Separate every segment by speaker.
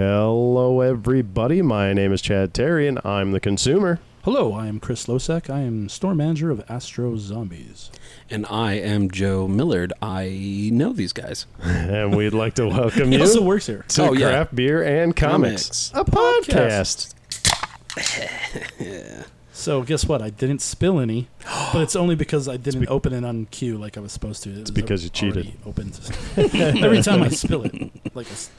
Speaker 1: Hello, everybody. My name is Chad Terry, and I'm the consumer.
Speaker 2: Hello, I am Chris Losek. I am store manager of Astro Zombies.
Speaker 3: And I am Joe Millard. I know these guys.
Speaker 1: And we'd like to welcome
Speaker 2: He
Speaker 1: you
Speaker 2: also
Speaker 1: to
Speaker 2: works here.
Speaker 3: Oh, yeah.
Speaker 1: Craft Beer and Comics,
Speaker 3: Comics.
Speaker 1: a podcast.
Speaker 2: So guess what? I didn't spill any, but it's only because I didn't open it on cue like I was supposed to. It it's
Speaker 1: because you cheated.
Speaker 2: Opened. Every time I spill it, like I s-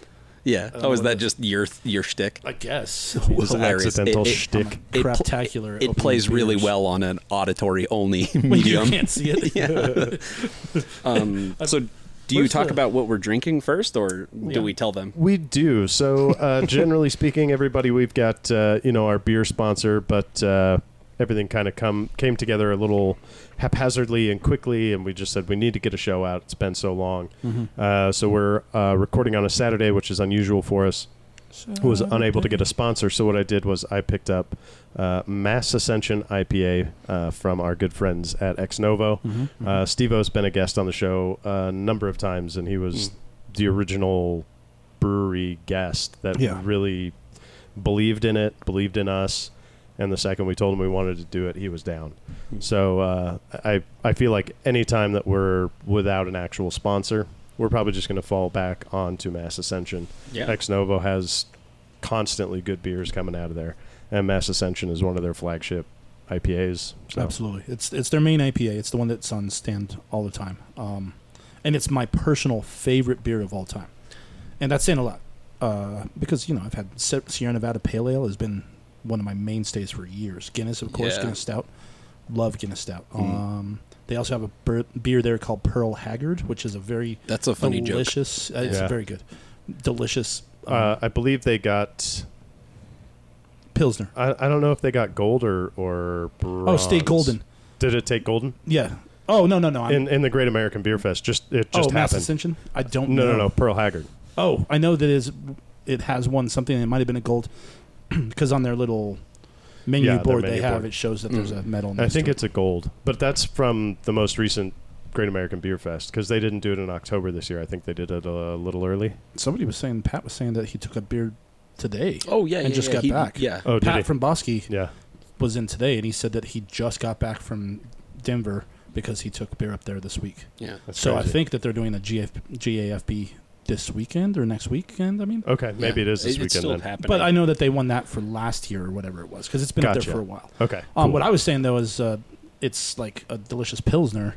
Speaker 3: Yeah.
Speaker 2: Uh,
Speaker 3: Oh, is
Speaker 2: what
Speaker 3: that
Speaker 2: is-
Speaker 3: just your your shtick?
Speaker 2: I guess
Speaker 3: It was
Speaker 1: Little
Speaker 3: hilarious.
Speaker 1: accidental
Speaker 3: It-
Speaker 2: I'm
Speaker 3: it-
Speaker 2: a
Speaker 1: shtick.
Speaker 3: It pl-
Speaker 2: craptacular.
Speaker 3: It
Speaker 2: opening
Speaker 3: plays really
Speaker 2: beers.
Speaker 3: well on an auditory only
Speaker 2: When you
Speaker 3: medium.
Speaker 2: can't see it.
Speaker 3: Yeah. um, so, do you
Speaker 2: Where's
Speaker 3: talk
Speaker 2: the-
Speaker 3: about what we're drinking first, or
Speaker 2: Yeah.
Speaker 3: do we tell them?
Speaker 1: We do. So, uh, generally speaking, everybody, we've got uh, you know our beer sponsor, but uh, everything kind of come came together a little haphazardly and quickly, and we just said we need to get a show out. It's been so long, uh, so we're uh, recording on a Saturday, which is unusual for us. who was unable to get a sponsor. So what I did was I picked up uh, Mass Ascension IPA uh, from our good friends at Ex Novo. Uh, Steve-O's been a guest on the show a number of times, and he was the original brewery guest that
Speaker 2: Yeah.
Speaker 1: really believed in it, believed in us. And the second we told him we wanted to do it, he was down. So uh, I I feel like any time that we're without an actual sponsor, we're probably just going to fall back onto Mass Ascension.
Speaker 3: Yeah.
Speaker 1: Ex Novo has constantly good beers coming out of there, and Mass Ascension is one of their flagship IPAs. So.
Speaker 2: Absolutely. It's it's their main IPA. It's the one that's on stand all the time. Um, and it's my personal favorite beer of all time. And that's saying a lot. Uh, because, you know, I've had Se- Sierra Nevada Pale Ale has been one of my mainstays for years. Guinness, of course,
Speaker 3: Yeah.
Speaker 2: Guinness Stout. Love Guinness Stout.
Speaker 3: Mm.
Speaker 2: Um, they also have a ber- beer there called Pearl Haggard, which is a very
Speaker 3: That's a funny joke.
Speaker 2: delicious. Uh, it's
Speaker 1: Yeah.
Speaker 2: very good. Delicious um,
Speaker 1: Uh, I believe they got.
Speaker 2: Pilsner.
Speaker 1: I, I don't know if they got gold or or.
Speaker 2: Oh, Stay
Speaker 1: bronze.
Speaker 2: Golden.
Speaker 1: Did it take golden
Speaker 2: Yeah. Oh, no, no, no. I'm,
Speaker 1: in in the Great American Beer Fest? Just it
Speaker 2: oh,
Speaker 1: just
Speaker 2: Mass
Speaker 1: happened.
Speaker 2: Ascension? I don't
Speaker 1: No,
Speaker 2: know.
Speaker 1: no, no. Pearl Haggard.
Speaker 2: Oh, I know that is. It has one something. It might have been a gold because on their little menu
Speaker 1: Yeah, their
Speaker 2: board
Speaker 1: menu
Speaker 2: they have
Speaker 1: board.
Speaker 2: it shows that there's
Speaker 3: Mm.
Speaker 2: a medal.
Speaker 1: I
Speaker 2: next
Speaker 1: think
Speaker 2: to
Speaker 1: it's a gold, but that's from the most recent Great American Beer Fest because they didn't do it in October this year. I think they did it a little early.
Speaker 2: it. somebody was saying Pat was saying that he took a beer today.
Speaker 3: Oh yeah,
Speaker 2: And
Speaker 3: yeah,
Speaker 2: just
Speaker 3: yeah,
Speaker 2: got
Speaker 3: he-
Speaker 2: back.
Speaker 3: Yeah.
Speaker 1: Oh, did
Speaker 2: Pat
Speaker 1: he?
Speaker 2: from Bosky
Speaker 1: yeah.
Speaker 2: was in today, and he said that he just got back from Denver because he took beer up there this week.
Speaker 3: Yeah.
Speaker 1: That's
Speaker 2: so I
Speaker 1: crazy.
Speaker 2: think that they're doing the GF, GAFB this weekend or next weekend. I mean,
Speaker 1: Okay, maybe it is this
Speaker 3: it's
Speaker 1: weekend
Speaker 3: still
Speaker 1: then.
Speaker 3: happening.
Speaker 2: but I know that they won that for last year or whatever it was because it's been up
Speaker 1: Gotcha.
Speaker 2: there for a while.
Speaker 1: Okay.
Speaker 2: Um,
Speaker 1: cool.
Speaker 2: What I was saying though is uh, it's like a delicious pilsner,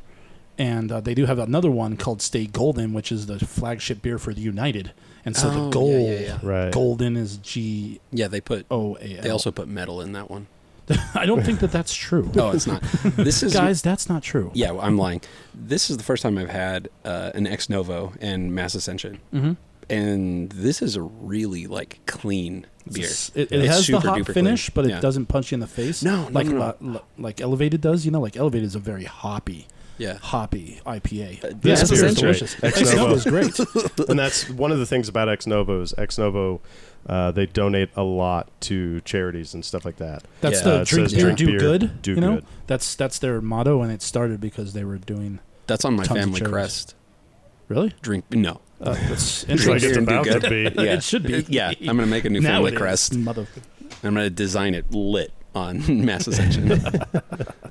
Speaker 2: and uh, they do have another one called Stay Golden, which is the flagship beer for the United. And so
Speaker 3: Oh,
Speaker 2: the
Speaker 3: yeah,
Speaker 2: gold,
Speaker 3: yeah, yeah.
Speaker 1: Right.
Speaker 2: golden is G
Speaker 3: Yeah, they put.
Speaker 2: O A L.
Speaker 3: They also put metal in that one.
Speaker 2: I don't think that that's true,
Speaker 3: No, it's not. This is
Speaker 2: guys. That's not true.
Speaker 3: Yeah, well, I'm lying. This is the first time I've had uh, an ex novo and Mass Ascension,
Speaker 2: Mm-hmm.
Speaker 3: and this is a really like clean beer.
Speaker 2: It, it
Speaker 3: It's
Speaker 2: has the
Speaker 3: super
Speaker 2: hot
Speaker 3: duper
Speaker 2: finish,
Speaker 3: clean.
Speaker 2: but it
Speaker 3: Yeah.
Speaker 2: doesn't punch you in the face.
Speaker 3: No, no,
Speaker 2: like
Speaker 3: no, no.
Speaker 2: la- la- like Elevated does. You know, like Elevated is a very hoppy,
Speaker 3: Yeah,
Speaker 2: hoppy IPA. this
Speaker 3: Uh, Mass
Speaker 2: beer is
Speaker 3: Ascension-
Speaker 2: delicious.
Speaker 1: Ex
Speaker 2: Ex
Speaker 1: Novo.
Speaker 2: Novo is great.
Speaker 1: and that's one of the things about Ex Novo is Ex Novo, uh, they donate a lot to charities and stuff like that. Uh,
Speaker 2: That's
Speaker 3: Yeah,
Speaker 2: the
Speaker 1: it
Speaker 2: drink
Speaker 1: says
Speaker 2: beer,
Speaker 1: drink
Speaker 2: do
Speaker 1: beer,
Speaker 2: good.
Speaker 1: do
Speaker 2: you know?
Speaker 1: good.
Speaker 2: That's that's their motto, and it started because they were doing
Speaker 3: that's on my
Speaker 2: Tons of
Speaker 3: family
Speaker 2: cherries.
Speaker 3: crest.
Speaker 2: really.
Speaker 3: Drink no.
Speaker 2: Uh, that's
Speaker 1: It's like
Speaker 2: interesting.
Speaker 1: it's
Speaker 3: Beer and do
Speaker 1: about to
Speaker 3: good.
Speaker 1: be.
Speaker 3: Yeah.
Speaker 2: It should be.
Speaker 3: Yeah, I'm gonna make a new
Speaker 2: Now
Speaker 3: family
Speaker 2: it is.
Speaker 3: crest.
Speaker 2: mother.
Speaker 3: I'm gonna design it lit on Mass Ascension.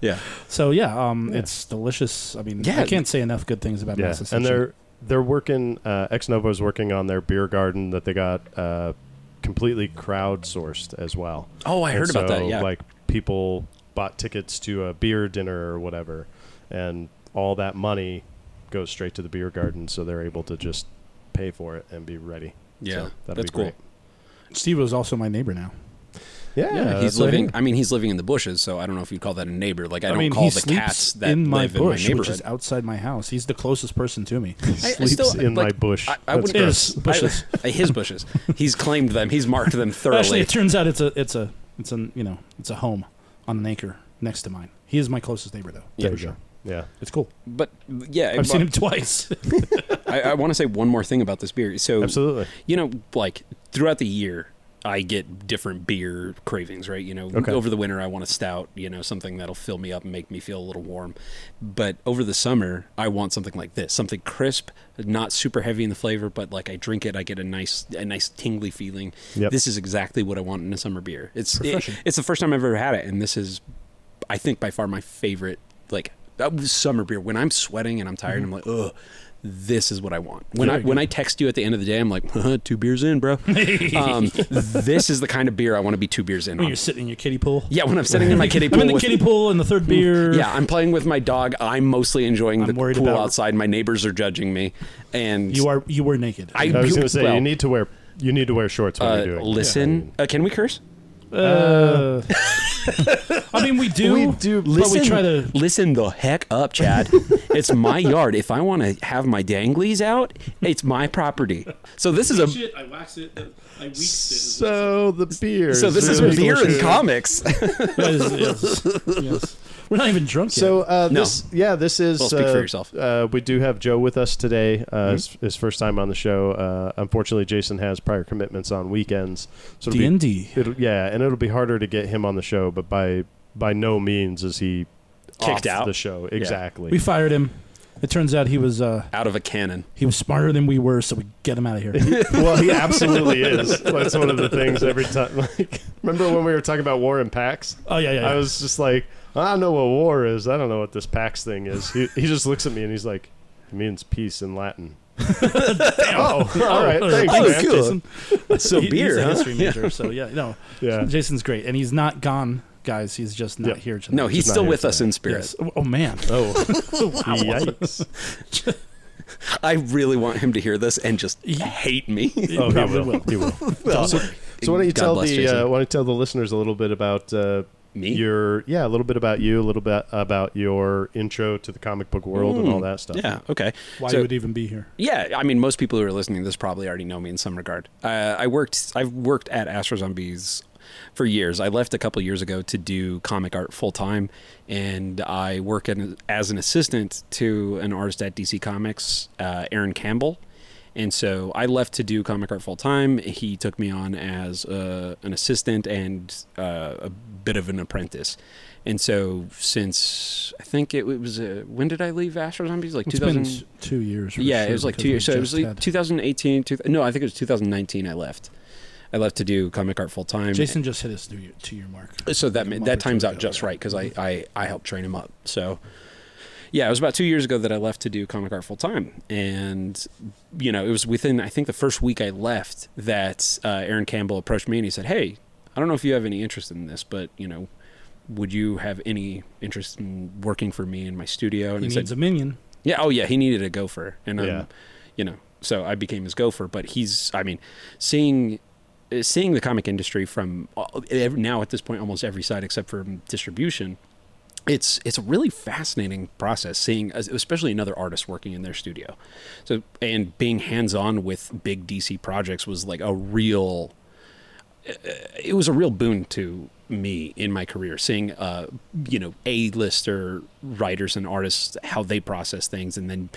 Speaker 3: yeah,
Speaker 2: So yeah, um,
Speaker 1: Yeah.
Speaker 2: it's delicious. I mean,
Speaker 3: Yeah.
Speaker 2: I can't say enough good things about
Speaker 1: Yeah,
Speaker 2: Mass
Speaker 1: and
Speaker 2: Ascension.
Speaker 1: they're they're working. Uh, Ex Novo's working on their beer garden that they got uh, completely crowdsourced as well.
Speaker 3: Oh, I
Speaker 1: And
Speaker 3: heard about that,
Speaker 1: so,
Speaker 3: yeah.
Speaker 1: like people bought tickets to a beer dinner or whatever, and all that money goes straight to the beer garden, so they're able to just pay for it and be ready.
Speaker 3: yeah,
Speaker 1: so that'd
Speaker 3: that's
Speaker 1: be
Speaker 3: cool.
Speaker 1: great.
Speaker 2: Steve was also my neighbor now.
Speaker 1: Yeah,
Speaker 2: uh,
Speaker 3: Yeah,
Speaker 1: that's
Speaker 3: he's
Speaker 1: what I
Speaker 3: living.
Speaker 1: hear.
Speaker 3: I mean, he's living in the bushes, so I don't know if you'd call that a neighbor. Like, I, don't
Speaker 2: mean,
Speaker 3: call
Speaker 2: he
Speaker 3: the
Speaker 2: sleeps
Speaker 3: cats that
Speaker 2: in my
Speaker 3: live
Speaker 2: bush,
Speaker 3: in my
Speaker 2: which is
Speaker 3: neighborhood.
Speaker 2: outside my house. He's the closest person to me.
Speaker 1: He
Speaker 3: I- I
Speaker 1: sleeps
Speaker 3: still-
Speaker 1: in my
Speaker 3: like,
Speaker 1: bush.
Speaker 3: I- I
Speaker 1: That's
Speaker 3: wouldn't-
Speaker 1: gross.
Speaker 2: His bushes.
Speaker 3: I, uh, his bushes. He's claimed them. He's marked them thoroughly.
Speaker 2: Actually, it turns out it's a it's a it's an you know it's a home on an acre next to mine. He is my closest neighbor though.
Speaker 3: Yeah.
Speaker 1: There we go. Yeah.
Speaker 2: It's cool.
Speaker 3: but yeah,
Speaker 2: I've seen him twice.
Speaker 3: I, I want to say one more thing about this beer. So
Speaker 1: Absolutely.
Speaker 3: you know, like throughout the year, I get different beer cravings, right? You know,
Speaker 1: Okay.
Speaker 3: over the winter I want a stout, you know, something that'll fill me up and make me feel a little warm. But over the summer, I want something like this, something crisp, not super heavy in the flavor, but like I drink it, I get a nice a nice tingly feeling.
Speaker 1: Yep.
Speaker 3: This is exactly what I want in a summer beer. It's it-
Speaker 2: Refreshing.
Speaker 3: it's the first time I've ever had it and this is I think by far my favorite like that was summer beer. When I'm sweating and I'm tired,
Speaker 2: Mm-hmm.
Speaker 3: I'm like, ugh, this is what I want. When I
Speaker 1: Very
Speaker 3: when I text you at the end of the day, I'm like, huh, two beers in, bro. um, this is the kind of beer I want to be two beers in.
Speaker 2: When
Speaker 3: on.
Speaker 2: you're sitting in your kiddie pool.
Speaker 3: Yeah, when I'm sitting in my kiddie pool.
Speaker 2: I'm in the
Speaker 3: with-
Speaker 2: kiddie pool and the third beer.
Speaker 3: Yeah, I'm playing with my dog. I'm mostly enjoying
Speaker 2: I'm
Speaker 3: the
Speaker 2: worried
Speaker 3: pool
Speaker 2: about-
Speaker 3: outside. My neighbors are judging me, and
Speaker 2: You are you were naked.
Speaker 3: I,
Speaker 1: I was going to say
Speaker 3: well,
Speaker 1: you need to wear you need to wear shorts when
Speaker 3: uh,
Speaker 1: you're doing. it.
Speaker 3: listen. Uh, can we curse?
Speaker 2: Uh, I mean, we do.
Speaker 1: We do-
Speaker 2: But
Speaker 3: Listen,
Speaker 2: we try to.
Speaker 3: listen the heck up, Chad. it's my yard. If I want to have my danglies out, it's my property. So this is a
Speaker 4: I wax it. I weeks it.
Speaker 1: So the beer.
Speaker 3: so this is
Speaker 1: really
Speaker 3: beer and
Speaker 1: delicious.
Speaker 3: comics.
Speaker 2: Yes, yes, yes. We're not even drunk yet.
Speaker 1: So uh,
Speaker 3: No.
Speaker 1: this, yeah, this is.
Speaker 3: Well, speak for
Speaker 1: uh,
Speaker 3: yourself. Mm-hmm.
Speaker 1: Uh, we do have Joe with us today. Uh, his, his first time on the show. Uh, unfortunately, Jason has prior commitments on weekends. So it'll be-
Speaker 2: D&D.
Speaker 1: it'll- yeah, and it'll be harder to get him on the show. But by by no means is he
Speaker 3: Kicked
Speaker 1: off
Speaker 3: out.
Speaker 1: the show. Exactly.
Speaker 2: we fired him. It turns out he was uh,
Speaker 3: out of a cannon.
Speaker 2: he was smarter than we were, so we get him out of here.
Speaker 1: well, he absolutely is. That's one of the things every time. Like, remember when we were talking about war and packs?
Speaker 2: Oh yeah, yeah. yeah.
Speaker 1: I was just like, I don't know what war is. I don't know what this Pax thing is. He, he just looks at me and he's like, it means peace in Latin. Oh, all right. Thanks,
Speaker 3: Oh,
Speaker 1: man.
Speaker 3: cool.
Speaker 2: Jason.
Speaker 3: So
Speaker 2: He-
Speaker 3: beer,
Speaker 2: he's a
Speaker 3: huh?
Speaker 2: history major, so yeah, no.
Speaker 1: Yeah.
Speaker 2: Jason's great, and he's not gone, guys. He's just not
Speaker 1: Yep.
Speaker 2: here tonight.
Speaker 3: No, he's
Speaker 1: Just not
Speaker 3: still
Speaker 1: here
Speaker 3: with
Speaker 1: for
Speaker 3: us
Speaker 1: that.
Speaker 3: in spirit.
Speaker 2: Yes. Oh, oh, man,
Speaker 1: Oh, yikes.
Speaker 3: I really want him to hear this and just hate me.
Speaker 1: Oh, he
Speaker 2: probably
Speaker 1: will.
Speaker 2: will.
Speaker 1: He will.
Speaker 3: Well,
Speaker 1: So why don't you
Speaker 3: God
Speaker 1: tell
Speaker 3: bless
Speaker 1: the
Speaker 3: Jason.
Speaker 1: uh, why don't you tell the listeners a little bit about uh,
Speaker 3: Me?
Speaker 1: Your yeah, a little bit about you, a little bit about your intro to the comic book world and all that stuff.
Speaker 3: Mm, yeah, okay.
Speaker 2: why
Speaker 3: So-
Speaker 2: you would even be here?
Speaker 3: Yeah, I mean, most people who are listening to this probably already know me in some regard. Uh, I worked, I've worked at Astro Zombies for years. I left a couple years ago to do comic art full time, and I work in, as an assistant to an artist at DC Comics, uh, Aaron Campbell. And so I left to do comic art full time. He took me on as uh, an assistant and uh, a bit of an apprentice. And so since I think it was uh, when did I leave Astro Zombies? Like
Speaker 2: It's
Speaker 3: 2000
Speaker 2: been two years. for
Speaker 3: yeah, it
Speaker 2: sure,
Speaker 3: was like
Speaker 2: because
Speaker 3: two
Speaker 2: we
Speaker 3: years. So it
Speaker 2: just
Speaker 3: was like
Speaker 2: had-
Speaker 3: 2018. Two, no, I think it was 2019. I left. I left to do comic art full time.
Speaker 2: Jason just hit his two-year two-year mark.
Speaker 3: So that ma-
Speaker 2: Month or
Speaker 3: that
Speaker 2: two
Speaker 3: times out
Speaker 2: ago,
Speaker 3: just
Speaker 2: yeah.
Speaker 3: right because I, I I helped train him up. So yeah, it was about two years ago that I left to do comic art full time, and you know it was within I think the first week I left that uh, Aaron Campbell approached me and he said, "Hey, I don't know if you have any interest in this, but you know." Would you have any interest in working for me in my studio? And
Speaker 2: He
Speaker 3: I said,
Speaker 2: needs a minion.
Speaker 3: yeah. Oh yeah, he needed a gopher, and um,
Speaker 1: Yeah.
Speaker 3: you know, so I became his gopher. But he's, I mean, seeing uh, seeing the comic industry from all- ev- now at this point almost every side except for distribution. It's it's a really fascinating process seeing as- especially another artist working in their studio. So and being hands-on with big DC projects was like a real it was a real boon to me in my career seeing uh you know a-lister writers and artists how they process things and then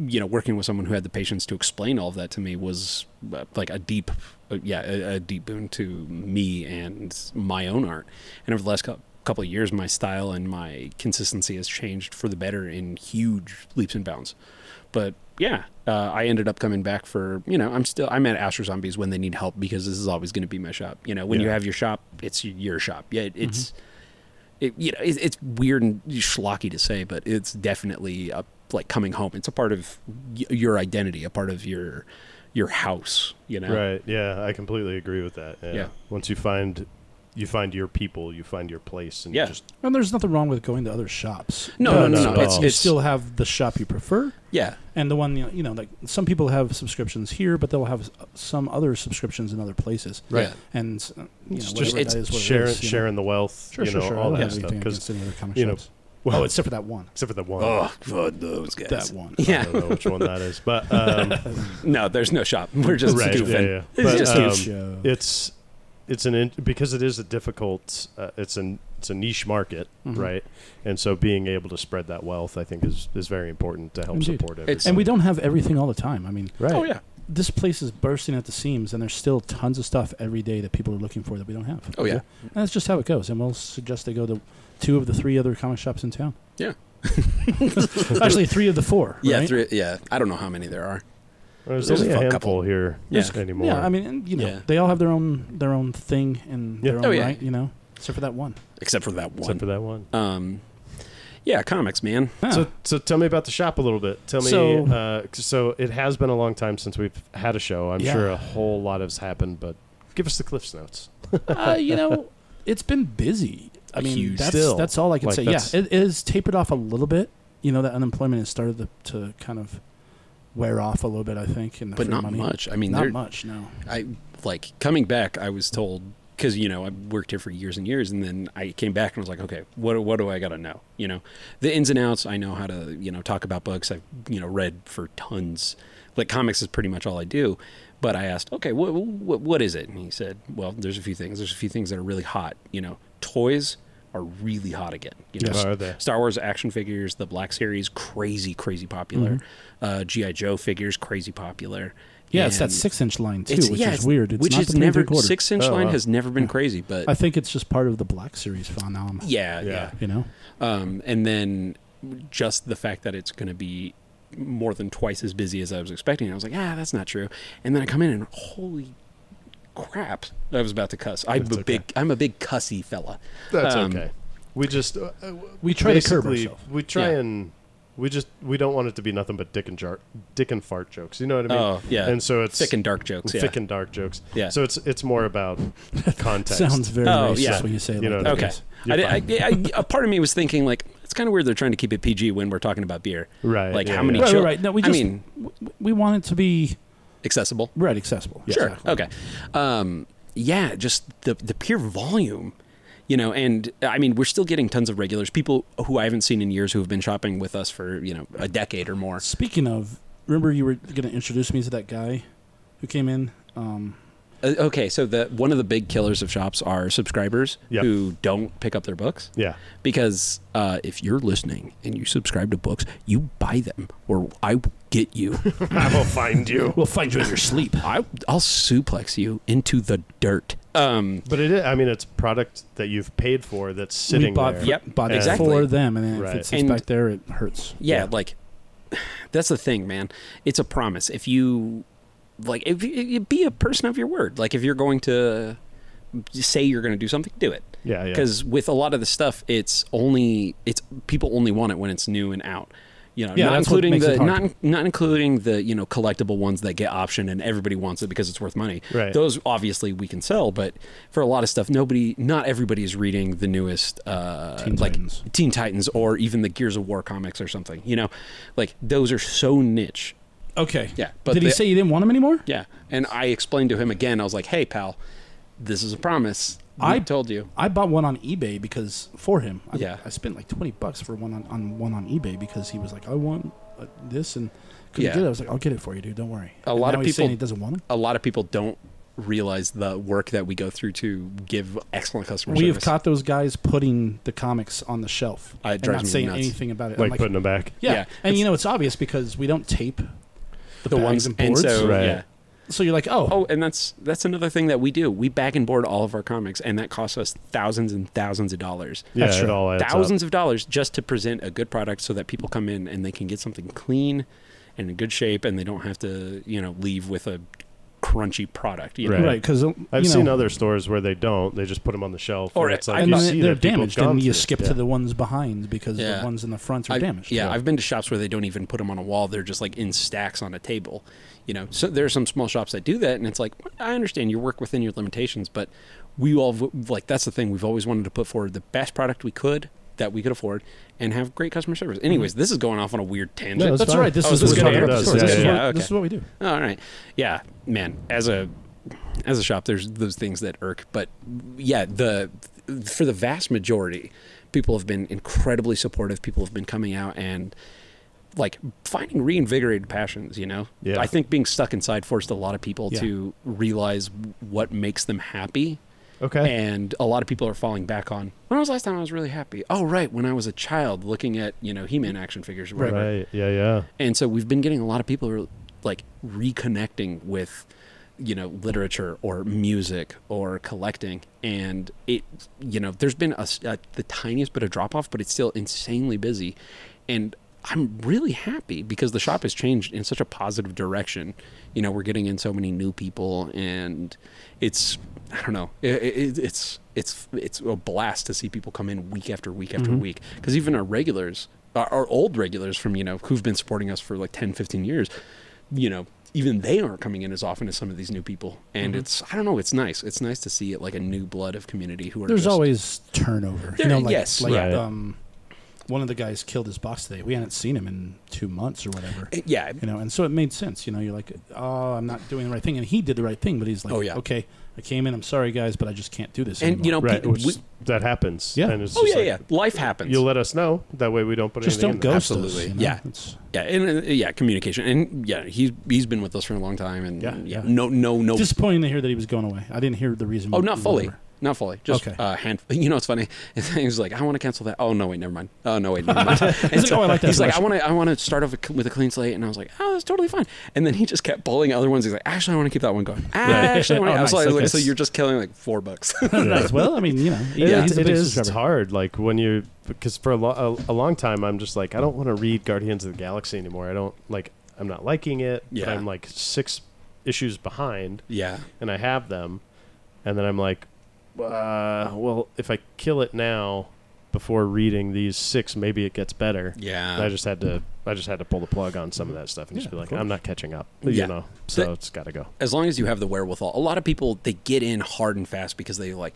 Speaker 3: you know working with someone who had the patience to explain all of that to me was uh, like a deep uh, yeah a, a deep boon to me and my own art and over the last cou- couple of years my style and my consistency has changed for the better in huge leaps and bounds but yeah, uh, I ended up coming back for you know I'm still I'm at Astro Zombies when they need help because this is always going to be my shop. You know, when you
Speaker 1: Yeah. Mm-hmm.
Speaker 3: have your shop, it's your shop. Yeah, it, it's it, you know it, it's weird and schlocky to say, but it's definitely a, like coming home. It's a part of y- your identity, a part of your your house. You know,
Speaker 1: Right. Yeah, I completely agree with that. Yeah.
Speaker 3: Yeah.
Speaker 1: Once you find you find your people, you find your place and
Speaker 3: Yeah.
Speaker 1: you just
Speaker 2: And there's nothing wrong with going to other shops.
Speaker 3: No,
Speaker 1: No,
Speaker 3: no, no,
Speaker 1: not
Speaker 3: no.
Speaker 1: at
Speaker 3: It's,
Speaker 1: all.
Speaker 2: you
Speaker 3: it's
Speaker 2: still have the shop you prefer,
Speaker 3: yeah,
Speaker 2: and the one you know, you know, like some people have subscriptions here, but they'll have s- some other subscriptions in in other places.
Speaker 3: Right.
Speaker 2: And uh, you know,
Speaker 1: It's
Speaker 2: whatever
Speaker 3: just-
Speaker 2: that
Speaker 3: it's
Speaker 2: is, what it
Speaker 1: sharing
Speaker 2: is, you know.
Speaker 1: sharing the wealth,
Speaker 2: Sure,
Speaker 1: you
Speaker 2: sure,
Speaker 1: know,
Speaker 2: sure. I
Speaker 1: all
Speaker 2: don't
Speaker 1: that
Speaker 2: have
Speaker 1: stuff
Speaker 2: anything
Speaker 1: cuz
Speaker 2: against any other comic
Speaker 1: you know,
Speaker 2: shops.
Speaker 1: well,
Speaker 2: oh, except for that one.
Speaker 1: except for the one.
Speaker 3: Oh, God, those guys.
Speaker 2: That one.
Speaker 1: I
Speaker 3: Yeah.
Speaker 1: don't know which one that is, but um,
Speaker 3: No, there's no shop. We're just
Speaker 1: right,
Speaker 3: goofing.
Speaker 1: yeah, yeah.
Speaker 3: It's
Speaker 1: But,
Speaker 3: just
Speaker 1: um,
Speaker 3: goof.
Speaker 2: show.
Speaker 1: it's it's an in, because it is a difficult uh, it's an it's a niche market,
Speaker 2: Mm-hmm.
Speaker 1: right? And so being able to spread that wealth, I think, is is very important to help
Speaker 2: Indeed.
Speaker 1: support it.
Speaker 3: It's-
Speaker 2: And we don't have everything all the time. I mean,
Speaker 1: right.
Speaker 3: Oh yeah.
Speaker 2: this place is bursting at the seams, and there's still tons of stuff every day that people are looking for that we don't have.
Speaker 3: Oh, yeah.
Speaker 2: and that's just how it goes. And we'll suggest they go to two of the three other comic shops in town.
Speaker 3: Yeah.
Speaker 2: Actually, three of the four.
Speaker 3: Yeah,
Speaker 2: right?
Speaker 3: three, yeah. I don't know how many there are.
Speaker 1: There's,
Speaker 3: There's
Speaker 1: only
Speaker 3: a
Speaker 1: a
Speaker 3: fuck
Speaker 1: handful
Speaker 3: couple.
Speaker 1: here
Speaker 3: Yeah.
Speaker 1: anymore.
Speaker 2: Yeah, I mean, and, you know,
Speaker 3: Yeah.
Speaker 2: they all have their own their own thing and
Speaker 1: Yeah.
Speaker 2: their own
Speaker 3: Oh, yeah.
Speaker 2: right. You know, except for that one.
Speaker 3: Except for that one.
Speaker 1: except for that one.
Speaker 3: um, yeah, comics, man.
Speaker 2: Yeah.
Speaker 1: So, so tell me about the shop a little bit. Tell me.
Speaker 2: So-
Speaker 1: uh, so it has been a long time since we've had a show. I'm
Speaker 2: Yeah.
Speaker 1: sure a whole lot has happened, but give us the Cliff's notes.
Speaker 2: uh, you know, it's been busy. I mean,
Speaker 3: Huge.
Speaker 2: that's
Speaker 1: Still.
Speaker 2: that's all I can
Speaker 1: Like,
Speaker 2: say. Yeah,
Speaker 1: that's-
Speaker 2: it, it has tapered off a little bit. You know, that unemployment has started to, to kind of wear off a little bit. I think, and the
Speaker 3: But
Speaker 2: free
Speaker 3: not
Speaker 2: money.
Speaker 3: much. I mean,
Speaker 2: not
Speaker 3: there-
Speaker 2: much. No.
Speaker 3: I like coming back. I was told because you know I worked here for years and years, and then I came back and was like, okay, what what do I got to know? You know, the ins and outs. I know how to you know talk about books. I've you know read for tons. Like comics is pretty much all I do. But I asked, okay, what what, what is it? And he said, well, there's a few things. There's a few things that are really hot. You know, toys are really hot again. You know,
Speaker 1: Yes. Are they?
Speaker 3: Star Wars action figures, the Black Series, crazy, crazy popular. Uh, GI Joe figures, crazy popular.
Speaker 2: Mm-hmm. Yeah, it's that
Speaker 3: And-
Speaker 2: six inch line too,
Speaker 3: it's-
Speaker 2: which
Speaker 3: yeah,
Speaker 2: is weird. It's
Speaker 3: which
Speaker 2: not
Speaker 3: is
Speaker 2: the three and
Speaker 3: never
Speaker 2: three quarter.
Speaker 3: six inch
Speaker 1: Oh,
Speaker 3: line
Speaker 1: wow.
Speaker 3: has never been crazy, but
Speaker 2: I think it's just part of the Black Series phenomenon.
Speaker 3: yeah, yeah,
Speaker 1: Yeah.
Speaker 2: You know,
Speaker 3: Um, and then just the fact that it's going to be more than twice as busy as I was expecting, I was like, ah, that's not true. And then I come in and holy crap, I was about to cuss. I'm
Speaker 1: That's
Speaker 3: a
Speaker 1: okay.
Speaker 3: big, I'm a big cussy fella.
Speaker 1: That's
Speaker 3: Um,
Speaker 1: okay. We just uh, uh,
Speaker 2: we try to curb
Speaker 1: basically,
Speaker 2: ourselves.
Speaker 1: We try
Speaker 3: Yeah.
Speaker 1: and we just we don't want it to be nothing but dick and jar, dick and fart jokes. You know what I mean?
Speaker 3: Oh yeah,
Speaker 1: And so it's
Speaker 3: thick and dark jokes. Yeah.
Speaker 1: thick and dark jokes.
Speaker 3: Yeah.
Speaker 1: So it's it's more about context.
Speaker 2: Sounds very
Speaker 3: Oh,
Speaker 2: racist
Speaker 3: yeah.
Speaker 2: when you say it
Speaker 1: You know,
Speaker 2: like that.
Speaker 3: okay.
Speaker 1: Yes,
Speaker 3: I
Speaker 1: you're
Speaker 3: did, I, I- a part of me was thinking like it's kind of weird they're trying to keep it PG when we're talking about beer.
Speaker 1: Right,
Speaker 3: Like
Speaker 1: yeah,
Speaker 3: how many?
Speaker 1: yeah.
Speaker 2: Right,
Speaker 3: chil-
Speaker 2: right, right. No, we
Speaker 3: I
Speaker 2: just
Speaker 3: mean,
Speaker 2: w- we want it to be
Speaker 3: accessible.
Speaker 2: right accessible.
Speaker 3: Sure.
Speaker 2: Exactly.
Speaker 3: Okay. Um, yeah, just the the pure volume, you know, and I mean, we're still getting tons of regulars, people who I haven't seen in years who have been shopping with us for, you know, a decade or more.
Speaker 2: Speaking of, remember you were going to introduce me to that guy who came in. Um,
Speaker 3: Uh, okay, so the one of the big killers of shops are subscribers
Speaker 1: Yep.
Speaker 3: who don't pick up their books.
Speaker 1: Yeah.
Speaker 3: Because uh, if you're listening and you subscribe to books, you buy them, or I will get you.
Speaker 1: I will find you.
Speaker 2: we'll find you in your sleep.
Speaker 3: I, I'll suplex you into the dirt. Um,
Speaker 1: But it, I mean, it's product that you've paid for that's sitting
Speaker 2: we bought,
Speaker 1: there.
Speaker 2: For,
Speaker 3: Yep,
Speaker 2: bought it
Speaker 1: exactly.
Speaker 2: for them, and then
Speaker 1: Right.
Speaker 2: if it sits
Speaker 3: And-
Speaker 2: back there, it hurts.
Speaker 3: yeah, like that's the thing man it's a promise if you like if you you be a person of your word like if you're going to say you're going to do something do it
Speaker 1: Yeah, yeah.
Speaker 3: because with a lot of the stuff it's only it's people only want it when it's new and out you know
Speaker 2: Yeah,
Speaker 3: not
Speaker 2: that's what
Speaker 3: including
Speaker 2: makes
Speaker 3: the
Speaker 2: it hard.
Speaker 3: not not including the you know collectible ones that get optioned and everybody wants it because it's worth money
Speaker 1: Right.
Speaker 3: those obviously we can sell but for a lot of stuff nobody not everybody is reading the newest uh
Speaker 2: Teen
Speaker 3: like
Speaker 2: Titans.
Speaker 3: Teen Titans or even the Gears of War comics or something. You know, like those are so niche.
Speaker 2: Okay.
Speaker 3: Yeah, but
Speaker 2: Did he
Speaker 3: the-
Speaker 2: say you didn't want him anymore?
Speaker 3: Yeah. And I explained to him again. I was like, "Hey, pal, this is a promise. We
Speaker 2: I-
Speaker 3: told you."
Speaker 2: I bought one on eBay because for him. I,
Speaker 3: Yeah.
Speaker 2: I spent like twenty bucks for one on, on one on eBay because he was like, I want uh, this and couldn't
Speaker 3: Yeah.
Speaker 2: get it. I was like, I'll get it for you, dude. Don't worry.
Speaker 3: A
Speaker 2: And
Speaker 3: lot
Speaker 2: now
Speaker 3: of
Speaker 2: he's saying
Speaker 3: people-
Speaker 2: he doesn't want him.
Speaker 3: A lot of people don't realize the work that we go through to give excellent customer
Speaker 2: We
Speaker 3: service.
Speaker 2: have caught those guys putting the comics on the shelf
Speaker 3: Uh, it
Speaker 2: and
Speaker 3: drives
Speaker 2: not
Speaker 3: me
Speaker 2: saying
Speaker 3: nuts.
Speaker 2: anything about it. I'm
Speaker 1: like, putting them back.
Speaker 2: yeah,
Speaker 3: Yeah,
Speaker 2: and you know it's obvious because we don't tape
Speaker 3: the,
Speaker 2: bags
Speaker 3: ones
Speaker 2: and
Speaker 3: and
Speaker 2: boards.
Speaker 3: so
Speaker 1: Right.
Speaker 3: yeah.
Speaker 2: So you're like, oh,
Speaker 3: Oh, and that's that's another thing that we do. We back and board all of our comics, and that costs us thousands and thousands of dollars.
Speaker 1: Yeah,
Speaker 2: That's
Speaker 1: it
Speaker 2: true.
Speaker 1: all adds up.
Speaker 3: thousands of dollars just to present a good product so that people come in and they can get something clean and in good shape and they don't have to you know leave with a crunchy product you know?
Speaker 1: Right.
Speaker 2: right, uh, because
Speaker 1: I've seen other stores where they don't. They just put them on the shelf.
Speaker 3: Or
Speaker 1: and it's
Speaker 3: it-
Speaker 1: like
Speaker 2: and
Speaker 1: you
Speaker 2: then
Speaker 1: see
Speaker 2: they're
Speaker 1: that people have
Speaker 2: damaged,
Speaker 1: gone
Speaker 2: and you
Speaker 1: through it.
Speaker 2: skip
Speaker 1: Yeah.
Speaker 2: to the ones behind because
Speaker 3: Yeah.
Speaker 2: the ones in the fronts are
Speaker 3: I-
Speaker 2: damaged.
Speaker 3: yeah, I've been to shops where they don't even put them on a wall. They're just like in stacks on a table. You know, so there are some small shops that do that, and it's like I understand you work within your limitations, but we all v- like that's the thing we've always wanted to put forward the best product we could that we could afford and have great customer service. Anyways, this is going off on a weird tangent.
Speaker 1: No, it's
Speaker 2: Mm-hmm. that's
Speaker 1: fine.
Speaker 2: right. This
Speaker 3: Oh,
Speaker 2: is
Speaker 3: this
Speaker 2: what
Speaker 3: is
Speaker 2: we're
Speaker 3: good.
Speaker 2: talking about.
Speaker 3: It
Speaker 2: This
Speaker 1: does,
Speaker 2: is
Speaker 1: yeah,
Speaker 2: what-
Speaker 3: yeah, yeah.
Speaker 2: this is what we do.
Speaker 3: Oh, All right. Yeah, man. As a as a shop, there's those things that irk, but yeah, the for the vast majority, people have been incredibly supportive. People have been coming out and like finding reinvigorated passions. You know,
Speaker 1: Yeah.
Speaker 3: I think being stuck inside forced a lot of people
Speaker 2: Yeah.
Speaker 3: to realize what makes them happy.
Speaker 1: Okay.
Speaker 3: And a lot of people are falling back on when was the last time I was really happy? Oh, right, when I was a child looking at you know He-Man action figures, or whatever.
Speaker 1: right. Yeah. Yeah.
Speaker 3: And so we've been getting a lot of people who are like reconnecting with you know literature or music or collecting and it you know there's been a, s- a- the tiniest bit of drop off but it's still insanely busy and i'm really happy because the shop has changed in such a positive direction you know we're getting in so many new people and it's i don't know it, it, it's it's it's a blast to see people come in week after week after week because even our regulars our, our old regulars from you know who've been supporting us for like 10 15 years you know even they aren't coming in as often as some of these new people and
Speaker 2: Mm-hmm.
Speaker 3: it's i don't know it's nice it's nice to see it like a new blood of community who are
Speaker 2: There's
Speaker 3: just,
Speaker 2: always turnover.
Speaker 3: There-
Speaker 2: you know, like,
Speaker 3: yes,
Speaker 2: like
Speaker 1: right.
Speaker 2: um, one of the guys killed his box today. We hadn't seen him in two months or whatever.
Speaker 3: Eh, yeah
Speaker 2: you know, and so it made sense. You know, you're like, oh, I'm not doing the right thing, and he did the right thing, but he's like,
Speaker 3: Oh, yeah.
Speaker 2: okay, I came in. I'm sorry, guys, but I just can't do this.
Speaker 3: and you know
Speaker 2: anymore."
Speaker 1: right?
Speaker 3: pe-
Speaker 1: Which
Speaker 3: we-
Speaker 1: that happens.
Speaker 2: Yeah.
Speaker 1: And it's
Speaker 3: oh
Speaker 1: just
Speaker 3: yeah
Speaker 1: like,
Speaker 3: yeah life happens
Speaker 1: You'll let us know. That way we don't put
Speaker 2: just
Speaker 1: anything
Speaker 2: don't
Speaker 1: in there.
Speaker 2: ghost
Speaker 3: Absolutely,
Speaker 2: us. you know?
Speaker 3: yeah.
Speaker 2: It's-
Speaker 3: yeah and uh, yeah communication and yeah he's he's been with us for a long time and
Speaker 2: Yeah,
Speaker 3: yeah,
Speaker 2: yeah.
Speaker 3: no no no
Speaker 2: disappointing to hear that he was going away. I didn't hear the reason.
Speaker 3: Oh, not
Speaker 2: or
Speaker 3: fully.
Speaker 2: whatever.
Speaker 3: Not fully. Just
Speaker 2: Okay.
Speaker 3: uh, hand. You know, it's funny. He was like, "I want to cancel that." Oh no, wait, never mind. Oh no, wait, never mind. And
Speaker 2: like, "Oh, I like that
Speaker 3: He's like,
Speaker 2: much."
Speaker 3: "I want to, I want to start off with a clean slate," and I was like, "Oh, that's totally fine." And then he just kept pulling other ones. He's like, "Actually, I want to keep that one going." Actually, I, wanna,
Speaker 2: Oh,
Speaker 3: I was
Speaker 2: nice.
Speaker 3: like,
Speaker 2: Okay.
Speaker 3: "So you're just killing like four bucks?"
Speaker 2: Nice. Well, I mean, you know,
Speaker 1: It-
Speaker 2: yeah,
Speaker 1: it-
Speaker 2: he's a
Speaker 1: it
Speaker 2: big
Speaker 1: is. It's
Speaker 2: subscriber.
Speaker 1: hard. Like when you, because for a, lo- a, a long time, I'm just like, I don't want to read Guardians of the Galaxy anymore. I don't like. I'm not liking it. but
Speaker 3: Yeah.
Speaker 1: I'm like six issues behind,
Speaker 3: yeah.
Speaker 1: and I have them, and then I'm like, uh, well, if I kill it now before reading these six, maybe it gets better. And
Speaker 3: Yeah.
Speaker 1: I just had to. I just had to pull the plug on some of that stuff and
Speaker 2: Yeah,
Speaker 1: just be
Speaker 2: of
Speaker 1: like,
Speaker 2: course.
Speaker 1: I'm not catching up. You
Speaker 3: Yeah.
Speaker 1: know, so
Speaker 3: The-
Speaker 1: it's got to go.
Speaker 3: as long as you have the wherewithal. A lot of people they get in hard and fast because they like,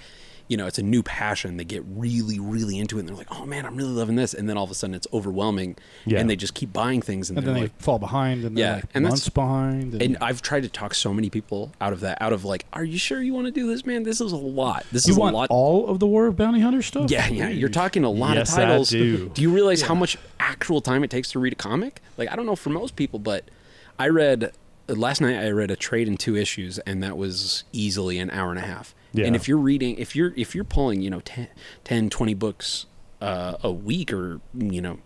Speaker 3: you know, it's a new passion. They get really, really into it, and they're like, "Oh man, I'm really loving this," and then all of a sudden it's overwhelming,
Speaker 1: Yeah.
Speaker 3: and they just keep buying things, and,
Speaker 2: And
Speaker 3: they're
Speaker 2: then they
Speaker 3: like.
Speaker 2: fall behind, and
Speaker 3: Yeah,
Speaker 2: they're like
Speaker 3: and that's-
Speaker 2: months behind. And,
Speaker 3: And uh, I've tried to talk so many people out of that, out of like, are you sure you want to do this, man? This is a lot. This
Speaker 2: you
Speaker 3: is
Speaker 2: want
Speaker 3: a lot.
Speaker 2: all of the War of Bounty Hunter stuff?
Speaker 3: yeah, yeah. You're
Speaker 2: Jeez.
Speaker 3: talking a lot
Speaker 1: Yes,
Speaker 3: of
Speaker 1: I
Speaker 3: titles.
Speaker 1: do.
Speaker 3: you realize how much actual time it takes to read a comic? Like, I don't know for most people, but I read last night. I read a trade in two issues, and that was easily an hour and a half.
Speaker 1: Yeah.
Speaker 3: And if you're reading, if you're if you're pulling, you know, 10, 10 20 books uh, a week, or you know,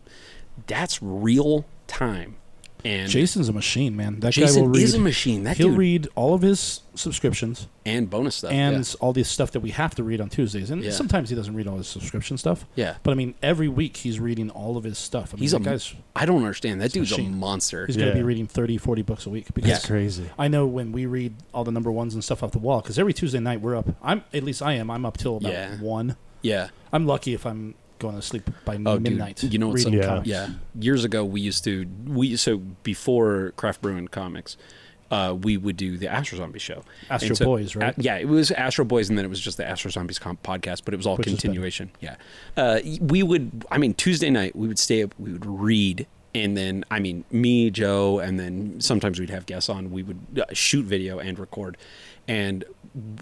Speaker 3: that's real time. And
Speaker 2: Jason's a machine, man. That guy will
Speaker 3: Jason
Speaker 2: read.
Speaker 3: is a machine. That
Speaker 2: He'll
Speaker 3: dude
Speaker 2: read all of his subscriptions
Speaker 3: and bonus stuff.
Speaker 2: and
Speaker 3: yeah.
Speaker 2: all the stuff that we have to read on Tuesdays. And
Speaker 3: Yeah.
Speaker 2: sometimes he doesn't read all his subscription stuff.
Speaker 3: Yeah.
Speaker 2: But I mean, every week he's reading all of his stuff. I mean,
Speaker 3: He's
Speaker 2: that
Speaker 3: a
Speaker 2: guy's.
Speaker 3: I don't understand. That dude's a
Speaker 2: machine.
Speaker 3: monster.
Speaker 2: He's going to be
Speaker 1: Yeah.
Speaker 2: reading 30, 40 books a week because
Speaker 3: Yeah.
Speaker 1: Crazy.
Speaker 2: I know when we read all the number ones and stuff off the wall because every Tuesday night we're up. I'm at least I am. I'm up till about
Speaker 3: Yeah.
Speaker 2: one.
Speaker 3: Yeah.
Speaker 2: I'm lucky if I'm going to sleep by
Speaker 3: Oh, dude.
Speaker 2: midnight.
Speaker 3: You know what's
Speaker 2: reading
Speaker 1: Yeah.
Speaker 2: comics.
Speaker 3: Yeah. Years ago, we used to we so before Craft Brewing Comics, uh, we would do the Astro Zombie show. And
Speaker 2: Astro
Speaker 3: so-
Speaker 2: Boys, right?
Speaker 3: a- yeah, it was Astro Boys, and then it was just the Astro Zombies comp podcast, but it was all
Speaker 2: Which is better.
Speaker 3: continuation. Yeah. Uh, y- we would. I mean, Tuesday night we would stay up. We would read. And then, I mean, me, Joe, and then sometimes we'd have guests on. We would uh, shoot video and record. And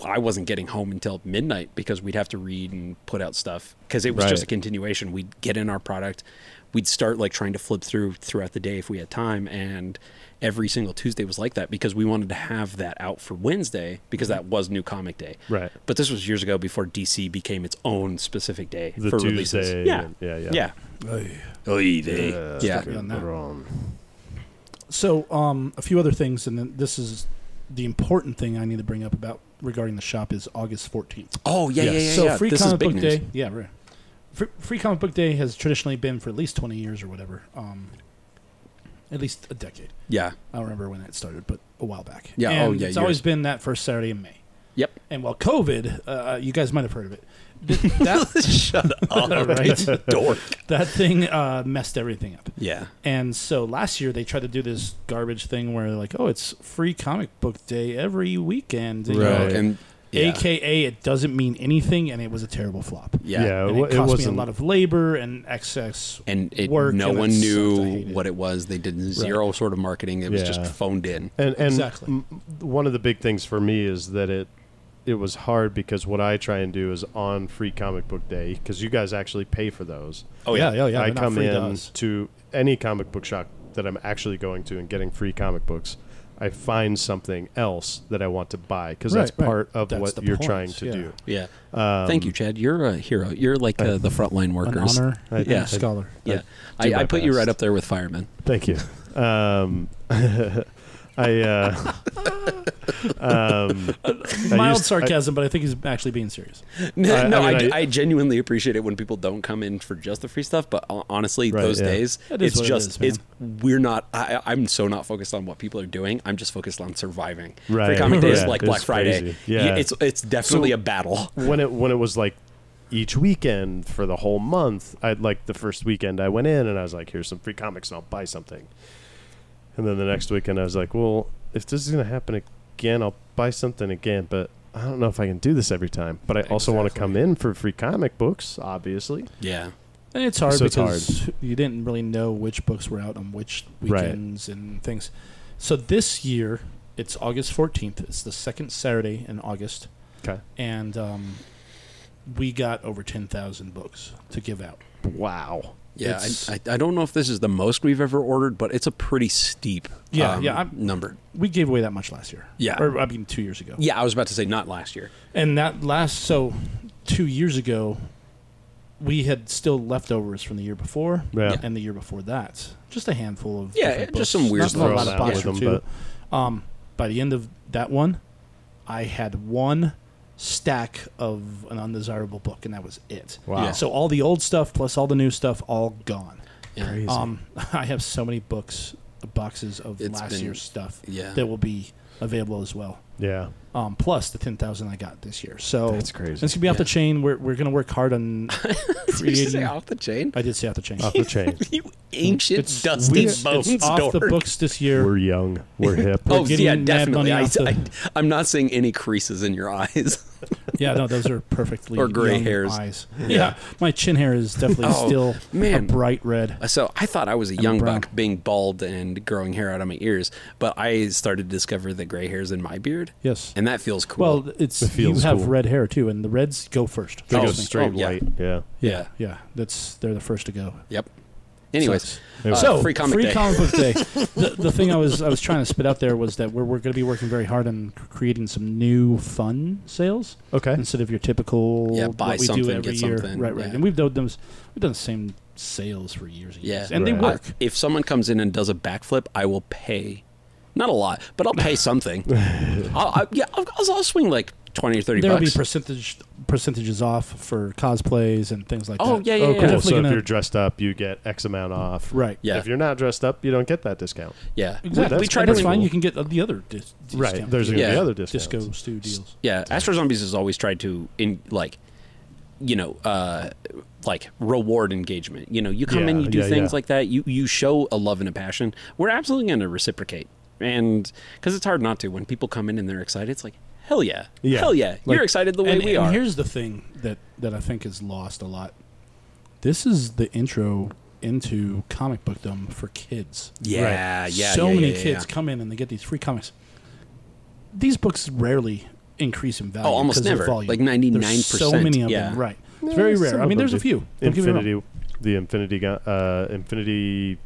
Speaker 3: I wasn't getting home until midnight because we'd have to read and put out stuff because it was just
Speaker 1: Right.
Speaker 3: a continuation. We'd get in our product, we'd start like trying to flip through throughout the day if we had time, and every single Tuesday was like that because we wanted to have that out for Wednesday because that was new comic day.
Speaker 1: Right.
Speaker 3: But this was years ago before DC became its own specific day
Speaker 1: The
Speaker 3: for
Speaker 1: Tuesday
Speaker 3: releases. Yeah.
Speaker 1: and- yeah, yeah.
Speaker 3: Yeah.
Speaker 1: Yeah.
Speaker 3: Yeah.
Speaker 2: Yeah, no.
Speaker 1: Put it on.
Speaker 2: So, um, a few other things, and then this is the important thing I need to bring up about regarding the shop is August 14th.
Speaker 3: Oh, yeah, yeah,
Speaker 1: Yes.
Speaker 3: yeah.
Speaker 2: so,
Speaker 3: yeah.
Speaker 2: Free
Speaker 3: This is
Speaker 2: Comic
Speaker 3: big
Speaker 2: Book
Speaker 3: news.
Speaker 2: Day. Yeah, right. Free, free Comic Book Day has traditionally been for at least 20 years or whatever, um, at least a decade.
Speaker 3: Yeah.
Speaker 2: I don't remember when that started, but a while back.
Speaker 3: Yeah, oh,
Speaker 2: And
Speaker 3: yeah,
Speaker 2: It's
Speaker 3: years.
Speaker 2: always been that first Saturday in May.
Speaker 3: Yep.
Speaker 2: And while COVID, uh, you guys might have heard of it. Th- that
Speaker 3: Shut up. right? Dork.
Speaker 2: that thing uh, messed everything up.
Speaker 3: Yeah.
Speaker 2: And so last year they tried to do this garbage thing where like, oh, it's free comic book day every weekend, you know,
Speaker 1: Right.
Speaker 3: And yeah.
Speaker 2: AKA it doesn't mean anything, and it was a terrible flop.
Speaker 3: Yeah.
Speaker 1: Yeah.
Speaker 2: And
Speaker 1: wa-
Speaker 2: it cost me a
Speaker 1: Uh, wasn't-
Speaker 2: lot of labor and excess.
Speaker 3: And it,
Speaker 2: Work,
Speaker 3: no
Speaker 2: and
Speaker 3: one
Speaker 2: that sucked. I
Speaker 3: knew
Speaker 2: hate it.
Speaker 3: what it was. They did zero sort of marketing. It was just
Speaker 1: Yeah.
Speaker 3: phoned in.
Speaker 1: And, and
Speaker 2: Exactly.
Speaker 1: m- one of the big things for me is that it it was hard because what I try and do is on free comic book day because you guys actually pay for those.
Speaker 3: Oh, yeah.
Speaker 2: yeah, yeah.
Speaker 1: I
Speaker 2: they're not
Speaker 1: come
Speaker 2: free to
Speaker 1: in
Speaker 2: us.
Speaker 1: to any comic book shop that I'm actually going to and getting free comic books. I find something else that I want to buy because that's
Speaker 2: Right, right.
Speaker 1: part of
Speaker 2: That's
Speaker 1: what
Speaker 2: the
Speaker 1: you're
Speaker 2: point,
Speaker 1: trying to
Speaker 2: yeah.
Speaker 1: do.
Speaker 3: Yeah. Thank you, Chad. You're a hero. You're like uh, the frontline
Speaker 2: An
Speaker 3: workers.
Speaker 2: honor,
Speaker 1: I-
Speaker 2: and
Speaker 3: yeah.
Speaker 2: a scholar.
Speaker 3: Yeah.
Speaker 1: do
Speaker 3: I,
Speaker 1: my
Speaker 3: I put you
Speaker 1: best.
Speaker 3: right up there with firemen.
Speaker 1: Thank you. Um, I uh, um, I
Speaker 2: Mild
Speaker 1: used- I-
Speaker 2: sarcasm, but I think he's actually being serious.
Speaker 3: No,
Speaker 1: I-
Speaker 3: no,
Speaker 1: I
Speaker 3: I,
Speaker 1: mean,
Speaker 3: ge-
Speaker 1: I-
Speaker 3: I genuinely appreciate it when people don't come in for just the free stuff. But hon- honestly,
Speaker 1: Right,
Speaker 3: those
Speaker 1: yeah.
Speaker 3: days,
Speaker 2: It is
Speaker 3: it's
Speaker 2: what it
Speaker 3: just
Speaker 2: is, man.
Speaker 3: it's we're not. I, I- I'm so not focused on what people are doing. I'm just focused on surviving. Free
Speaker 1: Right,
Speaker 3: comic days
Speaker 1: yeah,
Speaker 3: like
Speaker 1: it's
Speaker 3: Black Friday.
Speaker 1: crazy. Yeah.
Speaker 3: it's it's definitely a battle.
Speaker 1: when it when it was like each weekend for the whole month, I like the first weekend I went in and I was like, "Here's some free comics, and I'll buy something." And then the next weekend I was like, "Well, if this is gonna happen again, I'll buy something again." But I don't know if I can do this every time. But I also want to
Speaker 3: Exactly.
Speaker 1: come in for free comic books, obviously.
Speaker 3: Yeah,
Speaker 2: And it's hard
Speaker 1: So it's
Speaker 2: because you didn't really know which books were out on which
Speaker 1: Right.
Speaker 2: weekends and things. So this year, it's August 14th. It's the second Saturday in August.
Speaker 1: Okay.
Speaker 2: And um, we got over 10,000 books to give out.
Speaker 1: Wow.
Speaker 3: yeah.
Speaker 2: It's-
Speaker 3: I, I, I don't know if this is the most we've ever ordered, but it's a pretty steep
Speaker 2: Yeah,
Speaker 3: um,
Speaker 2: yeah, I'm-
Speaker 3: number.
Speaker 2: We gave away that much last year.
Speaker 3: Yeah.
Speaker 2: Or, I mean, two years ago.
Speaker 3: Yeah, I was about to say not last year.
Speaker 2: And that last, so two years ago, we had still leftovers from the year before
Speaker 1: Yeah.
Speaker 2: and the year before that. Just a handful of
Speaker 3: Yeah,
Speaker 2: different
Speaker 3: just
Speaker 2: books.
Speaker 3: some weird
Speaker 2: Not a
Speaker 3: thrown
Speaker 2: lot
Speaker 3: out
Speaker 2: of spots
Speaker 1: with
Speaker 2: or
Speaker 1: them,
Speaker 2: two. Um, by the end of that one, I had one stack of an undesirable book, and that was it.
Speaker 1: Wow.
Speaker 3: Yeah.
Speaker 2: So all the old stuff plus all the new stuff, all gone.
Speaker 3: Yeah.
Speaker 1: Crazy.
Speaker 2: Um, I have so many books, boxes of
Speaker 3: It's
Speaker 2: last
Speaker 3: been-
Speaker 2: year's stuff
Speaker 3: Yeah.
Speaker 2: that will be available as well
Speaker 1: yeah.
Speaker 2: um, plus the 10,000 I got this year. So
Speaker 1: That's crazy.
Speaker 2: It's going to be off the
Speaker 3: Yeah.
Speaker 2: chain. We're, we're going to work hard on
Speaker 3: Did you say
Speaker 2: creating.
Speaker 3: off the chain?
Speaker 2: I did say off the chain.
Speaker 1: Off the chain.
Speaker 3: you ancient
Speaker 2: It's
Speaker 3: dusty
Speaker 2: weird.
Speaker 3: bones
Speaker 2: It's off the
Speaker 3: dork.
Speaker 2: books this year.
Speaker 1: We're young. We're hip.
Speaker 3: Oh
Speaker 2: getting
Speaker 3: yeah,
Speaker 2: Mad
Speaker 3: definitely.
Speaker 2: Money
Speaker 3: I,
Speaker 2: off the-
Speaker 3: I, I'm not seeing any creases in your eyes.
Speaker 2: yeah, no, those are perfectly
Speaker 3: Or gray
Speaker 2: young
Speaker 3: hairs.
Speaker 2: eyes. Yeah. my chin hair is definitely
Speaker 3: Oh,
Speaker 2: still a
Speaker 3: man.
Speaker 2: bright red.
Speaker 3: So I thought I was a young
Speaker 2: brown.
Speaker 3: buck being bald and growing hair out of my ears, but I started to discover the gray hairs in my beard,
Speaker 2: Yes.
Speaker 3: and that feels cool.
Speaker 2: well, it's
Speaker 1: It
Speaker 2: you
Speaker 1: feels
Speaker 2: have
Speaker 1: cool.
Speaker 2: red hair too, and the reds go first.
Speaker 1: They go
Speaker 3: Oh,
Speaker 1: straight
Speaker 3: oh, yeah.
Speaker 1: white. Yeah.
Speaker 3: yeah.
Speaker 2: Yeah, that's they're the first to go.
Speaker 3: Yep. Anyways, uh,
Speaker 2: Sucks.
Speaker 1: Anyway.
Speaker 2: so
Speaker 3: free comic day.
Speaker 2: book day. the, the thing I was I was trying to spit out there was that we're, we're going to be working very hard on c- creating some new fun sales.
Speaker 1: Okay.
Speaker 2: instead of your typical
Speaker 3: Yeah, buy
Speaker 2: what we
Speaker 3: something,
Speaker 2: do every
Speaker 3: get
Speaker 2: year.
Speaker 3: something,
Speaker 2: Right, right.
Speaker 3: yeah.
Speaker 2: And we've done them, we've done the same sales for years and
Speaker 3: Yeah.
Speaker 2: years, and they
Speaker 1: Right.
Speaker 2: work.
Speaker 3: I- if someone comes in and does a backflip, I will pay, not a lot, but I'll pay something. I'll, I, yeah, I'll, I'll- I'll swing like twenty or thirty
Speaker 2: There'll
Speaker 3: bucks.
Speaker 2: be percentage percentages off for cosplays and things like
Speaker 3: oh
Speaker 2: that.
Speaker 3: yeah, yeah,
Speaker 1: Oh,
Speaker 3: yeah.
Speaker 1: cool.
Speaker 2: Definitely
Speaker 1: So if
Speaker 2: gonna-
Speaker 1: you're dressed up, you get X amount off.
Speaker 2: Right.
Speaker 3: Yeah.
Speaker 1: If you're not dressed up, you don't get that discount.
Speaker 3: yeah.
Speaker 2: Exactly.
Speaker 1: that's-
Speaker 3: we tried
Speaker 2: and that's
Speaker 3: to
Speaker 2: fine. You can get the other dis-
Speaker 1: Right.
Speaker 2: discount
Speaker 1: There's
Speaker 2: deals.
Speaker 1: going to be
Speaker 3: Yeah.
Speaker 1: other discounts.
Speaker 2: disco stew deals.
Speaker 3: Yeah, Astro Zombies has always tried to in like you know, uh like reward engagement. You know, you come in,
Speaker 1: Yeah,
Speaker 3: you do
Speaker 1: yeah,
Speaker 3: things
Speaker 1: yeah.
Speaker 3: like that, you you show a love and a passion. We're absolutely going to reciprocate. And cuz it's hard not to when people come in and they're excited, it's like, "Hell yeah.
Speaker 1: Yeah.
Speaker 3: Hell yeah.
Speaker 1: Like-
Speaker 3: You're excited the way
Speaker 2: and,
Speaker 3: we
Speaker 2: and
Speaker 3: are."
Speaker 2: here's the thing that that I think is lost a lot. This is the intro into comic bookdom for kids.
Speaker 3: yeah,
Speaker 1: Right.
Speaker 3: Ah, yeah.
Speaker 2: so
Speaker 3: yeah,
Speaker 2: many
Speaker 3: yeah,
Speaker 2: kids
Speaker 3: yeah.
Speaker 2: come in and they get these free comics. These books rarely increase in value.
Speaker 3: Oh, almost
Speaker 2: 'cause of
Speaker 3: never.
Speaker 2: volume.
Speaker 3: Like
Speaker 2: There's So
Speaker 3: 99%,
Speaker 2: many of
Speaker 3: yeah.
Speaker 2: them, right? It's
Speaker 1: Yeah,
Speaker 2: very
Speaker 1: some
Speaker 2: rare. I
Speaker 1: of
Speaker 2: mean,
Speaker 1: them
Speaker 2: there's a
Speaker 1: do.
Speaker 2: few. Don't get me wrong.
Speaker 1: Infinity, the Infinity, Ga- uh, Infinity.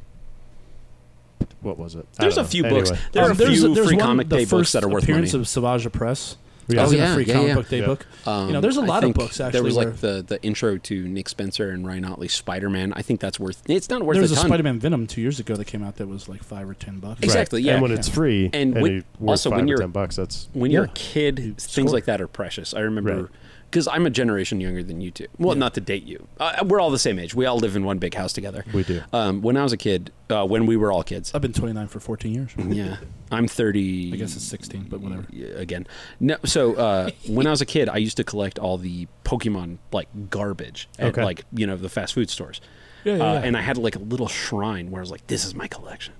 Speaker 1: What was it? I
Speaker 3: There's
Speaker 1: don't
Speaker 3: a
Speaker 1: know.
Speaker 3: few
Speaker 1: Anyway.
Speaker 3: books. There are a
Speaker 2: Um, there's
Speaker 3: few
Speaker 2: there's
Speaker 3: free
Speaker 2: one,
Speaker 3: comic
Speaker 2: the
Speaker 3: day books
Speaker 2: first
Speaker 3: that are worth money.
Speaker 2: appearance of Savage Press.
Speaker 1: Yeah.
Speaker 2: was
Speaker 3: Oh,
Speaker 2: in
Speaker 3: yeah,
Speaker 2: a free
Speaker 3: yeah,
Speaker 2: comic
Speaker 3: yeah.
Speaker 2: book day
Speaker 1: Yeah.
Speaker 2: book. you know, there's a
Speaker 3: Um, I
Speaker 2: lot of
Speaker 3: think
Speaker 2: books actually.
Speaker 3: There was
Speaker 2: where-
Speaker 3: like the, the intro to Nick Spencer and Ryan Otley's Spider Man. I think that's worth. It's not worth
Speaker 2: there was
Speaker 3: a
Speaker 2: a
Speaker 3: ton.
Speaker 2: Spider-Man Venom two years ago that came out that was like five or ten bucks.
Speaker 3: Exactly. yeah.
Speaker 1: And when it's free,
Speaker 3: And
Speaker 1: and,
Speaker 3: when-
Speaker 1: you worth
Speaker 3: also when
Speaker 1: five or
Speaker 3: you're-
Speaker 1: ten bucks, that's
Speaker 3: when you're a
Speaker 2: Yeah.
Speaker 3: kid, things
Speaker 2: score.
Speaker 3: like that are precious. I remember
Speaker 1: Right.
Speaker 3: because I'm a generation younger than you two. Well, not to date you, uh, we're all the same age. We all live in one big house together.
Speaker 1: We do.
Speaker 3: Um, when I was a kid, uh, when we were all kids,
Speaker 2: I've been 29 for 14 years.
Speaker 3: yeah, I'm 30.
Speaker 2: I guess it's 16, but whatever.
Speaker 3: Yeah, again. No, so uh, when I was a kid, I used to collect all the Pokemon like garbage at
Speaker 1: Okay.
Speaker 3: like you know the fast food stores.
Speaker 2: Yeah, yeah,
Speaker 3: uh,
Speaker 2: yeah.
Speaker 3: And I had like a little shrine where I was like, "This is my collection."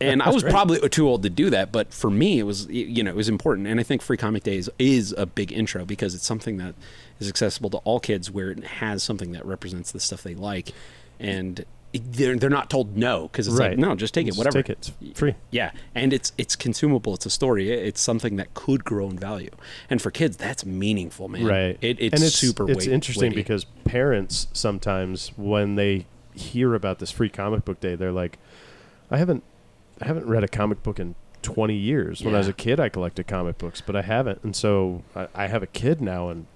Speaker 3: and I was probably too old to do that, but for me, it was you know it was important, and I think Free Comic Days is a big intro because it's something that is accessible to all kids, where it has something that represents the stuff they like, and they're they're not told no because it's like
Speaker 1: Right.
Speaker 3: no, just take it,
Speaker 1: just
Speaker 3: whatever.
Speaker 1: Take it. It's free.
Speaker 3: Yeah, and it's it's consumable. It's a story. It- It's something that could grow in value, and for kids, that's meaningful, man.
Speaker 1: right
Speaker 3: It, it's,
Speaker 1: and
Speaker 3: super.
Speaker 1: it's
Speaker 3: weight-
Speaker 1: interesting
Speaker 3: weighty.
Speaker 1: because parents sometimes when they hear about this free comic book day they're like i haven't i haven't read a comic book in 20 years when i was
Speaker 3: Yeah.
Speaker 1: a kid i collected comic books but i haven't and so i, I have a kid now and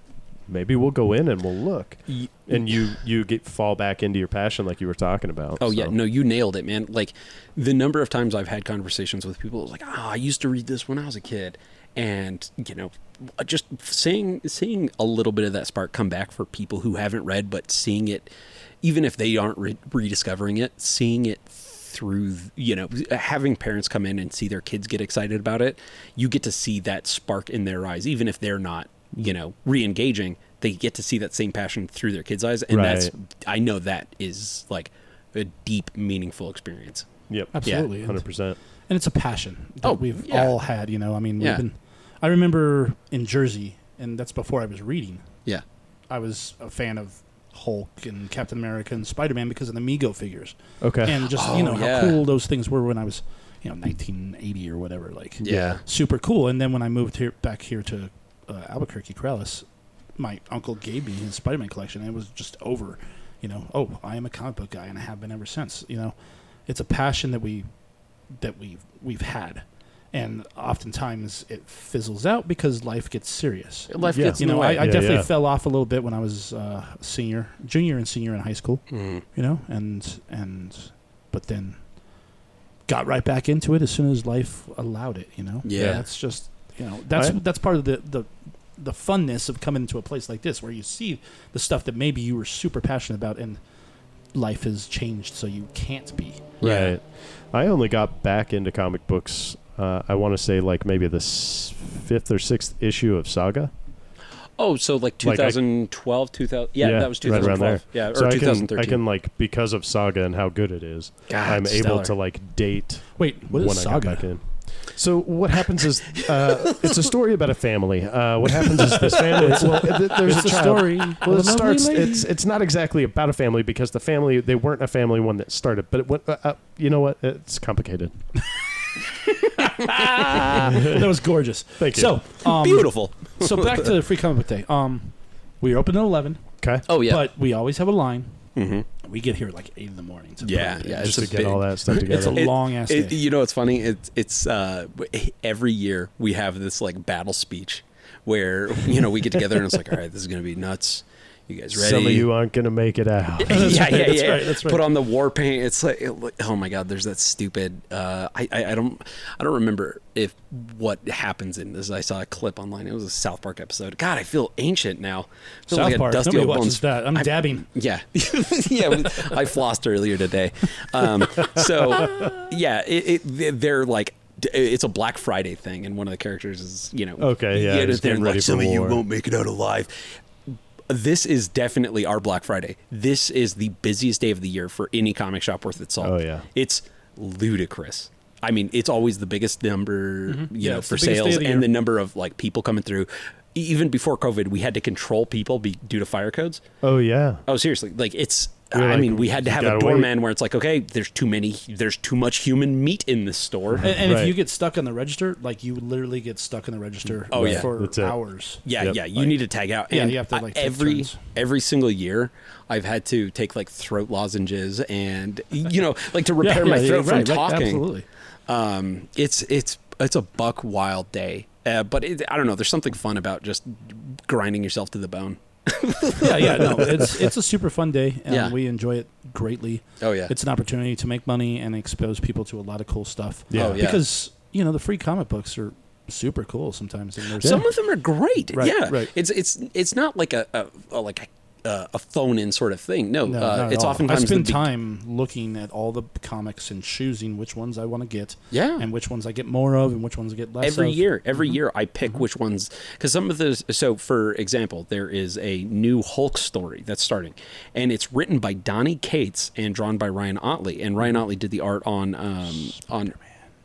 Speaker 1: maybe we'll go in and we'll look.
Speaker 2: Y-
Speaker 1: And you you get fall back into your passion like you were talking about.
Speaker 3: Oh yeah,
Speaker 1: so.
Speaker 3: no, you nailed it, man. Like the number of times I've had conversations with people, like, ah, I used to read this when I was a kid, and you know, uh, just seeing seeing a little bit of that spark come back for people who haven't read, but seeing it, even if they aren't re- rediscovering it, seeing it through you know having parents come in and see their kids get excited about it you get to see that spark in their eyes even if they're not you know re-engaging they get to see that same passion through their kids eyes and that's
Speaker 1: Right.
Speaker 3: I know that is like a deep, meaningful experience.
Speaker 1: Yep.
Speaker 2: Absolutely. And-
Speaker 1: Hundred percent.
Speaker 2: and it's a passion that
Speaker 3: Oh,
Speaker 2: we've
Speaker 3: yeah.
Speaker 2: all had. You know, I mean,
Speaker 3: Yeah.
Speaker 2: we've been, I remember in Jersey, and that's before I was reading.
Speaker 3: Yeah.
Speaker 2: I was a fan of Hulk and Captain America and Spider Man because of the Mego figures,
Speaker 1: Okay.
Speaker 2: and just
Speaker 3: Oh,
Speaker 2: you know
Speaker 3: yeah.
Speaker 2: how cool those things were when I was, you know, 1980 or whatever. Like,
Speaker 3: Yeah.
Speaker 2: super cool. And then when I moved here back here to uh, Albuquerque, Corrales, my uncle gave me his Spider Man collection, and it was just over. You know, oh, I am a comic book guy, and I have been ever since. You know, it's a passion that we that we have we've had, and oftentimes it fizzles out because life gets serious.
Speaker 3: Life
Speaker 1: Yeah.
Speaker 3: gets
Speaker 2: You
Speaker 3: in
Speaker 2: know,
Speaker 3: the
Speaker 2: I, I
Speaker 3: way.
Speaker 1: Yeah,
Speaker 2: definitely
Speaker 1: yeah.
Speaker 2: fell off a little bit when I was uh, senior, junior, and senior in high school.
Speaker 3: Mm.
Speaker 2: You know, and and but then got right back into it as soon as life allowed it. You know,
Speaker 3: Yeah.
Speaker 2: that's just you know that's
Speaker 1: I-
Speaker 2: that's part of the the the funness of coming into a place like this where you see the stuff that maybe you were super passionate about and life has changed so you can't be.
Speaker 3: Yeah.
Speaker 1: Right. I only got back into comic books. Uh, I want to say like maybe the s- fifth or sixth issue of Saga.
Speaker 3: Oh, so like
Speaker 1: Like I-
Speaker 3: 2012, 2000. Yeah, that was
Speaker 1: right around
Speaker 3: 2012.
Speaker 1: there.
Speaker 3: yeah, Uh, or
Speaker 1: So I can,
Speaker 3: 2013.
Speaker 1: I can like because of Saga and how good it is,
Speaker 3: God,
Speaker 1: I'm able
Speaker 3: stellar.
Speaker 1: to like date
Speaker 2: Wait, what
Speaker 1: when
Speaker 2: is
Speaker 1: I got
Speaker 2: saga?
Speaker 1: back in. So what happens is uh, it's a story about a family. Uh, what happens is this family. Well, th- there's
Speaker 2: It's
Speaker 1: a
Speaker 2: a
Speaker 1: child.
Speaker 2: story.
Speaker 1: Well,
Speaker 2: of
Speaker 1: it
Speaker 2: a lovely
Speaker 1: starts.
Speaker 2: lady.
Speaker 1: It's it's not exactly about a family because the family they weren't a family one that started, but it went. Uh, uh, you know what? It's complicated.
Speaker 2: that was gorgeous.
Speaker 1: Thank you.
Speaker 2: So um,
Speaker 3: Beautiful.
Speaker 2: so back to the free comic book day. Um, we are open at eleven,
Speaker 1: Okay.
Speaker 3: Oh, yeah.
Speaker 2: but we always have a line.
Speaker 3: Mhm.
Speaker 1: Mm-hmm.
Speaker 2: We get here at like eight in the morning. to
Speaker 3: Yeah,
Speaker 2: put it in.
Speaker 3: yeah,
Speaker 1: just
Speaker 3: it's
Speaker 1: to get
Speaker 3: a big-
Speaker 1: all that stuff together.
Speaker 2: It's a long ass
Speaker 3: It-
Speaker 2: day.
Speaker 3: you know, it's funny. It's it's uh, w- every year we have this like battle speech where you know we get together and it's like, all right, this is gonna be nuts. You guys ready?
Speaker 1: Some of you aren't gonna make it out.
Speaker 3: yeah, yeah,
Speaker 2: that's
Speaker 3: yeah.
Speaker 2: right, that's right.
Speaker 3: Put on the war paint. It's like, it look- oh my god, there's that stupid. Uh, I, I, I don't, I don't remember if what happens in this. I saw a clip online. It was a South Park episode. God, I feel ancient now. I feel
Speaker 2: South
Speaker 3: like a
Speaker 2: Park.
Speaker 3: Dusty
Speaker 2: Nobody
Speaker 3: old
Speaker 2: watches
Speaker 3: bones.
Speaker 2: that. I'm dabbing.
Speaker 3: Yeah, yeah. we- I flossed earlier today. Um, so yeah, it, it, they're like. It's a Black Friday thing, and one of the characters is, you know,
Speaker 1: Okay, yeah, he's
Speaker 3: they're
Speaker 1: getting ready
Speaker 3: like,
Speaker 1: for
Speaker 3: some of you
Speaker 1: war."
Speaker 3: won't make it out alive this is definitely our Black Friday. This is the busiest day of the year for any comic shop worth its salt.
Speaker 1: Oh, yeah.
Speaker 3: it's ludicrous. I mean, it's always the biggest number you
Speaker 2: Mm-hmm. Yeah,
Speaker 3: know
Speaker 2: it's
Speaker 3: for
Speaker 2: the biggest day
Speaker 3: sales
Speaker 2: of the
Speaker 3: and
Speaker 2: year.
Speaker 3: the number of like people coming through. E- Even before COVID, we had to control people be, due to fire codes.
Speaker 1: Oh yeah.
Speaker 3: Oh, seriously, like it's.
Speaker 1: We're
Speaker 3: I
Speaker 1: like,
Speaker 3: mean, we had to
Speaker 1: you
Speaker 3: have a
Speaker 1: gotta wait.
Speaker 3: doorman where it's like, okay, there's too many, there's too much human meat in this store.
Speaker 2: And, and
Speaker 1: Right.
Speaker 2: if you get stuck on the register, like you literally get stuck in the register
Speaker 3: Oh, yeah.
Speaker 2: for
Speaker 1: That's it.
Speaker 2: hours.
Speaker 3: Yeah,
Speaker 1: Yep.
Speaker 3: yeah. You need to tag out.
Speaker 2: Yeah,
Speaker 3: And
Speaker 2: you have to,
Speaker 3: I-
Speaker 2: like, take
Speaker 3: every
Speaker 2: turns.
Speaker 3: every single year, I've had to take like throat lozenges and you know like to repair my throat from talking.
Speaker 2: Absolutely.
Speaker 3: Um, it's it's it's a buck wild day, uh, but it, I don't know. There's something fun about just grinding yourself to the bone.
Speaker 2: yeah, yeah. No, it's it's a super fun day, and
Speaker 3: Yeah.
Speaker 2: we enjoy it greatly.
Speaker 3: Oh yeah,
Speaker 2: It's an opportunity to make money and expose people to a lot of cool stuff.
Speaker 1: Yeah.
Speaker 3: Oh, yeah.
Speaker 2: Because you know the free comic books are super cool sometimes. And there's
Speaker 3: Some of them are great.
Speaker 2: Right,
Speaker 3: yeah,
Speaker 2: right.
Speaker 3: it's it's it's not like a, a, a like a, uh, a phone in sort of thing. No,
Speaker 2: No,
Speaker 3: uh,
Speaker 2: not at
Speaker 3: it's
Speaker 2: all.
Speaker 3: oftentimes
Speaker 2: I spend
Speaker 3: the be-
Speaker 2: time looking at all the comics and choosing which ones I want to get.
Speaker 3: Yeah.
Speaker 2: and which ones I get more of, and which ones I get less.
Speaker 3: every
Speaker 2: of.
Speaker 3: year every
Speaker 2: Mm-hmm.
Speaker 3: year i pick which ones because some of those so for example there is a new hulk story that's starting and it's written by donnie cates and drawn by ryan otley and ryan otley did the art on um on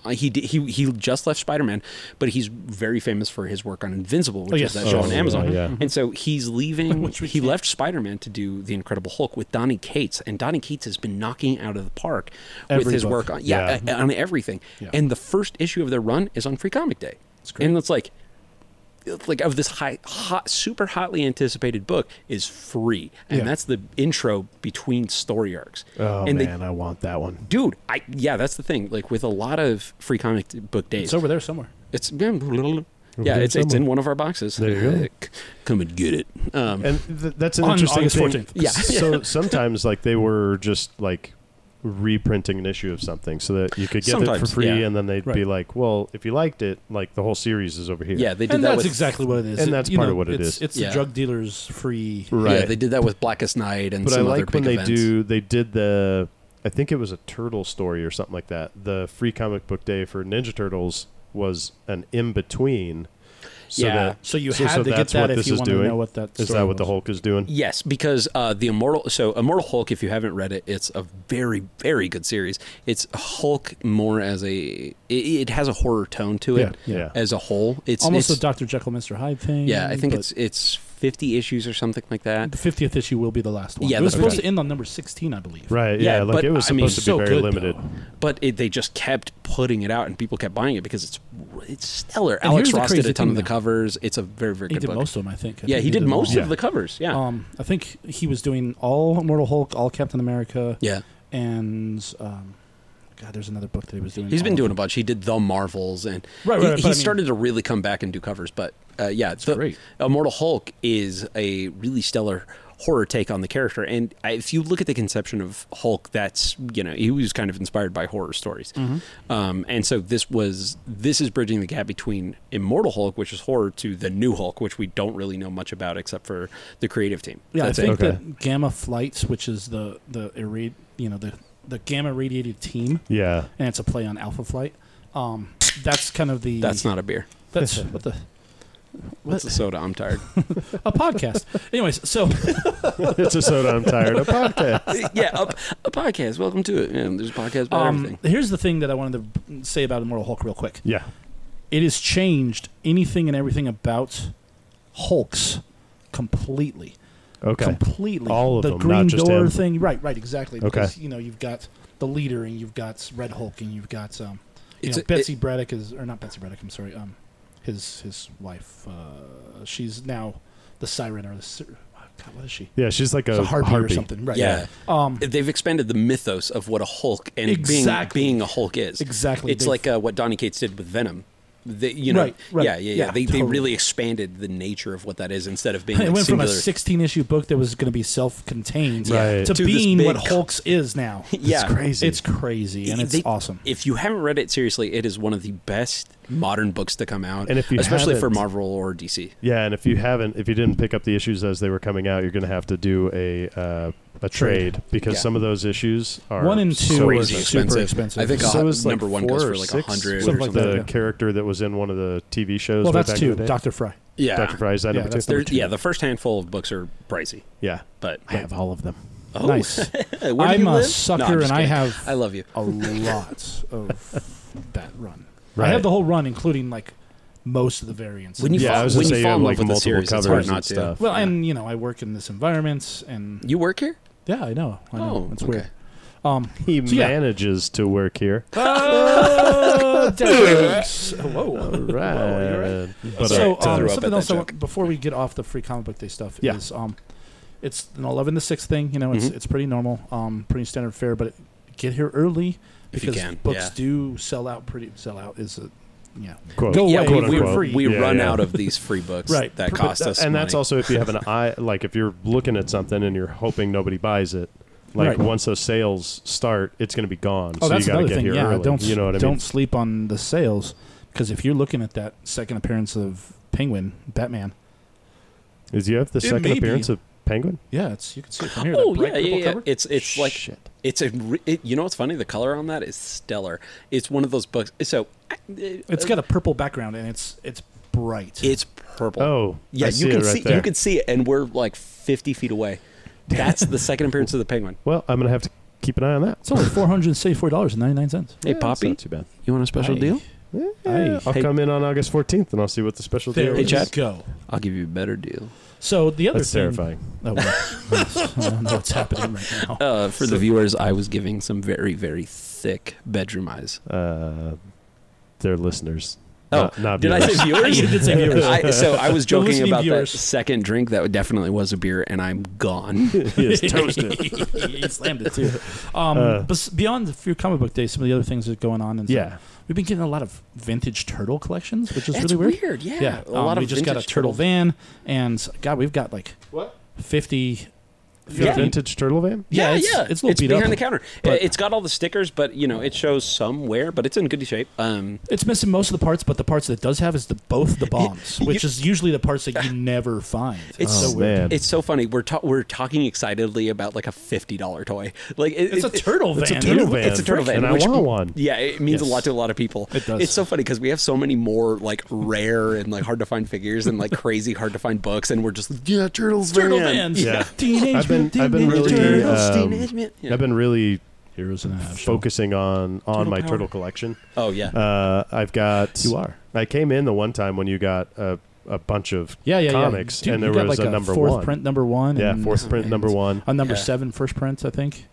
Speaker 3: uh, he, did, he he just left Spider-Man, but he's very famous for his work on Invincible, which
Speaker 2: Oh,
Speaker 3: is
Speaker 2: yes.
Speaker 3: that show
Speaker 1: Oh,
Speaker 3: on Amazon.
Speaker 1: yeah, yeah.
Speaker 3: And so he's leaving.
Speaker 2: Which we
Speaker 3: he
Speaker 2: can't.
Speaker 3: left Spider-Man to do the Incredible Hulk with Donnie Cates, and Donnie Cates has been knocking out of the park with
Speaker 2: Every
Speaker 3: his
Speaker 2: book.
Speaker 3: work on yeah,
Speaker 1: Yeah.
Speaker 3: uh, on everything.
Speaker 2: Yeah.
Speaker 3: And the first issue of their run is on Free Comic Day,
Speaker 2: great.
Speaker 3: and it's like like of this high, hot, super hotly anticipated book is free, and
Speaker 2: Yeah.
Speaker 3: that's the intro between story arcs.
Speaker 1: Oh
Speaker 3: and
Speaker 1: man, I want that one.
Speaker 3: dude, I yeah, that's the thing. Like with a lot of free comic book days,
Speaker 2: It's over there somewhere.
Speaker 3: it's
Speaker 1: We'll
Speaker 3: yeah,
Speaker 1: get
Speaker 3: it's, it's in
Speaker 1: someone.
Speaker 3: one of our boxes.
Speaker 1: There you go.
Speaker 3: Uh, c- come and get it. Um,
Speaker 1: And th- that's an
Speaker 2: On
Speaker 1: interesting
Speaker 2: August
Speaker 1: thing.
Speaker 2: 14th.
Speaker 3: Yeah.
Speaker 1: so sometimes like they were just like reprinting an issue of something so that you could get it for
Speaker 3: Sometimes,
Speaker 1: free
Speaker 3: yeah.
Speaker 1: and then they'd be
Speaker 2: Right.
Speaker 1: like, well, if you liked it, like the whole series is over here.
Speaker 3: yeah, they did
Speaker 2: and
Speaker 3: that
Speaker 2: that's
Speaker 3: with
Speaker 2: exactly what it is.
Speaker 1: and
Speaker 2: It-
Speaker 1: that's
Speaker 2: you
Speaker 1: part
Speaker 2: know,
Speaker 1: of what it
Speaker 2: it's-
Speaker 1: is.
Speaker 2: It's
Speaker 3: Yeah.
Speaker 2: the drug dealers free.
Speaker 1: Right.
Speaker 3: Yeah, they did that with Blackest Night and
Speaker 1: but I
Speaker 3: some
Speaker 1: like
Speaker 3: other
Speaker 1: when
Speaker 3: big
Speaker 1: they
Speaker 3: events.
Speaker 1: do they did the I think it was a turtle story or something like that. The free comic book day for Ninja Turtles was an in between. So
Speaker 3: Yeah.
Speaker 1: that
Speaker 2: So you
Speaker 1: So-
Speaker 2: had
Speaker 1: so
Speaker 2: to get
Speaker 1: that's what
Speaker 2: that
Speaker 1: this
Speaker 2: if you
Speaker 1: is
Speaker 2: want to
Speaker 1: doing?
Speaker 2: know what that
Speaker 1: is
Speaker 2: story
Speaker 1: that what the
Speaker 2: was.
Speaker 1: Hulk is doing?
Speaker 3: Yes, because uh, the Immortal. So Immortal Hulk, if you haven't read it, it's a very, very good series. It's Hulk more as a. It, it has a horror tone to it
Speaker 1: Yeah, yeah.
Speaker 3: as a whole. It's
Speaker 2: almost
Speaker 3: it's,
Speaker 2: a Dr. Jekyll, Mr. Hyde thing.
Speaker 3: Yeah, I think
Speaker 2: but
Speaker 3: it's it's fifty issues or something like that.
Speaker 2: the fiftieth issue will be the last one.
Speaker 3: Yeah,
Speaker 2: it was
Speaker 3: the
Speaker 2: supposed
Speaker 3: 50
Speaker 2: to end on number sixteen, I believe.
Speaker 1: Right, yeah,
Speaker 3: Yeah,
Speaker 1: like
Speaker 3: but
Speaker 1: it was
Speaker 3: I
Speaker 1: supposed
Speaker 3: mean,
Speaker 1: to be
Speaker 2: so
Speaker 1: very
Speaker 2: good,
Speaker 1: limited.
Speaker 2: though.
Speaker 3: But it, they just kept putting it out, and people kept buying it because it's it's stellar.
Speaker 2: And
Speaker 3: Alex
Speaker 2: here's the
Speaker 3: Ross did
Speaker 2: crazy
Speaker 3: a ton
Speaker 2: thing,
Speaker 3: of the
Speaker 2: though.
Speaker 3: covers. It's a very very
Speaker 2: He
Speaker 3: good
Speaker 2: did
Speaker 3: book.
Speaker 2: most of them, I think. I
Speaker 3: yeah,
Speaker 2: think
Speaker 3: he did, most
Speaker 2: all.
Speaker 1: Yeah.
Speaker 3: of the covers. Yeah,
Speaker 2: Um, I think he was doing all Mortal Hulk, all Captain America,
Speaker 3: yeah.
Speaker 2: and um, God, there's another book that he was doing.
Speaker 3: He's been
Speaker 2: all
Speaker 3: doing a
Speaker 2: of them.
Speaker 3: bunch. He did the Marvels, and
Speaker 2: Right, right,
Speaker 3: he,
Speaker 2: right,
Speaker 3: he
Speaker 2: but I mean-
Speaker 3: started to really come back and do covers. But uh, yeah, the-
Speaker 2: great.
Speaker 3: Immortal Hulk is a really stellar horror take on the character, and I, if you look at the conception of Hulk, that's you know he was kind of inspired by horror stories,
Speaker 2: Mm-hmm.
Speaker 3: um, and so this was this is bridging the gap between Immortal Hulk, which is horror, to the New Hulk, which we don't really know much about except for the creative team.
Speaker 2: Yeah,
Speaker 3: that's
Speaker 2: I think
Speaker 1: Okay.
Speaker 2: that Gamma Flight, which is the the irradi- you know the the gamma radiated team,
Speaker 1: Yeah.
Speaker 2: and it's a play on Alpha Flight. Um, that's kind of the
Speaker 3: it. That's not a beer.
Speaker 2: that's what the
Speaker 3: That's a soda. I'm tired.
Speaker 2: a podcast. Anyways, so
Speaker 1: it's a soda I'm tired of podcast.
Speaker 3: yeah, a, a podcast. Welcome to it. Yeah, there's a podcast about
Speaker 2: um,
Speaker 3: everything.
Speaker 2: here's the thing that I wanted to b- say about Immortal Hulk real quick.
Speaker 1: Yeah.
Speaker 2: It has changed anything and everything about Hulks completely.
Speaker 1: Okay.
Speaker 2: completely
Speaker 1: All of
Speaker 2: the
Speaker 1: them, not
Speaker 2: green
Speaker 1: just
Speaker 2: door
Speaker 1: him.
Speaker 2: thing right right exactly
Speaker 1: Okay.
Speaker 2: because you know you've got the leader and you've got red hulk and you've got um you
Speaker 3: It's
Speaker 2: know,
Speaker 3: a-
Speaker 2: betsy braddock is or not betsy braddock i'm sorry um his his wife uh she's now the siren or the Sir- god what is she
Speaker 1: Yeah, she's like
Speaker 2: It's
Speaker 1: a,
Speaker 2: a harpy,
Speaker 1: Uh, harpy.
Speaker 2: or something right
Speaker 3: Yeah.
Speaker 2: um
Speaker 3: They've expanded the mythos of what a Hulk and
Speaker 2: Exactly.
Speaker 3: being being a Hulk is.
Speaker 2: Exactly.
Speaker 3: It's
Speaker 2: They've-
Speaker 3: like uh, what Donny Cates did with Venom. They, you know,
Speaker 2: Right, right.
Speaker 3: yeah, yeah, yeah.
Speaker 2: Yeah,
Speaker 3: they, they
Speaker 2: totally.
Speaker 3: really expanded the nature of what that is instead of being
Speaker 2: it
Speaker 3: like
Speaker 2: went from a
Speaker 3: singular.
Speaker 2: 16 issue book that was going to be self-contained
Speaker 1: Right.
Speaker 2: to,
Speaker 3: To this
Speaker 2: being what
Speaker 3: big-
Speaker 2: hulk's is now
Speaker 3: Yeah.
Speaker 1: It's crazy.
Speaker 2: it's crazy and it's
Speaker 3: They-
Speaker 2: awesome Hmm.
Speaker 3: If you haven't read it seriously, it is one of the best modern books to come out,
Speaker 1: And if you
Speaker 3: especially for
Speaker 1: haven't-
Speaker 3: Marvel or DC.
Speaker 1: Yeah, and if you haven't, if you didn't pick up the issues as they were coming out, you're going to have to do a uh, a trade because
Speaker 3: Yeah.
Speaker 1: some of those issues are
Speaker 2: one and two
Speaker 1: so
Speaker 2: are
Speaker 3: crazy
Speaker 2: super
Speaker 3: expensive.
Speaker 2: expensive.
Speaker 3: I think
Speaker 1: So
Speaker 3: uh,
Speaker 1: is, like,
Speaker 3: number one
Speaker 1: four
Speaker 3: goes
Speaker 1: or
Speaker 3: for like a
Speaker 1: six,
Speaker 3: hundred or
Speaker 1: something
Speaker 3: something.
Speaker 1: like
Speaker 2: that,
Speaker 1: the
Speaker 2: yeah.
Speaker 1: character that was in one of the TV shows.
Speaker 2: well
Speaker 1: way
Speaker 2: that's
Speaker 1: back in
Speaker 2: two
Speaker 1: the day.
Speaker 2: dr fry
Speaker 3: yeah,
Speaker 1: Dr. Fry is that
Speaker 2: Yeah,
Speaker 1: number
Speaker 2: that's
Speaker 1: two?
Speaker 2: number
Speaker 3: There's- yeah. The first handful of books are pricey,
Speaker 1: yeah,
Speaker 3: but
Speaker 2: i have all of them
Speaker 3: Oh.
Speaker 2: nice
Speaker 3: Hey, where do
Speaker 2: I'm
Speaker 3: you
Speaker 2: a
Speaker 3: live?
Speaker 2: sucker
Speaker 3: I'm just
Speaker 2: and I
Speaker 3: kidding.
Speaker 2: have-
Speaker 3: I love you.
Speaker 2: a lot of that run.
Speaker 1: Right.
Speaker 2: I have the whole run, including like most of the variants.
Speaker 3: When you
Speaker 1: yeah.
Speaker 3: fall-
Speaker 1: I was
Speaker 3: when
Speaker 1: going
Speaker 3: you
Speaker 1: to say you
Speaker 3: fall
Speaker 1: have
Speaker 3: in love
Speaker 1: like
Speaker 3: with a
Speaker 1: multiple
Speaker 3: series, it's
Speaker 1: covers
Speaker 3: hard
Speaker 1: and
Speaker 3: not to.
Speaker 1: stuff.
Speaker 2: well, and you know, I work in this environment, and
Speaker 3: You work here?
Speaker 2: yeah, I know. I know.
Speaker 3: Oh,
Speaker 2: it's
Speaker 3: okay.
Speaker 2: weird. Um,
Speaker 1: he
Speaker 2: so, yeah.
Speaker 1: manages to work here.
Speaker 2: oh, Whoa.
Speaker 1: right.
Speaker 2: you're
Speaker 1: But, uh,
Speaker 2: so
Speaker 3: Sorry, threw
Speaker 2: um,
Speaker 3: up at
Speaker 2: something else
Speaker 3: that
Speaker 2: I want, before we get off the free comic book day stuff
Speaker 1: Yeah.
Speaker 2: is um, it's an eleven to six thing. You know, it's
Speaker 3: Mhm.
Speaker 2: it's pretty normal, um, pretty standard fare. But get here early
Speaker 3: If
Speaker 2: because
Speaker 3: you can,
Speaker 2: books
Speaker 3: yeah.
Speaker 2: do sell out. Pretty sell out is a yeah.
Speaker 1: quote,
Speaker 2: Go away,
Speaker 3: yeah, we,
Speaker 1: quote
Speaker 3: we,
Speaker 1: unquote.
Speaker 2: free.
Speaker 3: we
Speaker 1: Yeah,
Speaker 3: run
Speaker 1: yeah.
Speaker 3: out of these free books
Speaker 2: Right.
Speaker 3: that
Speaker 1: But
Speaker 3: cost
Speaker 1: tha-
Speaker 3: us
Speaker 1: And that's
Speaker 3: money.
Speaker 1: also if you have an eye, like if you're looking at something and you're hoping nobody buys it. Like
Speaker 2: Right.
Speaker 1: once those sales start, it's going to be gone.
Speaker 2: Oh,
Speaker 1: so
Speaker 2: that's
Speaker 1: you got to
Speaker 2: another
Speaker 1: get
Speaker 2: thing.
Speaker 1: here
Speaker 2: Yeah,
Speaker 1: early.
Speaker 2: don't
Speaker 1: you know what I
Speaker 2: don't
Speaker 1: mean?
Speaker 2: sleep on the sales because if you're looking at that second appearance of Penguin, Batman,
Speaker 1: Is you have the
Speaker 2: It
Speaker 1: second
Speaker 2: may be.
Speaker 1: appearance of Penguin?
Speaker 2: yeah, it's you can see it from here.
Speaker 3: Oh
Speaker 2: that
Speaker 3: yeah,
Speaker 2: bright
Speaker 3: yeah,
Speaker 2: purple
Speaker 3: yeah.
Speaker 2: cover.
Speaker 3: It's it's like
Speaker 1: Shit.
Speaker 3: it's a re- it, you know what's funny? The color on that is stellar. It's one of those books. So uh,
Speaker 2: it's got a purple background and it's it's bright.
Speaker 3: it's purple.
Speaker 1: Oh,
Speaker 3: yeah,
Speaker 1: I
Speaker 3: you
Speaker 1: see
Speaker 3: can
Speaker 1: it right
Speaker 3: see
Speaker 1: there.
Speaker 3: you can see it, and we're like fifty feet away. That's the second appearance of the penguin.
Speaker 1: Well, I'm gonna have to keep an eye on that.
Speaker 2: it's only four hundred and seventy-four dollars and ninety-nine cents.
Speaker 3: Hey,
Speaker 1: Yeah,
Speaker 3: Poppy.
Speaker 1: it's not too bad.
Speaker 3: You want a special deal?
Speaker 1: Yeah, I'll
Speaker 3: Hey.
Speaker 1: come in on August 14th and I'll see what the special
Speaker 2: There
Speaker 1: deal
Speaker 2: you
Speaker 1: is.
Speaker 3: Chad.
Speaker 2: go.
Speaker 3: I'll give you a better deal.
Speaker 2: So the other
Speaker 1: That's
Speaker 2: thing,
Speaker 1: terrifying.
Speaker 2: Oh, well. I don't know what's happening right now.
Speaker 3: Uh, for the viewers, I was giving some very very thick bedroom eyes.
Speaker 1: Uh, they're listeners.
Speaker 3: Oh,
Speaker 1: not, not
Speaker 3: Did I
Speaker 1: viewers.
Speaker 3: say viewers?
Speaker 2: You did say viewers.
Speaker 3: I, so I was
Speaker 2: The
Speaker 3: joking
Speaker 2: listening
Speaker 3: about
Speaker 2: viewers.
Speaker 3: that second drink. That definitely was a beer, and I'm gone.
Speaker 1: Yes, toasted.
Speaker 2: he slammed it too. Um,
Speaker 1: Uh,
Speaker 2: bes- beyond the few comic book days, some of the other things that are going on. And stuff.
Speaker 1: Yeah.
Speaker 2: We've been getting a lot of vintage turtle collections, which is
Speaker 3: That's
Speaker 2: really weird.
Speaker 3: weird, yeah.
Speaker 2: yeah.
Speaker 3: A
Speaker 2: um,
Speaker 3: lot
Speaker 2: we
Speaker 3: of
Speaker 2: just got a
Speaker 3: vintage
Speaker 2: turtle
Speaker 3: turtle-
Speaker 2: van, and God, we've got like
Speaker 1: What?
Speaker 2: fifty.
Speaker 1: Your
Speaker 3: Yeah.
Speaker 1: vintage turtle van?
Speaker 2: Yeah, it's,
Speaker 3: yeah.
Speaker 2: it's a little beat
Speaker 3: behind
Speaker 2: up.
Speaker 3: the counter.
Speaker 2: but-
Speaker 3: it's got all the stickers, but you know, it shows somewhere, but it's in good shape. Um,
Speaker 2: It's missing most of the parts, but the parts that it does have is the both the bombs,
Speaker 3: you-
Speaker 2: which is usually the parts that you never find.
Speaker 3: It's-
Speaker 2: so
Speaker 1: oh,
Speaker 2: weird.
Speaker 1: man.
Speaker 3: it's so funny. We're ta- we're talking excitedly about like a fifty dollar toy. Like it-
Speaker 2: It's a
Speaker 3: it-
Speaker 2: turtle van.
Speaker 1: it's a
Speaker 2: dude.
Speaker 1: turtle van.
Speaker 3: It's a turtle van,
Speaker 1: And I
Speaker 3: which-
Speaker 1: want one.
Speaker 3: Yeah, it means
Speaker 2: Yes.
Speaker 3: a lot to a lot of people.
Speaker 2: It does.
Speaker 3: It's so funny because we have so many more like rare and like hard to find figures and like crazy hard to find books, and we're just like, yeah, turtles,
Speaker 2: Turtle
Speaker 3: man.
Speaker 2: vans.
Speaker 1: Yeah.
Speaker 2: Teenage
Speaker 1: I've been-
Speaker 2: Mutant
Speaker 1: I've been
Speaker 2: Ninja
Speaker 1: really,
Speaker 2: Turtles.
Speaker 1: uh, um,
Speaker 3: Teenage Mutant- yeah.
Speaker 1: I've been really
Speaker 2: Heroes in a half shell.
Speaker 1: focusing on on
Speaker 3: Turtle
Speaker 1: my
Speaker 3: power.
Speaker 1: turtle collection.
Speaker 3: Oh yeah,
Speaker 1: Uh, I've got.
Speaker 2: You are.
Speaker 1: I came in the one time when you got a, a bunch of
Speaker 2: Yeah, yeah,
Speaker 1: comics,
Speaker 2: yeah. Dude,
Speaker 1: and
Speaker 2: you
Speaker 1: there
Speaker 2: got
Speaker 1: was
Speaker 2: like
Speaker 1: a number
Speaker 2: fourth
Speaker 1: one.
Speaker 2: print number one.
Speaker 1: yeah,
Speaker 2: and-
Speaker 1: fourth print
Speaker 2: and
Speaker 1: number one.
Speaker 2: A number
Speaker 3: Yeah.
Speaker 2: seven first print, I think.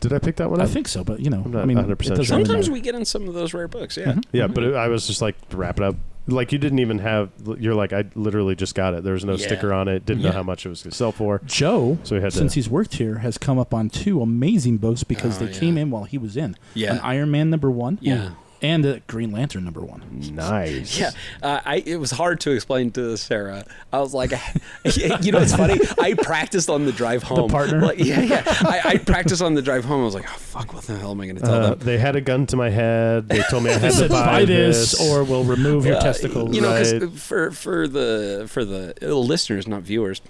Speaker 1: Did I pick that one
Speaker 2: I
Speaker 1: up?
Speaker 2: think so, but you know,
Speaker 1: I'm not
Speaker 2: I mean,
Speaker 1: 100%
Speaker 2: it doesn't
Speaker 1: sure.
Speaker 2: really
Speaker 3: sometimes
Speaker 2: matter.
Speaker 3: we get in some of those rare books. Yeah,
Speaker 2: Mhm.
Speaker 1: Mm-hmm. Yeah, but it, I was just like wrap it up. Like you didn't even have. You're like I literally just got it. There was no
Speaker 3: Yeah.
Speaker 1: sticker on it. Didn't know
Speaker 2: Yeah.
Speaker 1: how much it was going to sell for.
Speaker 2: Joe,
Speaker 1: So we had
Speaker 2: since
Speaker 1: to.
Speaker 2: he's worked here, has come up on two amazing books because
Speaker 3: Oh,
Speaker 2: they
Speaker 3: yeah.
Speaker 2: came in while he was in.
Speaker 3: Yeah.
Speaker 2: an Iron Man number one.
Speaker 3: Yeah.
Speaker 2: and a Green Lantern number one.
Speaker 1: nice.
Speaker 3: Yeah, uh, I it was hard to explain to Sarah. I was like, you know, it's funny. I practiced on the drive home.
Speaker 2: partner?
Speaker 3: Like, yeah, yeah. I, I practiced on the drive home. I was like, oh fuck, what the hell am I going to tell
Speaker 1: Uh,
Speaker 3: them?
Speaker 1: they had a gun to my head. They told me I had to
Speaker 2: Said,
Speaker 1: buy this.
Speaker 2: or we'll remove your
Speaker 3: Uh,
Speaker 2: testicles.
Speaker 3: You know, 'cause
Speaker 1: Right.
Speaker 3: for for the for the listeners, not viewers,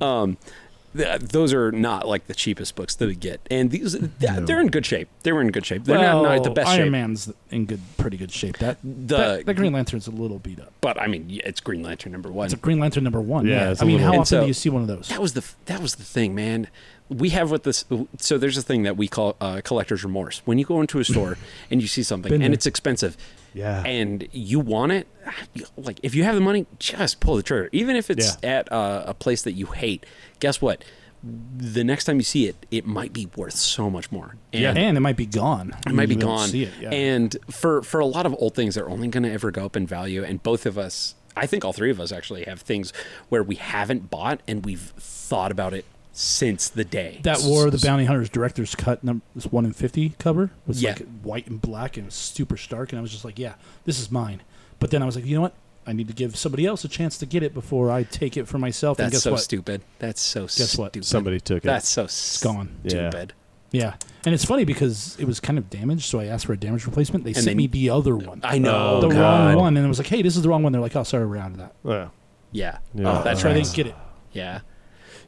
Speaker 3: um, th- those are not like the cheapest books that we get, and these th- they're in good shape. They were in good shape. They're not, not the
Speaker 2: Well,
Speaker 3: best
Speaker 2: Iron
Speaker 3: shape,
Speaker 2: Man's in good, pretty good shape. That
Speaker 3: The-
Speaker 2: that, that Green Lantern's a little beat up.
Speaker 3: but I mean, yeah, it's Green Lantern number one.
Speaker 2: It's a Green Lantern number one.
Speaker 1: Yeah,
Speaker 2: Yeah,
Speaker 1: it's
Speaker 2: I
Speaker 1: a
Speaker 2: mean, how
Speaker 1: little-
Speaker 2: often
Speaker 3: And so-
Speaker 2: do you see one of those?
Speaker 3: that was the that was the thing, man. We have what this so there's a thing that we call uh, collector's remorse. When you go into a store and you see something
Speaker 2: Been
Speaker 3: and
Speaker 2: there.
Speaker 3: it's expensive,
Speaker 1: Yeah.
Speaker 3: and you want it, like if you have the money, just pull the trigger. Even if it's at uh, a place that you hate, guess what? The next time you see it, it might be worth so much more. And
Speaker 2: Yeah, and it might be gone.
Speaker 3: it might be
Speaker 2: You don't
Speaker 3: gone.
Speaker 2: See it. Yeah.
Speaker 3: And for for a lot of old things, they're only going to ever go up in value. And both of us, I think all three of us actually have things where we haven't bought and we've thought about it since the day.
Speaker 2: That War of the Bounty Hunters director's cut number this one in fifty cover was
Speaker 3: Yeah.
Speaker 2: like white and black and it was super stark, and I was just like, yeah, this is mine. But then I was like, you know what? I need to give somebody else a chance to get it before I take it for myself. and
Speaker 3: That's
Speaker 2: guess
Speaker 3: so
Speaker 2: what?
Speaker 3: stupid. That's so
Speaker 2: Guess what?
Speaker 3: stupid.
Speaker 1: Somebody took it.
Speaker 3: That's so
Speaker 2: gone.
Speaker 1: Yeah.
Speaker 3: stupid.
Speaker 2: Yeah, and it's funny because it was kind of damaged, so I asked for a damage replacement. They sent
Speaker 3: they-
Speaker 2: me the other one,
Speaker 3: I know.
Speaker 1: Oh,
Speaker 2: the
Speaker 1: God.
Speaker 2: wrong one, and it was like, hey, this is the wrong one. They're like, oh, sorry, we're out of that.
Speaker 1: Yeah.
Speaker 3: Yeah.
Speaker 1: Yeah.
Speaker 3: Oh, that's
Speaker 2: So I
Speaker 3: right.
Speaker 2: didn't get it.
Speaker 3: Yeah.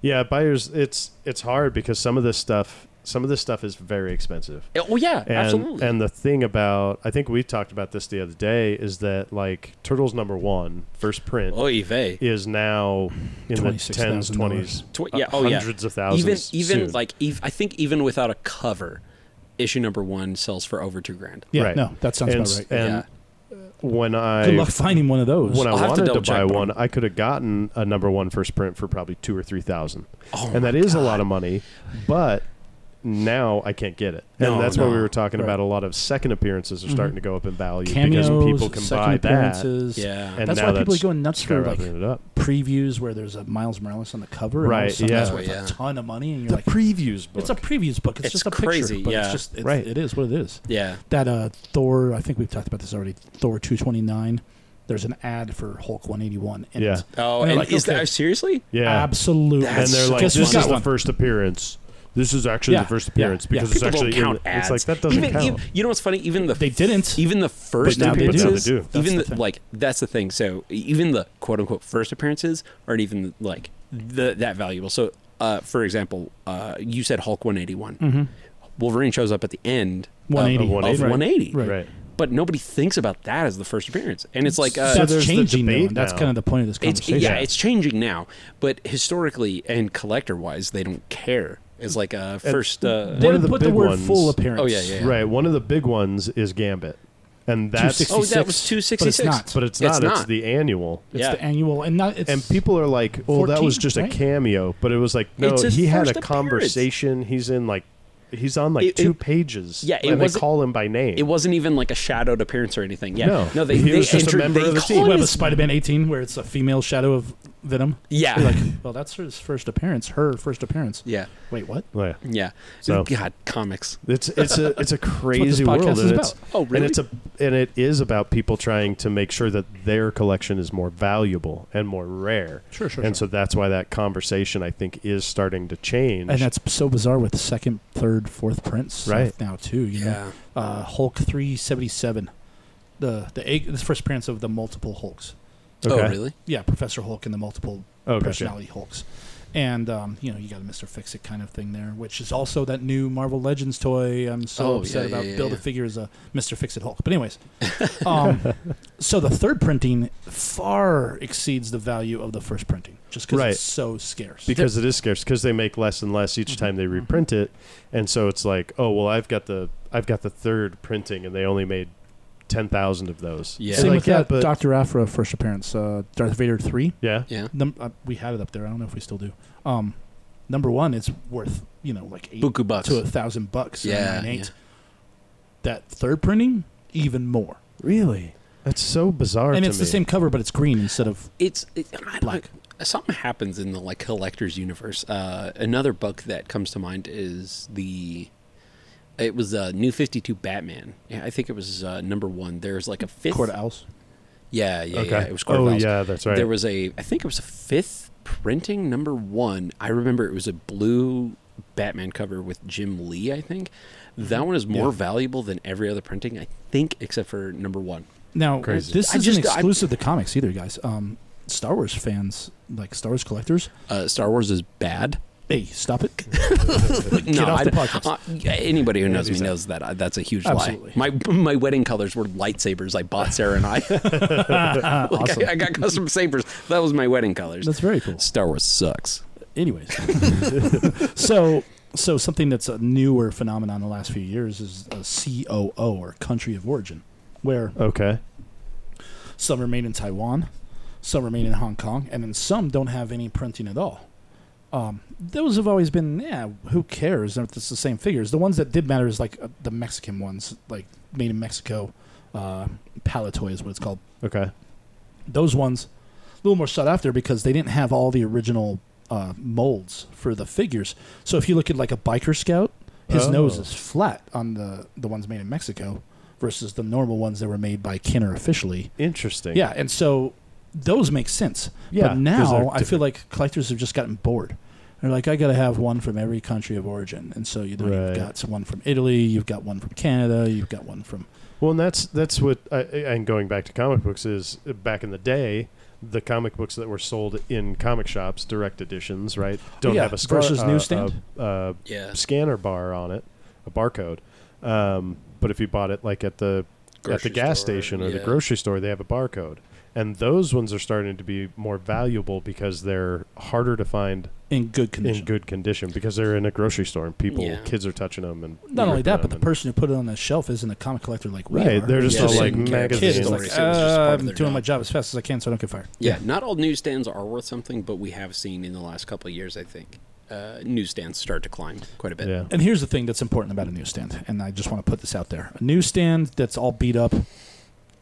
Speaker 1: Yeah, buyers. It's it's hard because some of this stuff, some of this stuff is very expensive.
Speaker 3: Oh yeah.
Speaker 1: And,
Speaker 3: absolutely.
Speaker 1: And the thing about, I think we talked about this the other day, is that like Turtles number one, first print,
Speaker 3: Oy vey.
Speaker 1: is now in the tens,
Speaker 2: $26,000.
Speaker 1: twenties,
Speaker 3: Tw- yeah, oh, yeah.
Speaker 1: hundreds of thousands.
Speaker 3: even even
Speaker 1: soon.
Speaker 3: like ev- I think even without a cover, issue number one sells for over two grand.
Speaker 2: Yeah,
Speaker 1: Right.
Speaker 2: no, that sounds
Speaker 1: and,
Speaker 2: about right.
Speaker 1: and when
Speaker 2: Good
Speaker 1: I
Speaker 2: luck finding one of those.
Speaker 1: when I
Speaker 3: I'll have to
Speaker 1: wanted to,
Speaker 3: double check,
Speaker 1: buy
Speaker 3: but
Speaker 1: one, I could have gotten a number one first print for probably two or three thousand,
Speaker 3: Oh
Speaker 1: and
Speaker 3: my
Speaker 1: that is a lot of money, but. Now I can't get it,
Speaker 3: No,
Speaker 1: and that's why we
Speaker 3: no.
Speaker 1: were talking
Speaker 2: Right. Mm-hmm.
Speaker 1: about. A lot of second appearances are starting to go up in value
Speaker 2: Cameos,
Speaker 1: because people can
Speaker 2: second
Speaker 1: buy that.
Speaker 2: appearances.
Speaker 3: Yeah.
Speaker 1: And
Speaker 2: that's
Speaker 1: now
Speaker 2: why people are
Speaker 1: that's
Speaker 2: going nuts for like
Speaker 1: skyrocketing it up.
Speaker 2: previews where there's a Miles Morales on the cover. And all of a
Speaker 1: Right,
Speaker 2: sudden
Speaker 1: yeah.
Speaker 2: That's worth
Speaker 3: Yeah.
Speaker 2: a ton of money, and you're
Speaker 1: the
Speaker 2: like,
Speaker 1: previews book.
Speaker 2: it's a previews book. It's,
Speaker 3: It's
Speaker 2: just a
Speaker 3: crazy,
Speaker 2: picture, but
Speaker 3: yeah.
Speaker 2: it's just it's,
Speaker 1: Right.
Speaker 2: It is what it is.
Speaker 3: Yeah.
Speaker 2: That uh, Thor. I think we've talked about this already. Thor 229. There's an ad for Hulk 181. In
Speaker 1: Yeah.
Speaker 2: It. And
Speaker 3: Oh, and,
Speaker 2: they're like,
Speaker 3: is
Speaker 2: okay.
Speaker 3: that seriously?
Speaker 1: yeah,
Speaker 2: Absolutely.
Speaker 1: and they're like,
Speaker 2: Guess
Speaker 1: this
Speaker 2: who's
Speaker 1: is
Speaker 2: got
Speaker 1: the
Speaker 2: one?
Speaker 1: first appearance. This is actually
Speaker 2: Yeah,
Speaker 1: the first
Speaker 2: yeah,
Speaker 1: appearance
Speaker 2: yeah.
Speaker 1: because it's
Speaker 3: People don't
Speaker 1: actually in
Speaker 3: count
Speaker 1: the- it's
Speaker 3: ads.
Speaker 1: like that doesn't
Speaker 3: even,
Speaker 1: count.
Speaker 3: even- you know what's funny? Even the
Speaker 2: They didn't.
Speaker 3: Even the first
Speaker 1: now they do.
Speaker 3: appearances.
Speaker 1: But now they do.
Speaker 2: That's
Speaker 3: Even
Speaker 2: the
Speaker 3: the,
Speaker 2: thing.
Speaker 3: like that's the thing. So even the quote unquote first appearances aren't even like the, that valuable. So uh, for example, uh, you said Hulk 181.
Speaker 1: Mm-hmm.
Speaker 3: Wolverine shows up at the end of-
Speaker 2: 180.
Speaker 3: of,
Speaker 1: Right.
Speaker 3: 180.
Speaker 2: Right.
Speaker 1: Right.
Speaker 3: But nobody thinks about that as the first appearance, and it's like uh,
Speaker 1: So
Speaker 2: that's
Speaker 1: there's the
Speaker 2: changing now.
Speaker 1: debate
Speaker 2: and That's
Speaker 1: now.
Speaker 2: kind of the point of this
Speaker 3: it's
Speaker 2: conversation.
Speaker 3: yeah, it's changing now. But historically and collector wise, they don't care. It's like a first. Uh,
Speaker 2: They
Speaker 1: One of
Speaker 2: would
Speaker 1: the
Speaker 2: put the
Speaker 1: big
Speaker 2: word
Speaker 1: ones-
Speaker 2: full appearance.
Speaker 3: Oh, yeah, yeah, yeah.
Speaker 1: Right. One of the big ones is Gambit, and that's
Speaker 2: 266.
Speaker 3: Oh, that was 266.
Speaker 2: But it's not.
Speaker 1: but it's
Speaker 3: It's
Speaker 1: not. It's,
Speaker 3: not.
Speaker 1: the annual.
Speaker 2: It's
Speaker 3: Yeah.
Speaker 2: the annual, and not it's
Speaker 1: And people are like, "Oh, that was
Speaker 2: 14,
Speaker 1: just
Speaker 2: right?
Speaker 1: a cameo," but it was like, no,
Speaker 3: It's his
Speaker 1: he had a
Speaker 3: first appearance.
Speaker 1: conversation. He's in like, he's on like
Speaker 3: It-
Speaker 1: two
Speaker 3: it-
Speaker 1: pages.
Speaker 3: Yeah, it
Speaker 1: and they
Speaker 3: wasn't-
Speaker 1: call him by name.
Speaker 3: It wasn't even like a shadowed appearance or anything. Yeah.
Speaker 1: No.
Speaker 3: No, they,
Speaker 1: He
Speaker 3: they
Speaker 1: was just a
Speaker 3: entered-
Speaker 1: member
Speaker 3: they
Speaker 1: of the
Speaker 3: call
Speaker 1: team.
Speaker 3: him
Speaker 2: Web of
Speaker 3: his-
Speaker 2: Spider-Man 18, where it's a female shadow of Venom.
Speaker 3: Yeah.
Speaker 2: You're like, well, that's her first appearance. Her first appearance.
Speaker 3: yeah.
Speaker 2: Wait, what?
Speaker 1: Oh, yeah.
Speaker 3: Yeah.
Speaker 1: So-
Speaker 3: God, comics.
Speaker 1: It's it's a it's a crazy
Speaker 2: podcast
Speaker 1: world,
Speaker 2: is
Speaker 1: and
Speaker 2: about.
Speaker 1: it's
Speaker 3: Oh, really?
Speaker 1: and it's a and it is about people trying to make sure that their collection is more valuable and more rare.
Speaker 2: Sure, sure.
Speaker 1: And
Speaker 2: sure.
Speaker 1: so that's why that conversation I think is starting to change.
Speaker 2: and that's so bizarre with second, third, fourth prints
Speaker 1: Right.
Speaker 2: now too. You know?
Speaker 3: yeah.
Speaker 2: uh, Hulk three seventy seven, the the egg, the first appearance of the multiple Hulks.
Speaker 1: Okay.
Speaker 3: Oh, really?
Speaker 2: Yeah, Professor Hulk and the multiple
Speaker 1: oh, gotcha.
Speaker 2: personality Hulks, and um, you know you got a Mister Fix It kind of thing there, which is also that new Marvel Legends toy. I'm so
Speaker 3: Oh,
Speaker 2: upset
Speaker 3: yeah, yeah,
Speaker 2: about
Speaker 3: yeah,
Speaker 2: build a
Speaker 3: yeah.
Speaker 2: figure as a Mister Fix It Hulk. But anyways, um, so the third printing far exceeds the value of the first printing, just because
Speaker 1: Right.
Speaker 2: it's so scarce.
Speaker 1: Because it is scarce because they make less and less
Speaker 2: Mm-hmm.
Speaker 1: each time they reprint it, and so it's like oh well I've got the I've got the third printing and they only made ten thousand of those.
Speaker 3: Yeah.
Speaker 1: It's
Speaker 2: Same
Speaker 1: like,
Speaker 2: with
Speaker 1: yeah,
Speaker 2: that
Speaker 1: but-
Speaker 2: Doctor Afra first appearance, uh, Darth Vader three.
Speaker 1: Yeah.
Speaker 3: Yeah.
Speaker 2: Num- uh, we had it up there. I don't know if we still do. Um, number one, it's worth you know like eight
Speaker 3: Buku bucks.
Speaker 2: to a thousand bucks.
Speaker 3: Yeah,
Speaker 2: Yeah, nine, eight.
Speaker 3: yeah.
Speaker 2: That third printing, even more.
Speaker 1: Really. That's so bizarre.
Speaker 2: and
Speaker 1: to
Speaker 2: it's
Speaker 1: me.
Speaker 2: the same cover, but it's green instead of
Speaker 3: It's it, I don't-
Speaker 2: Black.
Speaker 3: Something happens in the like collector's universe. Uh, another book that comes to mind is the. It was uh, New Fifty Two Batman. Yeah, I think it was uh, number one. There's like a fifth.
Speaker 2: Court Owls.
Speaker 3: Yeah, yeah,
Speaker 1: Okay.
Speaker 3: yeah. It was Court
Speaker 1: oh
Speaker 3: Owls.
Speaker 1: yeah, that's right.
Speaker 3: There was a, I think it was a fifth printing number one. I remember it was a blue Batman cover with Jim Lee. I think
Speaker 1: Mm-hmm.
Speaker 3: that one is more valuable than every other printing. I think, except for number one.
Speaker 2: Now
Speaker 1: Crazy.
Speaker 2: this
Speaker 3: I
Speaker 2: isn't
Speaker 3: just- I-
Speaker 2: exclusive to comics either, guys. Um, Star Wars fans, like Star Wars collectors,
Speaker 3: Uh, Star Wars is bad.
Speaker 2: hey, stop it.
Speaker 3: Get
Speaker 2: off the podcast.
Speaker 3: anybody who knows
Speaker 1: he's
Speaker 3: me
Speaker 1: out.
Speaker 3: knows that I, that's a huge
Speaker 2: Absolutely.
Speaker 3: lie. My my wedding colors were lightsabers. I bought Sarah and I. Like,
Speaker 2: Awesome.
Speaker 3: I, I got custom sabers. That was my wedding colors.
Speaker 2: That's very cool.
Speaker 3: Star Wars sucks.
Speaker 2: Anyways, so so something that's a newer phenomenon in the last few years is a COO or country of origin, where
Speaker 1: okay.
Speaker 2: Some remain in Taiwan, some remain in Hong Kong, and then some don't have any printing at all. Um, those have always been, yeah, who cares if it's the same figures? The ones that did matter is like uh, the Mexican ones, like made in Mexico, uh, Palatoy is what it's called.
Speaker 1: Okay.
Speaker 2: Those ones, a little more sought after because they didn't have all the original uh, molds for the figures. So if you look at like a biker scout, his
Speaker 1: Oh.
Speaker 2: nose is flat on the, the ones made in Mexico versus the normal ones that were made by Kenner officially.
Speaker 1: Interesting.
Speaker 2: Yeah, and so those make sense.
Speaker 1: Yeah, 'cause
Speaker 2: but
Speaker 1: they're
Speaker 2: now I feel
Speaker 1: different.
Speaker 2: like collectors have just gotten bored. They're like, I got to have one from every country of origin, and so you know
Speaker 1: Right.
Speaker 2: you've got one from Italy, you've got one from Canada, you've got one from
Speaker 1: Well, and that's that's what I, and going back to comic books is uh, back in the day, the comic books that were sold in comic shops, direct editions, right? Don't
Speaker 2: Oh, Yeah,
Speaker 1: have a scar-
Speaker 2: versus
Speaker 1: uh,
Speaker 2: newsstand.
Speaker 1: a, a
Speaker 3: Yeah.
Speaker 1: scanner bar on it, a barcode. Um, but if you bought it like at the at the
Speaker 3: Grocery
Speaker 1: gas
Speaker 3: store,
Speaker 1: station or the
Speaker 3: yeah.
Speaker 1: grocery store, they have a barcode, and those ones are starting to be more valuable because they're harder to find
Speaker 2: in good condition.
Speaker 1: in good condition because they're in a grocery store and people,
Speaker 3: Yeah.
Speaker 1: kids are touching them and
Speaker 2: Not only
Speaker 1: ripping
Speaker 2: that, but the
Speaker 1: them and-
Speaker 2: person who put it on the shelf isn't a comic collector like we
Speaker 1: Right,
Speaker 2: are.
Speaker 1: they're just
Speaker 3: Yeah,
Speaker 1: all
Speaker 3: so
Speaker 1: like
Speaker 3: you can't-
Speaker 2: The kid is
Speaker 1: magazines.
Speaker 3: It's
Speaker 2: like,
Speaker 3: just
Speaker 2: "Uh,
Speaker 3: part Um, of
Speaker 2: I'm
Speaker 3: their
Speaker 2: doing my
Speaker 3: job."
Speaker 2: job as fast as I can, so I don't get fired.
Speaker 3: Yeah, not all newsstands are worth something, but we have seen in the last couple of years, I think, uh, newsstands start to climb quite a bit.
Speaker 1: yeah.
Speaker 2: And here's the thing that's important about a newsstand, and I just want to put this out there: a newsstand that's all beat up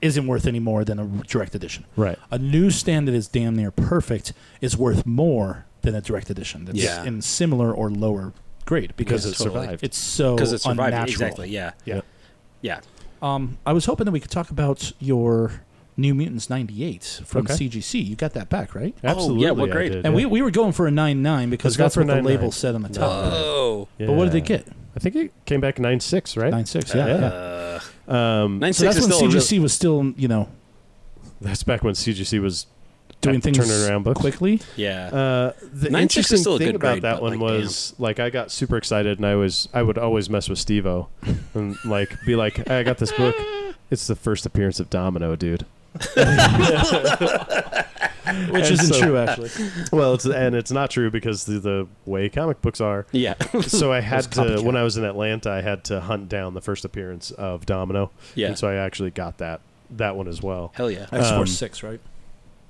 Speaker 2: isn't worth any more than a direct edition.
Speaker 1: Right.
Speaker 2: a newsstand that is damn near perfect is worth more than a direct edition that's
Speaker 3: Yeah.
Speaker 2: in similar or lower grade
Speaker 1: Because
Speaker 2: because
Speaker 3: Yeah,
Speaker 1: it
Speaker 3: totally.
Speaker 1: survived.
Speaker 2: it's so
Speaker 3: Because it's surviving.
Speaker 2: unnatural.
Speaker 3: Exactly. Yeah.
Speaker 1: yeah.
Speaker 3: Yeah.
Speaker 2: Um, I was hoping that we could talk about your New Mutants '98 from
Speaker 1: Okay.
Speaker 2: CGC. You got that back, right?
Speaker 1: Absolutely.
Speaker 3: yeah, well,
Speaker 1: I
Speaker 3: great.
Speaker 1: did,
Speaker 2: And
Speaker 1: yeah.
Speaker 2: we, we were going for a nine nine because
Speaker 1: Let's go
Speaker 2: that's
Speaker 1: for
Speaker 2: what the
Speaker 1: 9.9.
Speaker 2: label said on the top.
Speaker 3: Oh.
Speaker 2: But what did they
Speaker 1: Yeah.
Speaker 2: get?
Speaker 1: I think it came back nine six, right?
Speaker 2: Nine six. Yeah. yeah.
Speaker 3: Uh,
Speaker 1: Um,
Speaker 3: nine
Speaker 2: So
Speaker 3: six
Speaker 2: that's
Speaker 3: is
Speaker 2: when
Speaker 3: still a real-
Speaker 2: CGC was still you know
Speaker 1: that's back when CGC was
Speaker 2: doing
Speaker 1: turning
Speaker 2: things
Speaker 1: around books.
Speaker 2: quickly.
Speaker 3: yeah.
Speaker 1: Uh, the
Speaker 3: Nine six is
Speaker 1: interesting
Speaker 3: still a
Speaker 1: thing
Speaker 3: good
Speaker 1: about
Speaker 3: grade,
Speaker 1: that
Speaker 3: but,
Speaker 1: one
Speaker 3: like,
Speaker 1: was like I got super excited and I was I would always mess with Stevo and like be like "Hey, I got this book. It's the first appearance of Domino, dude.
Speaker 2: Which
Speaker 1: And
Speaker 2: isn't
Speaker 1: so-
Speaker 2: true, actually.
Speaker 1: Well, it's and it's not true because the, the way comic books are.
Speaker 3: yeah.
Speaker 1: So I had to
Speaker 2: copycat.
Speaker 1: when I was in Atlanta, I had to hunt down the first appearance of Domino.
Speaker 3: Yeah.
Speaker 1: And so I actually got that that one as well.
Speaker 3: Hell yeah.
Speaker 2: X Force six, right?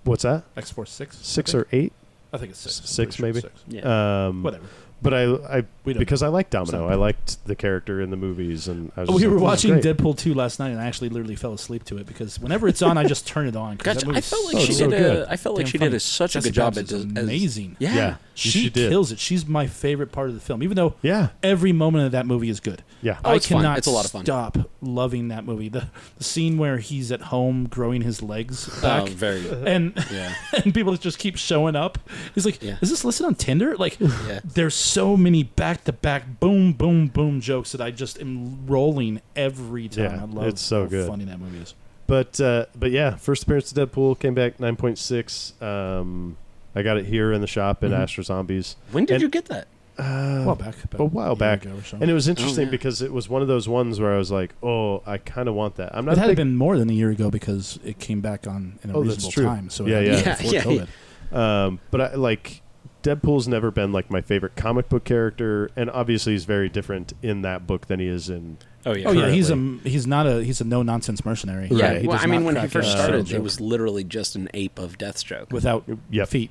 Speaker 1: What's that?
Speaker 2: X Force six.
Speaker 1: Six
Speaker 2: I think.
Speaker 1: or eight?
Speaker 2: I think it's six. I'm
Speaker 1: Six,
Speaker 2: pretty
Speaker 1: maybe?
Speaker 2: six.
Speaker 3: Yeah.
Speaker 1: Um,
Speaker 2: Whatever.
Speaker 1: but I, I
Speaker 2: We don't
Speaker 1: because I like Domino.
Speaker 2: Something.
Speaker 1: I liked the character in the movies, and
Speaker 3: Oh,
Speaker 1: I was just
Speaker 2: We
Speaker 1: like,
Speaker 2: were
Speaker 1: "This is
Speaker 2: watching
Speaker 1: great."
Speaker 2: Deadpool 2 last night, and I actually literally fell asleep to it because whenever it's on, I just turn it on. 'cause that
Speaker 3: Gotcha. I
Speaker 2: movie's
Speaker 3: felt like
Speaker 1: so
Speaker 3: she did.
Speaker 1: good.
Speaker 3: A, I felt like
Speaker 2: damn
Speaker 3: she
Speaker 2: funny.
Speaker 3: did a, such a
Speaker 2: Jessica
Speaker 3: good job at
Speaker 2: Jones is
Speaker 3: this.
Speaker 2: amazing.
Speaker 3: yeah.
Speaker 1: Yeah.
Speaker 2: She,
Speaker 1: She did.
Speaker 2: kills it. She's my favorite part of the film, even though
Speaker 1: Yeah,
Speaker 2: every moment of that movie is good.
Speaker 1: yeah,
Speaker 3: Oh,
Speaker 2: I
Speaker 3: it's fun.
Speaker 2: cannot
Speaker 3: It's a lot of fun.
Speaker 2: stop loving that movie. The, the scene where he's at home growing his legs back.
Speaker 3: Oh, very.
Speaker 2: and
Speaker 3: Yeah.
Speaker 2: and people just keep showing up. He's like,
Speaker 3: Yeah.
Speaker 2: "Is this listed on Tinder?" Like,
Speaker 3: Yeah.
Speaker 2: there's so many back to back boom boom boom jokes that I just am rolling every time.
Speaker 1: Yeah,
Speaker 2: I love
Speaker 1: it's so
Speaker 2: how
Speaker 1: good.
Speaker 2: funny that movie is.
Speaker 1: but uh, but yeah, first appearance of Deadpool came back nine point six. Um, I got it here in the shop in
Speaker 2: Mhm.
Speaker 1: Astro Zombies.
Speaker 3: When did
Speaker 1: And-
Speaker 3: you get that?
Speaker 1: Uh,
Speaker 2: A while back, about
Speaker 1: a while
Speaker 2: year
Speaker 1: back.
Speaker 2: ago or so.
Speaker 1: and it was interesting
Speaker 3: yeah.
Speaker 1: because it was one of those ones where I was like, "Oh, I kind of want that." I'm not
Speaker 2: it had
Speaker 1: big-
Speaker 2: been more than a year ago because it came back on in a
Speaker 1: Oh, that's
Speaker 2: reasonable
Speaker 1: true.
Speaker 2: time. So it
Speaker 1: Yeah,
Speaker 2: had to
Speaker 1: yeah.
Speaker 2: be before
Speaker 3: Yeah, yeah.
Speaker 2: COVID.
Speaker 1: Um, but I like Deadpool's never been like my favorite comic book character, and obviously he's very different in that book than he is in.
Speaker 3: Oh yeah.
Speaker 2: Oh yeah, he's a
Speaker 1: Currently.
Speaker 2: he's not a he's a no nonsense mercenary.
Speaker 1: Yeah,
Speaker 3: Yeah.
Speaker 1: he
Speaker 3: well,
Speaker 2: does
Speaker 3: I mean,
Speaker 2: not
Speaker 3: when he
Speaker 2: crack
Speaker 3: first
Speaker 2: a
Speaker 3: started,
Speaker 2: joke
Speaker 3: he was literally just an ape of Deathstroke.
Speaker 2: without
Speaker 1: Yep.
Speaker 2: feet.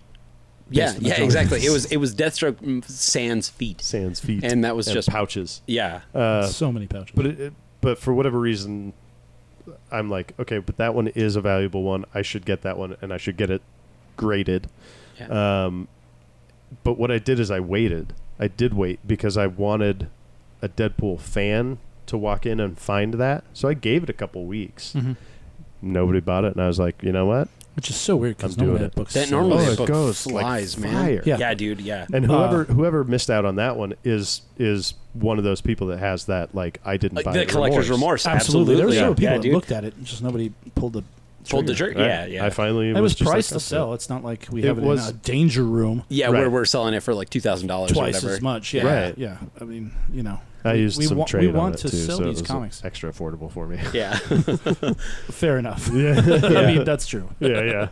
Speaker 3: yeah.
Speaker 2: based on the
Speaker 3: Yeah.
Speaker 2: joke.
Speaker 3: Exactly. It was. It was Deathstroke mm, sans feet.
Speaker 1: Sans feet,
Speaker 3: And that was
Speaker 1: and
Speaker 3: just-
Speaker 1: pouches.
Speaker 3: Yeah.
Speaker 1: Uh,
Speaker 2: so many pouches.
Speaker 1: but it, it- but for whatever reason, I'm like, okay, but that one is a valuable one. I should get that one, and I should get it graded.
Speaker 3: Yeah.
Speaker 1: Um, but what I did is I waited. I did wait because I wanted a Deadpool fan to walk in and find that. So I gave it a couple weeks.
Speaker 3: Mm-hmm.
Speaker 2: Mhm.
Speaker 1: Nobody bought it, and I was like, you know what?
Speaker 2: which is so weird
Speaker 1: I'm
Speaker 2: because
Speaker 1: doing
Speaker 2: normally
Speaker 1: it.
Speaker 2: that book's
Speaker 3: That
Speaker 2: so-
Speaker 3: normally
Speaker 1: Oh,
Speaker 3: that
Speaker 1: it
Speaker 3: book
Speaker 1: goes like
Speaker 3: flies, man.
Speaker 1: fire.
Speaker 3: Yeah.
Speaker 2: Yeah.
Speaker 3: dude. Yeah.
Speaker 1: And
Speaker 2: Uh,
Speaker 1: whoever whoever missed out on that one is is one of those people that has that like I didn't
Speaker 3: Like
Speaker 1: buy
Speaker 3: the
Speaker 1: it
Speaker 3: collector's remorse.
Speaker 2: Absolutely. There were
Speaker 3: yeah.
Speaker 2: several people
Speaker 3: yeah,
Speaker 2: that
Speaker 3: dude.
Speaker 2: looked at it, and just nobody pulled the
Speaker 3: Pulled the
Speaker 2: trigger.
Speaker 3: jerk. Yeah. Yeah.
Speaker 1: I finally
Speaker 2: It was
Speaker 1: just like,
Speaker 2: priced to
Speaker 1: that's it.
Speaker 2: sell. It's not like we
Speaker 1: It
Speaker 2: have it
Speaker 1: was-
Speaker 2: in a danger room
Speaker 3: yeah.
Speaker 1: Right.
Speaker 3: Where we're selling it for like two thousand dollars. or
Speaker 2: twice
Speaker 3: whatever.
Speaker 2: as much. Yeah,
Speaker 1: Right.
Speaker 2: yeah. I mean, you know,
Speaker 1: I used
Speaker 2: we
Speaker 1: some
Speaker 2: wa- we
Speaker 1: trade on
Speaker 2: want
Speaker 1: it,
Speaker 2: to
Speaker 1: too,
Speaker 2: sell
Speaker 1: so it
Speaker 2: these
Speaker 1: was
Speaker 2: comics.
Speaker 1: extra affordable for me.
Speaker 3: Yeah.
Speaker 2: fair enough.
Speaker 1: yeah,
Speaker 2: I mean, that's true.
Speaker 1: yeah, yeah.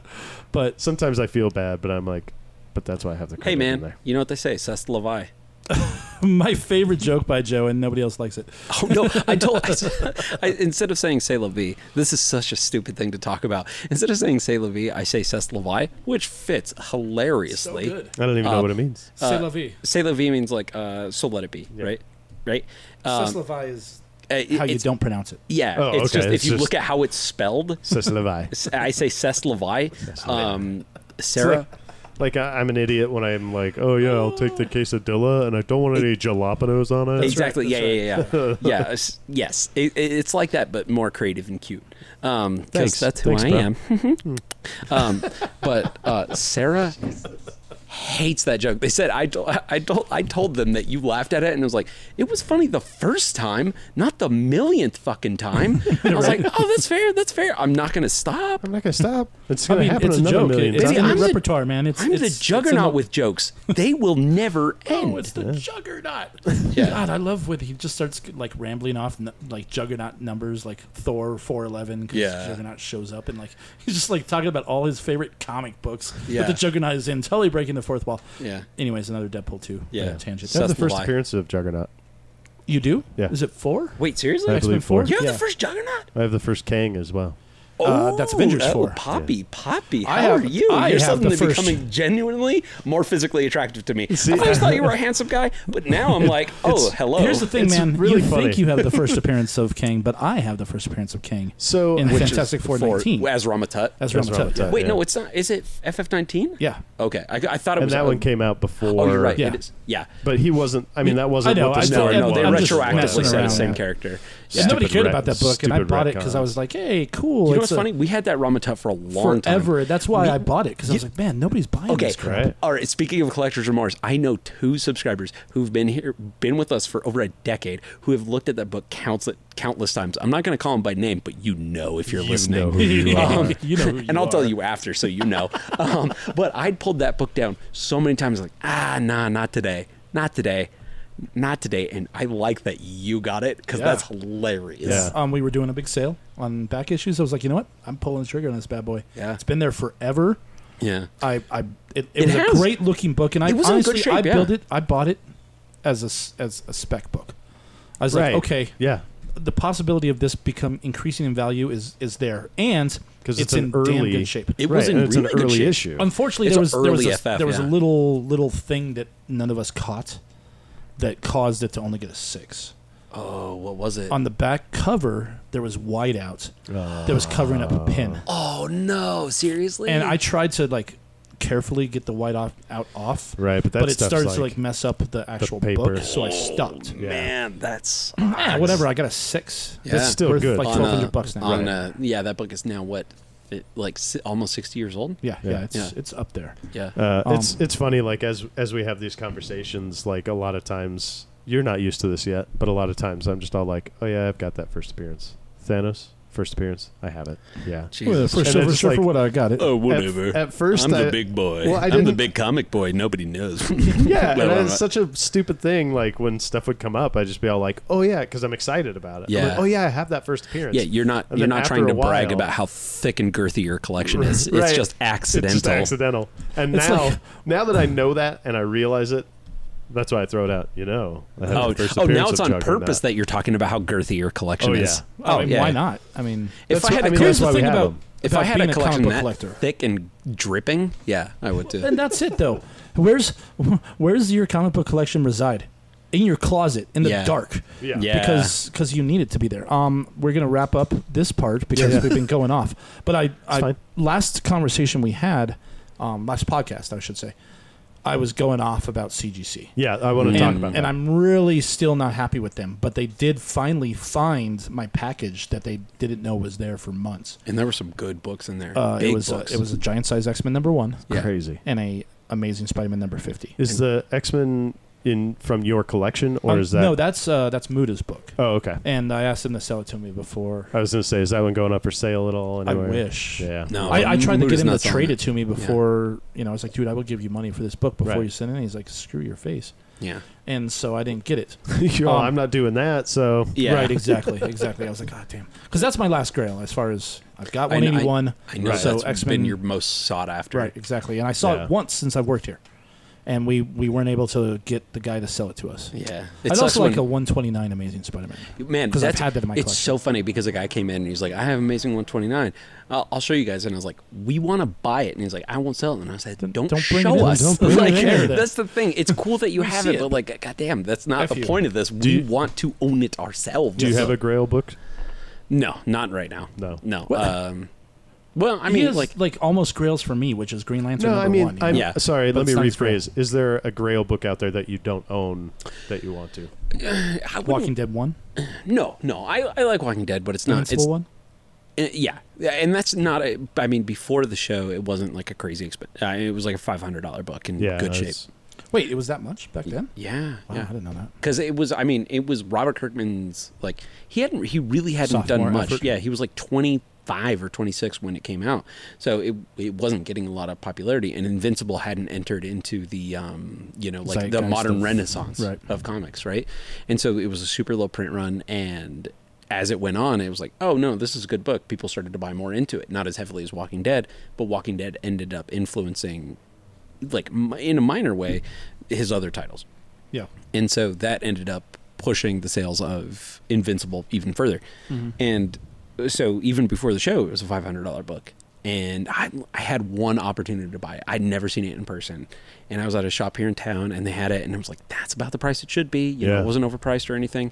Speaker 2: But
Speaker 1: Sometimes I feel bad, but I'm like, but that's why I have the credit
Speaker 3: hey
Speaker 1: in
Speaker 3: man,
Speaker 1: there.
Speaker 3: you know what they say? Sest Levi.
Speaker 2: my favorite joke by Joe, and nobody else likes it.
Speaker 3: Oh no! I told I, I, instead of saying "say la vie," this is such a stupid thing to talk about. Instead of saying "say la vie," I say "c'est la vie," which fits
Speaker 1: I
Speaker 3: hilariously.
Speaker 1: don't even know
Speaker 3: Uh,
Speaker 1: what it means.
Speaker 2: C'est la vie.
Speaker 3: "C'est la vie" means like uh, "so let it be,"
Speaker 1: Yeah.
Speaker 3: right? Right?
Speaker 2: C'est la
Speaker 3: Um,
Speaker 2: vie is
Speaker 3: uh, it-
Speaker 2: how you
Speaker 3: it's-
Speaker 2: don't pronounce it.
Speaker 3: Yeah,
Speaker 1: Oh,
Speaker 3: it's
Speaker 1: okay,
Speaker 3: just
Speaker 1: it's
Speaker 3: if you
Speaker 1: just-
Speaker 3: look at how it's spelled,
Speaker 1: Cecil Levi.
Speaker 3: s- I say "c'est la vie." Um, Sarah,
Speaker 1: Like I, I'm an idiot when I'm like, oh yeah, I'll take the quesadilla, and I don't want any jalapenos on it.
Speaker 3: exactly. yeah, yeah, yeah, yeah. it's- yes, it, it- it's like that, but more creative and cute. Um,
Speaker 1: Thanks.
Speaker 3: because that's who
Speaker 1: Thanks,
Speaker 3: I
Speaker 1: bro.
Speaker 3: am. um, but uh, Sarah hates that joke. They said I told I told I told them that you laughed at it, and it was like it was funny the first time, not the millionth fucking time. And I was like, oh, that's fair, that's fair. I'm not gonna stop.
Speaker 1: I'm not gonna stop. It's
Speaker 2: I
Speaker 1: gonna
Speaker 2: mean,
Speaker 1: happen
Speaker 2: it's a
Speaker 1: another
Speaker 2: joke.
Speaker 1: million
Speaker 2: It's
Speaker 1: times.
Speaker 2: in
Speaker 3: I'm
Speaker 2: the
Speaker 3: the-
Speaker 2: repertoire, man. It's
Speaker 3: I'm
Speaker 2: it's,
Speaker 3: the
Speaker 2: it's in
Speaker 3: juggernaut
Speaker 2: the-
Speaker 3: with jokes. They will never end.
Speaker 2: Oh, it's the juggernaut.
Speaker 3: Yeah.
Speaker 2: God, I love when he just starts like rambling off n- like juggernaut numbers, like Thor four eleven.
Speaker 3: Yeah.
Speaker 2: juggernaut shows up and like he's just like talking about all his favorite comic books. Yeah,
Speaker 3: Yeah.
Speaker 2: that the juggernaut is in totally breaking the fourth wall.
Speaker 3: Yeah.
Speaker 2: Anyways, another Deadpool two. uh,
Speaker 3: Yeah.
Speaker 2: tangent.
Speaker 1: That's the
Speaker 3: So- That's the
Speaker 1: first
Speaker 3: lie.
Speaker 1: appearance of Juggernaut.
Speaker 2: you do?
Speaker 1: Yeah.
Speaker 2: Is it four?
Speaker 3: Wait, seriously?
Speaker 1: I believe four.
Speaker 3: you have
Speaker 2: Uh, Yeah.
Speaker 3: the first juggernaut?
Speaker 1: I have the first Kang as well.
Speaker 2: Uh, that's Avengers
Speaker 3: oh,
Speaker 2: 4.
Speaker 3: Poppy, Poppy, how
Speaker 2: I
Speaker 3: are
Speaker 2: have-
Speaker 3: you?
Speaker 2: I
Speaker 3: You're
Speaker 2: have
Speaker 3: suddenly
Speaker 2: the first-
Speaker 3: becoming genuinely more physically attractive to me. I've always thought you were a handsome guy, but now I'm like, oh, hello.
Speaker 2: Here's the thing,
Speaker 1: It's
Speaker 2: man.
Speaker 1: really
Speaker 2: you
Speaker 1: funny.
Speaker 2: think you have the first appearance of Kang, but I have the first appearance of Kang.
Speaker 1: So-
Speaker 2: in
Speaker 1: Which
Speaker 3: Which is
Speaker 2: Fantastic Four
Speaker 3: for-
Speaker 2: nineteen.
Speaker 3: As Ramatut.
Speaker 2: That's
Speaker 1: That's
Speaker 2: Ramatut.
Speaker 1: Ramatut.
Speaker 3: Wait,
Speaker 1: yeah.
Speaker 3: no, it's not. Is it FF19?
Speaker 2: Yeah.
Speaker 3: Okay, I, I thought it
Speaker 1: And
Speaker 3: was.
Speaker 1: that
Speaker 3: uh,
Speaker 1: one came out before.
Speaker 3: Oh, you're right.
Speaker 2: Yeah.
Speaker 3: It is. Yeah.
Speaker 1: But he wasn't. I mean, that wasn't
Speaker 2: I know,
Speaker 1: what the
Speaker 2: I know,
Speaker 1: story
Speaker 2: I know.
Speaker 3: they
Speaker 2: I'm just
Speaker 3: retroactively
Speaker 2: messing
Speaker 3: said the
Speaker 2: around,
Speaker 3: same
Speaker 2: yeah.
Speaker 3: character.
Speaker 2: Yeah, nobody
Speaker 1: Stupid
Speaker 2: cared
Speaker 1: ret-
Speaker 2: about that book, and I
Speaker 1: stupid
Speaker 2: bought it because I
Speaker 1: retcons.
Speaker 2: was like, "Hey, cool."
Speaker 3: You
Speaker 2: it's
Speaker 3: know what's
Speaker 2: a-
Speaker 3: funny? We had that Ramatut for a long time.
Speaker 2: forever. That's why I bought it because I was like, man, nobody's buying
Speaker 3: Okay.
Speaker 2: this crap.
Speaker 1: Right.
Speaker 3: All right. Speaking of collector's remorse, I know two subscribers who've been here, been with us for over a decade, who have looked at that book countless, countless times. I'm not going to call them by name, but you know if you're listening.
Speaker 1: know who you are.
Speaker 3: Um,
Speaker 2: You know who you
Speaker 3: and I'll tell
Speaker 2: are.
Speaker 3: you after, so you know. um, but I'd pulled that book down so many times, like, ah, nah, not today, not today, not today. And I like that you got it because
Speaker 2: Yeah.
Speaker 3: that's hilarious.
Speaker 1: Yeah.
Speaker 2: Um, we were doing a big sale on back issues. I was like, you know what? I'm pulling the trigger on this bad boy.
Speaker 3: Yeah.
Speaker 2: It's been there forever.
Speaker 3: Yeah.
Speaker 2: I, I it, it,
Speaker 3: It
Speaker 2: was
Speaker 3: has.
Speaker 2: a great looking book, and I
Speaker 3: It was in good
Speaker 2: honestly,
Speaker 3: shape,
Speaker 2: I
Speaker 3: yeah.
Speaker 2: built it. I bought it as a s- as a spec book. I was
Speaker 1: Right.
Speaker 2: like, okay,
Speaker 1: Yeah.
Speaker 2: the possibility of this become increasing in value is is there, and
Speaker 1: 'Cause it's
Speaker 2: it's
Speaker 1: an
Speaker 2: in
Speaker 1: early- Um,
Speaker 2: damn good shape.
Speaker 3: It
Speaker 1: right.
Speaker 3: was in
Speaker 1: and it's
Speaker 3: really
Speaker 1: an
Speaker 3: good
Speaker 1: early
Speaker 3: shape.
Speaker 1: issue.
Speaker 2: Unfortunately,
Speaker 3: It's
Speaker 2: there was there was
Speaker 3: early
Speaker 2: a,
Speaker 3: FF,
Speaker 2: there was a
Speaker 3: yeah.
Speaker 2: little little thing that none of us caught that caused it to only get a six.
Speaker 3: Oh, what was it?
Speaker 2: On the back cover, there was whiteout that was covering up a pin,
Speaker 3: oh no, seriously?
Speaker 2: and I tried to like carefully get the white off, out off,
Speaker 1: Right, but that
Speaker 2: but it
Speaker 1: stuff's
Speaker 2: started
Speaker 1: like,
Speaker 2: to like mess up the actual
Speaker 1: paper.
Speaker 2: book, so I stopped.
Speaker 1: yeah.
Speaker 3: man, that's
Speaker 2: Ah, whatever, I got a six.
Speaker 3: Yeah.
Speaker 1: that's still
Speaker 2: Worth,
Speaker 1: good.
Speaker 2: like,
Speaker 3: On,
Speaker 2: 1200
Speaker 3: uh,
Speaker 2: bucks now.
Speaker 3: on,
Speaker 2: Right.
Speaker 3: uh, yeah, that book is now what, it, like si- almost sixty years old.
Speaker 2: Yeah, yeah,
Speaker 1: Yeah.
Speaker 2: it's
Speaker 3: Yeah.
Speaker 2: it's up there.
Speaker 3: Yeah.
Speaker 1: Uh, it's
Speaker 2: Um,
Speaker 1: it's funny like as as we have these conversations like a lot of times you're not used to this yet but a lot of times I'm just all like oh yeah I've got that first appearance Thanos first appearance I have it yeah
Speaker 3: Jesus.
Speaker 1: And sure, it's for just sure, like- for
Speaker 2: what I got it.
Speaker 3: oh,
Speaker 1: at, at first I,
Speaker 3: boy.
Speaker 1: well, I didn't-
Speaker 3: comic boy. Nobody knows.
Speaker 1: yeah
Speaker 3: Well,
Speaker 1: and
Speaker 3: I'm
Speaker 1: it's
Speaker 3: not-
Speaker 1: such a stupid thing like when stuff would come up I'd just be all like oh yeah because I'm excited about it I'm like,
Speaker 3: Yeah.
Speaker 1: oh yeah I have that first appearance
Speaker 3: yeah, you're not
Speaker 1: And
Speaker 3: you're
Speaker 1: then
Speaker 3: not
Speaker 1: after
Speaker 3: trying
Speaker 1: a
Speaker 3: to brag
Speaker 1: while-
Speaker 3: about how thick and girthy your collection is.
Speaker 1: Right.
Speaker 3: It's just accidental.
Speaker 1: It's just accidental. And
Speaker 2: It's
Speaker 1: now,
Speaker 2: like-
Speaker 1: now that I know that and I realize it, that's why I throw it out. You know, I had
Speaker 3: Oh,
Speaker 1: the first
Speaker 3: oh now
Speaker 1: appearance
Speaker 3: it's
Speaker 1: of
Speaker 3: on
Speaker 1: Juggernaut.
Speaker 3: purpose that you're talking about how girthy your collection
Speaker 1: Oh, yeah.
Speaker 3: is.
Speaker 2: I
Speaker 3: Oh,
Speaker 2: mean,
Speaker 3: yeah.
Speaker 2: why not? I mean,
Speaker 3: If
Speaker 1: That's
Speaker 3: I had
Speaker 1: why- I
Speaker 3: a
Speaker 1: mean,
Speaker 3: here's
Speaker 1: that's why
Speaker 3: the
Speaker 1: we
Speaker 3: thing
Speaker 1: have
Speaker 3: about
Speaker 1: them.
Speaker 3: if
Speaker 2: About
Speaker 3: I had
Speaker 2: being
Speaker 3: a
Speaker 2: a comic
Speaker 3: collection
Speaker 2: book
Speaker 3: that
Speaker 2: collector.
Speaker 3: thick and dripping, yeah, I would too.
Speaker 2: and that's it though. Where's where's your comic book collection reside? In your closet, in the
Speaker 3: Yeah.
Speaker 2: dark.
Speaker 1: Yeah.
Speaker 3: Yeah.
Speaker 2: Because cause you need it to be there. Um, we're gonna wrap up this part because
Speaker 1: Yeah.
Speaker 2: we've been going off. But I, I
Speaker 1: fine.
Speaker 2: last conversation we had, um, last podcast I should say, I was going off about CGC.
Speaker 1: Yeah, I want to
Speaker 2: and,
Speaker 1: talk about that.
Speaker 2: and I'm really still not happy with them. But they did finally find my package that they didn't know was there for months.
Speaker 3: And there were some good books in there.
Speaker 2: Uh,
Speaker 3: Big
Speaker 2: it was a,
Speaker 3: books.
Speaker 2: it was a giant size X Men number one
Speaker 3: yeah.
Speaker 1: crazy.
Speaker 2: and a Amazing Spider Man number fifty.
Speaker 1: Is the X Men in from your collection or
Speaker 2: Um,
Speaker 1: is that?
Speaker 2: no? That's uh, that's Muda's book,
Speaker 1: oh, okay.
Speaker 2: and I asked him to sell it to me before.
Speaker 1: I was going to say, is that one going up for sale at all?
Speaker 2: I
Speaker 1: Anywhere?
Speaker 2: wish.
Speaker 1: Yeah.
Speaker 3: No,
Speaker 2: I, I tried to
Speaker 3: Muda's
Speaker 2: get him to
Speaker 3: nuts on
Speaker 2: trade
Speaker 3: that.
Speaker 2: it to me before you know. I was like, dude, I will give you money for this book before
Speaker 1: Right.
Speaker 2: you send it. And he's like, screw your face.
Speaker 3: Yeah.
Speaker 2: And so I didn't get it.
Speaker 1: You're all,
Speaker 2: Um,
Speaker 1: I'm not doing that. So
Speaker 3: Yeah.
Speaker 2: Right, exactly, exactly. I was like, God damn, because that's my last grail as far as I've got
Speaker 3: I kn- I-
Speaker 2: 181.
Speaker 3: I know
Speaker 1: Right.
Speaker 2: So
Speaker 3: that's
Speaker 2: X-Men-
Speaker 3: been your most sought after.
Speaker 2: Right, exactly. And I saw
Speaker 1: Yeah.
Speaker 2: it once since I've worked here, and we we weren't able to get the guy to sell it to us.
Speaker 3: Yeah.
Speaker 2: I'd
Speaker 3: sucks
Speaker 2: also like
Speaker 3: when-
Speaker 2: a 129 Amazing Spider-Man.
Speaker 3: man
Speaker 2: 'Cause I've
Speaker 3: that's-
Speaker 2: had that in my
Speaker 3: it's
Speaker 2: collection.
Speaker 3: so funny because a guy came in and he's like i have amazing 129 i'll, I'll show you guys and i was like we want to buy it and he's like i won't sell it and i said don't,
Speaker 2: don't bring
Speaker 3: show
Speaker 2: it in.
Speaker 3: us
Speaker 2: Don't bring it
Speaker 3: like
Speaker 2: in here then.
Speaker 3: that's the thing it's cool that you
Speaker 2: We
Speaker 3: have
Speaker 2: see
Speaker 3: it,
Speaker 2: it.
Speaker 3: but like goddamn that's not
Speaker 2: F
Speaker 3: the
Speaker 2: you.
Speaker 3: point of this we
Speaker 1: you-
Speaker 3: want to own it ourselves
Speaker 1: do you have a Grail book?
Speaker 3: no not right now
Speaker 1: No.
Speaker 3: no
Speaker 2: Well-
Speaker 3: um well i
Speaker 2: He
Speaker 3: mean
Speaker 2: has,
Speaker 3: like
Speaker 2: like almost grails for me, which is Green Lantern.
Speaker 1: No,
Speaker 2: number
Speaker 1: I mean,
Speaker 2: one, you
Speaker 1: I'm
Speaker 2: know?
Speaker 3: Yeah.
Speaker 1: sorry.
Speaker 2: But
Speaker 1: Let me
Speaker 2: it's not
Speaker 1: rephrase. Is there a Grail book out there that you don't own that you want to?
Speaker 3: I wouldn't-
Speaker 2: Walking Dead one,
Speaker 3: no no I, I like walking dead but it's not
Speaker 2: Invincible
Speaker 3: it's
Speaker 2: one.
Speaker 3: Uh, yeah, Yeah, and that's not. A, I mean, before the show, it wasn't like a crazy expense. Uh, it was like a five hundred dollar book in
Speaker 1: Yeah,
Speaker 3: good shape.
Speaker 1: that's-
Speaker 2: Wait, it was that much back then?
Speaker 3: Yeah,
Speaker 2: Wow, I
Speaker 3: yeah.
Speaker 2: didn't know that.
Speaker 3: Because it was, I mean, it was Robert Kirkman's. Like he hadn't, he really hadn't
Speaker 2: Sophomore
Speaker 3: done much.
Speaker 2: effort.
Speaker 3: Yeah, he was like twenty five or twenty six when it came out, so it it wasn't getting a lot of popularity. And Invincible hadn't entered into the, um, you know, like the
Speaker 2: Zeitgeist
Speaker 3: modern
Speaker 2: of-
Speaker 3: renaissance
Speaker 2: right.
Speaker 3: of comics, right? And so it was a super low print run and. As it went on, it was like, oh no, this is a good book. People started to buy more into it, not as heavily as Walking Dead, but Walking Dead ended up influencing, like m- in a minor way, his other titles.
Speaker 2: Yeah,
Speaker 3: And so that ended up pushing the sales of Invincible even further.
Speaker 2: Mm-hmm.
Speaker 3: And so even before the show, it was a $500 book. And I, I had one opportunity to buy it. I'd never seen it in person. And I was at a shop here in town and they had it. And I was like, that's about the price it should be. You know,
Speaker 1: Yeah.
Speaker 3: it wasn't overpriced or anything.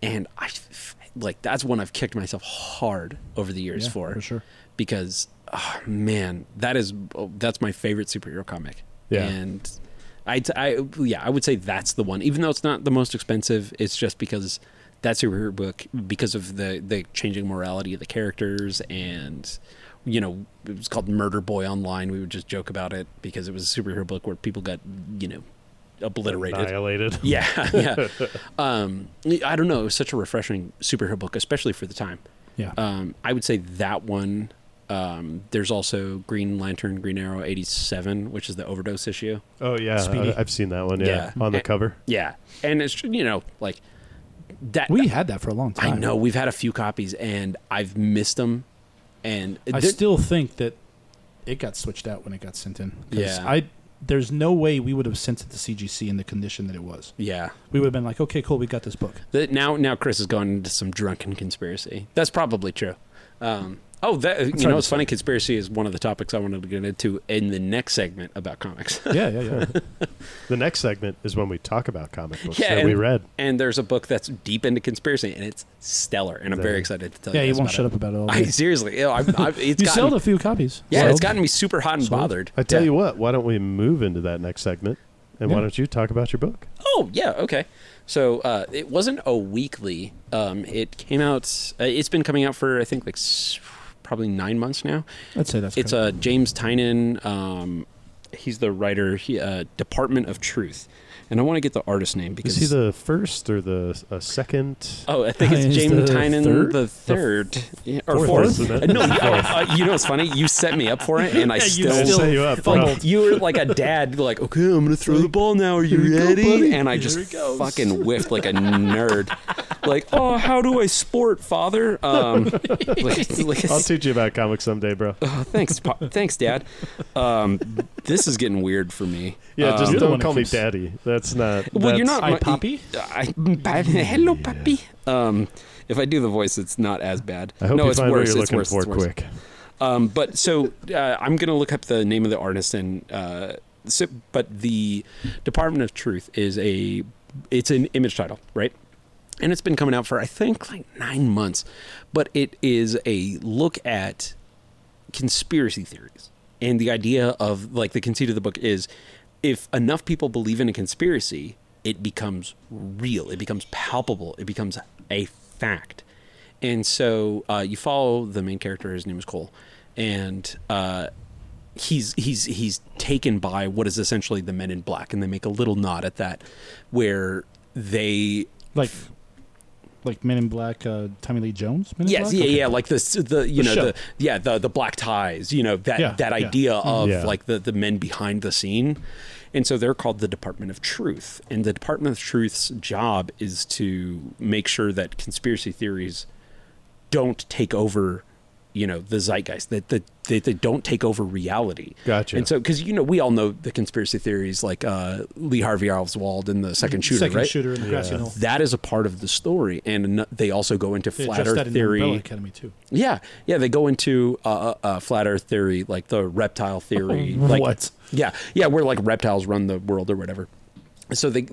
Speaker 3: And I, f- like, that's one I've kicked myself hard over the years
Speaker 2: Yeah,
Speaker 3: for.
Speaker 2: for sure.
Speaker 3: Because, oh, man, that is, oh, that's my favorite superhero comic.
Speaker 1: Yeah.
Speaker 3: And I, I, yeah, I would say that's the one. Even though it's not the most expensive, it's just because that superhero book, because of the the changing morality of the characters, and you know, it was called Murder Boy Online. We would just joke about it because it was a superhero book where people got you know obliterated.
Speaker 1: Annihilated.
Speaker 3: Yeah, yeah. um, I don't know. It was such a refreshing superhero book, especially for the time.
Speaker 2: yeah.
Speaker 3: Um, I would say that one. Um, there's also Green Lantern, Green Arrow 87, which is the overdose issue.
Speaker 1: Oh yeah,
Speaker 2: Speedy.
Speaker 1: I, I've seen that one. Yeah,
Speaker 3: Yeah.
Speaker 1: on the
Speaker 3: Eh.
Speaker 1: cover.
Speaker 3: Yeah, and it's you know like that.
Speaker 2: we had that for a long
Speaker 3: I
Speaker 2: time.
Speaker 3: know we've had a few copies, and I've missed them, and
Speaker 2: I
Speaker 3: there-
Speaker 2: still think that it got switched out when it got sent in. 'Cause
Speaker 3: Yeah.
Speaker 2: I there's no way we would have sent it to CGC in the condition that it was.
Speaker 3: yeah.
Speaker 2: We would have been like, okay, cool, we got this book.
Speaker 3: The, now now Chris is going into some drunken conspiracy. That's probably true. Um, oh, that you know it's funny. Conspiracy is one of the topics I wanted to get into in the next segment about comics.
Speaker 2: Yeah, yeah, yeah.
Speaker 1: The next segment is when we talk about comic books
Speaker 3: Yeah,
Speaker 1: that
Speaker 3: and,
Speaker 1: we read.
Speaker 3: And there's a book that's deep into conspiracy, and it's stellar. And I'm very excited to tell
Speaker 2: Yeah,
Speaker 3: you.
Speaker 2: you
Speaker 3: guys
Speaker 2: won't
Speaker 3: about
Speaker 2: shut up about it all
Speaker 3: I
Speaker 2: day.
Speaker 3: seriously, you know, I've, I've, it's
Speaker 2: You
Speaker 3: gotten,
Speaker 2: sold a few copies.
Speaker 3: Yeah, it's
Speaker 2: Sold.
Speaker 3: gotten me super hot and bothered.
Speaker 1: I tell
Speaker 3: Yeah.
Speaker 1: you what, why don't we move into that next segment? And why
Speaker 2: Yeah.
Speaker 1: don't you talk about your book?
Speaker 3: Oh yeah, okay. So uh, it wasn't a weekly. Um, it came out. Uh, it's been coming out for I think like s- probably nine months now.
Speaker 2: I'd say that's
Speaker 3: It's
Speaker 2: correct.
Speaker 3: uh, James Tynan. Um, he's the writer. He, uh, Department of Truth, and I want to get the artist name because
Speaker 1: Is he the first or the uh, second?
Speaker 3: Oh, I think it's
Speaker 2: Is
Speaker 3: James
Speaker 2: the
Speaker 3: Tynan
Speaker 2: third?
Speaker 3: the third Yeah, or
Speaker 1: fourth,
Speaker 3: fourth.
Speaker 1: isn't it?
Speaker 3: No, you, uh, you know what's funny? You set me up for it, and I
Speaker 2: Yeah, you
Speaker 3: still,
Speaker 1: I set you up, bro.
Speaker 3: like you were like a dad, like okay, I'm gonna throw the ball now. Are you ready? and I just fucking whiffed like a nerd. Like, oh, how do I sport, father? Um, like- like-
Speaker 1: I'll teach you about comics someday, bro.
Speaker 3: oh, thanks, pa- thanks, dad. Um, this is getting weird for me.
Speaker 1: Yeah, just
Speaker 3: Um,
Speaker 2: You're the
Speaker 1: don't
Speaker 2: one that
Speaker 1: call me
Speaker 2: keeps-
Speaker 1: daddy. That's not.
Speaker 3: well, you're
Speaker 1: that's-
Speaker 3: not
Speaker 2: I
Speaker 3: my-
Speaker 2: Poppy?
Speaker 3: I, pa- hello, puppy. Um, if I do the voice, it's not as bad.
Speaker 1: I hope
Speaker 3: no,
Speaker 1: you
Speaker 3: it's
Speaker 1: find
Speaker 3: worse.
Speaker 1: what you're
Speaker 3: it's
Speaker 1: looking
Speaker 3: worse.
Speaker 1: for
Speaker 3: it's worse.
Speaker 1: quick.
Speaker 3: Um, but so uh, I'm gonna look up the name of the artist and uh, so, but the Department of Truth is a it's an image title, right? And it's been coming out for I think like nine months, but it is a look at conspiracy theories. And the idea of like the conceit of the book is if enough people believe in a conspiracy, it becomes real, it becomes palpable, it becomes a fact. And so uh, you follow the main character, his name is Cole, and uh, he's he's he's taken by what is essentially the men in black, and they make a little nod at that where they
Speaker 2: like like Men in Black, uh, Tommy Lee Jones. Men in
Speaker 3: Yes,
Speaker 2: Black?
Speaker 3: yeah,
Speaker 2: Okay.
Speaker 3: yeah, like the s- the you
Speaker 2: The
Speaker 3: know
Speaker 2: show.
Speaker 3: the yeah the the black ties, you know that
Speaker 2: Yeah,
Speaker 3: that
Speaker 2: yeah.
Speaker 3: idea of
Speaker 1: Yeah.
Speaker 3: like the the men behind the scene, and so they're called the Department of Truth, and the Department of Truth's job is to make sure that conspiracy theories don't take over, you know, the zeitgeist that that that they don't take over reality.
Speaker 1: Gotcha.
Speaker 3: And so because you know we all know the conspiracy theories like uh, Lee Harvey Oswald and the second shooter,
Speaker 2: Second
Speaker 3: right?
Speaker 2: shooter in the grassy knoll.
Speaker 3: That is a part of the story, and no- they also go into
Speaker 2: They
Speaker 3: flat
Speaker 2: addressed
Speaker 3: Earth
Speaker 2: that in
Speaker 3: theory.
Speaker 2: Umbrella Academy too.
Speaker 3: Yeah, yeah, they go into uh, uh, flat Earth theory, like the reptile theory. like,
Speaker 2: What?
Speaker 3: Yeah, yeah, where like reptiles run the world or whatever. So they,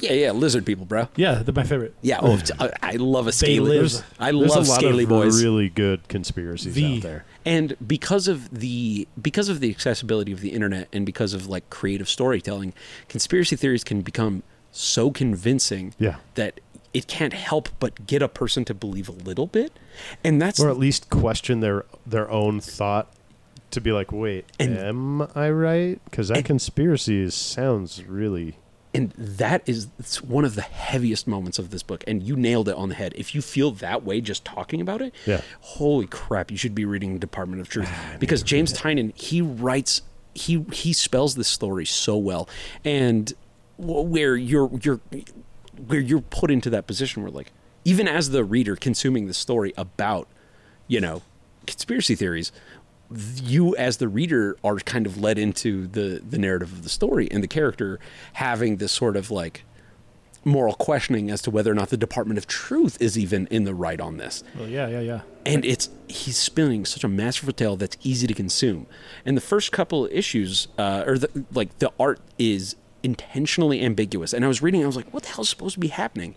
Speaker 3: yeah, yeah, lizard people, bro.
Speaker 2: Yeah, they're my favorite.
Speaker 3: Yeah, oh, it's- I- I love a scaly.
Speaker 2: live.
Speaker 3: I
Speaker 1: There's
Speaker 3: love
Speaker 1: a lot
Speaker 3: scaly
Speaker 1: of
Speaker 3: boys.
Speaker 1: really good conspiracies
Speaker 2: The-
Speaker 1: out there.
Speaker 3: and because of the because of the accessibility of the internet and because of like creative storytelling, conspiracy theories can become so convincing
Speaker 1: Yeah.
Speaker 3: that it can't help but get a person to believe a little bit, and that's
Speaker 1: Or at least question their their own thought to be like, wait,
Speaker 3: And-
Speaker 1: am I right? Because that
Speaker 3: and-
Speaker 1: conspiracy is, sounds really.
Speaker 3: and that is it's one of the heaviest moments of this book and you nailed it on the head if you feel that way just talking about it
Speaker 1: Yeah.
Speaker 3: holy crap you should be reading department of truth because james tynan he writes he he spells this story so well and wh- where you're you're where you're put into that position where like even as the reader consuming the story about you know conspiracy theories you as the reader are kind of led into the the narrative of the story and the character having this sort of like moral questioning as to whether or not the department of truth is even in the right on this
Speaker 2: Well, yeah, yeah, yeah.
Speaker 3: and it's he's spinning such a masterful tale that's easy to consume. And the first couple of issues, uh, or the, like the art is intentionally ambiguous. And I was reading, I was like, what the hell's supposed to be happening?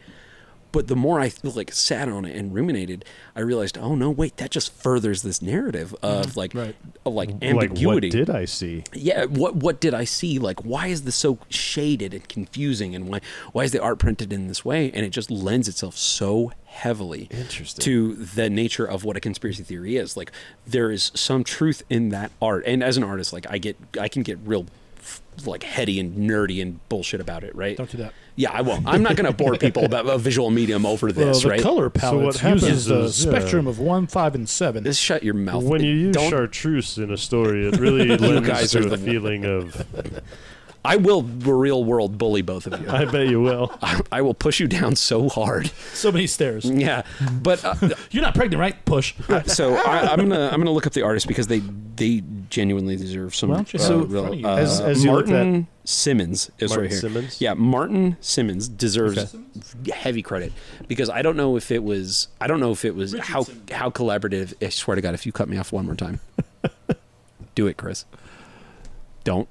Speaker 3: But the more I like sat on it and ruminated, I realized, oh no, wait, that just furthers this narrative of like,
Speaker 2: right.
Speaker 3: of like
Speaker 1: Like,
Speaker 3: ambiguity.
Speaker 1: what did I see?
Speaker 3: yeah, what what did I see? Like, why is this so shaded and confusing? And why why is the art printed in this way? And it just lends itself so heavily
Speaker 1: Interesting.
Speaker 3: to the nature of what a conspiracy theory is. Like, there is some truth in that art. And as an artist, like I get I can get real like heady and nerdy and bullshit about it, right?
Speaker 2: Don't do that.
Speaker 3: Yeah, I won't. I'm not going to bore people about a visual medium over
Speaker 2: Well,
Speaker 3: this,
Speaker 2: the
Speaker 3: right?
Speaker 2: color palette
Speaker 1: what happens
Speaker 2: uses the
Speaker 1: is, yeah.
Speaker 2: spectrum of one, five, and seven.
Speaker 3: Just shut your mouth.
Speaker 1: When you use
Speaker 3: Don't-
Speaker 1: chartreuse in a story, it really lends
Speaker 3: guys
Speaker 1: to
Speaker 3: are
Speaker 1: the
Speaker 3: the-
Speaker 1: feeling of.
Speaker 3: I will real world bully both of you.
Speaker 1: I bet you will.
Speaker 3: I, I will push you down so hard.
Speaker 2: so many stairs.
Speaker 3: Yeah, but uh,
Speaker 2: You're not pregnant, right? Push.
Speaker 3: so I, I'm gonna I'm gonna look up the artist because they they genuinely deserve some.
Speaker 2: Why don't you
Speaker 3: uh,
Speaker 2: have it in
Speaker 3: real-
Speaker 2: front of you?
Speaker 3: uh,
Speaker 1: As- as you look
Speaker 3: Martin Simmons is
Speaker 1: Martin
Speaker 3: right here.
Speaker 1: Simmons?
Speaker 3: Yeah, Martin Simmons deserves heavy credit because I don't know if it was I don't know if it was how how collaborative. I swear to God, if you cut me off one more time, do it, Chris. Don't.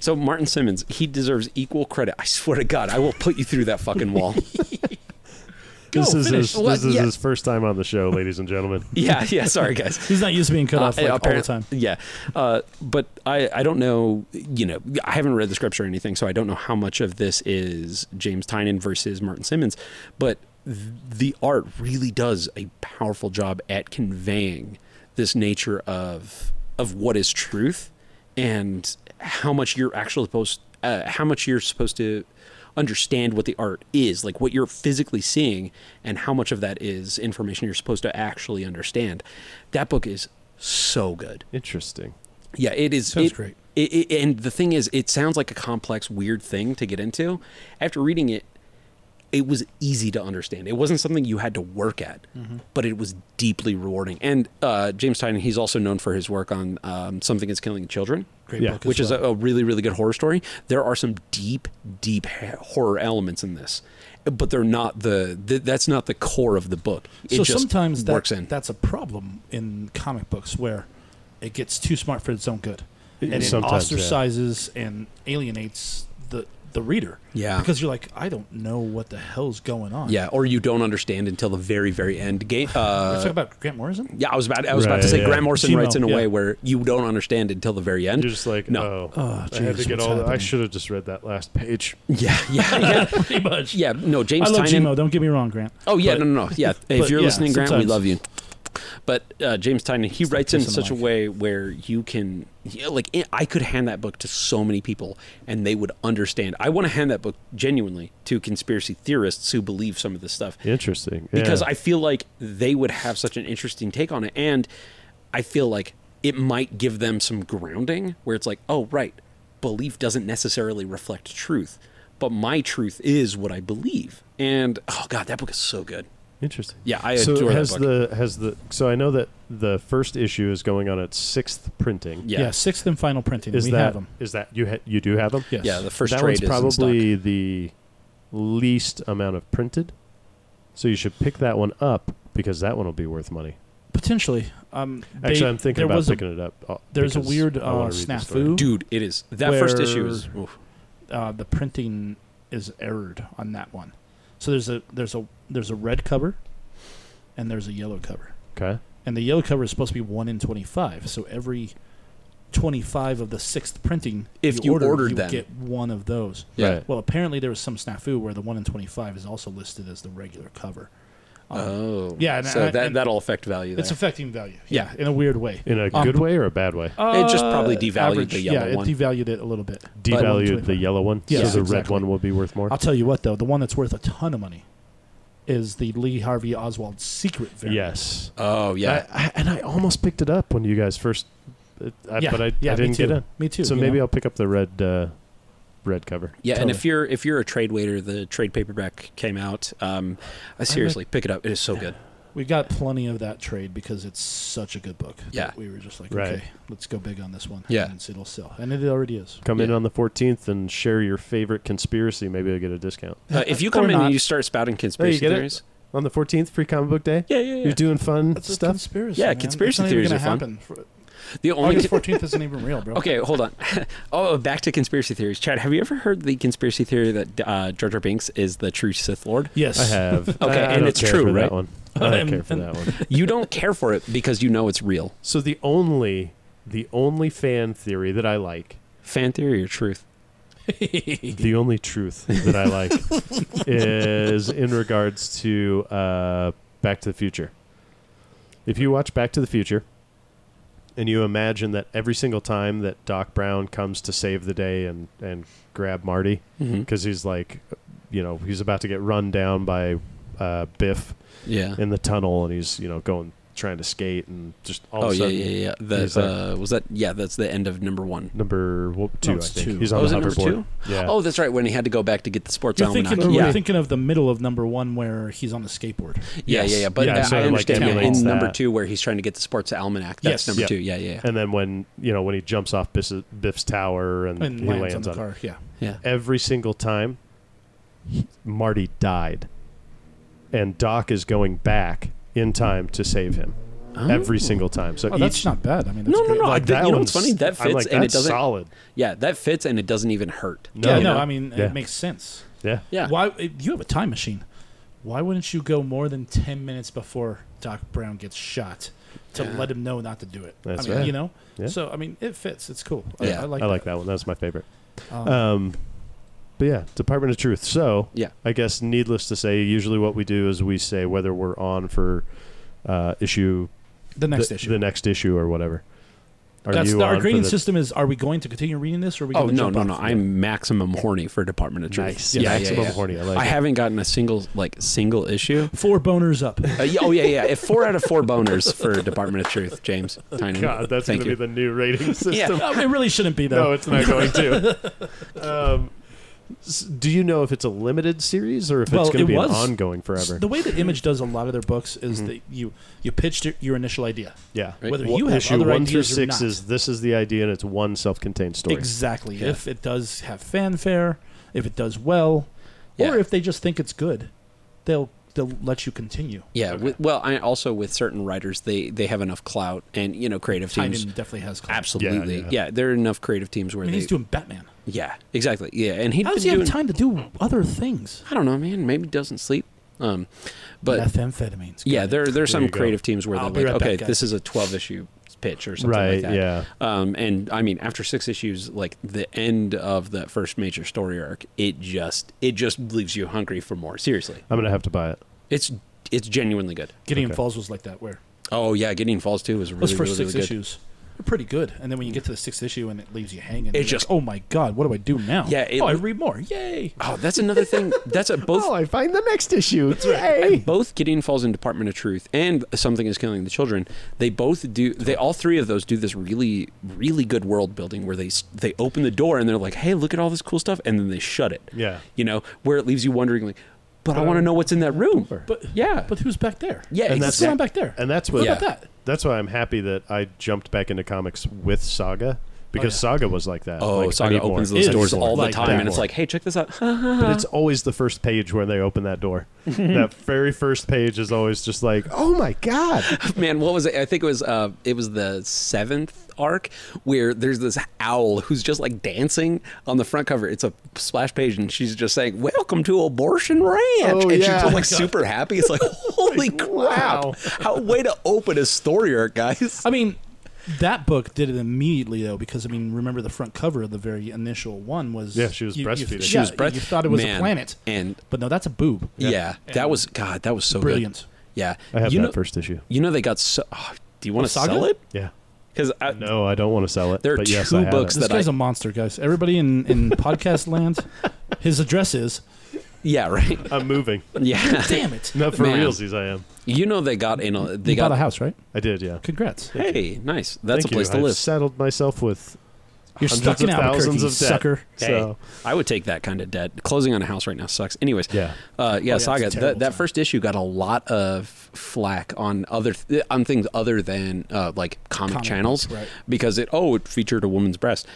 Speaker 3: So Martin Simmons, he deserves equal credit. I swear to God, I will put you through that fucking wall.
Speaker 1: this
Speaker 3: Go,
Speaker 1: is
Speaker 3: finish.
Speaker 1: his,
Speaker 3: What?
Speaker 1: this is
Speaker 3: Yeah.
Speaker 1: his first time on the show, ladies and gentlemen.
Speaker 3: yeah, yeah. Sorry, guys.
Speaker 2: He's not used to being cut off
Speaker 3: Uh,
Speaker 2: like, all the
Speaker 3: apparent-
Speaker 2: time.
Speaker 3: Yeah, uh, but I, I don't know. You know, I haven't read the scripts or anything, so I don't know how much of this is James Tynan versus Martin Simmons. But th- the art really does a powerful job at conveying this nature of of what is truth and how much you're actually supposed uh, how much you're supposed to understand what the art is like what you're physically seeing and how much of that is information you're supposed to actually understand that book is so good
Speaker 1: Interesting.
Speaker 3: yeah it is
Speaker 2: Sounds
Speaker 3: it-
Speaker 2: great.
Speaker 3: it, it, and the thing is it sounds like a complex weird thing to get into after reading it it was easy to understand. It wasn't something you had to work at,
Speaker 2: Mm-hmm.
Speaker 3: but it was deeply rewarding. And uh, James Tynan, he's also known for his work on um, Something is Killing Children,
Speaker 2: Great
Speaker 1: Yeah.
Speaker 2: book.
Speaker 3: which is
Speaker 2: well.
Speaker 3: a, a really, really good horror story. There are some deep, deep ha- horror elements in this, but they're not the, th- that's not the core of the book. It
Speaker 2: so
Speaker 3: just
Speaker 2: sometimes that,
Speaker 3: works in.
Speaker 2: that's a problem in comic books where it gets too smart for its own good and it
Speaker 1: Sometimes, yeah.
Speaker 2: ostracizes and alienates the the reader
Speaker 3: Yeah.
Speaker 2: because you're like i don't know what the hell's going on
Speaker 3: yeah, or you don't understand until the very, very end. Game,
Speaker 2: let's
Speaker 3: uh,
Speaker 2: talk about grant morrison
Speaker 3: yeah, I was about I was about
Speaker 1: Right,
Speaker 3: to say
Speaker 1: yeah.
Speaker 3: Grant Morrison
Speaker 2: Gmo,
Speaker 3: writes in a
Speaker 1: yeah.
Speaker 3: way where you don't understand until the very end.
Speaker 1: You're just like,
Speaker 3: No.
Speaker 1: no.
Speaker 2: Oh,
Speaker 1: I had
Speaker 2: jeez,
Speaker 1: to get
Speaker 2: what's
Speaker 1: all. The, I
Speaker 2: happening?
Speaker 1: should have just read that last page.
Speaker 3: yeah, yeah, yeah,
Speaker 2: pretty much
Speaker 3: yeah. No, James
Speaker 2: i love
Speaker 3: Tynan.
Speaker 2: gmo don't get me wrong grant
Speaker 3: Oh yeah,
Speaker 2: But-
Speaker 3: no, no, no. Yeah, if
Speaker 2: but
Speaker 3: you're
Speaker 2: yeah,
Speaker 3: listening, Grant, we
Speaker 2: sometimes.
Speaker 3: love you. But uh, James Tynan, he
Speaker 2: It's the
Speaker 3: writes in
Speaker 2: kiss of
Speaker 3: such a
Speaker 2: life.
Speaker 3: way where you can, yeah, like, it, I could hand that book to so many people and they would understand. I want to hand that book genuinely to conspiracy theorists who believe some of this stuff
Speaker 1: Interesting.
Speaker 3: because
Speaker 1: yeah.
Speaker 3: I feel like they would have such an interesting take on it, and I feel like it might give them some grounding where it's like, oh right, belief doesn't necessarily reflect truth, but my truth is what I believe, and oh god, that book is so good.
Speaker 1: Interesting.
Speaker 3: Yeah, I
Speaker 1: so
Speaker 3: adore
Speaker 1: has
Speaker 3: that book.
Speaker 1: the has the so I know that the first issue is going on its sixth printing.
Speaker 3: yeah,
Speaker 2: yeah, sixth and final printing
Speaker 1: Is
Speaker 2: we
Speaker 1: that
Speaker 2: have them
Speaker 1: is that you ha- you do have them?
Speaker 2: yes
Speaker 3: yeah. The first
Speaker 1: that
Speaker 3: trade
Speaker 1: one's
Speaker 3: is in stock.
Speaker 1: probably the least amount of printed. So you should pick that one up because that one will be worth money.
Speaker 2: potentially um they-
Speaker 1: Actually, I'm thinking
Speaker 2: there
Speaker 1: about
Speaker 2: was a-
Speaker 1: picking it up. uh,
Speaker 2: there's a
Speaker 1: because
Speaker 2: weird,
Speaker 1: I wanna
Speaker 2: uh,
Speaker 1: read the
Speaker 2: snafu.
Speaker 1: story.
Speaker 3: dude. It is that first issue
Speaker 2: Where-
Speaker 3: is. oof.
Speaker 2: uh, the printing is errored on that one. So there's a there's a there's a red cover, and there's a yellow cover,
Speaker 1: Okay.
Speaker 2: and the yellow cover is supposed to be one in twenty five. So every twenty five of the sixth printing,
Speaker 3: If you ordered
Speaker 2: you
Speaker 3: them.
Speaker 2: get one of those.
Speaker 3: Yeah.
Speaker 1: Right.
Speaker 2: Well, apparently there was some snafu where the one in twenty five is also listed as the regular cover.
Speaker 3: Oh,
Speaker 2: Yeah, and
Speaker 3: So
Speaker 2: I-
Speaker 3: that
Speaker 2: and-
Speaker 3: that'll affect value. There.
Speaker 2: It's affecting value,
Speaker 3: Yeah.
Speaker 2: in a weird way.
Speaker 1: In a
Speaker 2: Um,
Speaker 1: good way or a bad way?
Speaker 3: It just probably
Speaker 2: Uh,
Speaker 3: devalued the yellow
Speaker 2: yeah,
Speaker 3: one.
Speaker 2: it devalued it a little bit.
Speaker 1: Devalued the
Speaker 2: 125.
Speaker 1: yellow one, so
Speaker 2: Yes,
Speaker 1: the red
Speaker 2: exactly.
Speaker 1: one will be worth more.
Speaker 2: I'll tell you what, though, the one that's worth a ton of money is the Lee Harvey Oswald secret variant.
Speaker 1: Yes.
Speaker 3: oh yeah,
Speaker 1: I, I, and I almost picked it up when you guys first, uh, I,
Speaker 2: Yeah,
Speaker 1: but I,
Speaker 2: yeah,
Speaker 1: I
Speaker 2: me
Speaker 1: didn't get
Speaker 2: too.
Speaker 1: in.
Speaker 2: Me too.
Speaker 1: So maybe I'll pick up the red, uh, red cover.
Speaker 3: Yeah, and if
Speaker 2: Totally.
Speaker 3: you're if you're a trade waiter, the trade paperback came out. Um, I seriously pick it up. It is so good.
Speaker 2: we got plenty of that trade because it's such a good book. that
Speaker 3: Yeah.
Speaker 2: we were just like,
Speaker 1: Right.
Speaker 2: okay, let's go big on this one.
Speaker 3: Yeah.
Speaker 2: and it'll sell, and it already is.
Speaker 1: Come in
Speaker 3: Yeah.
Speaker 1: on the 14th and share your favorite conspiracy. Maybe I'll get a discount.
Speaker 3: Uh, if you
Speaker 2: Or
Speaker 3: come in
Speaker 2: not.
Speaker 3: and you start spouting conspiracy
Speaker 1: get it?
Speaker 3: theories,
Speaker 1: On the 14th, free comic book day?
Speaker 3: yeah, yeah, yeah.
Speaker 1: You're doing fun
Speaker 2: That's a
Speaker 1: stuff?
Speaker 2: conspiracy.
Speaker 3: Yeah,
Speaker 2: man.
Speaker 3: conspiracy
Speaker 2: It's not even
Speaker 3: theories
Speaker 2: gonna
Speaker 3: are
Speaker 2: happen.
Speaker 3: fun.
Speaker 2: For-
Speaker 3: the only
Speaker 2: August fourteenth isn't even real, bro.
Speaker 3: okay, hold on. oh, back to conspiracy theories. Chad, have you ever heard the conspiracy theory that uh, Jar Jar Binks is the true Sith Lord?
Speaker 2: Yes,
Speaker 1: I have. okay,
Speaker 3: and it's true,
Speaker 1: for
Speaker 3: right?
Speaker 1: That one. I don't
Speaker 2: Um,
Speaker 1: care for
Speaker 2: and-
Speaker 1: that one.
Speaker 3: You don't care for it because you know it's real.
Speaker 1: So the only, the only fan theory that I like,
Speaker 3: Fan theory or truth?
Speaker 1: the only truth that I like, is in regards to uh, Back to the Future. If you watch Back to the Future, and you imagine that every single time that Doc Brown comes to save the day and and grab Marty,
Speaker 3: Mm-hmm.
Speaker 1: because he's like, you know, he's about to get run down by uh, Biff
Speaker 3: Yeah.
Speaker 1: in the tunnel, and he's you know going trying to skate and just all
Speaker 3: Oh
Speaker 1: of a
Speaker 3: yeah,
Speaker 1: sudden
Speaker 3: yeah, yeah.
Speaker 1: he's
Speaker 3: That
Speaker 1: like-
Speaker 3: uh, was that. Yeah, that's the end of number one.
Speaker 1: number well, two, I
Speaker 2: it's
Speaker 1: think
Speaker 2: two.
Speaker 1: he's
Speaker 3: Oh,
Speaker 1: on
Speaker 3: is
Speaker 1: the
Speaker 3: it number
Speaker 1: hoverboard.
Speaker 3: two?
Speaker 1: Yeah,
Speaker 3: Oh, that's right. When he had to go back to get the sports
Speaker 2: You're thinking,
Speaker 3: almanac.
Speaker 2: you're
Speaker 3: Yeah.
Speaker 2: thinking of the middle of number one where he's on the skateboard.
Speaker 3: Yeah,
Speaker 2: Yes.
Speaker 3: yeah, yeah. But
Speaker 1: Yeah,
Speaker 3: I-
Speaker 1: so it,
Speaker 3: I
Speaker 1: like,
Speaker 3: understand yeah,
Speaker 1: emulates
Speaker 3: in number
Speaker 1: that.
Speaker 3: two where he's trying to get the sports almanac.
Speaker 2: Yes.
Speaker 3: That's number
Speaker 1: Yeah.
Speaker 3: two. Yeah, yeah, yeah.
Speaker 1: and then when you know when he jumps off Biff's, Biff's tower and,
Speaker 2: and
Speaker 1: he
Speaker 2: lands,
Speaker 1: lands,
Speaker 2: on
Speaker 1: on,
Speaker 2: the car. Yeah,
Speaker 3: yeah.
Speaker 1: every single time, Marty died, and Doc is going back in time to save him. every single time. So
Speaker 2: Oh,
Speaker 1: each
Speaker 2: that's not bad. I mean, that's
Speaker 3: No, no,
Speaker 2: great.
Speaker 3: no.
Speaker 1: like,
Speaker 3: I- that- you know what's
Speaker 1: one's-
Speaker 3: funny? That
Speaker 1: I'm
Speaker 3: fits
Speaker 1: like,
Speaker 3: and it
Speaker 1: that's
Speaker 3: doesn't-
Speaker 1: solid.
Speaker 3: Yeah, that fits and it doesn't even hurt.
Speaker 1: No.
Speaker 2: yeah,
Speaker 1: you
Speaker 2: no.
Speaker 1: know?
Speaker 2: I mean,
Speaker 1: Yeah.
Speaker 2: it makes sense.
Speaker 1: Yeah.
Speaker 3: Yeah.
Speaker 2: Why if you have a time machine? Why wouldn't you go more than ten minutes before Doc Brown gets shot to
Speaker 3: Yeah.
Speaker 2: let him know not to do it?
Speaker 1: That's
Speaker 2: I mean,
Speaker 1: right.
Speaker 2: You know.
Speaker 1: Yeah.
Speaker 2: So I mean, it fits. It's cool.
Speaker 3: Yeah.
Speaker 2: I, I like.
Speaker 1: I like that one. That was my favorite.
Speaker 2: that. Um,
Speaker 1: Um, but yeah, Department of Truth. So
Speaker 3: Yeah.
Speaker 1: I guess needless to say, usually what we do is we say whether we're on for uh, issue
Speaker 2: the next
Speaker 1: the,
Speaker 2: issue.
Speaker 1: the next issue or whatever. Are
Speaker 2: That's
Speaker 1: you
Speaker 2: the,
Speaker 1: on
Speaker 2: our
Speaker 1: for
Speaker 2: grading
Speaker 1: the-
Speaker 2: system is: Are we going to continue reading this, or are we?
Speaker 3: Oh
Speaker 2: gonna
Speaker 3: no,
Speaker 2: jump
Speaker 3: no,
Speaker 2: off?
Speaker 3: no! I'm maximum horny for Department of Truth.
Speaker 1: Nice. Yeah, maximum horny. I like it.
Speaker 3: haven't gotten a single like single issue.
Speaker 2: Four boners up.
Speaker 3: Uh, yeah, oh yeah, yeah. If four out of four boners for Department of Truth, James. Tiny.
Speaker 1: God, that's
Speaker 3: Thank
Speaker 1: going to be the new rating system.
Speaker 3: Yeah.
Speaker 2: Oh, it really shouldn't be though.
Speaker 1: No, it's not going to. um, s- do you know if it's a limited series or if
Speaker 2: Well,
Speaker 1: it's going
Speaker 2: it
Speaker 1: to be
Speaker 2: was.
Speaker 1: an ongoing forever?
Speaker 2: the way that Image does a lot of their books is
Speaker 3: Mm-hmm.
Speaker 2: that you you pitched your- your initial idea,
Speaker 1: yeah.
Speaker 3: Right.
Speaker 2: whether
Speaker 3: Well,
Speaker 2: you have
Speaker 1: issue
Speaker 2: other
Speaker 1: one through
Speaker 2: ideas or
Speaker 1: six
Speaker 2: not.
Speaker 1: is this is the idea and it's one self-contained story.
Speaker 2: Exactly.
Speaker 3: Yeah.
Speaker 2: If it does have fanfare, if it does well,
Speaker 3: Yeah.
Speaker 2: or if they just think it's good, they'll they'll let you continue.
Speaker 3: Yeah. With, well, I also with certain writers, they they have enough clout and you know creative teams.
Speaker 2: Tynan definitely has. Clout.
Speaker 3: Absolutely. Yeah,
Speaker 1: Yeah, yeah.
Speaker 3: there are enough creative teams
Speaker 2: I
Speaker 3: where
Speaker 2: mean,
Speaker 3: they.
Speaker 2: he's doing Batman.
Speaker 3: yeah. Exactly. Yeah, and he.
Speaker 2: How does he have time to do other things?
Speaker 3: I don't know, man. Maybe doesn't sleep. Um, but
Speaker 2: Methamphetamines.
Speaker 3: yeah,
Speaker 2: Got it.
Speaker 3: there there are
Speaker 1: you
Speaker 3: some
Speaker 1: go.
Speaker 3: creative teams where
Speaker 2: I'll
Speaker 3: they're
Speaker 2: be
Speaker 3: like,
Speaker 2: right back,
Speaker 3: okay,
Speaker 2: guys.
Speaker 3: this is a twelve issue pitch or something
Speaker 1: Right.
Speaker 3: like that.
Speaker 1: yeah.
Speaker 3: Um, and I mean, after six issues, like the end of that first major story arc, it just it just leaves you hungry for more. Seriously,
Speaker 1: I'm going to have to buy it.
Speaker 3: it's it's genuinely good.
Speaker 2: Gideon
Speaker 1: Okay.
Speaker 2: Falls was like that. Where
Speaker 3: Oh yeah, Gideon Falls too is really
Speaker 2: those first
Speaker 3: really,
Speaker 2: six
Speaker 3: really good.
Speaker 2: issues are pretty good, and then when you get to the sixth issue and it leaves you hanging,
Speaker 3: It's
Speaker 2: you're like,
Speaker 3: just-
Speaker 2: oh my god, what do I do now?
Speaker 3: Yeah, it
Speaker 2: oh, I
Speaker 3: was-
Speaker 2: read more. Yay.
Speaker 3: Oh, that's another thing. That's a both.
Speaker 2: Oh,
Speaker 1: Oh, I find the next issue.
Speaker 3: And both Gideon Falls and Department of Truth and Something is Killing the Children, they both do, they all three of those do this really, really good world building where they s- they open the door and they're like, hey, look at all this cool stuff. And then they shut it.
Speaker 1: Yeah. Uh,
Speaker 3: You know, where it leaves you wondering, like, but I want to know what's in that room.
Speaker 2: But
Speaker 3: yeah.
Speaker 2: but who's back there?
Speaker 3: yeah.
Speaker 1: and
Speaker 2: what's
Speaker 1: that's-
Speaker 2: going
Speaker 3: exact-
Speaker 2: on back there?
Speaker 1: And that's what
Speaker 2: what about that?
Speaker 1: that's why I'm happy that I jumped back into comics with Saga because
Speaker 2: yeah.
Speaker 1: Saga was like that.
Speaker 3: Oh,
Speaker 1: like, I
Speaker 3: Saga
Speaker 1: need more.
Speaker 3: opens those
Speaker 2: It
Speaker 3: doors
Speaker 2: is
Speaker 3: all the
Speaker 1: like
Speaker 3: time,
Speaker 1: that.
Speaker 3: and it's like, "Hey, check this out!"
Speaker 2: Uh-huh.
Speaker 1: but it's always the first page where they open that door. that very first page is always just like, oh my god.
Speaker 3: Man, what was it? I think it was uh, it was the seventh arc where there's this owl who's just like dancing on the front cover. It's a splash page, and she's just saying, "Welcome to Abortion Ranch,"
Speaker 1: Oh,
Speaker 3: and
Speaker 1: yeah.
Speaker 3: she's like super happy. It's like, holy crap!
Speaker 1: wow.
Speaker 3: How way to open a story arc, guys.
Speaker 2: I mean, that book did it immediately though, because I mean, remember the front cover of the very initial one was
Speaker 1: Yeah, she was breastfeeding.
Speaker 2: She
Speaker 1: She
Speaker 2: yeah,
Speaker 3: was breast-
Speaker 2: You thought it was
Speaker 3: Man,
Speaker 2: a planet,
Speaker 3: and-
Speaker 2: but no, that's a boob.
Speaker 3: Yeah, that was God. That was so good.
Speaker 2: Brilliant.
Speaker 3: Yeah,
Speaker 1: I have
Speaker 3: you
Speaker 1: that
Speaker 3: know,
Speaker 1: first issue.
Speaker 3: You know they got so. Oh, do you want to
Speaker 2: Saga?
Speaker 3: sell it?
Speaker 1: Yeah.
Speaker 3: Because
Speaker 1: No, I don't want to sell it.
Speaker 3: There are
Speaker 1: but yes,
Speaker 3: two
Speaker 1: I have
Speaker 3: books
Speaker 1: it.
Speaker 2: This
Speaker 3: that
Speaker 2: guy's
Speaker 3: I-
Speaker 2: a monster, guys. Everybody in in podcast land, his address is.
Speaker 3: yeah, right.
Speaker 1: I'm moving.
Speaker 3: Yeah,
Speaker 2: Damn it!
Speaker 1: Not for
Speaker 3: Man.
Speaker 1: realsies, I am.
Speaker 3: you know they got in. A, they
Speaker 2: you
Speaker 3: got
Speaker 2: bought a house, right?
Speaker 1: I did, yeah.
Speaker 2: Congrats.
Speaker 3: Hey, nice. That's
Speaker 1: Thank
Speaker 3: a place
Speaker 1: you.
Speaker 3: to
Speaker 1: I've
Speaker 3: live.
Speaker 1: Saddled myself with
Speaker 2: You're
Speaker 1: hundreds
Speaker 2: stuck in
Speaker 1: of
Speaker 2: Albuquerque,
Speaker 1: thousands
Speaker 2: you
Speaker 1: of debt.
Speaker 2: sucker.
Speaker 1: So
Speaker 3: I would take that kind of debt. Closing on a house right now sucks. Anyways,
Speaker 1: Yeah.
Speaker 3: uh, yeah,
Speaker 2: yeah, it's a
Speaker 3: Saga.
Speaker 2: terrible
Speaker 3: That, that
Speaker 2: time.
Speaker 3: first issue got a lot of flack on other th- on things other than uh, like comic,
Speaker 2: Comic
Speaker 3: channels
Speaker 2: books, right. Uh-huh.
Speaker 3: because it oh it featured a woman's breast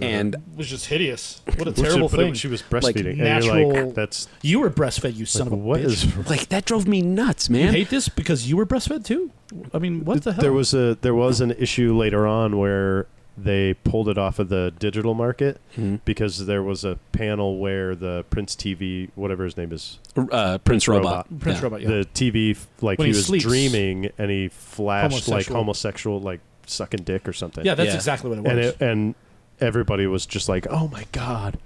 Speaker 3: and
Speaker 2: It was just hideous. What a
Speaker 1: Well, she-
Speaker 2: terrible
Speaker 1: but it-
Speaker 2: thing.
Speaker 1: She was breastfeeding. and you're
Speaker 2: natural-
Speaker 1: like, that's
Speaker 2: You were breastfed, you son of a
Speaker 1: what
Speaker 2: bitch.
Speaker 1: is
Speaker 3: like that drove me nuts,
Speaker 2: you
Speaker 3: man.
Speaker 2: hate this because you were breastfed too? I mean, what the hell?
Speaker 1: There was a there was an issue later on where they pulled it off of the digital market
Speaker 3: Mm-hmm.
Speaker 1: because there was a panel where the Prince TV, whatever his name is,
Speaker 3: uh, Prince Robot.
Speaker 1: Robot.
Speaker 2: Prince
Speaker 3: Yeah.
Speaker 2: Robot. Oh, Yeah.
Speaker 1: the TV f- like
Speaker 2: When
Speaker 1: he,
Speaker 2: he
Speaker 1: was
Speaker 2: sleeps.
Speaker 1: dreaming and he flashed like
Speaker 2: Homosexual.
Speaker 1: homosexual like sucking dick or something.
Speaker 2: yeah, that's
Speaker 3: Yeah.
Speaker 2: exactly what it was.
Speaker 1: and it, and everybody was just like, oh my god,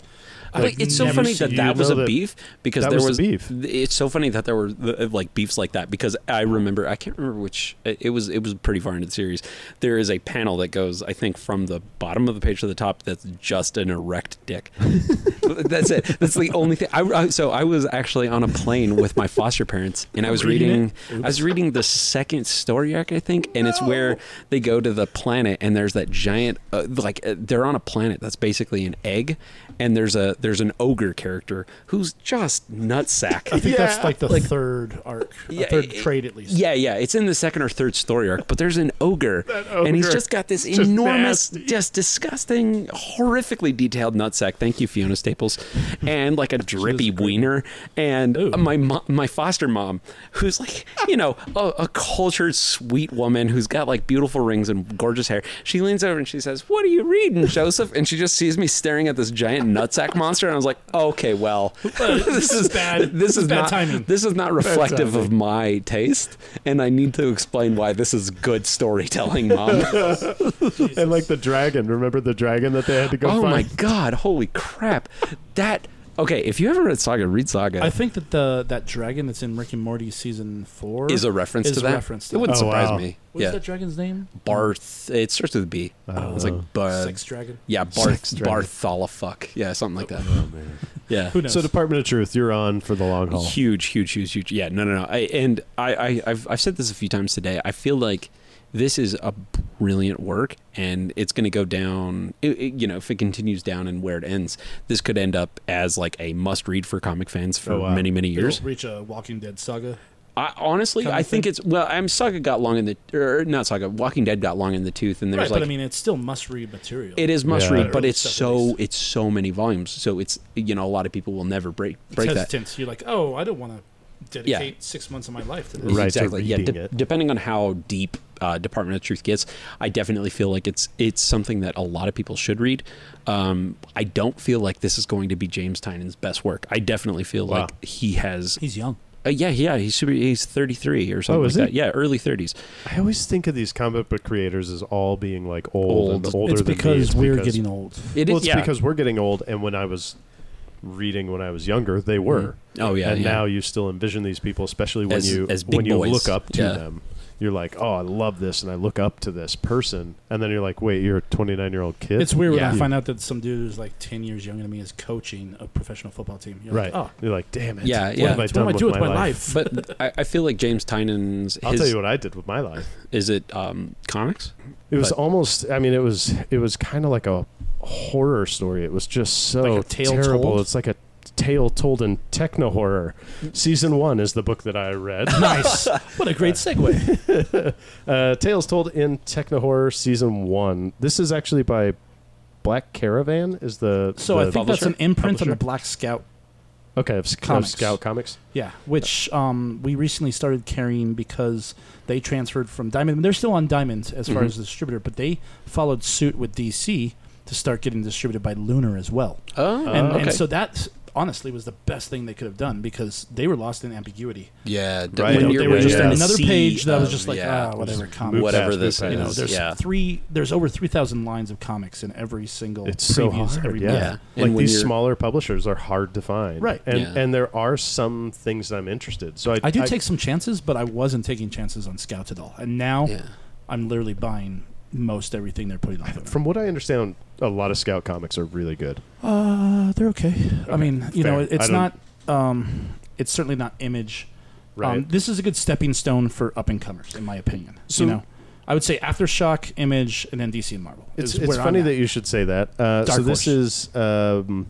Speaker 3: But
Speaker 1: Like,
Speaker 3: it's so
Speaker 2: never
Speaker 3: funny
Speaker 2: seen-
Speaker 3: that that
Speaker 1: you
Speaker 3: was
Speaker 1: know
Speaker 3: a
Speaker 1: that-
Speaker 3: beef because
Speaker 1: that
Speaker 3: there
Speaker 1: was the
Speaker 3: was
Speaker 1: beef.
Speaker 3: It's so funny that there were the, uh, like beefs like that because I remember I can't remember which uh, it it was. It was pretty far into the series. There is a panel that goes I think from the bottom of the page to the top that's just an erect dick. that's it. That's the only thing. I, I- so I was actually on a plane with my foster parents and I was reading.
Speaker 2: Reading
Speaker 3: I was reading the second story arc I think, and it's where they go to the planet and there's that giant uh, like uh, they're on a planet that's basically an egg and there's a there's an ogre character who's just nutsack.
Speaker 2: I think that's
Speaker 1: Yeah,
Speaker 2: like the
Speaker 3: like-
Speaker 2: third arc, uh,
Speaker 3: Yeah,
Speaker 2: third
Speaker 3: it-
Speaker 2: trade at least.
Speaker 3: Yeah, yeah. It's in the second or third story arc, but there's an ogre, and he's
Speaker 1: ogre.
Speaker 3: just got this
Speaker 1: Just
Speaker 3: enormous,
Speaker 1: nasty.
Speaker 3: just disgusting, horrifically detailed nutsack. Thank you, Fiona Staples, and like a drippy wiener. And my mo- my foster mom, who's like you know a, a cultured, sweet woman who's got like beautiful rings and gorgeous hair. She leans over and she says, "What are you reading, Joseph?" And she just sees me staring at this giant nutsack monster, and I was like, "Okay, well, this is
Speaker 2: bad.
Speaker 3: This is
Speaker 2: Bad
Speaker 3: not
Speaker 2: timing.
Speaker 3: this is not reflective of my taste, and I need to explain why this is good storytelling, Mom.
Speaker 1: and like the dragon. Remember the dragon that they had to go
Speaker 3: oh
Speaker 1: find?
Speaker 3: my God! Holy crap! That okay? If you haven't read Saga, read Saga.
Speaker 2: I think that the that dragon that's in Rick and Morty season four
Speaker 3: is a reference
Speaker 2: is
Speaker 3: to that.
Speaker 2: reference to
Speaker 3: it wouldn't
Speaker 1: that. Oh,
Speaker 3: surprise
Speaker 1: wow.
Speaker 3: me.
Speaker 2: What's
Speaker 3: yeah,
Speaker 2: that dragon's name?
Speaker 3: Barth. It starts with a B. it's like Barth.
Speaker 2: Sex dragon.
Speaker 3: yeah, Barth.
Speaker 1: Sex dragon.
Speaker 3: Bartholofuck. Yeah, something like that. Yeah.
Speaker 2: Who knows?
Speaker 1: So Department of Truth, you're on for the long haul.
Speaker 3: Huge, huge, huge, huge. Yeah, no, no, no. I, and I, I, I've, I've said this a few times today. I feel like this is a brilliant work, and it's going to go down. It, it- you know, if it continues down and where it ends, this could end up as like a must-read for comic fans for
Speaker 1: Oh, wow.
Speaker 3: many, many
Speaker 2: It'll
Speaker 3: years.
Speaker 2: reach a Walking Dead saga.
Speaker 3: I, honestly,
Speaker 2: Kind of
Speaker 3: I think
Speaker 2: thing.
Speaker 3: it's well. I'm Saga got long in the, or not Saga. Walking Dead got long in the tooth, and there's
Speaker 2: right,
Speaker 3: like
Speaker 2: but I mean, it's still must read material.
Speaker 3: it is must
Speaker 1: Yeah.
Speaker 3: read, but it's
Speaker 2: Stuff at
Speaker 3: so
Speaker 2: least.
Speaker 3: it's so many volumes. So it's you know a lot of people will never break break
Speaker 2: it's
Speaker 3: that.
Speaker 2: hesitant. You're like, oh, I don't want to dedicate six months of my life to this.
Speaker 1: Right, to
Speaker 3: exactly. Yeah,
Speaker 1: reading
Speaker 3: de-
Speaker 1: it.
Speaker 3: depending on how deep uh, Department of Truth gets, I definitely feel like it's it's something that a lot of people should read. Um, I don't feel like this is going to be James Tynan's best work. I definitely feel
Speaker 1: Wow.
Speaker 3: like he has.
Speaker 2: He's young.
Speaker 3: Uh, yeah, yeah, he's super. He's thirty three or something
Speaker 1: Oh, is
Speaker 3: like
Speaker 1: he?
Speaker 3: that. Yeah, early thirties.
Speaker 1: I always think of these comic book creators as all being like old,
Speaker 3: Old.
Speaker 1: and older
Speaker 2: it's
Speaker 1: than me.
Speaker 2: because we're
Speaker 1: because-
Speaker 2: getting old.
Speaker 3: It
Speaker 1: well,
Speaker 3: is.
Speaker 1: it's
Speaker 3: yeah.
Speaker 1: because we're getting old, and when I was reading when I was younger, they were.
Speaker 3: oh yeah.
Speaker 1: and
Speaker 3: yeah.
Speaker 1: now you still envision these people, especially when
Speaker 3: As-
Speaker 1: you
Speaker 3: as big
Speaker 1: when you
Speaker 3: boys.
Speaker 1: look up to
Speaker 3: Yeah.
Speaker 1: them. You're like, oh, I love this, and I look up to this person, and then you're like, wait, you're a 29 year old kid.
Speaker 2: It's weird when
Speaker 3: Yeah.
Speaker 2: I find out that some dude who's like ten years younger than me is coaching a professional football team. You're
Speaker 1: right?
Speaker 2: Like, oh,
Speaker 1: You're like, damn it.
Speaker 3: Yeah,
Speaker 1: what
Speaker 3: yeah.
Speaker 1: Have I
Speaker 2: what
Speaker 1: done
Speaker 2: am I
Speaker 1: with
Speaker 2: doing
Speaker 1: my,
Speaker 2: with my
Speaker 1: life?
Speaker 2: life?
Speaker 3: but I, I feel like James Tynan's
Speaker 1: I'll tell
Speaker 3: his
Speaker 1: you what I did with my life.
Speaker 3: is it um, comics?
Speaker 1: It was
Speaker 3: But-
Speaker 1: almost. I mean, it was. It was kind of like a horror story. It was just so
Speaker 2: Like a tale
Speaker 1: terrible.
Speaker 2: told? Mm.
Speaker 1: It's like a tale told in techno horror. Season one is the book that I read.
Speaker 2: nice. What a great segue.
Speaker 1: uh, Tales told in techno horror season one. This is actually by Black Caravan. Is the
Speaker 2: So I
Speaker 1: the-
Speaker 2: think that's an imprint on
Speaker 1: Publisher?
Speaker 2: the Black Scout.
Speaker 1: okay of, Sc- of
Speaker 2: Comics.
Speaker 1: Scout Comics.
Speaker 2: Yeah, which um, we recently started carrying because they transferred from Diamond. They're still on Diamond as far
Speaker 1: Mm-hmm.
Speaker 3: Mhm.
Speaker 2: as the distributor, but they followed suit with DC to start getting distributed by Lunar as well.
Speaker 1: Uh,
Speaker 3: Oh,
Speaker 2: Uh, and,
Speaker 3: okay.
Speaker 2: and so that honestly was the best thing they could have done because they were lost in ambiguity.
Speaker 3: yeah,
Speaker 1: Right.
Speaker 2: They,
Speaker 1: When
Speaker 2: were-
Speaker 1: you're
Speaker 2: they were just
Speaker 1: in
Speaker 2: in
Speaker 1: the
Speaker 2: another
Speaker 3: sea
Speaker 2: page that was
Speaker 3: of-
Speaker 2: just like
Speaker 3: yeah.
Speaker 2: ah whatever comic.
Speaker 1: move
Speaker 3: whatever
Speaker 1: past,
Speaker 3: this
Speaker 1: move
Speaker 3: is.
Speaker 1: past.
Speaker 2: You know, there's
Speaker 3: yeah.
Speaker 2: three, there's over three thousand lines of comics in every single.
Speaker 1: It's so
Speaker 2: previews
Speaker 1: hard.
Speaker 2: every
Speaker 1: Yeah,
Speaker 2: month.
Speaker 3: Yeah. And
Speaker 1: like
Speaker 3: when
Speaker 1: these
Speaker 3: you're-
Speaker 1: smaller publishers are hard to find.
Speaker 2: Right.
Speaker 1: and
Speaker 3: Yeah.
Speaker 1: and there are some things that I'm interested. So I,
Speaker 2: I do take some chances, but I wasn't taking chances on Scouts at all. And now
Speaker 3: Yeah.
Speaker 2: I'm literally buying most everything they're putting on.
Speaker 1: From what I understand, a lot of Scout comics are really good.
Speaker 2: Uh, they're okay. I mean, you know,
Speaker 1: fair.
Speaker 2: it's
Speaker 1: I don't-
Speaker 2: not. Um, it's certainly not image.
Speaker 1: Right.
Speaker 2: Um, this is a good stepping stone for up and comers, in my opinion.
Speaker 1: So-
Speaker 2: you know, I would say aftershock, image, and then DC and Marvel.
Speaker 1: It's,
Speaker 2: is
Speaker 1: it's
Speaker 2: where I'm
Speaker 1: funny
Speaker 2: at.
Speaker 1: that you should say that. Uh, so
Speaker 2: Dark
Speaker 1: this is um,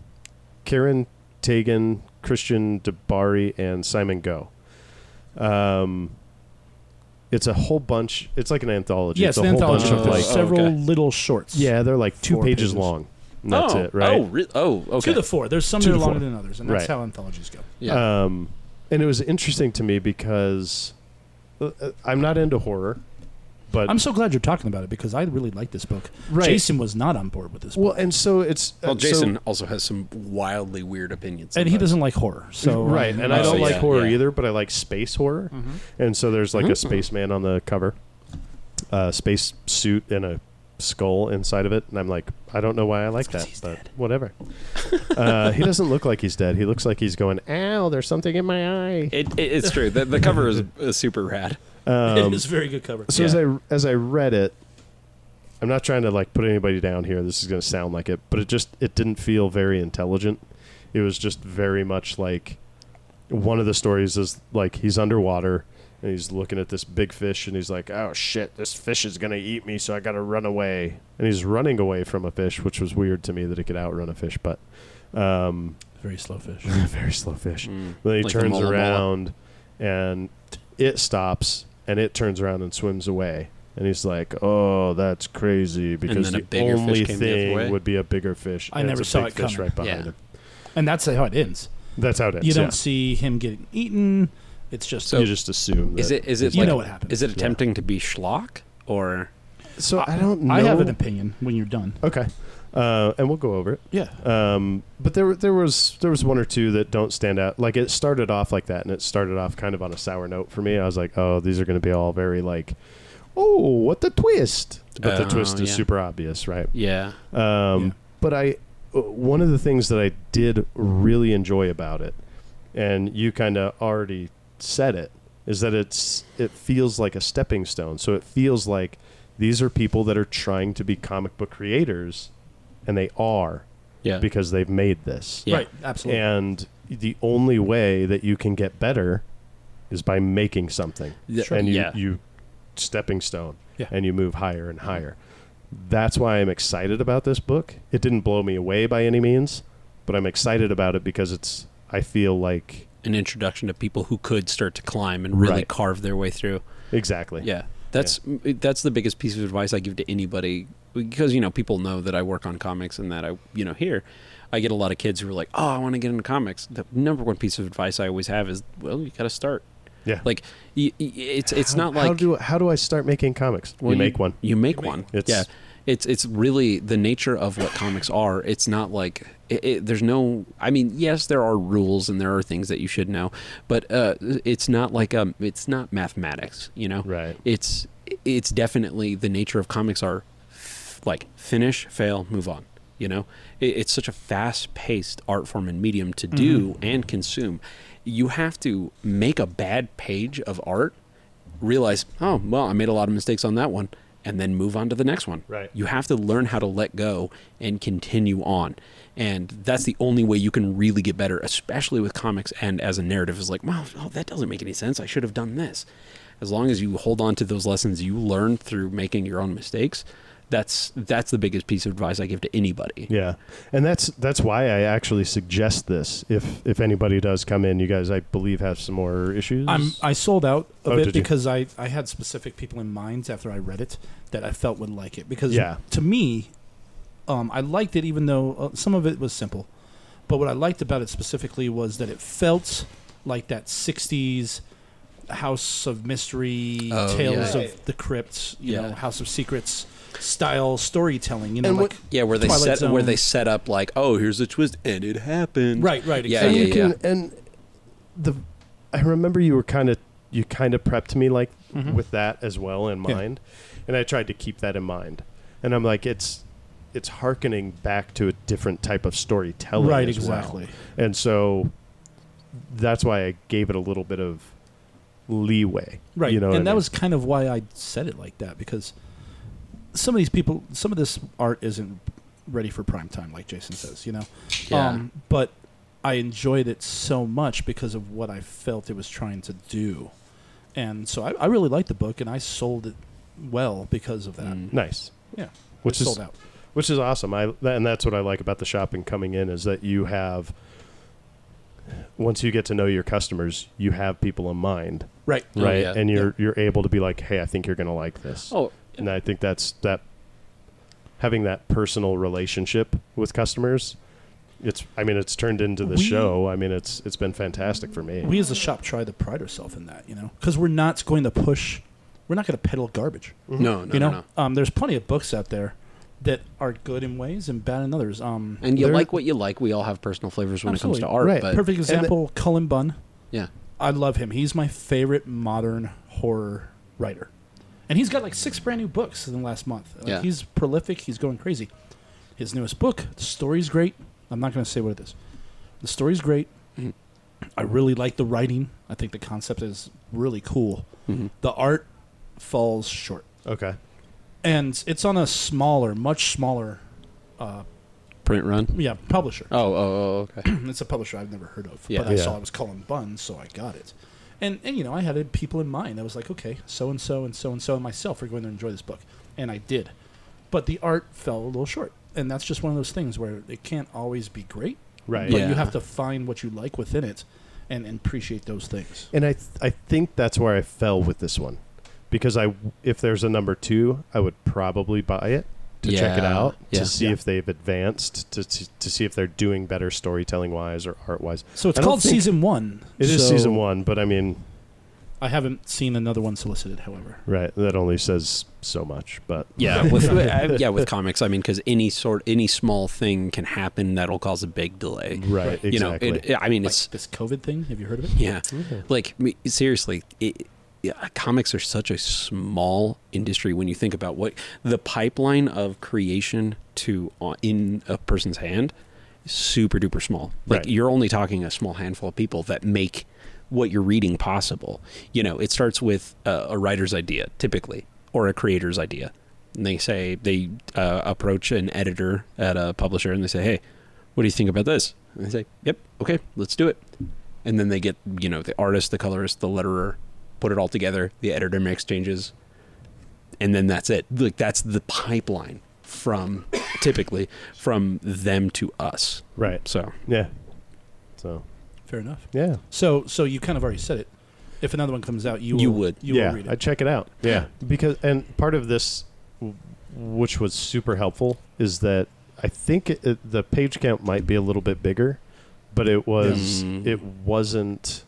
Speaker 1: Karen Tagan, Christian Debari, and Simon Go. Um, it's a whole bunch. It's like an anthology.
Speaker 2: yeah,
Speaker 1: it's
Speaker 2: it's an
Speaker 1: a whole
Speaker 2: anthology.
Speaker 1: bunch of
Speaker 3: Oh,
Speaker 1: like.
Speaker 2: There's several
Speaker 3: okay.
Speaker 2: little shorts.
Speaker 1: Yeah, they're like two
Speaker 2: Four
Speaker 1: pages,
Speaker 2: pages.
Speaker 1: long. And that's
Speaker 3: oh,
Speaker 1: it, right?
Speaker 3: Oh, re- oh, okay.
Speaker 2: Two to four. There's some
Speaker 1: Two
Speaker 2: that are
Speaker 1: to
Speaker 2: longer
Speaker 1: four.
Speaker 2: than others, and
Speaker 1: Right.
Speaker 2: that's how anthologies go.
Speaker 3: yeah.
Speaker 1: Um, and it was interesting to me because uh, uh, I'm not into horror, but
Speaker 2: I'm so glad you're talking about it because I really like this book.
Speaker 1: Right.
Speaker 2: Jason was not on board with this book,
Speaker 1: well, and so it's uh,
Speaker 3: Well,
Speaker 1: so-
Speaker 3: Jason also has some wildly weird opinions,
Speaker 2: and he
Speaker 3: sometimes.
Speaker 2: doesn't like horror. So
Speaker 1: right, and I
Speaker 3: Oh,
Speaker 1: don't like
Speaker 3: yeah,
Speaker 1: horror
Speaker 3: yeah.
Speaker 1: either, but I like space horror.
Speaker 2: Mhm.
Speaker 1: And so there's like
Speaker 3: Mm.
Speaker 1: a spaceman on the cover, uh, space suit and a skull inside of it, and I'm like, I don't know why I like that, but whatever. uh, he doesn't look like he's dead. He looks like he's going, "Ow, there's something in my eye."
Speaker 3: It, it, it's true. The, the cover is, is super rad.
Speaker 2: it Um, is a very good cover.
Speaker 1: So as
Speaker 3: Yeah.
Speaker 1: I as I read it, I'm not trying to like put anybody down here. This is going to sound like it, but it just it didn't feel very intelligent. It was just very much like one of the stories is like he's underwater and he's looking at this big fish and he's like, "Oh shit, this fish is going to eat me, so I got to run away." And he's running away from a fish, which was weird to me that he could outrun a fish, but Um,
Speaker 2: Very slow fish.
Speaker 1: very slow fish. Then he
Speaker 3: Like the
Speaker 1: turns
Speaker 3: Mola Mola.
Speaker 1: around and it stops and it turns around and swims away. And he's like, "Oh, that's crazy!" Because
Speaker 3: then a
Speaker 1: the
Speaker 3: bigger fish
Speaker 1: only
Speaker 3: came the other
Speaker 1: thing
Speaker 3: way.
Speaker 1: would be a bigger fish.
Speaker 2: I
Speaker 1: and it's
Speaker 2: never
Speaker 1: a
Speaker 2: saw
Speaker 1: big
Speaker 2: it
Speaker 1: fish
Speaker 2: coming.
Speaker 1: right behind
Speaker 3: Yeah.
Speaker 1: him.
Speaker 2: and that's how it ends.
Speaker 1: That's how it ends.
Speaker 2: You don't
Speaker 1: yeah.
Speaker 2: see him getting eaten. It's just
Speaker 3: So-
Speaker 1: you just assume. That,
Speaker 3: Is it? Is it?
Speaker 2: You
Speaker 3: like,
Speaker 2: know what happened.
Speaker 3: Is it attempting to be schlock or?
Speaker 1: So I, don't. know.
Speaker 2: I have an opinion when you're done. Uh,
Speaker 1: Okay, uh, and we'll go over it.
Speaker 2: Yeah.
Speaker 1: Um, but there were- there was there was one or two that don't stand out. Like it started off like that, and it started off kind of on a sour note for me. I was like, oh, these are going to be all very like, oh, what the twist! But the
Speaker 3: Oh,
Speaker 1: twist is
Speaker 3: yeah.
Speaker 1: super obvious, right?
Speaker 3: Yeah.
Speaker 1: Um,
Speaker 2: Yeah.
Speaker 1: But I, uh, one of the things that I did really enjoy about it, and you kind of already said it, is that it's it feels like a stepping stone. So it feels like these are people that are trying to be comic book creators, and they are
Speaker 3: Yeah.
Speaker 1: because they've made this.
Speaker 3: Yeah.
Speaker 2: Right. Absolutely.
Speaker 1: And the only way that you can get better is by making something.
Speaker 3: Yeah,
Speaker 1: And you,
Speaker 3: yeah.
Speaker 1: you stepping stone
Speaker 2: Yeah.
Speaker 1: and you move higher and higher. That's why I'm excited about this book. It didn't blow me away by any means, but I'm excited about it because it's I feel like
Speaker 3: An introduction to people who could start to climb and really
Speaker 1: Right.
Speaker 3: carve their way through.
Speaker 1: exactly.
Speaker 3: Yeah. That's that's the biggest piece of advice I give to anybody because you know people know that I work on comics and that I you know here I get a lot of kids who are like, "Oh, I want to get into comics." The number one piece of advice I always have is, "Well, you got to start."
Speaker 1: Yeah.
Speaker 3: Like y- y- it's it's
Speaker 1: How-
Speaker 3: not like
Speaker 1: how do how do I start making comics?
Speaker 3: Well,
Speaker 1: you make one.
Speaker 3: You make
Speaker 4: make
Speaker 3: one.
Speaker 1: one. It's-
Speaker 3: yeah. It's it's really the nature of what comics are. It's not like it, it, there's no. I mean, yes, there are rules and there are things that you should know, but uh, it's not like um, it's not mathematics. You know,
Speaker 1: Right.
Speaker 3: It's it's definitely the nature of comics are f- like finish, fail, move on. You know, it, it's such a fast-paced art form and medium to do and consume. You have to make a bad page of art realize, oh, well, I made a lot of mistakes on that one, and then move on to the next one.
Speaker 1: Right.
Speaker 3: You have to learn how to let go and continue on. And that's the only way you can really get better, especially with comics and as a narrative, is like, wow, oh, that doesn't make any sense. I should have done this. As long as you hold on to those lessons you learned through making your own mistakes, that's that's the biggest piece of advice I give to anybody.
Speaker 1: Yeah, and that's that's why I actually suggest this. If if anybody does come in, you guys, I believe have some more issues.
Speaker 2: I'm, I sold out a
Speaker 1: Oh,
Speaker 2: bit
Speaker 1: did you?
Speaker 2: because I, I had specific people in mind after I read it that I felt would like it. Because
Speaker 1: Yeah.
Speaker 2: to me, um, I liked it even though uh, some of it was simple. But what I liked about it specifically was that it felt like that 60s House of Mystery,
Speaker 3: Oh,
Speaker 2: Tales
Speaker 4: yeah.
Speaker 2: of the Crypt, you
Speaker 3: Yeah.
Speaker 2: know, House of Secrets style storytelling. You know,
Speaker 1: And
Speaker 2: like,
Speaker 1: what-
Speaker 3: Yeah, where they
Speaker 2: Twilight
Speaker 3: set where
Speaker 2: Zone.
Speaker 3: they set up like, oh, here's a twist and it happened.
Speaker 2: right, right,
Speaker 3: Yeah,
Speaker 2: exactly.
Speaker 1: and
Speaker 3: yeah,
Speaker 1: you can and the I remember you were kind of you kind of prepped me like
Speaker 2: Mhm.
Speaker 1: Mm-hmm. with that as well in
Speaker 2: Yeah.
Speaker 1: mind, and I tried to keep that in mind, and I'm like it's it's hearkening back to a different type of storytelling,
Speaker 2: Right,
Speaker 1: as well.
Speaker 2: exactly.
Speaker 1: and so that's why I gave it a little bit of leeway,
Speaker 2: right
Speaker 1: You know, what
Speaker 2: and
Speaker 1: I
Speaker 2: that
Speaker 1: mean?
Speaker 2: was kind of why i said it like that because some of these people some of this art isn't ready for prime time like jason says you know Um,
Speaker 3: Yeah.
Speaker 2: but i enjoyed it so much because of what i felt it was trying to do and so i, I really liked the book and i sold it well because of that
Speaker 3: Mm.
Speaker 1: nice,
Speaker 2: yeah
Speaker 1: which
Speaker 2: it
Speaker 1: is
Speaker 2: sold out
Speaker 1: which is awesome. I tha- and that's what I like about the shop and coming in is that you have once you get to know your customers, you have people in mind,
Speaker 2: right
Speaker 3: Oh,
Speaker 1: right?
Speaker 3: yeah.
Speaker 1: And you're you're able to be like, hey, I think you're gonna like this,
Speaker 3: Oh,
Speaker 1: and I think that's that having that personal relationship with customers. It's I mean it's turned into the
Speaker 2: We-
Speaker 1: show. I mean it's it's been fantastic for me.
Speaker 2: we as a shop try to pride ourselves in that you know because we're not going to push we're not going to peddle garbage
Speaker 3: no, no,
Speaker 2: you know,
Speaker 3: no, no.
Speaker 2: Um, there's plenty of books out there that are good in ways and bad in others. Um,
Speaker 3: And you
Speaker 1: There-
Speaker 3: like what you like. We all have personal flavors when it comes to
Speaker 2: Absolutely.
Speaker 3: art.
Speaker 1: Right.
Speaker 3: But
Speaker 2: perfect example, Cullen Bunn.
Speaker 3: yeah.
Speaker 2: I love him. He's my favorite modern horror writer, and he's got like six brand new books in the last month. Like,
Speaker 3: Yeah.
Speaker 2: he's prolific. He's going crazy. His newest book, the story's great. I'm not going to say what it is. The story's great.
Speaker 3: Mhm.
Speaker 2: I really like the writing. I think the concept is really cool.
Speaker 3: Mm-hmm.
Speaker 2: The art falls short.
Speaker 1: Okay,
Speaker 2: and it's on a smaller, much smaller, uh,
Speaker 3: Print run.
Speaker 2: yeah, publisher.
Speaker 3: Oh, oh, oh okay.
Speaker 2: it's a publisher I've never heard of,
Speaker 3: Yeah.
Speaker 2: but I
Speaker 1: Yeah.
Speaker 2: saw it was Colin Bunn, so I got it. And and you know, I had it- people in mind. I was like, okay, so and so and so and so and myself are going to enjoy this book, and I did. But the art fell a little short, and that's just one of those things where it can't always be great.
Speaker 1: Right.
Speaker 2: But
Speaker 3: Yeah.
Speaker 2: you have to find what you like within it and, and appreciate those things.
Speaker 1: And I th- I think that's where I fell with this one, because I if there's a number two, I would probably buy it to check it
Speaker 3: Yeah,
Speaker 1: out
Speaker 3: yeah.
Speaker 1: to see
Speaker 2: Yeah.
Speaker 1: if they've advanced to, to to see if they're doing better storytelling wise or art wise.
Speaker 2: So it's
Speaker 1: I don't
Speaker 2: called
Speaker 1: think-
Speaker 2: season one.
Speaker 1: It is
Speaker 2: so
Speaker 1: season one, but I mean,
Speaker 2: I haven't seen another one solicited, however.
Speaker 1: right? That only says so much. But
Speaker 3: Yeah, with uh, yeah with comics, I mean, because any sort, any small thing can happen that'll cause a big delay.
Speaker 1: right,
Speaker 3: You know,
Speaker 1: exactly.
Speaker 3: it, I mean, it's
Speaker 2: Like this COVID thing. Have you heard of it?
Speaker 3: yeah, like me- seriously, it, yeah, comics are such a small industry when you think about what the pipeline of creation to uh, in a person's hand is super duper small. Like
Speaker 1: Right.
Speaker 3: you're only talking a small handful of people that make what you're reading possible. You know, it starts with a, a writer's idea typically or a creator's idea. And they say they uh, approach an editor at a publisher and they say, "Hey, what do you think about this?" And they say, "Yep, okay, let's do it." and then they get you know the artist the colorist the letterer put it all together the editor makes changes and then that's it like that's the pipeline from typically from them to us
Speaker 1: right.
Speaker 3: so
Speaker 1: Yeah. So
Speaker 2: Fair enough.
Speaker 1: yeah,
Speaker 2: So so you kind of already said it. If another one comes out, you
Speaker 3: You
Speaker 2: will,
Speaker 3: would.
Speaker 2: you
Speaker 1: yeah,
Speaker 2: will read
Speaker 1: I
Speaker 2: it.
Speaker 1: check it out. Yeah, because and part of this, w- which was super helpful, is that I think it, it- the page count might be a little bit bigger, but it was
Speaker 3: Mm.
Speaker 1: it wasn't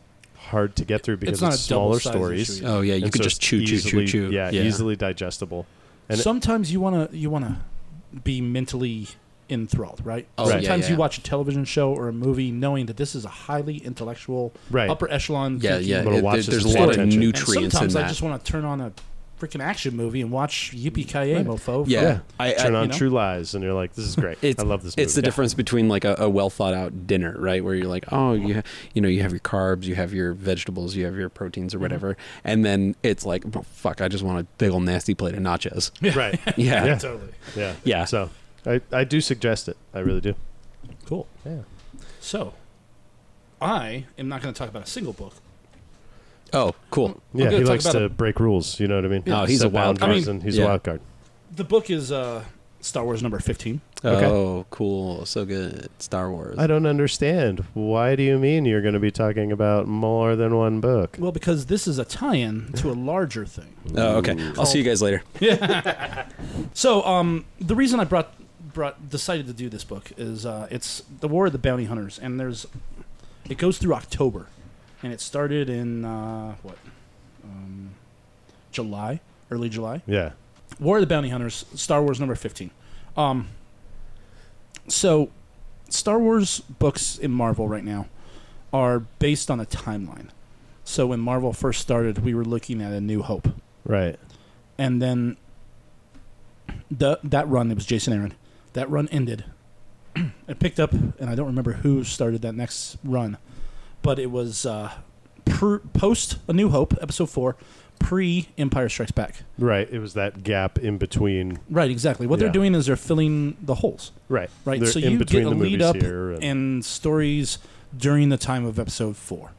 Speaker 1: hard to get through because it's,
Speaker 2: not a
Speaker 1: smaller
Speaker 2: double size
Speaker 1: stories.
Speaker 2: issue, yeah.
Speaker 3: oh yeah you
Speaker 1: and
Speaker 3: could
Speaker 1: so
Speaker 3: just
Speaker 1: it's
Speaker 3: chew
Speaker 1: easily-
Speaker 3: chew chew chew
Speaker 1: Yeah, easily digestible. and it-
Speaker 2: Sometimes you wanna you wanna be mentally enthralled, right?
Speaker 3: Oh,
Speaker 1: Right.
Speaker 2: Sometimes
Speaker 3: yeah, yeah.
Speaker 2: you watch a television show or a movie knowing that this is a highly intellectual,
Speaker 1: Right.
Speaker 2: upper echelon.
Speaker 3: yeah
Speaker 2: thinking
Speaker 3: yeah
Speaker 1: But
Speaker 3: it-
Speaker 1: watch
Speaker 3: there-
Speaker 1: this
Speaker 3: there's a
Speaker 1: with
Speaker 3: lot of
Speaker 1: attention.
Speaker 2: And
Speaker 3: nutrients in
Speaker 2: sometimes I
Speaker 3: that
Speaker 2: just want to turn on a freaking action movie and watch Yippee Ki Yay,
Speaker 1: Right.
Speaker 2: mofo.
Speaker 3: yeah,
Speaker 1: Yeah.
Speaker 3: I, I-
Speaker 1: Turn on
Speaker 2: you know?
Speaker 1: True Lies, and you're like, "This is great.
Speaker 3: uh, It's-
Speaker 1: I love this." Movie.
Speaker 3: it's the difference between like a, a well thought out dinner, right? Where you're like, oh, you ha- you know, you have your carbs, you have your vegetables, you have your proteins
Speaker 1: Mm-hmm.
Speaker 3: or whatever, and then it's like, oh, fuck, I just want a big old nasty plate of nachos.
Speaker 1: right?
Speaker 3: Yeah,
Speaker 1: Yeah.
Speaker 2: Totally.
Speaker 1: Yeah,
Speaker 3: Yeah.
Speaker 1: So, I I do suggest it. I really do.
Speaker 2: Cool.
Speaker 1: Yeah.
Speaker 2: So I am not going to talk about a single book.
Speaker 3: Oh, cool.
Speaker 1: Yeah,
Speaker 2: gonna
Speaker 1: he
Speaker 2: talk
Speaker 1: likes
Speaker 2: about
Speaker 1: to
Speaker 2: a-
Speaker 1: break rules. You know what I mean?
Speaker 3: Yeah. Oh, he's
Speaker 1: Set
Speaker 3: a
Speaker 2: card.
Speaker 3: wild
Speaker 1: boundaries
Speaker 2: I mean-
Speaker 1: and he's
Speaker 3: yeah.
Speaker 1: a wild card.
Speaker 2: The book is uh, Star Wars number 15.
Speaker 1: Mm. Okay.
Speaker 3: Oh, cool. So good. Star Wars.
Speaker 1: I don't understand. Why do you mean you're going to be talking about more than one book?
Speaker 2: Well, because this is a tie-in to a larger thing.
Speaker 3: Oh, okay. I'll see you guys later.
Speaker 2: So, um, the reason I brought brought decided to do this book is uh, it's the War of the Bounty Hunters, and there's it goes through October, and it started in uh, what um, July, early July.
Speaker 1: Yeah.
Speaker 2: War of the Bounty Hunters, Star Wars number 15. Um, so, Star Wars books in Marvel right now are based on a timeline. So, when Marvel first started, we were looking at A New Hope.
Speaker 1: Right.
Speaker 2: And then the, that run, it was Jason Aaron, that run ended. it picked up, and I don't remember who started that next run, but it was uh, pr- post A New Hope, episode four, pre Empire Strikes Back.
Speaker 1: Right. It was that gap in between.
Speaker 2: Right, exactly. What
Speaker 1: Yeah.
Speaker 2: they're doing is they're filling the holes,
Speaker 1: Right.
Speaker 2: right?
Speaker 1: They're
Speaker 2: so
Speaker 1: in
Speaker 2: you
Speaker 1: between
Speaker 2: get a
Speaker 1: the
Speaker 2: lead
Speaker 1: movies
Speaker 2: up
Speaker 1: here
Speaker 2: and, stories during the time of episode four.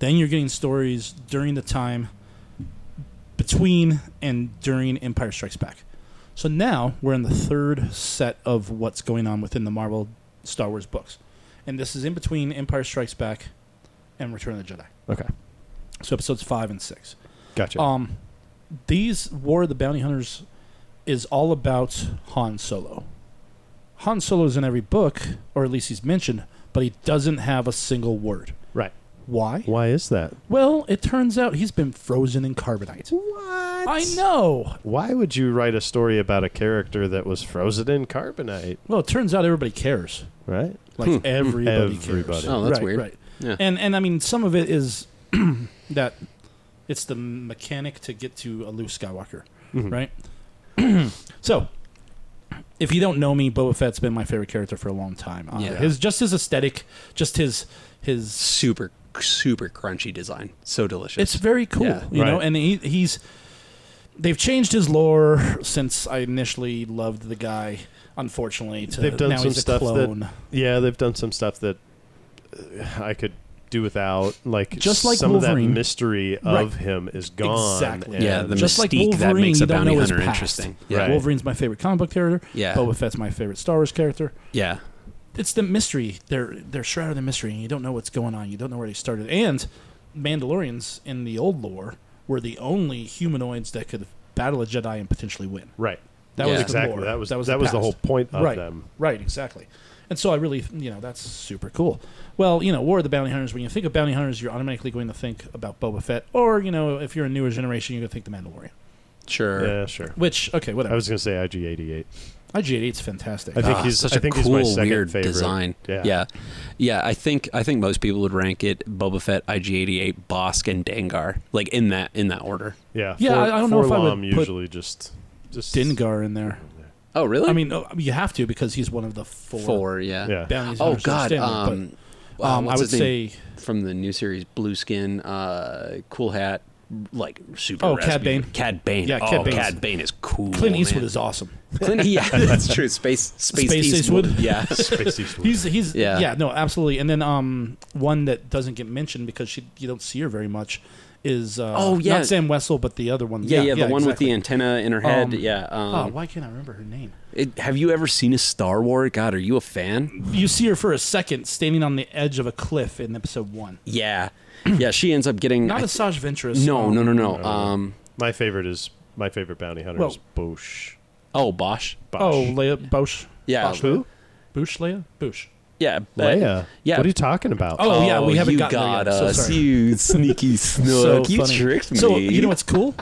Speaker 2: Then you're getting stories during the time between and during Empire Strikes Back. So now we're in the third set of what's going on within the Marvel Star Wars books. And this is in between Empire Strikes Back and Return of the Jedi.
Speaker 1: okay.
Speaker 2: So episodes five and six.
Speaker 1: Gotcha.
Speaker 2: Um, these War of the Bounty Hunters is all about Han Solo. Han Solo is in every book, or at least he's mentioned, but he doesn't have a single word.
Speaker 1: right.
Speaker 2: Why?
Speaker 1: Why is that?
Speaker 2: Well, it turns out he's been frozen in carbonite.
Speaker 1: What?
Speaker 2: I know.
Speaker 1: Why would you write a story about a character that was frozen in carbonite?
Speaker 2: Well, it turns out everybody cares.
Speaker 1: Right.
Speaker 2: Like everybody,
Speaker 1: Hmm. Everybody.
Speaker 2: cares.
Speaker 3: Oh, that's
Speaker 2: Right,
Speaker 3: weird.
Speaker 2: Right.
Speaker 3: Yeah.
Speaker 2: And and I mean, some of it is that it's the mechanic to get to a Luke Skywalker,
Speaker 1: Mhm.
Speaker 2: right? so, if you don't know me, Boba Fett's been my favorite character for a long time. Uh,
Speaker 3: Yeah.
Speaker 2: His just his aesthetic, just his his.
Speaker 3: Super, super crunchy design. So delicious.
Speaker 2: It's very cool,
Speaker 3: Yeah.
Speaker 2: you know.
Speaker 1: Right.
Speaker 2: And he, he's they've changed his lore since I initially loved the guy. Unfortunately, to
Speaker 1: They've done
Speaker 2: now
Speaker 1: some
Speaker 2: he's a
Speaker 1: stuff that-
Speaker 2: clone.
Speaker 1: Yeah, they've done some stuff that uh, I could do without. Like
Speaker 2: Just like
Speaker 1: some of
Speaker 2: Wolverine.
Speaker 1: that mystery of
Speaker 2: Right.
Speaker 1: him is gone.
Speaker 2: Exactly.
Speaker 1: and-
Speaker 3: yeah, the
Speaker 2: Just like
Speaker 3: mystique that
Speaker 2: Wolverine,
Speaker 3: makes
Speaker 2: you
Speaker 3: a
Speaker 2: don't
Speaker 3: bounty
Speaker 2: know his
Speaker 3: hunter
Speaker 2: past.
Speaker 3: interesting. Yeah.
Speaker 1: Right.
Speaker 2: Wolverine's my favorite comic book character.
Speaker 3: Yeah.
Speaker 2: Boba Fett's my favorite Star Wars character.
Speaker 3: Yeah.
Speaker 2: it's the mystery. They're they're shrouded in mystery, and you don't know what's going on. You don't know where they started. And Mandalorians in the old lore were the only humanoids that could battle a Jedi and potentially win.
Speaker 1: Right. That
Speaker 2: That was
Speaker 1: was
Speaker 2: the
Speaker 1: exactly
Speaker 2: lore.
Speaker 1: that was
Speaker 2: That
Speaker 1: that was
Speaker 2: was the
Speaker 1: that was the
Speaker 2: past.
Speaker 1: whole point of
Speaker 2: right.
Speaker 1: them.
Speaker 2: Right, exactly. And so I really, you know, that's super cool. Well, you know, War of the Bounty Hunters, when you think of bounty hunters, you're automatically going to think about Boba Fett, or, you know, if you're a newer generation, you're going to think The Mandalorian.
Speaker 3: Sure.
Speaker 1: Yeah, sure.
Speaker 2: Which, okay,
Speaker 1: I
Speaker 2: whatever.
Speaker 1: was gonna say IG88.
Speaker 2: IG-88's fantastic.
Speaker 1: I think
Speaker 3: Ah,
Speaker 1: he's-
Speaker 3: such
Speaker 1: I
Speaker 3: a
Speaker 1: think
Speaker 3: cool,
Speaker 1: he's my second
Speaker 3: weird
Speaker 1: favorite.
Speaker 3: design.
Speaker 1: Yeah.
Speaker 5: Yeah, yeah. I think I think most people would rank it Boba Fett, IG88, Bosk, and Dengar, like in that in that order.
Speaker 1: Yeah.
Speaker 2: Yeah, I- I don't know if I would
Speaker 1: Forlom
Speaker 2: put
Speaker 1: usually just just
Speaker 2: Dingar in there.
Speaker 5: Oh, really?
Speaker 2: I mean, oh, you have to because he's one of the four,
Speaker 5: four. Yeah.
Speaker 1: Yeah.
Speaker 2: bounties.
Speaker 5: Oh
Speaker 2: under
Speaker 5: God.
Speaker 2: Standard,
Speaker 5: Um,
Speaker 2: but, um,
Speaker 5: uh,
Speaker 2: I
Speaker 5: what's
Speaker 2: would
Speaker 5: his name?
Speaker 2: say,
Speaker 5: from the new series, Blue Skin, uh, Cool Hat, like super.
Speaker 2: Oh, Cad
Speaker 5: raspy.
Speaker 2: Bane.
Speaker 5: Cad Bane.
Speaker 2: Yeah,
Speaker 5: oh,
Speaker 2: Cad Bane's-
Speaker 5: Cad Bane is cool.
Speaker 2: Clint Eastwood
Speaker 5: man.
Speaker 2: is awesome.
Speaker 5: Clint, yeah, that's true. Space, space,
Speaker 2: Space
Speaker 5: Eastwood.
Speaker 2: Eastwood.
Speaker 5: Yeah.
Speaker 1: Space Eastwood.
Speaker 2: He's he's yeah.
Speaker 5: Yeah.
Speaker 2: no absolutely. And then um one that doesn't get mentioned because she you don't see her very much is uh,
Speaker 5: Oh, yeah.
Speaker 2: not Sam Wessel but the other one
Speaker 3: Yeah, yeah, the one
Speaker 2: exactly.
Speaker 3: with the antenna in her head.
Speaker 2: Um,
Speaker 3: yeah. Um,
Speaker 2: oh why can't I remember her name
Speaker 5: It- have you ever seen a Star Wars? God, are you a fan?
Speaker 2: you see her for a second standing on the edge of a cliff in episode one
Speaker 3: yeah. Yeah, she ends up getting.
Speaker 2: not
Speaker 3: I-
Speaker 2: a Saj Ventress
Speaker 3: no,
Speaker 2: um,
Speaker 3: no, no, no. Um,
Speaker 1: my favorite is my favorite bounty hunter
Speaker 2: Well-
Speaker 1: is Bosch.
Speaker 5: Oh, Bosch.
Speaker 1: Bosch.
Speaker 2: oh Leia Bosch
Speaker 3: yeah.
Speaker 2: Bosch,
Speaker 1: who?
Speaker 2: Bush Leia Bush
Speaker 3: Yeah. but- Oh,
Speaker 1: Leia.
Speaker 3: yeah.
Speaker 1: What are you talking about?
Speaker 2: oh, yeah we haven't
Speaker 5: you
Speaker 2: gotten there
Speaker 5: got
Speaker 2: yet. So
Speaker 5: us,
Speaker 2: sorry.
Speaker 5: you sneaky snook. you
Speaker 2: funny.
Speaker 5: tricked me.
Speaker 2: so you know what's cool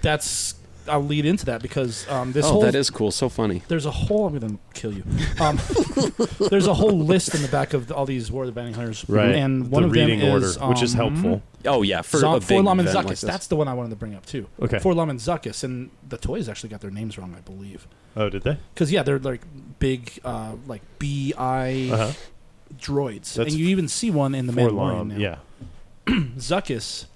Speaker 2: that's I'll lead into that because um this
Speaker 3: Oh,
Speaker 2: whole
Speaker 3: that is cool. So funny.
Speaker 2: there's a whole I'm gonna kill you. Um, there's a whole list in the back of all these War of the Bounty Hunters,
Speaker 1: Right.
Speaker 2: And
Speaker 1: The
Speaker 2: one of
Speaker 1: reading
Speaker 2: them
Speaker 1: order,
Speaker 2: is
Speaker 1: which is
Speaker 2: um,
Speaker 1: helpful.
Speaker 3: Oh yeah, for
Speaker 2: Zon-
Speaker 3: a big
Speaker 2: Forlom and
Speaker 3: event
Speaker 2: Zuckus.
Speaker 3: like this.
Speaker 2: That's the one I wanted to bring up too.
Speaker 1: Okay.
Speaker 2: Forlom and Zuckus, and the toys actually got their names wrong, I believe.
Speaker 1: Oh, did they?
Speaker 2: Because yeah, they're like big, uh, like bi
Speaker 1: Uh-huh.
Speaker 2: droids,
Speaker 1: That's
Speaker 2: and you even see one in the Mandalorian.
Speaker 1: Forlom.
Speaker 2: Now. Mm-hmm.
Speaker 1: Yeah.
Speaker 2: Zuckus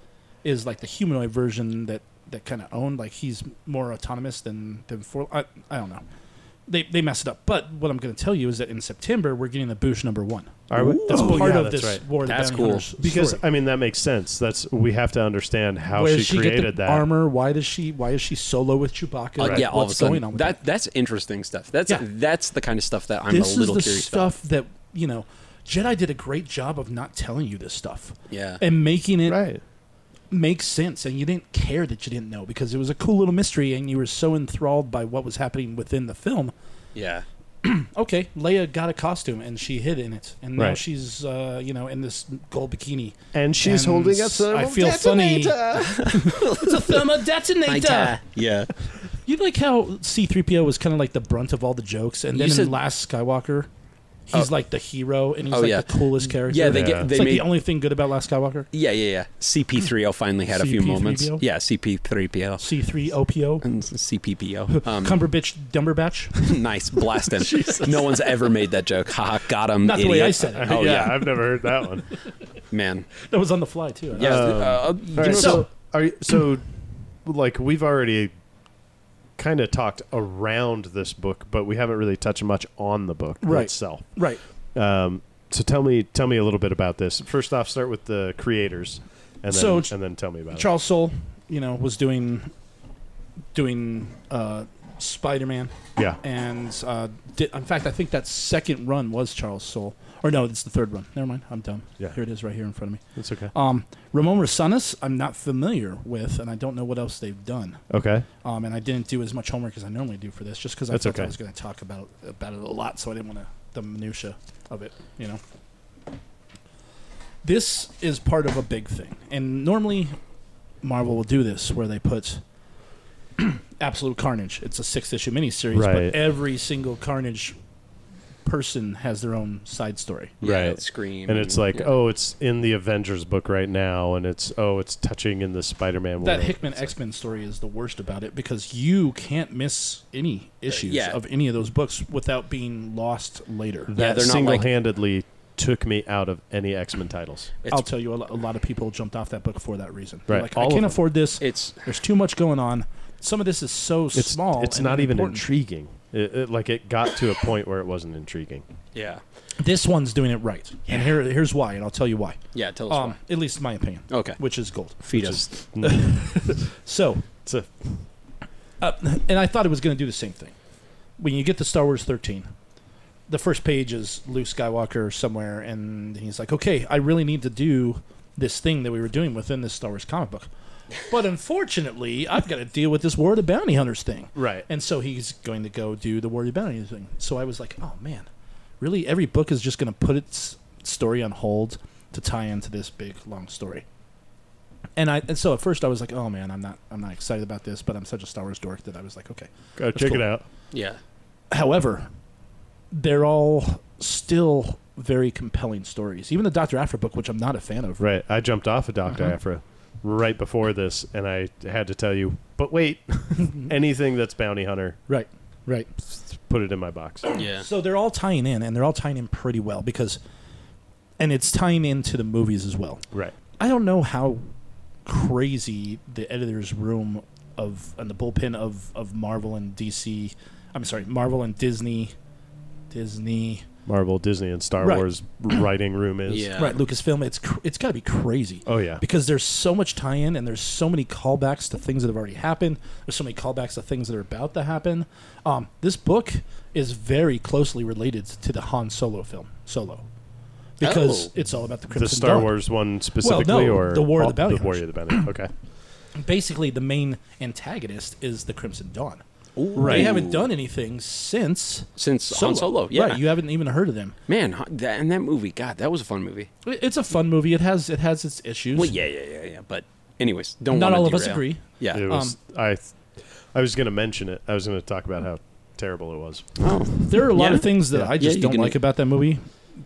Speaker 2: is like the humanoid version that that kind of owned. Like he's more autonomous than than for. I, I don't know. They they messed it up. But what I'm going to tell you is that in September we're getting the Boosh number one.
Speaker 1: Are we?
Speaker 2: That's
Speaker 1: Oh,
Speaker 2: part
Speaker 1: yeah,
Speaker 2: of
Speaker 1: that's
Speaker 2: this
Speaker 1: right.
Speaker 2: War of the
Speaker 3: That's
Speaker 2: Bounty
Speaker 3: cool.
Speaker 2: Hunters
Speaker 1: Because
Speaker 2: story.
Speaker 1: I mean that makes sense. That's we have to understand how
Speaker 2: Where
Speaker 1: she,
Speaker 2: does she
Speaker 1: created
Speaker 2: get the
Speaker 1: that.
Speaker 2: armor? Why does she? Why is she solo with Chewbacca?
Speaker 3: Uh,
Speaker 2: Like,
Speaker 3: Yeah, all
Speaker 2: what's
Speaker 3: of a sudden,
Speaker 2: going on with
Speaker 3: that, that's interesting stuff. That's
Speaker 2: Yeah.
Speaker 3: that's the kind of stuff that I'm
Speaker 2: this
Speaker 3: a
Speaker 2: is
Speaker 3: little
Speaker 2: the
Speaker 3: curious
Speaker 2: stuff that you know. Jedi did a great job of not telling you this stuff
Speaker 3: about. Yeah,
Speaker 2: and making it
Speaker 1: Right.
Speaker 2: make sense and you didn't care that you didn't know because it was a cool little mystery and you were so enthralled by what was happening within the film
Speaker 3: yeah,
Speaker 2: okay leia got a costume and she hid in it and now
Speaker 1: Right.
Speaker 2: she's uh, you know in this gold bikini
Speaker 1: And she's
Speaker 2: And
Speaker 1: holding
Speaker 2: I
Speaker 1: a thermal
Speaker 2: feel funny.
Speaker 1: detonator.
Speaker 2: it's a thermo detonator
Speaker 3: yeah.
Speaker 2: you like how c3po was kind of like the brunt of all the jokes and
Speaker 3: You
Speaker 2: then
Speaker 3: said-
Speaker 2: in last skywalker he's like the hero and he's
Speaker 3: Oh,
Speaker 2: like
Speaker 3: yeah.
Speaker 2: the coolest character
Speaker 3: Yeah, they
Speaker 1: Yeah.
Speaker 3: get they
Speaker 2: it's like
Speaker 3: made
Speaker 2: the only thing good about last skywalker
Speaker 3: yeah, yeah, yeah. CP3O finally had a few moments.
Speaker 2: CP3PO?
Speaker 3: Yeah, CP3PO
Speaker 2: c3opo
Speaker 3: and CPPO. Um,
Speaker 2: cumberbitch dumberbatch
Speaker 3: nice, blast him. no one's ever made that joke. Haha, got him.
Speaker 2: not the
Speaker 3: idiot.
Speaker 2: way i said it
Speaker 1: Oh
Speaker 3: yeah.
Speaker 1: yeah, I've never heard that one.
Speaker 3: Man,
Speaker 2: that was on the fly too
Speaker 3: yeah.
Speaker 1: Um,
Speaker 3: uh, you
Speaker 1: All right,
Speaker 3: know,
Speaker 1: so, are you, so like we've already kind of talked around this book, but we haven't really touched much on the book
Speaker 2: Right.
Speaker 1: itself.
Speaker 2: right
Speaker 1: Um, so tell me, tell me a little bit about this. First off, start with the creators, and then
Speaker 2: So, Ch-
Speaker 1: and then tell me
Speaker 3: Uh,
Speaker 1: about
Speaker 2: Charles Soule, you know, was doing doing uh, Spider Man,
Speaker 1: it. Yeah,
Speaker 2: and uh, did, in fact, I think that second run was Charles Soule, or no, it's the third run. Never mind, I'm dumb.
Speaker 1: Yeah.
Speaker 2: here it is, right here in front of me.
Speaker 1: that's okay.
Speaker 2: Um, Ramon Rosanas, I'm not familiar with, and I don't know what else they've done.
Speaker 1: Okay,
Speaker 2: Um, and I didn't do as much homework as I normally do for this, just because I
Speaker 1: That's
Speaker 2: thought I
Speaker 1: okay.
Speaker 2: was going to talk about about it a lot, so I didn't want to the minutia of it. You know, this is part of a big thing, and normally Marvel will do this where they put Absolute Carnage. It's a six issue miniseries,
Speaker 1: Right.
Speaker 2: but every single Carnage person has their own side story.
Speaker 3: yeah,
Speaker 1: Right.
Speaker 3: Scream,
Speaker 1: and it's like,
Speaker 3: yeah.
Speaker 1: oh, it's in the Avengers book right now, and it's oh, it's touching in the Spider-Man.
Speaker 2: That
Speaker 1: world.
Speaker 2: Hickman X Men story is the worst about it because you can't miss any
Speaker 1: Uh,
Speaker 2: issues
Speaker 3: yeah.
Speaker 2: of any of those books without being lost later.
Speaker 3: Yeah,
Speaker 1: that
Speaker 3: they're not like-
Speaker 1: single-handedly took me out of any X-Men titles.
Speaker 2: I'll
Speaker 3: it's
Speaker 2: tell you, a lot, a lot of people jumped off that book for that reason. They're
Speaker 1: Right.
Speaker 2: Like,
Speaker 1: All
Speaker 2: I
Speaker 1: of
Speaker 2: can't
Speaker 1: them.
Speaker 2: afford this.
Speaker 3: it's
Speaker 2: There's too much going on. Some of this is so
Speaker 1: It's
Speaker 2: small.
Speaker 1: It's
Speaker 2: and
Speaker 1: not even
Speaker 2: unimportant.
Speaker 1: intriguing. It, it, like it got to a point where it wasn't intriguing.
Speaker 3: yeah,
Speaker 2: This one's doing it right, and here, here's why, and I'll tell you why.
Speaker 3: yeah. Tell us.
Speaker 2: Um, at least in my opinion,
Speaker 3: why. Okay,
Speaker 2: which is gold.
Speaker 3: feed us.
Speaker 1: Just n-
Speaker 2: So
Speaker 1: it's a
Speaker 2: uh, and I thought it was going to do the same thing. When you get to Star Wars 13, the first page is Luke Skywalker somewhere, and he's like, "Okay, I really need to do this thing that we were doing within this Star Wars comic book, but unfortunately, I've got to deal with this War of the Bounty Hunters thing."
Speaker 1: Right.
Speaker 2: And so he's going to go do the War of the Bounty Hunters thing. So I was like, "Oh man, really? Every book is just going to put its story on hold to tie into this big long story." And I and so at first I was like, "Oh man, I'm not I'm not excited about this," but I'm such a Star Wars dork that I was like, "Okay."
Speaker 1: Go check
Speaker 2: cool.
Speaker 1: it out.
Speaker 3: Yeah.
Speaker 2: However, they're all still very compelling stories. Even the Doctor Afra book, which I'm not a fan of.
Speaker 1: Right. I jumped off of Doctor
Speaker 2: Uh-huh.
Speaker 1: Afra right before this, and I had to tell you. But wait, anything that's bounty hunter,
Speaker 2: Right. Right.
Speaker 1: put it in my box.
Speaker 3: Yeah.
Speaker 2: So they're all tying in, and they're all tying in pretty well because, and it's tying into the movies as well.
Speaker 1: Right.
Speaker 2: I don't know how crazy the editor's room of and the bullpen of of Marvel and DC. I'm sorry, Marvel and Disney, Disney.
Speaker 1: Marvel, Disney, and Star
Speaker 2: Right.
Speaker 1: Wars writing room is.
Speaker 3: Yeah.
Speaker 2: Right, Lucasfilm. It's cr- it's got to be crazy.
Speaker 1: Oh yeah.
Speaker 2: because there's so much tie-in and there's so many callbacks to things that have already happened. There's so many callbacks to things that are about to happen. Um, this book is very closely related to the Han Solo film, Solo, because
Speaker 3: Oh.
Speaker 2: it's all about the
Speaker 1: the
Speaker 2: Crimson
Speaker 1: Star
Speaker 2: Dawn.
Speaker 1: Wars one specifically, or
Speaker 2: the War of
Speaker 1: all-
Speaker 2: the Bounty
Speaker 1: War of the Bounty. Okay.
Speaker 2: Basically, the main antagonist is the Crimson Dawn.
Speaker 3: Right.
Speaker 2: They haven't done anything since
Speaker 3: Since
Speaker 2: Solo.
Speaker 3: Han Solo. Yeah.
Speaker 2: Right, you haven't even heard of them.
Speaker 3: Man, Han- that, and that movie, God, that was a fun movie.
Speaker 2: It- It's a fun movie. It has it has its issues.
Speaker 3: Well, yeah, yeah, yeah, yeah. But anyways, don't.
Speaker 2: Not
Speaker 3: wanna
Speaker 2: all of us
Speaker 3: derail.
Speaker 2: agree.
Speaker 3: Yeah. Oh,
Speaker 1: It was.
Speaker 2: Um,
Speaker 1: I. th- I was going to mention it. I was going to talk about how terrible it was.
Speaker 2: There are a lot
Speaker 3: Yeah.
Speaker 2: of things that
Speaker 1: Yeah.
Speaker 2: I just
Speaker 3: you
Speaker 2: don't
Speaker 3: can-
Speaker 2: like about that movie,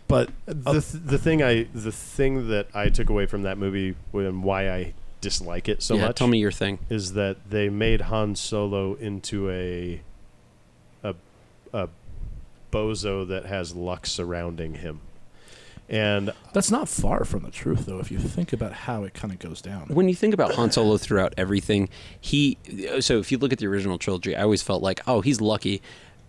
Speaker 2: but
Speaker 1: the th- the thing I the thing that I took away from that movie and why I dislike it so
Speaker 3: yeah,
Speaker 1: much
Speaker 3: Tell me your thing.
Speaker 1: is that they made Han Solo into a a a bozo that has luck surrounding him. And
Speaker 2: That's not far from the truth, though, if you think about how it kind of goes down.
Speaker 5: when you think about Han Solo throughout everything, he so if you look at the original trilogy, I always felt like, oh, he's lucky,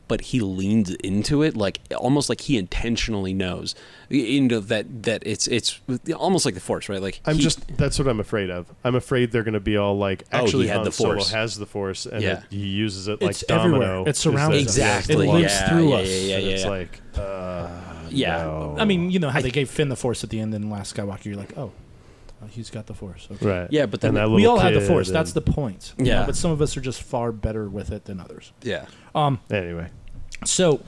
Speaker 5: but he leans into it like almost like he intentionally knows into that that it's it's almost like the Force, right? Like
Speaker 1: I'm
Speaker 5: he- Oh,
Speaker 1: just that's what I'm afraid of. I'm afraid they're going to be all like
Speaker 5: he
Speaker 1: actually
Speaker 5: had
Speaker 1: Han
Speaker 5: the
Speaker 1: Solo
Speaker 5: Force.
Speaker 1: has the force and
Speaker 5: Yeah.
Speaker 1: it- he uses it like
Speaker 2: It's
Speaker 1: domino.
Speaker 2: everywhere. It
Speaker 1: is that
Speaker 2: surrounds us.
Speaker 1: he has the
Speaker 5: Exactly.
Speaker 2: It lives
Speaker 5: yeah,
Speaker 2: through
Speaker 5: yeah,
Speaker 2: us.
Speaker 5: Yeah, yeah,
Speaker 1: And
Speaker 5: yeah.
Speaker 1: it's
Speaker 5: yeah.
Speaker 1: like uh,
Speaker 5: Yeah.
Speaker 1: no.
Speaker 2: I mean, you know how they gave Finn the Force at the end in Last Skywalker. You're like, oh, uh, he's got the Force. Okay.
Speaker 1: right.
Speaker 5: Yeah, but then
Speaker 1: And that
Speaker 2: We
Speaker 1: little
Speaker 2: all have the
Speaker 1: kid
Speaker 2: Force.
Speaker 1: and-
Speaker 2: That's the point. you
Speaker 5: Yeah.
Speaker 2: know, but some of us are just far better with it than others.
Speaker 5: yeah.
Speaker 2: Um,
Speaker 1: anyway.
Speaker 2: so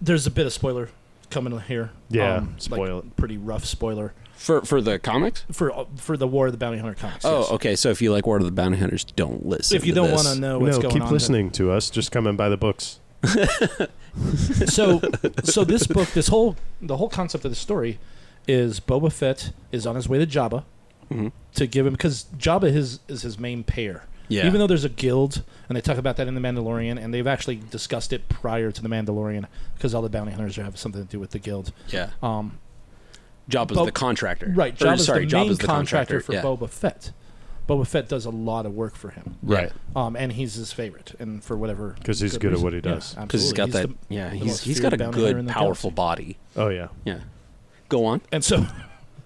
Speaker 2: there's a bit of spoiler coming here.
Speaker 1: Yeah,
Speaker 2: Um, like,
Speaker 1: spoil it.
Speaker 2: Pretty rough spoiler
Speaker 3: For for the comics.
Speaker 2: for uh, for the War of the Bounty Hunter comics.
Speaker 5: Oh,
Speaker 2: yes.
Speaker 5: okay. So if you like War of the Bounty Hunters, don't listen.
Speaker 2: If you
Speaker 5: to
Speaker 2: don't
Speaker 5: this.
Speaker 2: want to know what's
Speaker 1: No,
Speaker 2: going
Speaker 1: keep
Speaker 2: on, then-
Speaker 1: listening to us. Just come and buy the books.
Speaker 2: so so this book this whole the whole concept of the story is Boba Fett is on his way to Jabba
Speaker 5: Mhm.
Speaker 2: to give him because Jabba is is his main pair.
Speaker 5: Yeah.
Speaker 2: Even though there's a guild, and they talk about that in The Mandalorian, and they've actually discussed it prior to The Mandalorian because all the bounty hunters have something to do with the guild.
Speaker 5: yeah,
Speaker 2: Um,
Speaker 5: Jabba's
Speaker 2: Bo-
Speaker 5: the contractor.
Speaker 2: right,
Speaker 5: Or,
Speaker 2: Jabba's
Speaker 5: sorry,
Speaker 2: the main
Speaker 5: Jabba's the
Speaker 2: contractor,
Speaker 5: contractor
Speaker 2: for
Speaker 5: yeah.
Speaker 2: Boba Fett. Boba Fett does a lot of work for him,
Speaker 5: Right.
Speaker 2: um, and he's his favorite, and for whatever
Speaker 1: 'Cause he's good at
Speaker 2: reason.
Speaker 1: what he does.
Speaker 2: Yeah,
Speaker 5: Because he's got
Speaker 2: absolutely.
Speaker 5: that.
Speaker 2: He's the-
Speaker 5: yeah,
Speaker 2: the
Speaker 5: he's
Speaker 2: most
Speaker 5: he's got a
Speaker 2: feared bounty hunter in
Speaker 5: good,
Speaker 2: the
Speaker 5: powerful
Speaker 2: galaxy.
Speaker 1: Oh
Speaker 5: body.
Speaker 1: yeah.
Speaker 5: Yeah. Go on.
Speaker 2: And so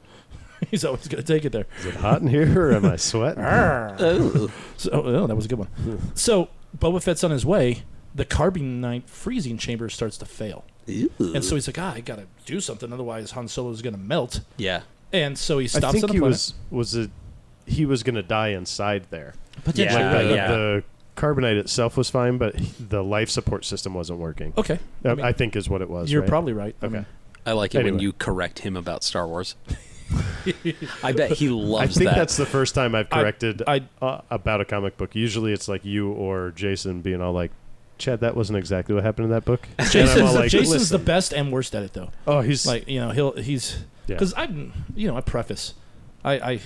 Speaker 2: he's always going to take it there.
Speaker 1: Is it hot in here or am I sweating?
Speaker 5: Oh.
Speaker 2: So, oh, oh, that was a good one. So Boba Fett's on his way. The carbonite freezing chamber starts to fail.
Speaker 5: Ew.
Speaker 2: And so he's like, ah, I got to do something. Otherwise, Han Solo's going to melt.
Speaker 5: yeah.
Speaker 2: And so he stops
Speaker 1: I think
Speaker 2: on the
Speaker 1: he
Speaker 2: planet.
Speaker 1: was was it he was gonna die inside there.
Speaker 5: Potentially.
Speaker 1: Like the,
Speaker 5: Yeah.
Speaker 1: the carbonite itself was fine, but he- the life support system wasn't working.
Speaker 2: okay.
Speaker 1: I,
Speaker 2: I mean,
Speaker 1: I think is what it was.
Speaker 2: you're
Speaker 1: right?
Speaker 2: probably right. I
Speaker 1: Okay.
Speaker 2: mean,
Speaker 5: I like it when
Speaker 1: Anyway.
Speaker 5: you correct him about Star Wars. I bet he
Speaker 1: I
Speaker 5: loves
Speaker 1: think
Speaker 5: that.
Speaker 1: that's the first time I've
Speaker 2: I-
Speaker 1: corrected
Speaker 2: I-
Speaker 1: uh, about a comic book. Usually, it's like you or Jason being all like, "Chad, that wasn't exactly what happened in that book." And I'm
Speaker 2: Jason's,
Speaker 1: all
Speaker 2: the,
Speaker 1: like,
Speaker 2: Jason's
Speaker 1: "Listen."
Speaker 2: the best and worst at it, though.
Speaker 1: Oh, he's
Speaker 2: Like, you know, he'll, he's,
Speaker 1: yeah.
Speaker 2: because I'm, you know, I preface, I, I,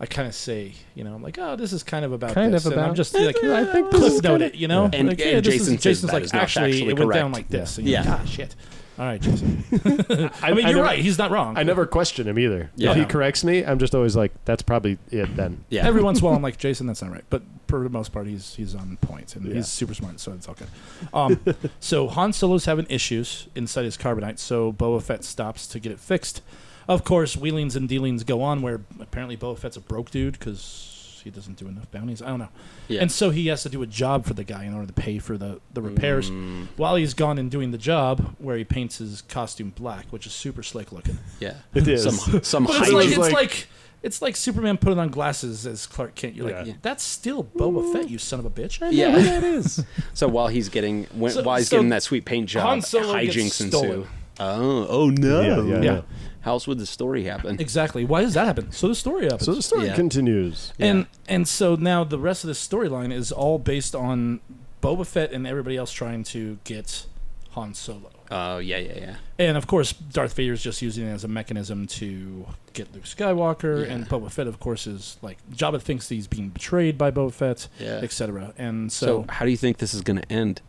Speaker 2: I kind of say, you know, I'm like, oh, this is kind of about
Speaker 1: Kind
Speaker 2: this.
Speaker 1: of
Speaker 2: and I'm
Speaker 1: about-
Speaker 2: just like,
Speaker 1: I think this is
Speaker 2: cliff note
Speaker 1: kinda-
Speaker 2: it, you know?
Speaker 1: Yeah.
Speaker 5: And-
Speaker 2: like,
Speaker 5: and
Speaker 2: this
Speaker 5: Jason
Speaker 2: is,
Speaker 5: says
Speaker 2: Jason's
Speaker 5: that
Speaker 2: like,
Speaker 5: is not
Speaker 2: actually,
Speaker 5: factually
Speaker 2: it went down
Speaker 5: correct.
Speaker 2: like this. And
Speaker 5: Yeah.
Speaker 2: you're like, ah, shit. All right, Jason. I mean,
Speaker 1: I
Speaker 2: you're
Speaker 1: never-
Speaker 2: right. He's not wrong.
Speaker 1: I never question him either.
Speaker 5: Yeah.
Speaker 1: If he corrects me, I'm just always like, "That's probably it." Then
Speaker 5: yeah.
Speaker 2: Every once in a while, I'm like, Jason, that's not right. But for the most part, he's he's on point and
Speaker 1: Yeah.
Speaker 2: he's super smart, so it's all good. Um, so Han Solo's having issues inside his carbonite, so Boba Fett stops to get it fixed. Of course, wheelings and dealings go on where apparently Boba Fett's a broke dude because He doesn't do enough bounties. I don't know.
Speaker 3: Yeah.
Speaker 2: And so he has to do a job for the guy in order to pay for the, the repairs while he's gone and doing the job where he paints his costume black, which is super slick looking.
Speaker 3: Yeah.
Speaker 1: It is.
Speaker 3: Some some
Speaker 2: But it's like,
Speaker 3: hygiene.
Speaker 2: it's
Speaker 1: Like-
Speaker 2: like it's like Superman putting on glasses as Clark Kent. You're like,
Speaker 1: Yeah.
Speaker 2: that's still Boba Fett, you son of a bitch. I know
Speaker 3: Yeah.
Speaker 2: who that is.
Speaker 3: So while he's getting when,
Speaker 2: So-
Speaker 3: while he's
Speaker 2: so
Speaker 3: getting that sweet paint job,
Speaker 2: Han Solo gets
Speaker 3: hijinks ensue.
Speaker 2: stolen.
Speaker 3: Oh, oh no!
Speaker 1: Yeah, yeah,
Speaker 2: yeah.
Speaker 3: How else would the story happen?
Speaker 2: Exactly. Why does that happen? So the story happens.
Speaker 1: So the story
Speaker 3: Yeah.
Speaker 1: continues.
Speaker 2: And and so now the rest of the storyline is all based on Boba Fett and everybody else trying to get Han Solo.
Speaker 3: Oh yeah, yeah, yeah.
Speaker 2: And of course, Darth Vader is just using it as a mechanism to get Luke Skywalker, and Boba Fett, of course, is like Jabba thinks he's being betrayed by Boba Fett,
Speaker 3: Yeah.
Speaker 2: etc. And
Speaker 3: So,
Speaker 2: so
Speaker 3: how do you think this is going to end?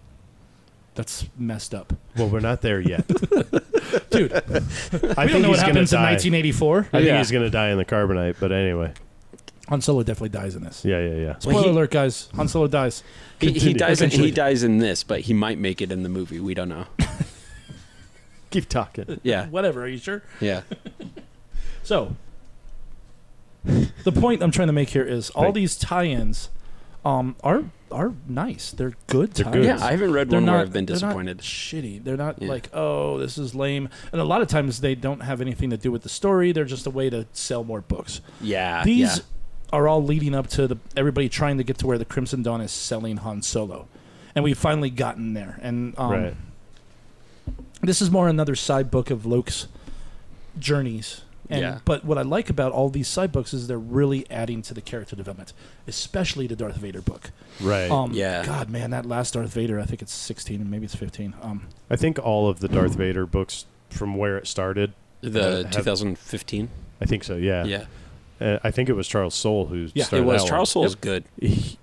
Speaker 2: that's messed up,
Speaker 1: Well, we're not there yet.
Speaker 2: dude.
Speaker 1: I
Speaker 2: we
Speaker 1: think
Speaker 2: don't know what
Speaker 1: he's going to
Speaker 2: happens in
Speaker 1: die.
Speaker 2: 1984.
Speaker 1: I
Speaker 3: Yeah.
Speaker 1: think he's going to die in the carbonite. But anyway,
Speaker 2: Han Solo definitely dies in this.
Speaker 1: yeah, yeah, yeah.
Speaker 2: Spoiler
Speaker 3: Well, he-
Speaker 2: alert, guys. Han Solo dies.
Speaker 3: He, he
Speaker 1: Continue.
Speaker 3: dies. In, he
Speaker 2: Eventually.
Speaker 3: dies in this, but he might make it in the movie. We don't know.
Speaker 1: Keep talking.
Speaker 3: Yeah,
Speaker 2: Whatever. Are you sure?
Speaker 3: yeah.
Speaker 2: So, the point I'm trying to make here is all
Speaker 1: Thank-
Speaker 2: these tie-ins um, are are nice. They're good
Speaker 1: They're
Speaker 2: tie-ins.
Speaker 1: good.
Speaker 3: Yeah, I haven't read
Speaker 2: They're
Speaker 3: one where
Speaker 2: not-
Speaker 3: I've been
Speaker 2: they're not
Speaker 3: disappointed.
Speaker 2: shitty. They're not
Speaker 3: Yeah.
Speaker 2: like, oh, this is lame. And a lot of times they don't have anything to do with the story. They're just a way to sell more books.
Speaker 3: yeah,
Speaker 1: Uh,
Speaker 2: These
Speaker 3: yeah.
Speaker 2: are all leading up to the everybody trying to get to where the Crimson Dawn is selling Han Solo, and we've finally gotten there. And um,
Speaker 1: right.
Speaker 2: this is more another side book of Luke's journeys. And,
Speaker 3: Yeah.
Speaker 2: But what I like about all these side books is they're really adding to the character development, especially the Darth Vader book.
Speaker 1: Right.
Speaker 2: Um,
Speaker 3: Yeah.
Speaker 2: God, man, that last Darth Vader, I think it's 16 and maybe it's 15. Um,
Speaker 1: I think all of the Darth Vader books from where it started.
Speaker 3: The
Speaker 1: have-
Speaker 3: 2015.
Speaker 1: I think so. Yeah.
Speaker 3: Yeah,
Speaker 1: Uh, I think it was Charles Soule who
Speaker 2: Yeah, it
Speaker 3: it
Speaker 1: started
Speaker 3: was.
Speaker 1: that
Speaker 3: Charles
Speaker 1: one.
Speaker 3: Soule's good.
Speaker 1: he,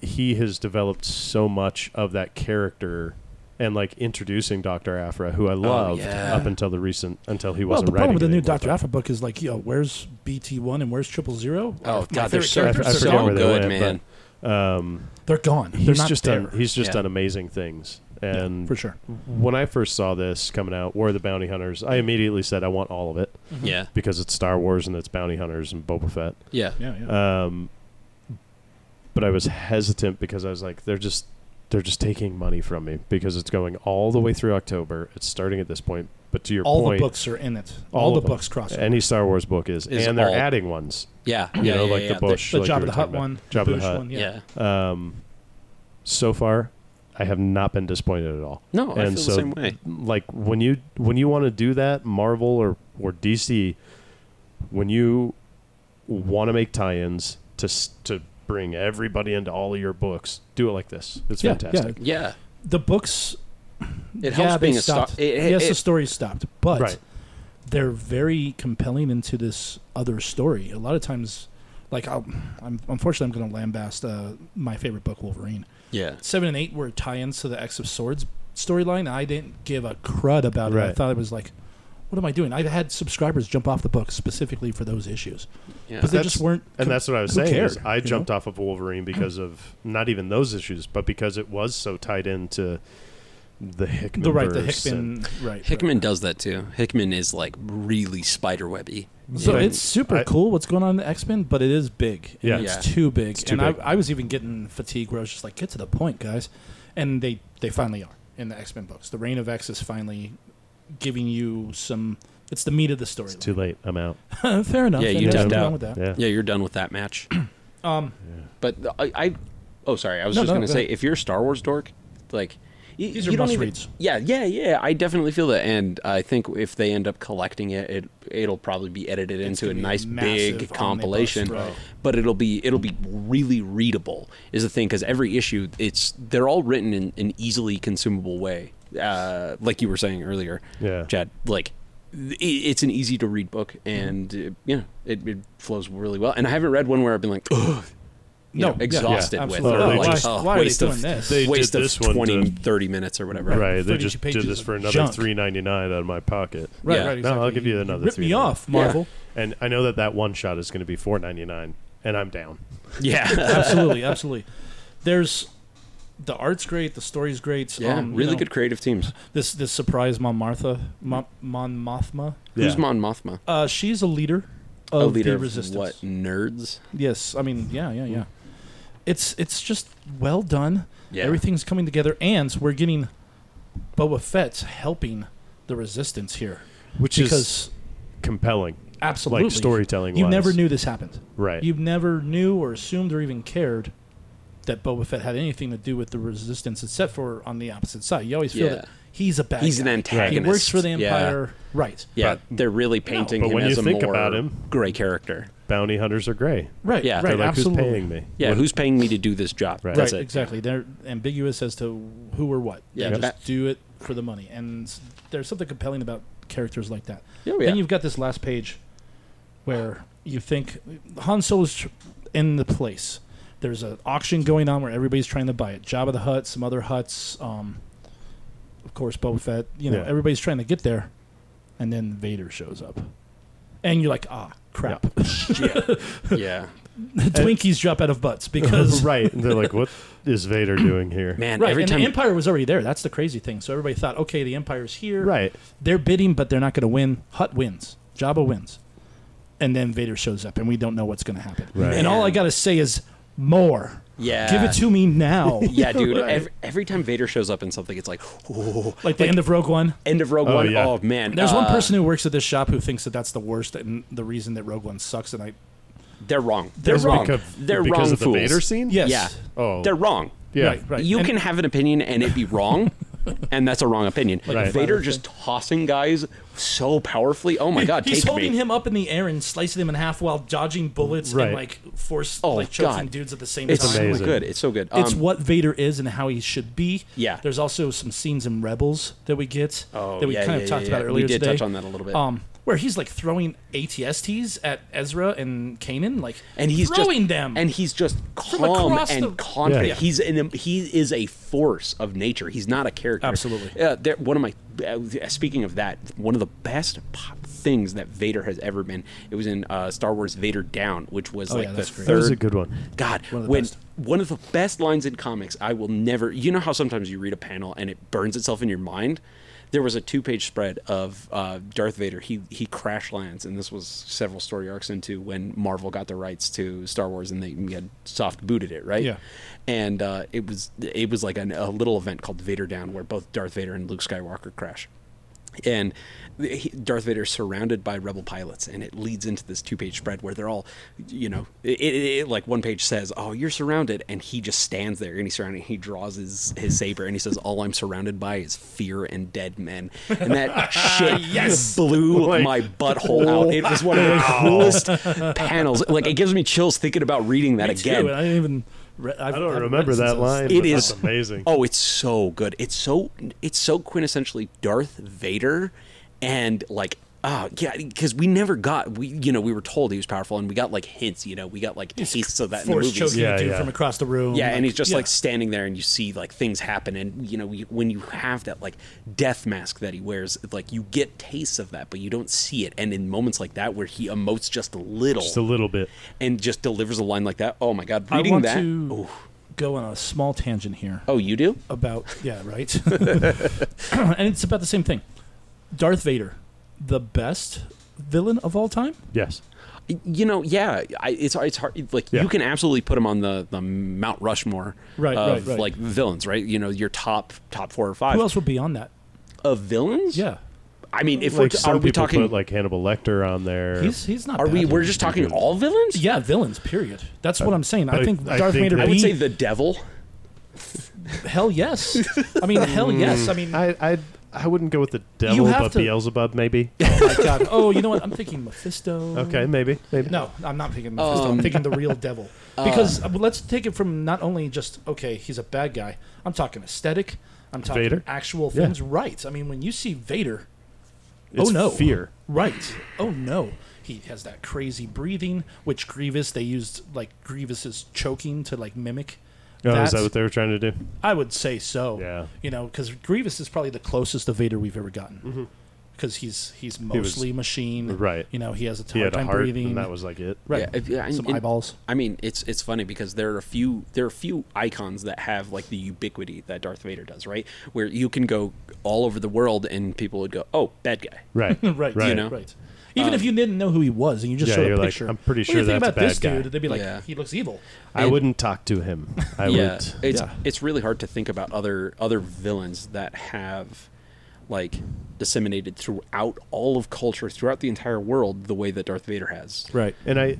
Speaker 1: he has developed so much of that character and like introducing Dr. Afra, who I loved
Speaker 3: yeah.
Speaker 1: up until the recent until he
Speaker 2: Oh, well,
Speaker 1: wasn't
Speaker 2: the problem
Speaker 1: writing
Speaker 2: with the new
Speaker 1: anymore,
Speaker 2: Dr.
Speaker 1: but-
Speaker 2: Alpha book is like, yo, where's BT1 and where's Triple Zero?
Speaker 3: Oh
Speaker 2: My
Speaker 3: God, they're
Speaker 2: favorite
Speaker 3: so,
Speaker 1: I- I
Speaker 2: characters,
Speaker 1: forget
Speaker 2: they're,
Speaker 3: so
Speaker 1: where
Speaker 2: gone.
Speaker 1: they
Speaker 3: good,
Speaker 1: went,
Speaker 3: man.
Speaker 1: Um,
Speaker 2: They're gone. They're
Speaker 1: he's
Speaker 2: not
Speaker 1: just
Speaker 2: there.
Speaker 1: done he's just
Speaker 3: Yeah.
Speaker 1: done amazing things.
Speaker 2: Yeah,
Speaker 1: And
Speaker 2: for sure.
Speaker 1: when I first saw this coming out, War of the Bounty Hunters, I immediately said I want all of it
Speaker 3: Yeah,
Speaker 1: because it's Star Wars and it's Bounty Hunters and Boba Fett.
Speaker 3: yeah,
Speaker 2: Yeah, yeah.
Speaker 1: Um, but I was hesitant because I was like, they're just they're just taking money from me because it's going all the way through October. It's starting at this point. But to your
Speaker 2: all
Speaker 1: point,
Speaker 2: the books are in it.
Speaker 1: all
Speaker 2: All, the
Speaker 1: of them.
Speaker 2: books cross. over.
Speaker 1: any Star Wars book is,
Speaker 3: Is
Speaker 1: and they're
Speaker 3: all-
Speaker 1: adding ones.
Speaker 3: yeah.
Speaker 1: You
Speaker 3: yeah,
Speaker 1: know,
Speaker 3: yeah,
Speaker 1: like
Speaker 3: yeah.
Speaker 1: the Bush,
Speaker 2: the
Speaker 1: like
Speaker 2: Job
Speaker 1: we
Speaker 2: of
Speaker 1: were
Speaker 2: the
Speaker 1: talking
Speaker 2: Hut
Speaker 1: about.
Speaker 2: one,
Speaker 1: Jabba
Speaker 2: the
Speaker 1: the
Speaker 2: Bush
Speaker 1: Hutt.
Speaker 2: one,
Speaker 3: Yeah.
Speaker 2: yeah.
Speaker 1: Um, so far, I have not been disappointed at all.
Speaker 3: No, I
Speaker 1: and
Speaker 3: feel
Speaker 1: so,
Speaker 3: the same way.
Speaker 1: Like when you when you want to do that, Marvel or or DC, when you want to make tie-ins to s- to bring everybody into all of your books, do it like this. It's
Speaker 2: Yeah,
Speaker 1: fantastic.
Speaker 3: Yeah,
Speaker 2: The books.
Speaker 3: it helps
Speaker 2: yeah, they
Speaker 3: being a star.
Speaker 2: stopped.
Speaker 3: It, it,
Speaker 2: yes,
Speaker 3: it-
Speaker 2: the story stopped, but
Speaker 1: Right.
Speaker 2: they're very compelling into this other story. A lot of times, like I'll, I'm unfortunately I'm going to lambast uh, my favorite book, Wolverine.
Speaker 3: yeah,
Speaker 2: Seven and eight were tie-ins to the X of Swords storyline. I didn't give a crud about it. I
Speaker 1: Right.
Speaker 2: thought it was like, what am I doing? I had subscribers jump off the book specifically for those issues
Speaker 3: yeah.
Speaker 2: because they
Speaker 1: That's-
Speaker 2: just weren't.
Speaker 1: And
Speaker 2: com-
Speaker 1: that's what I was
Speaker 2: who
Speaker 1: saying. is
Speaker 2: cared,
Speaker 1: I
Speaker 2: you know?
Speaker 1: jumped off of Wolverine because of not even those issues, but because it was so tied into the Hickman.
Speaker 2: the right, the
Speaker 1: verse and-
Speaker 2: Hickman, right, right.
Speaker 3: Hickman does that too. Hickman is like really spider webby.
Speaker 2: So
Speaker 1: Yeah.
Speaker 2: it's super
Speaker 1: I-
Speaker 2: cool what's going on in the X Men, but it is big. And
Speaker 1: Yeah.
Speaker 2: it's
Speaker 3: Yeah.
Speaker 2: too big.
Speaker 1: too
Speaker 2: and
Speaker 1: big.
Speaker 2: I, I was even getting fatigued where I was just like, get to the point, guys. And they they finally are in the X Men books. The Reign of X is finally giving you some. It's the meat of the story.
Speaker 1: Too late. I'm out.
Speaker 2: Fair enough.
Speaker 3: Yeah,
Speaker 2: and
Speaker 3: you
Speaker 2: there's
Speaker 3: tapped
Speaker 2: nothing
Speaker 3: out.
Speaker 2: wrong with that.
Speaker 1: Yeah.
Speaker 3: Yeah, you're done with that match.
Speaker 2: Um,
Speaker 3: But the- I, I oh sorry, I was
Speaker 2: No,
Speaker 3: just
Speaker 2: no,
Speaker 3: gonna
Speaker 2: go
Speaker 3: say
Speaker 2: ahead.
Speaker 3: if you're a Star Wars dork, like y-
Speaker 2: These
Speaker 3: you
Speaker 2: are
Speaker 3: don't even-
Speaker 2: must-reads.
Speaker 3: Yeah, yeah, yeah. I definitely feel that, and I think if they end up collecting it, it it'll probably be edited into a
Speaker 2: gonna be
Speaker 3: nice
Speaker 2: massive
Speaker 3: big
Speaker 2: omnibus,
Speaker 3: compilation.
Speaker 2: bro.
Speaker 3: But it'll be it'll be really readable is the thing because every issue it's they're all written in an easily consumable way, uh, like you were saying earlier,
Speaker 1: Yeah.
Speaker 3: Chad. Like i- it's an easy to read book, and uh, yeah, it, it flows really well. And I haven't read one where I've been like, ugh, you
Speaker 2: No,
Speaker 3: know,
Speaker 2: yeah,
Speaker 3: exhausted with
Speaker 2: absolutely.
Speaker 3: or
Speaker 1: No,
Speaker 2: why-
Speaker 3: like oh,
Speaker 2: why are they
Speaker 3: waste of
Speaker 2: doing this?
Speaker 1: They
Speaker 3: waste
Speaker 1: did
Speaker 3: of
Speaker 1: this one
Speaker 3: 20
Speaker 1: to-
Speaker 3: 30 minutes or whatever
Speaker 1: Right, they
Speaker 2: 32
Speaker 1: just did
Speaker 2: pages
Speaker 1: this
Speaker 2: of
Speaker 1: for another
Speaker 2: junk.
Speaker 1: three ninety nine out of my pocket.
Speaker 2: Right,
Speaker 3: Yeah.
Speaker 2: right.
Speaker 1: No,
Speaker 2: Exactly.
Speaker 1: I'll give you another
Speaker 2: Rip me
Speaker 1: 399.
Speaker 2: off, Marvel.
Speaker 1: And I know that that one shot is going to be four ninety nine, and I'm down.
Speaker 3: yeah
Speaker 2: absolutely, absolutely. There's the art's great, the story's great.
Speaker 3: yeah
Speaker 2: um, you
Speaker 3: really
Speaker 2: know,
Speaker 3: good creative teams
Speaker 2: This this surprise Mon Martha, Mon, Mon Mothma.
Speaker 1: Yeah.
Speaker 3: who's mon mothma
Speaker 2: Uh, she's a leader of
Speaker 3: a leader
Speaker 2: the resistance.
Speaker 3: of what nerds?
Speaker 2: Yes, I mean, yeah, yeah, yeah. It's it's just well done.
Speaker 3: Yeah.
Speaker 2: Everything's coming together, and we're getting Boba Fett's helping the resistance here,
Speaker 1: which is
Speaker 2: because
Speaker 1: compelling,
Speaker 2: absolutely
Speaker 1: like storytelling.
Speaker 2: You
Speaker 1: wise.
Speaker 2: never knew this happened.
Speaker 1: right?
Speaker 2: You never knew or assumed or even cared that Boba Fett had anything to do with the resistance, except for on the opposite side. You always feel
Speaker 3: Yeah.
Speaker 2: that he's a bad.
Speaker 3: He's an
Speaker 2: guy. He
Speaker 3: antagonist.
Speaker 2: works for the
Speaker 3: Yeah.
Speaker 2: Empire, right?
Speaker 3: Yeah, they're really painting
Speaker 1: But
Speaker 3: him
Speaker 1: when
Speaker 3: as
Speaker 1: you
Speaker 3: a
Speaker 1: think
Speaker 3: more
Speaker 1: about him-
Speaker 3: gray character.
Speaker 1: Bounty hunters are gray.
Speaker 2: Right.
Speaker 3: Yeah.
Speaker 2: Right.
Speaker 1: They're like,
Speaker 2: absolutely.
Speaker 1: who's paying me?
Speaker 3: Yeah,
Speaker 1: What-
Speaker 3: who's paying me to do this job?
Speaker 1: Right.
Speaker 3: That's
Speaker 2: right,
Speaker 3: it.
Speaker 2: exactly. They're ambiguous as to who or what.
Speaker 3: Yeah.
Speaker 2: They
Speaker 3: That-
Speaker 2: just do it for the money, and s- there's something compelling about characters like that.
Speaker 3: Yeah, oh, yeah.
Speaker 2: Then you've got this last page where you think Han Solo's tr- in the place. There's an auction going on where everybody's trying to buy it. Jabba the Hutt, some other huts, um, of course Boba Fett. You know,
Speaker 1: Yeah.
Speaker 2: everybody's trying to get there, and then Vader shows up, and you're like, ah, crap.
Speaker 3: yeah.
Speaker 2: Twinkies drop out of butts because
Speaker 1: right. And they're like, what is Vader doing here?
Speaker 3: Man,
Speaker 2: Right,
Speaker 3: every
Speaker 2: and
Speaker 3: time
Speaker 2: the Empire was already there. That's the crazy thing. So everybody thought, okay, the Empire's here.
Speaker 1: Right.
Speaker 2: They're bidding, but they're not going to win. Hut wins. Jabba wins. And then Vader shows up, and we don't know what's going to happen.
Speaker 1: Right.
Speaker 2: And all I
Speaker 3: Man.
Speaker 2: got to say is more.
Speaker 3: Yeah.
Speaker 2: Give it to me now.
Speaker 3: Yeah, dude. Every, every time Vader shows up in something, it's like, oh,
Speaker 2: Like the end of Rogue One.
Speaker 3: end of Rogue One.
Speaker 1: Oh, yeah.
Speaker 3: Oh man,
Speaker 2: There's one
Speaker 3: uh,
Speaker 2: person who works at this shop who thinks that that's the worst and the reason that Rogue One sucks. And I
Speaker 3: They're wrong. They're
Speaker 2: There's
Speaker 3: wrong.
Speaker 1: Because,
Speaker 3: They're
Speaker 1: because
Speaker 3: wrong.
Speaker 1: of the
Speaker 3: fools.
Speaker 1: Vader scene?
Speaker 2: yes,
Speaker 3: Yeah.
Speaker 1: Oh.
Speaker 3: They're wrong.
Speaker 1: yeah.
Speaker 2: right, right.
Speaker 3: You
Speaker 2: And-
Speaker 3: can have an opinion and it be wrong, and that's a wrong opinion.
Speaker 1: Right.
Speaker 3: Vader just tossing guys so powerfully. Oh my god,
Speaker 2: He's
Speaker 3: take
Speaker 2: holding
Speaker 3: me.
Speaker 2: him up in the air and slicing him in half while dodging bullets
Speaker 1: Right.
Speaker 2: and like force
Speaker 3: Oh,
Speaker 2: like choking
Speaker 3: God.
Speaker 2: dudes at the same
Speaker 3: It's
Speaker 2: time.
Speaker 1: amazing.
Speaker 3: so good. It's so good. Um,
Speaker 2: it's what Vader is and how he should be.
Speaker 3: Yeah.
Speaker 2: There's also some scenes in Rebels that we get
Speaker 3: Oh,
Speaker 2: that we
Speaker 3: yeah,
Speaker 2: kind
Speaker 3: yeah,
Speaker 2: of talked
Speaker 3: yeah,
Speaker 2: about
Speaker 3: yeah. We
Speaker 2: earlier
Speaker 3: did
Speaker 2: today.
Speaker 3: touch on that a little bit.
Speaker 2: Um, where he's like throwing ATSTs at Ezra and Kanan, like
Speaker 3: and he's
Speaker 2: throwing
Speaker 3: just,
Speaker 2: them.
Speaker 3: and he's just
Speaker 2: across
Speaker 3: calm and
Speaker 2: the-
Speaker 3: confident.
Speaker 1: Yeah.
Speaker 3: He's an he is a force of nature. He's not a character.
Speaker 2: Absolutely.
Speaker 3: Uh, there, one of my uh, speaking of that, one of the best pop things that Vader has ever been. It was in uh, Star Wars Vader Down, which was
Speaker 2: Oh,
Speaker 3: like
Speaker 2: yeah,
Speaker 3: the
Speaker 2: that's great.
Speaker 3: third.
Speaker 1: That was a good one.
Speaker 3: God,
Speaker 2: One of the
Speaker 3: when
Speaker 2: best.
Speaker 3: one of the best lines in comics, I will never. You know how sometimes you read a panel and it burns itself in your mind. There was a two-page spread of uh, Darth Vader. He he crash lands, and this was several story arcs into when Marvel got the rights to Star Wars, and they had soft booted it, right?
Speaker 2: Yeah.
Speaker 3: And uh, it was it was like an, a little event called Vader Down, where both Darth Vader and Luke Skywalker crash and the- he- Darth Vader's surrounded by rebel pilots, and it leads into this two-page spread where they're all, you know, it, it, it like one page says, "Oh, you're surrounded," and he just stands there and he's surrounded. He draws his his saber and he says, "All I'm surrounded by is fear and dead men," and that shit blew
Speaker 1: Like,
Speaker 3: my butthole out. It was one of the coolest panels. Like it gives me chills thinking about reading that
Speaker 2: Me too,
Speaker 3: again.
Speaker 2: and I didn't even. Re- I've,
Speaker 1: I don't remember that line.
Speaker 3: It
Speaker 1: but
Speaker 3: is
Speaker 1: that's amazing.
Speaker 3: Oh, it's so good. It's so it's so quintessentially Darth Vader, and like ah yeah, because we never got we you know we were told he was powerful, and we got like hints. You know, we got like tastes of that in the
Speaker 2: Force
Speaker 3: movies.
Speaker 2: choking
Speaker 1: Yeah,
Speaker 2: a dude
Speaker 1: yeah.
Speaker 2: from across the room.
Speaker 3: Yeah, and he's just
Speaker 2: yeah.
Speaker 3: like standing there, and you see like things happen, and you know you, when you have that like death mask that he wears, like you get tastes of that, but you don't see it. And in moments like that where he emotes just a little,
Speaker 1: Just a little bit.
Speaker 3: and just delivers a line like that, oh my god,
Speaker 2: I
Speaker 3: reading
Speaker 2: want
Speaker 3: that.
Speaker 2: to
Speaker 3: oh,
Speaker 2: go on a small tangent here.
Speaker 3: oh, you do?
Speaker 2: about yeah right and it's about the same thing darth vader the best villain of all time
Speaker 1: Yes.
Speaker 3: you know, yeah, I, it's it's hard. it's Like
Speaker 1: Yeah.
Speaker 3: you can absolutely put him on the, the Mount Rushmore
Speaker 2: Right, right,
Speaker 3: of
Speaker 2: right.
Speaker 3: like villains, right? You know, your top top four or five
Speaker 2: who else would be on that
Speaker 3: of villains.
Speaker 2: yeah
Speaker 3: I mean, if
Speaker 1: Like
Speaker 3: we're
Speaker 1: some
Speaker 3: are we
Speaker 1: people
Speaker 3: talking,
Speaker 1: put like Hannibal Lecter on there.
Speaker 2: he's he's not
Speaker 3: are we
Speaker 2: bad.
Speaker 3: we're just talking all villains?
Speaker 2: yeah villains period that's what i'm saying
Speaker 1: but
Speaker 2: i
Speaker 1: I-
Speaker 2: think
Speaker 1: I
Speaker 2: darth
Speaker 1: think
Speaker 2: vader
Speaker 1: that-
Speaker 3: I
Speaker 2: be,
Speaker 3: would say the devil.
Speaker 2: hell yes i mean hell yes i mean
Speaker 1: I I I wouldn't go with the devil,
Speaker 2: have
Speaker 1: but
Speaker 2: to-
Speaker 1: Beelzebub maybe.
Speaker 2: oh my god oh you know what i'm thinking mephisto
Speaker 1: Okay, maybe maybe.
Speaker 2: no i'm not thinking mephisto i'm thinking the real devil because uh, let's take it from not only just okay he's a bad guy i'm talking aesthetic i'm talking
Speaker 1: Vader?
Speaker 2: actual
Speaker 1: Yeah.
Speaker 2: things right i mean when you see vader
Speaker 1: It's
Speaker 2: oh no
Speaker 1: fear.
Speaker 2: right oh no he has that crazy breathing which grievous they used like grievous's choking to like mimic
Speaker 1: Oh, is
Speaker 2: that.
Speaker 1: that what they were trying to do?
Speaker 2: i would say so
Speaker 1: Yeah.
Speaker 2: you know because grievous is probably the closest to vader we've ever gotten because he's he's
Speaker 1: was-
Speaker 2: mostly machine
Speaker 1: right.
Speaker 2: you know he has a
Speaker 1: He
Speaker 2: hard
Speaker 1: had a
Speaker 2: time
Speaker 1: heart,
Speaker 2: breathing
Speaker 1: and that was like it.
Speaker 2: right
Speaker 3: Yeah, if- yeah, and-
Speaker 2: some
Speaker 3: and-
Speaker 2: eyeballs
Speaker 3: I mean, it's it's funny because there are a few there are a few icons that have like the ubiquity that Darth Vader does, right? Where you can go all over the world and people would go, "Oh, bad guy."
Speaker 1: Right.
Speaker 2: right
Speaker 1: Right.
Speaker 3: You know?
Speaker 2: right Even if
Speaker 3: Um,
Speaker 2: you didn't know who he was and you just
Speaker 1: Yeah,
Speaker 2: showed
Speaker 1: you're
Speaker 2: a
Speaker 1: like,
Speaker 2: picture,
Speaker 1: "I'm pretty
Speaker 2: "What do
Speaker 1: sure
Speaker 2: you think
Speaker 1: that's a
Speaker 2: about
Speaker 1: bad
Speaker 2: this
Speaker 1: guy."
Speaker 2: dude, they'd be like,
Speaker 3: Yeah.
Speaker 2: he looks evil.
Speaker 1: I
Speaker 3: And-
Speaker 1: wouldn't talk to him. I
Speaker 3: yeah,
Speaker 1: would.
Speaker 3: it's
Speaker 1: yeah.
Speaker 3: it's really hard to think about other other villains that have like disseminated throughout all of culture, throughout the entire world, the way that Darth Vader has.
Speaker 1: Right. And I,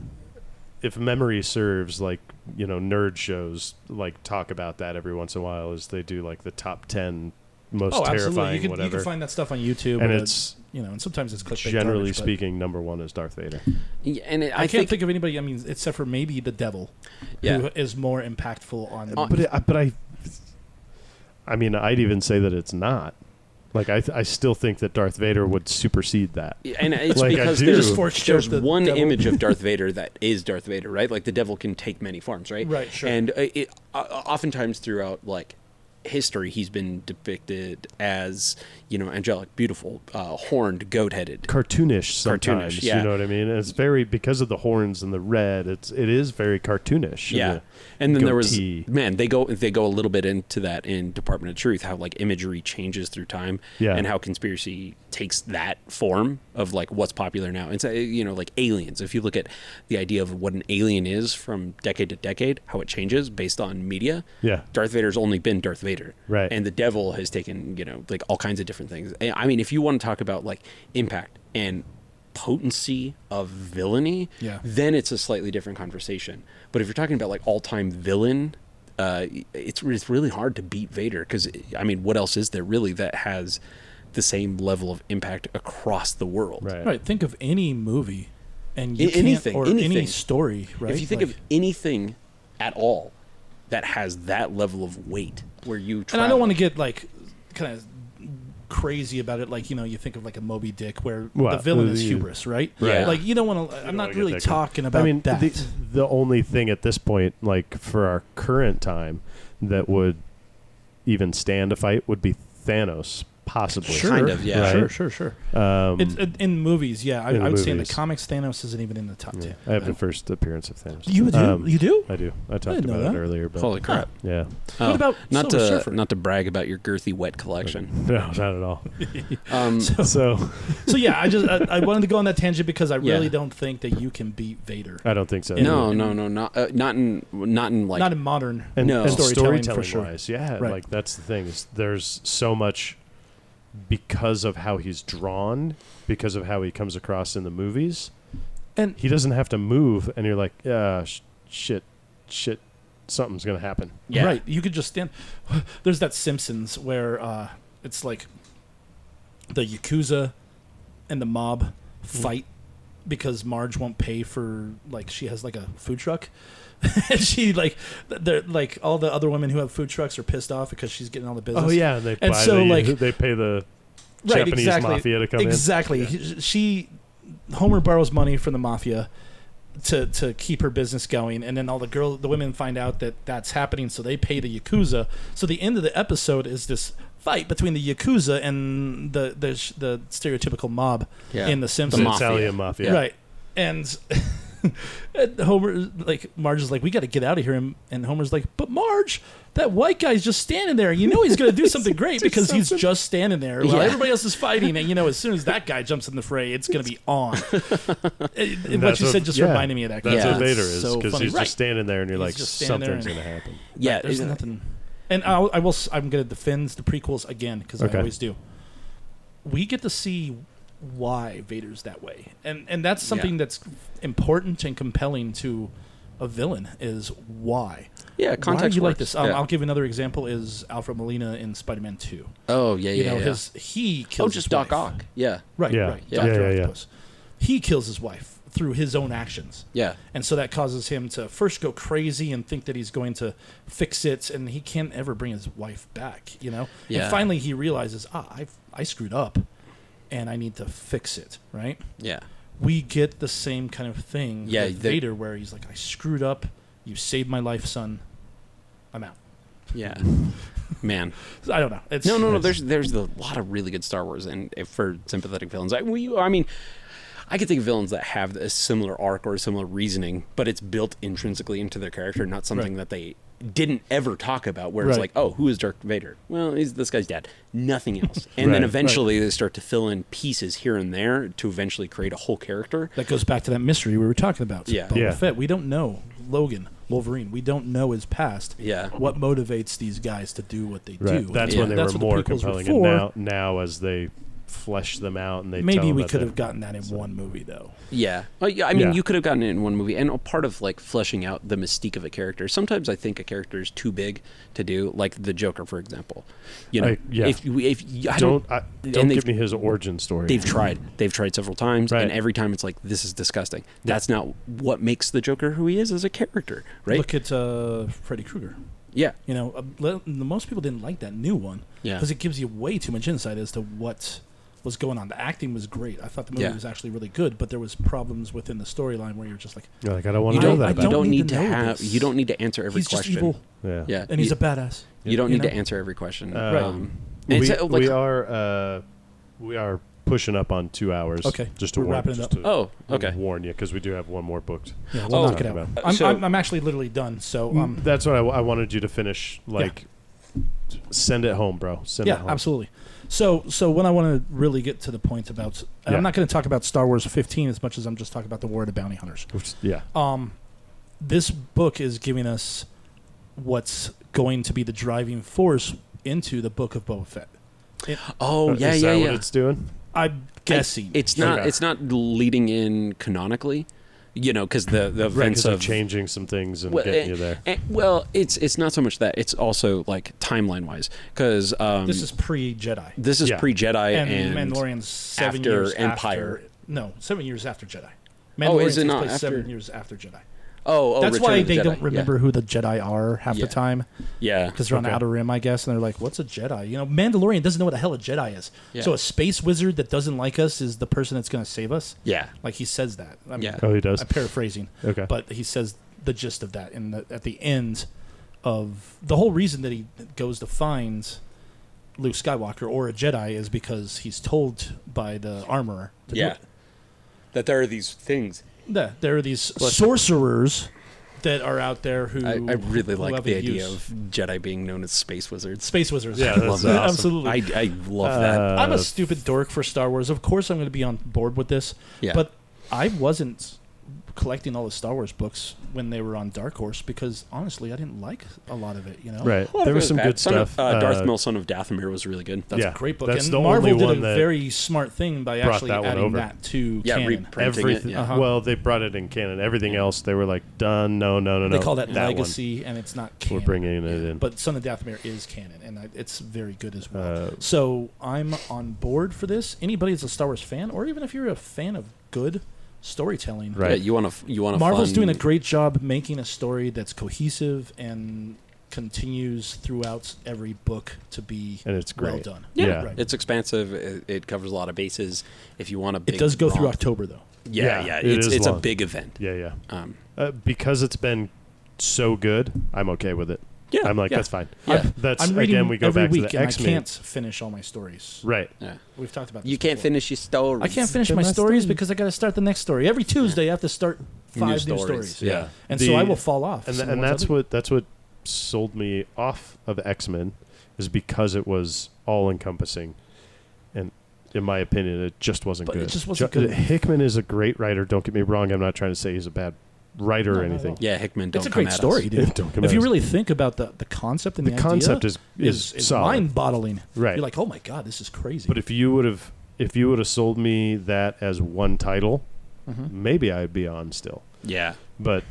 Speaker 1: if memory serves, like, you know, nerd shows, like, talk about that every once in a while as they do, like, the top 10 most
Speaker 2: oh, absolutely.
Speaker 1: terrifying,
Speaker 2: You can, you
Speaker 1: whatever.
Speaker 2: can find that stuff on YouTube.
Speaker 1: and
Speaker 2: uh,
Speaker 1: it's
Speaker 2: you know, and sometimes it's clickbait.
Speaker 1: generally
Speaker 2: garbage, but
Speaker 1: speaking, number one is Darth Vader.
Speaker 5: Yeah, and it,
Speaker 2: I,
Speaker 5: I,
Speaker 2: can't
Speaker 5: think,
Speaker 2: think, of anybody. I mean, except for maybe the devil,
Speaker 5: Yeah.
Speaker 2: who is more impactful on.
Speaker 5: Uh,
Speaker 1: But, it, I- but I, I mean, I'd even say that it's not. Like, I, I still think that Darth Vader would supersede that.
Speaker 3: And it's
Speaker 1: Like I
Speaker 3: because
Speaker 1: do.
Speaker 3: there's,
Speaker 1: Just
Speaker 2: forged
Speaker 3: there's
Speaker 2: the
Speaker 3: one
Speaker 2: devil.
Speaker 3: image of Darth Vader that is Darth Vader, right? Like the devil can take many forms, right?
Speaker 2: Right, sure.
Speaker 3: And uh, it, uh, oftentimes throughout like history, he's been depicted as you know angelic, beautiful, uh, horned, goat-headed.
Speaker 1: Cartoonish sometimes,
Speaker 3: yeah.
Speaker 1: you know what I mean? And it's very because of the horns and the red. It's it is very cartoonish. and
Speaker 3: Yeah,
Speaker 1: the
Speaker 3: and then
Speaker 1: goatee.
Speaker 3: there was man. They go they go a little bit into that in Department of Truth, how like imagery changes through time,
Speaker 1: Yeah.
Speaker 3: and how conspiracy takes that form of like what's popular now. And so you know like aliens. If you look at the idea of what an alien is from decade to decade, how it changes based on media.
Speaker 1: Yeah.
Speaker 3: Darth Vader's only been Darth Vader,
Speaker 1: Right.
Speaker 3: And the devil has taken you know like all kinds of different things. And, I mean, if you want to talk about like impact and potency of villainy
Speaker 2: Yeah.
Speaker 3: then it's a slightly different conversation. But if you're talking about like all time villain, uh, it's it's really hard to beat Vader because I mean, what else is there really that has the same level of impact across the world?
Speaker 1: right.
Speaker 2: Right. Think of any movie, and you
Speaker 3: A-
Speaker 2: can't-
Speaker 3: anything,
Speaker 2: or any
Speaker 3: anything.
Speaker 2: story. Right.
Speaker 3: If you think
Speaker 2: Like-
Speaker 3: of anything at all that has that level of weight, where you
Speaker 2: and I don't want to get like kind of crazy about it. Like you know, you think of like a Moby Dick, where
Speaker 1: Well,
Speaker 2: the villain is
Speaker 1: the-
Speaker 2: hubris, right?
Speaker 3: Right.
Speaker 2: Like you don't want to. I'm
Speaker 1: wanna
Speaker 2: not
Speaker 1: get
Speaker 2: really
Speaker 1: that going.
Speaker 2: talking about
Speaker 1: I mean,
Speaker 2: that.
Speaker 1: The, the only thing at this point, like for our current time, that would even stand a fight would be Thanos, possibly.
Speaker 2: Sure.
Speaker 3: Kind of, yeah.
Speaker 2: Sure,
Speaker 1: Right?
Speaker 2: sure, sure.
Speaker 1: Um,
Speaker 2: It's, uh, in movies, yeah. I, I
Speaker 1: in
Speaker 2: would
Speaker 1: the
Speaker 2: say in the
Speaker 1: movies.
Speaker 2: comics, Thanos isn't even in the top ten.
Speaker 1: I have the first appearance of Thanos.
Speaker 2: You do?
Speaker 1: Um,
Speaker 2: you do?
Speaker 1: I do. I talked
Speaker 2: didn't know
Speaker 1: about it
Speaker 2: that.
Speaker 1: earlier, but
Speaker 5: holy crap.
Speaker 1: yeah,
Speaker 5: Oh,
Speaker 2: What about
Speaker 5: not
Speaker 2: Silver
Speaker 5: to
Speaker 2: Surfer?
Speaker 5: not to brag about your girthy wet collection?
Speaker 1: no, not at all.
Speaker 5: Um,
Speaker 1: so
Speaker 2: So yeah, I just I, I wanted to go on that tangent because I really
Speaker 5: Yeah.
Speaker 2: don't think that you can beat Vader.
Speaker 1: I don't think so.
Speaker 5: no, no, no, not uh, not in not in like
Speaker 2: not in modern.
Speaker 1: and,
Speaker 5: No.
Speaker 1: and
Speaker 2: Storytelling
Speaker 1: storytelling,
Speaker 2: for sure.
Speaker 1: wise, yeah,
Speaker 2: Right.
Speaker 1: like that's the thing. Is there's so much because of how he's drawn, because of how he comes across in the movies.
Speaker 2: And
Speaker 1: he doesn't have to move, and you're like, uh, sh- shit, shit, something's gonna happen.
Speaker 3: Yeah.
Speaker 2: right, you could just stand. There's that Simpsons where uh, it's like the yakuza and the mob fight because Marge won't pay for like she has like a food truck. and she like they're like all the other women who have food trucks are pissed off because she's getting all the business.
Speaker 1: Oh yeah, and they
Speaker 2: And
Speaker 1: buy
Speaker 2: so,
Speaker 1: the,
Speaker 2: like-
Speaker 1: they pay the
Speaker 2: right,
Speaker 1: Japanese
Speaker 2: exactly.
Speaker 1: mafia to come
Speaker 2: exactly. He- She Homer borrows money from the mafia to to keep her business going, and then all the girl the women find out that that's happening, so they pay the yakuza. So the end of the episode is this fight between the yakuza and the the, sh- the stereotypical mob
Speaker 5: Yeah.
Speaker 2: in the
Speaker 1: in.
Speaker 2: Simpsons,
Speaker 1: The
Speaker 5: mafia.
Speaker 1: Italian mafia,
Speaker 2: right? And. and Homer, like Marge, is like, we got to get out of here, and, and Homer's like, but Marge, that white guy's just standing there. You know he's going to do something great because he's just standing there while
Speaker 5: Yeah.
Speaker 2: everybody else is fighting. And you know, as soon as that guy jumps in the fray, it's going to be on. And- and what
Speaker 1: That's
Speaker 2: you
Speaker 1: what-
Speaker 2: said just
Speaker 1: yeah.
Speaker 2: reminded me of that.
Speaker 1: That's
Speaker 5: Yeah.
Speaker 1: what Vader is
Speaker 2: So
Speaker 1: because
Speaker 2: funny.
Speaker 1: he's
Speaker 2: Right.
Speaker 1: just standing there, and you're
Speaker 2: He's
Speaker 1: like,
Speaker 2: just standing there
Speaker 1: something's
Speaker 2: and-
Speaker 1: gonna happen.
Speaker 3: Yeah,
Speaker 2: There's
Speaker 3: isn't-
Speaker 2: nothing. And I'll, I will. s- I'm going to defend the prequels again because I
Speaker 1: Okay.
Speaker 2: always do. We get to see why Vader's that way, and and that's something
Speaker 3: Yeah.
Speaker 2: that's important and compelling to a villain is why.
Speaker 5: yeah
Speaker 2: why do
Speaker 5: context.
Speaker 2: you like
Speaker 5: works.
Speaker 2: this? Um,
Speaker 5: Yeah.
Speaker 2: I'll give another example: is Alfred Molina in Spider-Man Two.
Speaker 5: oh yeah,
Speaker 2: You
Speaker 5: yeah,
Speaker 2: know,
Speaker 5: yeah.
Speaker 2: his he kills
Speaker 5: oh,
Speaker 2: his
Speaker 5: just Doc
Speaker 2: wife.
Speaker 5: Ock. Yeah,
Speaker 2: Right,
Speaker 1: Yeah.
Speaker 2: right.
Speaker 5: Yeah.
Speaker 2: Dr.
Speaker 1: Yeah, yeah, yeah.
Speaker 2: Octopus. He kills his wife through his own actions.
Speaker 5: yeah.
Speaker 2: And so that causes him to first go crazy and think that he's going to fix it, and he can't ever bring his wife back, you know?
Speaker 5: Yeah.
Speaker 2: And finally he realizes, ah, I've, I screwed up, and I need to fix it, right?
Speaker 5: Yeah.
Speaker 2: We get the same kind of thing
Speaker 5: Yeah,
Speaker 2: with
Speaker 5: the-
Speaker 2: Vader, where he's like, I screwed up, you saved my life, son, I'm out.
Speaker 5: Yeah. Man.
Speaker 2: I don't know. It's,
Speaker 5: No, no, no. There's there's a lot of really good Star Wars and for sympathetic villains. I, we, I mean,
Speaker 3: I could think of villains that have a similar arc or a similar reasoning, but it's built intrinsically into their character, not something that they didn't ever talk about. Where it's
Speaker 2: Right.
Speaker 3: like, oh, who is Darth Vader? Well, he's this guy's dad. Nothing else. And then
Speaker 1: Right,
Speaker 3: eventually they start to fill in pieces here and there to eventually create a whole character.
Speaker 2: That goes back to that mystery we were talking about.
Speaker 3: Yeah.
Speaker 2: Boba
Speaker 1: Yeah.
Speaker 2: Fett. We don't know Logan, Wolverine. We don't know his past.
Speaker 3: Yeah.
Speaker 2: What motivates these guys to do what they
Speaker 1: Right.
Speaker 2: do?
Speaker 1: That's
Speaker 3: Yeah.
Speaker 1: when they
Speaker 2: That's
Speaker 1: were
Speaker 2: what the
Speaker 1: more
Speaker 2: prequels were
Speaker 1: compelling.
Speaker 2: for.
Speaker 1: And now, now as they flesh them out and they
Speaker 2: Maybe
Speaker 1: tell
Speaker 2: we
Speaker 1: that
Speaker 2: could
Speaker 1: they-
Speaker 2: have gotten that in one movie though.
Speaker 3: Yeah. Well, yeah, I mean,
Speaker 1: Yeah.
Speaker 3: you could have gotten it in one movie. And a part of like fleshing out the mystique of a character. Sometimes I think a character is too big to do, like the Joker, for example. You know,
Speaker 1: I- yeah.
Speaker 3: if you, if you, I
Speaker 1: don't
Speaker 3: don't,
Speaker 1: I,
Speaker 3: and
Speaker 1: don't
Speaker 3: they've-
Speaker 1: give me his origin story.
Speaker 3: they've tried. They've tried several times,
Speaker 1: Right.
Speaker 3: and every time it's like, this is disgusting. That's not what makes the Joker who he is as a character, right?
Speaker 2: Look at uh, Freddy Krueger.
Speaker 3: yeah.
Speaker 2: You know, uh, le- the most people didn't like that new one
Speaker 3: Yeah.
Speaker 2: because it gives you way too much insight as to what was going on. The acting was great. I thought the movie
Speaker 3: Yeah.
Speaker 2: was actually really good, but there was problems within the storyline where you're just like,
Speaker 1: You're like I don't want
Speaker 3: You
Speaker 1: to know
Speaker 3: don't,
Speaker 1: that.
Speaker 2: I
Speaker 3: you
Speaker 1: about
Speaker 3: don't,
Speaker 2: don't
Speaker 3: need
Speaker 2: even
Speaker 3: to
Speaker 2: know
Speaker 3: have,
Speaker 2: this.
Speaker 3: you don't need to answer every
Speaker 2: he's
Speaker 3: question.
Speaker 2: just evil
Speaker 1: it. Yeah.
Speaker 3: Yeah.
Speaker 2: and he's
Speaker 3: you,
Speaker 2: a badass.
Speaker 3: you don't
Speaker 2: you
Speaker 3: need to
Speaker 2: know?
Speaker 3: answer every question.
Speaker 1: Uh, Right.
Speaker 3: um, and
Speaker 1: We,
Speaker 3: it's, uh, like,
Speaker 1: we are uh, we are pushing up on two hours.
Speaker 2: Okay.
Speaker 1: Just to
Speaker 2: We're
Speaker 1: warn,
Speaker 2: wrapping it
Speaker 1: just
Speaker 2: up.
Speaker 1: to
Speaker 3: oh, okay.
Speaker 1: warn you because we do have one more booked.
Speaker 2: Yeah, we'll
Speaker 3: Oh,
Speaker 2: knock it out.
Speaker 1: about-
Speaker 2: I'm,
Speaker 3: So-
Speaker 2: I'm, I'm actually literally done. So um,
Speaker 1: That's what I, I wanted you to finish. Like, send it home, bro. Send it
Speaker 2: yeah,
Speaker 1: home.
Speaker 2: absolutely. So, so when I want to really get to the point about, and
Speaker 1: Yeah.
Speaker 2: I'm not going to talk about Star Wars 15 as much as I'm just talking about the War of the Bounty Hunters.
Speaker 1: Which- Yeah.
Speaker 3: Oh,
Speaker 1: Uh,
Speaker 2: Um, this book is giving us what's going to be the driving force into the book of Boba Fett.
Speaker 3: Oh,
Speaker 1: Uh,
Speaker 3: yeah,
Speaker 1: Is
Speaker 3: yeah,
Speaker 1: that
Speaker 3: yeah.
Speaker 1: what it's doing?
Speaker 2: I'm
Speaker 3: I-
Speaker 2: guessing
Speaker 3: it's not
Speaker 1: Okay.
Speaker 3: it's not leading in canonically you know because the the
Speaker 1: Right,
Speaker 3: events
Speaker 1: 'cause they're
Speaker 3: of
Speaker 1: changing some things and
Speaker 3: well,
Speaker 1: getting
Speaker 3: eh,
Speaker 1: you there.
Speaker 3: eh, well it's it's not so much that it's also like timeline wise because um
Speaker 2: this is pre Jedi
Speaker 3: this is
Speaker 1: Yeah.
Speaker 3: pre Jedi
Speaker 2: and,
Speaker 3: and,
Speaker 2: Mandalorian's seven
Speaker 3: after
Speaker 2: years
Speaker 3: Empire.
Speaker 2: After, no, seven years after Jedi.
Speaker 3: Oh,
Speaker 2: Mandalorian
Speaker 3: is it
Speaker 2: takes
Speaker 3: not
Speaker 2: place seven
Speaker 3: after-
Speaker 2: years after Jedi.
Speaker 3: oh, oh
Speaker 2: That's
Speaker 3: Return
Speaker 2: why
Speaker 3: of the
Speaker 2: they
Speaker 3: Jedi.
Speaker 2: don't remember who the Jedi are half
Speaker 3: Yeah.
Speaker 2: the time.
Speaker 3: yeah, yeah.
Speaker 2: because they're on the
Speaker 1: Okay.
Speaker 2: outer rim, I guess, and they're like, "What's a Jedi?" You know, Mandalorian doesn't know what the hell a Jedi is.
Speaker 3: Yeah.
Speaker 2: So a space wizard that doesn't like us is the person that's going to save us.
Speaker 3: Yeah.
Speaker 2: like he says that. I mean,
Speaker 3: Yeah.
Speaker 1: Oh, he does.
Speaker 2: I'm paraphrasing.
Speaker 1: Okay.
Speaker 2: but he says the gist of that, and the, at the end of the whole reason that he goes to find Luke Skywalker or a Jedi is because he's told by the armorer. To
Speaker 3: yeah that there are these things
Speaker 2: do it. yeah. There are these sorcerers that are out there who
Speaker 3: I, I really
Speaker 2: who
Speaker 3: like
Speaker 2: have
Speaker 3: the
Speaker 2: a
Speaker 3: idea
Speaker 2: use.
Speaker 3: of Jedi being known as space wizards
Speaker 2: space wizards.
Speaker 1: Yeah, that's awesome.
Speaker 2: absolutely.
Speaker 3: I, I love that
Speaker 1: Uh,
Speaker 2: I'm a stupid dork for Star Wars. Of course, I'm going to be on board with this.
Speaker 3: Yeah.
Speaker 2: But I wasn't collecting all the Star Wars books when they were on Dark Horse because honestly, I didn't like a lot of it. You know,
Speaker 1: Right.
Speaker 3: Well,
Speaker 1: There
Speaker 3: it
Speaker 1: was some
Speaker 3: bad.
Speaker 1: good
Speaker 3: Son of-
Speaker 1: stuff.
Speaker 3: uh, Darth
Speaker 1: Uh,
Speaker 3: Maul, son of Dathomir, was really good.
Speaker 2: That's
Speaker 1: Yeah,
Speaker 2: a great book,
Speaker 1: that's
Speaker 2: and
Speaker 1: the
Speaker 2: Marvel
Speaker 1: only
Speaker 2: did
Speaker 1: one
Speaker 2: a
Speaker 1: that
Speaker 2: very smart thing by
Speaker 1: brought
Speaker 2: actually
Speaker 1: that one
Speaker 2: adding
Speaker 1: over.
Speaker 2: that to
Speaker 3: Yeah,
Speaker 2: canon.
Speaker 3: reprinting
Speaker 1: Everything.
Speaker 3: it. Yeah.
Speaker 2: Uh-huh.
Speaker 1: Well, they brought it in canon. Everything else, they were like, done. No, no, no, no.
Speaker 2: they call that,
Speaker 1: one.
Speaker 2: legacy, and it's not canon.
Speaker 1: We're bringing it in.
Speaker 2: but Son of Dathomir is canon, and I, it's very good as
Speaker 1: Uh,
Speaker 2: well. so I'm on board for this. Anybody that's a Star Wars fan, or even if you're a fan of good storytelling,
Speaker 1: Right.
Speaker 3: Yeah, you want to you want to
Speaker 2: Marvel's
Speaker 3: fun,
Speaker 2: doing a great job making a story that's cohesive and continues throughout every book to be
Speaker 1: And it's
Speaker 2: well
Speaker 1: great.
Speaker 2: done.
Speaker 1: Yeah.
Speaker 3: Yeah,
Speaker 2: Right.
Speaker 3: it's expensive. It, it covers a lot of bases. If you want a, big
Speaker 2: It does go through
Speaker 3: romp-
Speaker 2: October though.
Speaker 3: Yeah,
Speaker 1: Yeah,
Speaker 3: yeah,
Speaker 1: it
Speaker 3: it's
Speaker 1: is
Speaker 3: it's a
Speaker 1: long.
Speaker 3: big event.
Speaker 1: Yeah, yeah.
Speaker 3: Um,
Speaker 1: Uh, because it's been so good, I'm okay with it.
Speaker 3: Yeah,
Speaker 1: I'm like,
Speaker 3: yeah.
Speaker 1: that's fine.
Speaker 3: Yeah.
Speaker 1: I'm- That's
Speaker 2: I'm reading
Speaker 1: again, we go
Speaker 2: every
Speaker 1: back
Speaker 2: week,
Speaker 1: to the
Speaker 2: and
Speaker 1: X
Speaker 2: I
Speaker 1: Men.
Speaker 2: can't finish all my stories.
Speaker 1: Right.
Speaker 3: yeah.
Speaker 2: We've talked about this
Speaker 3: You can't
Speaker 2: before.
Speaker 3: finish your story.
Speaker 2: I can't finish my
Speaker 1: my
Speaker 2: stories
Speaker 1: story.
Speaker 2: because I got to start the next story every Tuesday. I have to start five new stories,
Speaker 3: Yeah,
Speaker 2: and
Speaker 1: The-
Speaker 2: so I will fall off.
Speaker 1: and
Speaker 2: some
Speaker 1: th- and
Speaker 2: ones I
Speaker 1: that's
Speaker 2: do.
Speaker 1: what that's what sold me off of X Men is because it was all encompassing, and in my opinion, it just wasn't
Speaker 2: But it
Speaker 1: good.
Speaker 2: just wasn't good.
Speaker 1: Hickman is a great writer. Don't get me wrong. I'm not trying to say he's a bad writer
Speaker 2: No,
Speaker 1: or
Speaker 2: not at
Speaker 1: anything.
Speaker 2: all.
Speaker 3: yeah. Hickman, don't
Speaker 2: It's a
Speaker 3: come
Speaker 2: great
Speaker 3: at
Speaker 2: story,
Speaker 3: Us.
Speaker 2: dude.
Speaker 1: Don't come
Speaker 2: if
Speaker 1: at
Speaker 2: you
Speaker 1: us.
Speaker 2: really think about the, the concept and the,
Speaker 1: the concept
Speaker 2: idea
Speaker 1: is is,
Speaker 2: is
Speaker 1: solid.
Speaker 2: mind-boggling.
Speaker 1: Right.
Speaker 2: You're like, oh my god, this is crazy.
Speaker 1: But if you would have if you would have sold me that as one title,
Speaker 2: Mm-hmm.
Speaker 1: maybe I'd be on still.
Speaker 3: Yeah,
Speaker 1: But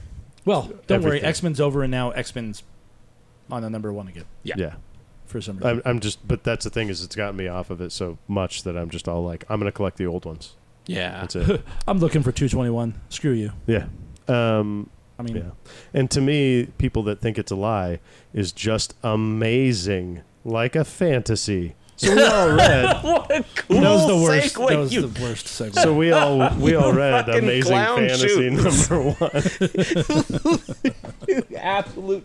Speaker 2: Well, don't worry.
Speaker 1: everything.
Speaker 2: X Men's over, and now X Men's on the number one again
Speaker 3: Yeah.
Speaker 1: yeah.
Speaker 2: for some reason.
Speaker 1: I'm, I'm just, but that's the thing is, it's gotten me off of it so much that I'm just all like, I'm gonna collect the old ones.
Speaker 3: yeah.
Speaker 1: That's it.
Speaker 2: I'm looking for 221. Screw you.
Speaker 1: yeah. Um,
Speaker 2: I mean,
Speaker 1: yeah. And to me, people that think it's a lie is just amazing, like a fantasy. So we all read.
Speaker 3: What a cool
Speaker 2: that was the worst.
Speaker 3: segue,
Speaker 2: That was
Speaker 3: you-
Speaker 2: the worst segue.
Speaker 1: So we all we all read
Speaker 3: fucking
Speaker 1: Amazing
Speaker 3: clown
Speaker 1: Fantasy
Speaker 3: shoes.
Speaker 1: number one.
Speaker 3: absolute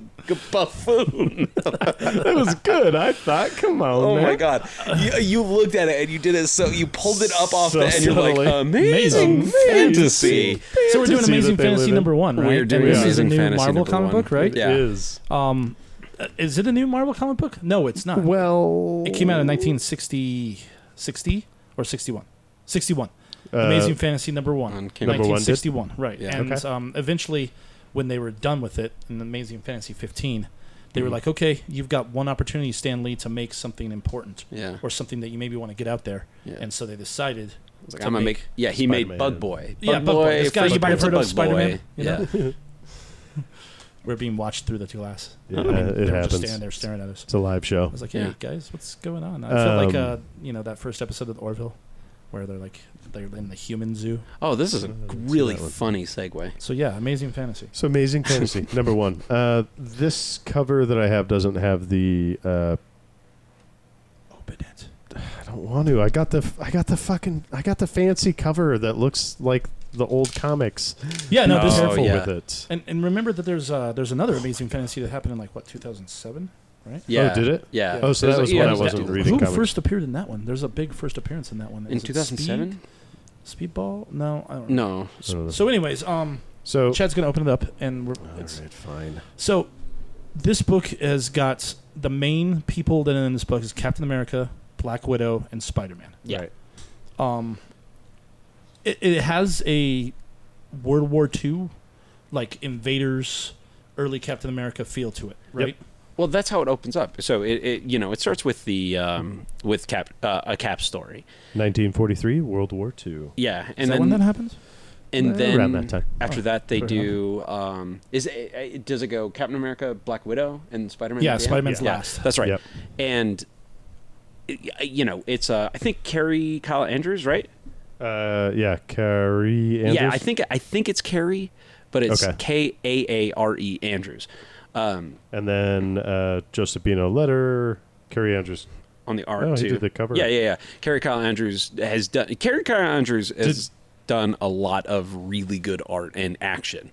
Speaker 3: buffoon.
Speaker 1: That was good. I thought. Come on,
Speaker 3: Oh
Speaker 1: man.
Speaker 3: my god! You, you looked at it and you did it so you pulled it up off
Speaker 1: So
Speaker 3: the and you're like
Speaker 1: subtly.
Speaker 3: amazing,
Speaker 1: Amazing
Speaker 3: fantasy.
Speaker 2: so we're doing
Speaker 1: fantasy
Speaker 2: Amazing
Speaker 1: that they live
Speaker 2: Fantasy
Speaker 1: in.
Speaker 2: number one, right?
Speaker 3: We're doing
Speaker 2: And this is a
Speaker 3: Amazing
Speaker 2: new
Speaker 3: Fantasy
Speaker 2: Marvel
Speaker 3: number
Speaker 2: comic
Speaker 3: one.
Speaker 2: book, right?
Speaker 1: It
Speaker 3: Yeah.
Speaker 1: is.
Speaker 2: Um, uh, is it a new Marvel comic book? No, it's not.
Speaker 1: Well,
Speaker 2: It came out in 1960 60 or 61. 61.
Speaker 1: Uh,
Speaker 2: Amazing Fantasy number one.
Speaker 3: on
Speaker 1: Number one did?
Speaker 2: 1961, right.
Speaker 3: Yeah.
Speaker 2: And
Speaker 1: Okay.
Speaker 2: um, eventually, when they were done with it in Amazing Fantasy 15, they
Speaker 3: Mm-hmm.
Speaker 2: were like, okay, you've got one opportunity, Stan Lee, to make something important
Speaker 3: Yeah,
Speaker 2: or something that you maybe want to get out there.
Speaker 3: Yeah.
Speaker 2: And so they decided.
Speaker 3: It's like,
Speaker 2: to
Speaker 3: I'm gonna make.
Speaker 2: make
Speaker 3: Yeah, he
Speaker 1: Spider-Man.
Speaker 3: made Bug Boy. Bug
Speaker 2: Yeah, Bug Boy. This guy
Speaker 3: Fresh
Speaker 2: you might have
Speaker 3: Prince
Speaker 2: heard of,
Speaker 3: Bug Boy.
Speaker 2: Spider-Man, you know?
Speaker 3: Yeah,
Speaker 2: We're being watched through the glass.
Speaker 1: Yeah,
Speaker 2: they
Speaker 1: Uh, it
Speaker 2: were just standing
Speaker 1: happens.
Speaker 2: there staring at us.
Speaker 1: It's a live show.
Speaker 2: I was like, "Hey
Speaker 3: Yeah.
Speaker 2: guys, what's going on?" I felt like
Speaker 1: Um,
Speaker 2: uh, you know that first episode of Orville, where they're like they're in the human zoo.
Speaker 3: oh, this is a really funny segue.
Speaker 2: So yeah, amazing fantasy.
Speaker 1: So amazing fantasy number one. Uh, this cover that I have doesn't have the. Uh,
Speaker 2: Open it.
Speaker 1: I don't want to. I got the. I got the fucking. I got the fancy cover that looks like the old comics.
Speaker 2: Yeah, no,
Speaker 1: Be
Speaker 2: this
Speaker 3: No.
Speaker 1: careful
Speaker 3: Oh, yeah.
Speaker 1: with it.
Speaker 2: and and remember that there's uh, there's another amazing fantasy that happened in like what 2007.
Speaker 3: Yeah,
Speaker 1: did it?
Speaker 3: Yeah.
Speaker 1: Oh, so
Speaker 3: There's
Speaker 1: that
Speaker 3: a-
Speaker 1: was
Speaker 3: yeah,
Speaker 2: E
Speaker 1: when I
Speaker 3: there's a-
Speaker 1: wasn't reading
Speaker 2: Who
Speaker 1: comics.
Speaker 2: first appeared in that one? There's a big first appearance in that one.
Speaker 3: in
Speaker 2: Is it
Speaker 3: 2007.
Speaker 2: Speed, Speedball? No, I don't know.
Speaker 3: No,
Speaker 1: I don't know.
Speaker 2: So, anyways, um,
Speaker 1: So.
Speaker 2: Chad's gonna open it up, and we're,
Speaker 1: Oh. all
Speaker 2: it's,
Speaker 1: right, fine.
Speaker 2: So, this book has got the main people that are in this book is Captain America, Black Widow, and Spider Man.
Speaker 3: Yeah.
Speaker 1: Right.
Speaker 2: Um, it, it has a World War II, like invaders, early Captain America feel to it, right?
Speaker 3: Well, that's how it opens up. So it, it you know, it starts with the um, with cap uh, a cap story.
Speaker 1: 1943, World War II.
Speaker 3: Yeah, and
Speaker 2: Is that
Speaker 3: then
Speaker 2: when that happens?
Speaker 3: and
Speaker 1: Uh,
Speaker 3: then
Speaker 1: around that time.
Speaker 3: after that they
Speaker 2: fair
Speaker 3: do um, is it, it- does it go Captain America, Black Widow, and Spider Man?
Speaker 2: Yeah, Spider-Man's last.
Speaker 3: that's right.
Speaker 1: Yep.
Speaker 3: And it- you know, it's uh, I think Carrie Kyle Andrews, right?
Speaker 1: Uh, yeah, Carrie Andrews.
Speaker 3: Yeah, I think I think it's Carrie, but it's K A A R E Andrews. Um,
Speaker 1: And then uh, Josephino Letter, Carrie Andrews.
Speaker 3: on the art
Speaker 1: Oh, he
Speaker 3: too.
Speaker 1: did the cover.
Speaker 3: Yeah, yeah, yeah. Carrie Kyle Andrews has done. Carrie Kyle Andrews has done a lot of really good art and action,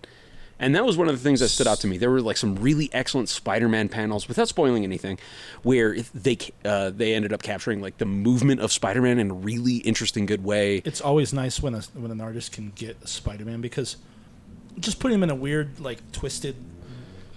Speaker 3: and that was one of the things that stood out to me. There were like some really excellent Spider-Man panels, without spoiling anything, where if they ca- uh, they ended up capturing like the movement of Spider-Man in a really interesting, good way.
Speaker 2: It's always nice when a, when an artist can get a Spider Man because just putting him in a weird, like twisted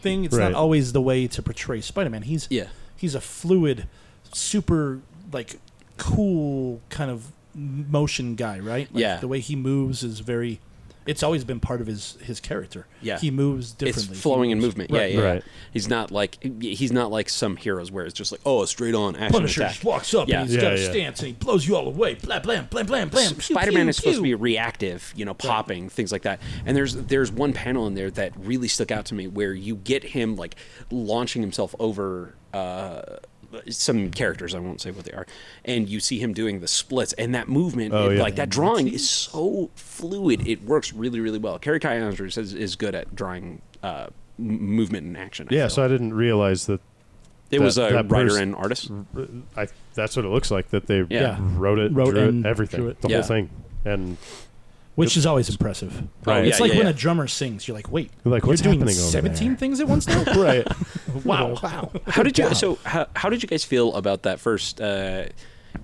Speaker 2: thing, it's
Speaker 1: Right.
Speaker 2: not always the way to portray Spider Man. He's
Speaker 3: Yeah.
Speaker 2: he's a fluid, super like cool kind of motion guy, right? Like,
Speaker 3: Yeah.
Speaker 2: The way he moves is very. It's always been part of his his character.
Speaker 3: Yeah.
Speaker 2: He moves
Speaker 3: It's
Speaker 2: differently. He
Speaker 3: flowing in
Speaker 2: moves-
Speaker 3: movement.
Speaker 2: Right.
Speaker 3: Yeah, yeah.
Speaker 1: Right.
Speaker 3: He's not like he's not like some heroes where it's just like oh, a straight on action
Speaker 2: Punisher
Speaker 3: attack.
Speaker 2: just walks up
Speaker 3: Yeah.
Speaker 2: and he's
Speaker 1: Yeah,
Speaker 2: got a
Speaker 1: yeah.
Speaker 2: stance and he blows you all away. Blah blam blam blam blam. Pew,
Speaker 3: Spider-Man
Speaker 2: pew,
Speaker 3: is supposed to
Speaker 2: pew.
Speaker 3: be reactive, you know, popping things like that. And there's there's one panel in there that really stuck out to me where you get him like launching himself over uh, some characters. I won't say what they are, and you see him doing the splits and that movement,
Speaker 1: Oh,
Speaker 3: it-
Speaker 1: yeah.
Speaker 3: like that drawing is so fluid. It works really really well. Kerry Kai Andrews is, is good at drawing uh, m- movement and action. I
Speaker 1: Yeah,
Speaker 3: feel.
Speaker 1: so I didn't realize that.
Speaker 3: it was
Speaker 1: that-
Speaker 3: a
Speaker 1: that
Speaker 3: writer
Speaker 1: pers-
Speaker 3: and artist.
Speaker 1: I that's what it looks like that they
Speaker 3: Yeah.
Speaker 1: wrote it,
Speaker 2: Wrote
Speaker 1: drew
Speaker 2: and
Speaker 1: it, everything,
Speaker 2: drew it.
Speaker 1: the
Speaker 3: Yeah.
Speaker 1: whole thing, and
Speaker 2: which is always impressive.
Speaker 1: Oh,
Speaker 3: Right.
Speaker 2: It's
Speaker 3: Yeah,
Speaker 2: like
Speaker 3: yeah,
Speaker 2: when
Speaker 3: yeah.
Speaker 2: a drummer sings, you're like, wait,
Speaker 1: Like, what's
Speaker 2: you're doing
Speaker 1: happening over
Speaker 2: 17
Speaker 1: there?
Speaker 2: things at once now?
Speaker 1: right.
Speaker 2: wow, wow.
Speaker 3: How did you so how, how did you guys feel about that first uh,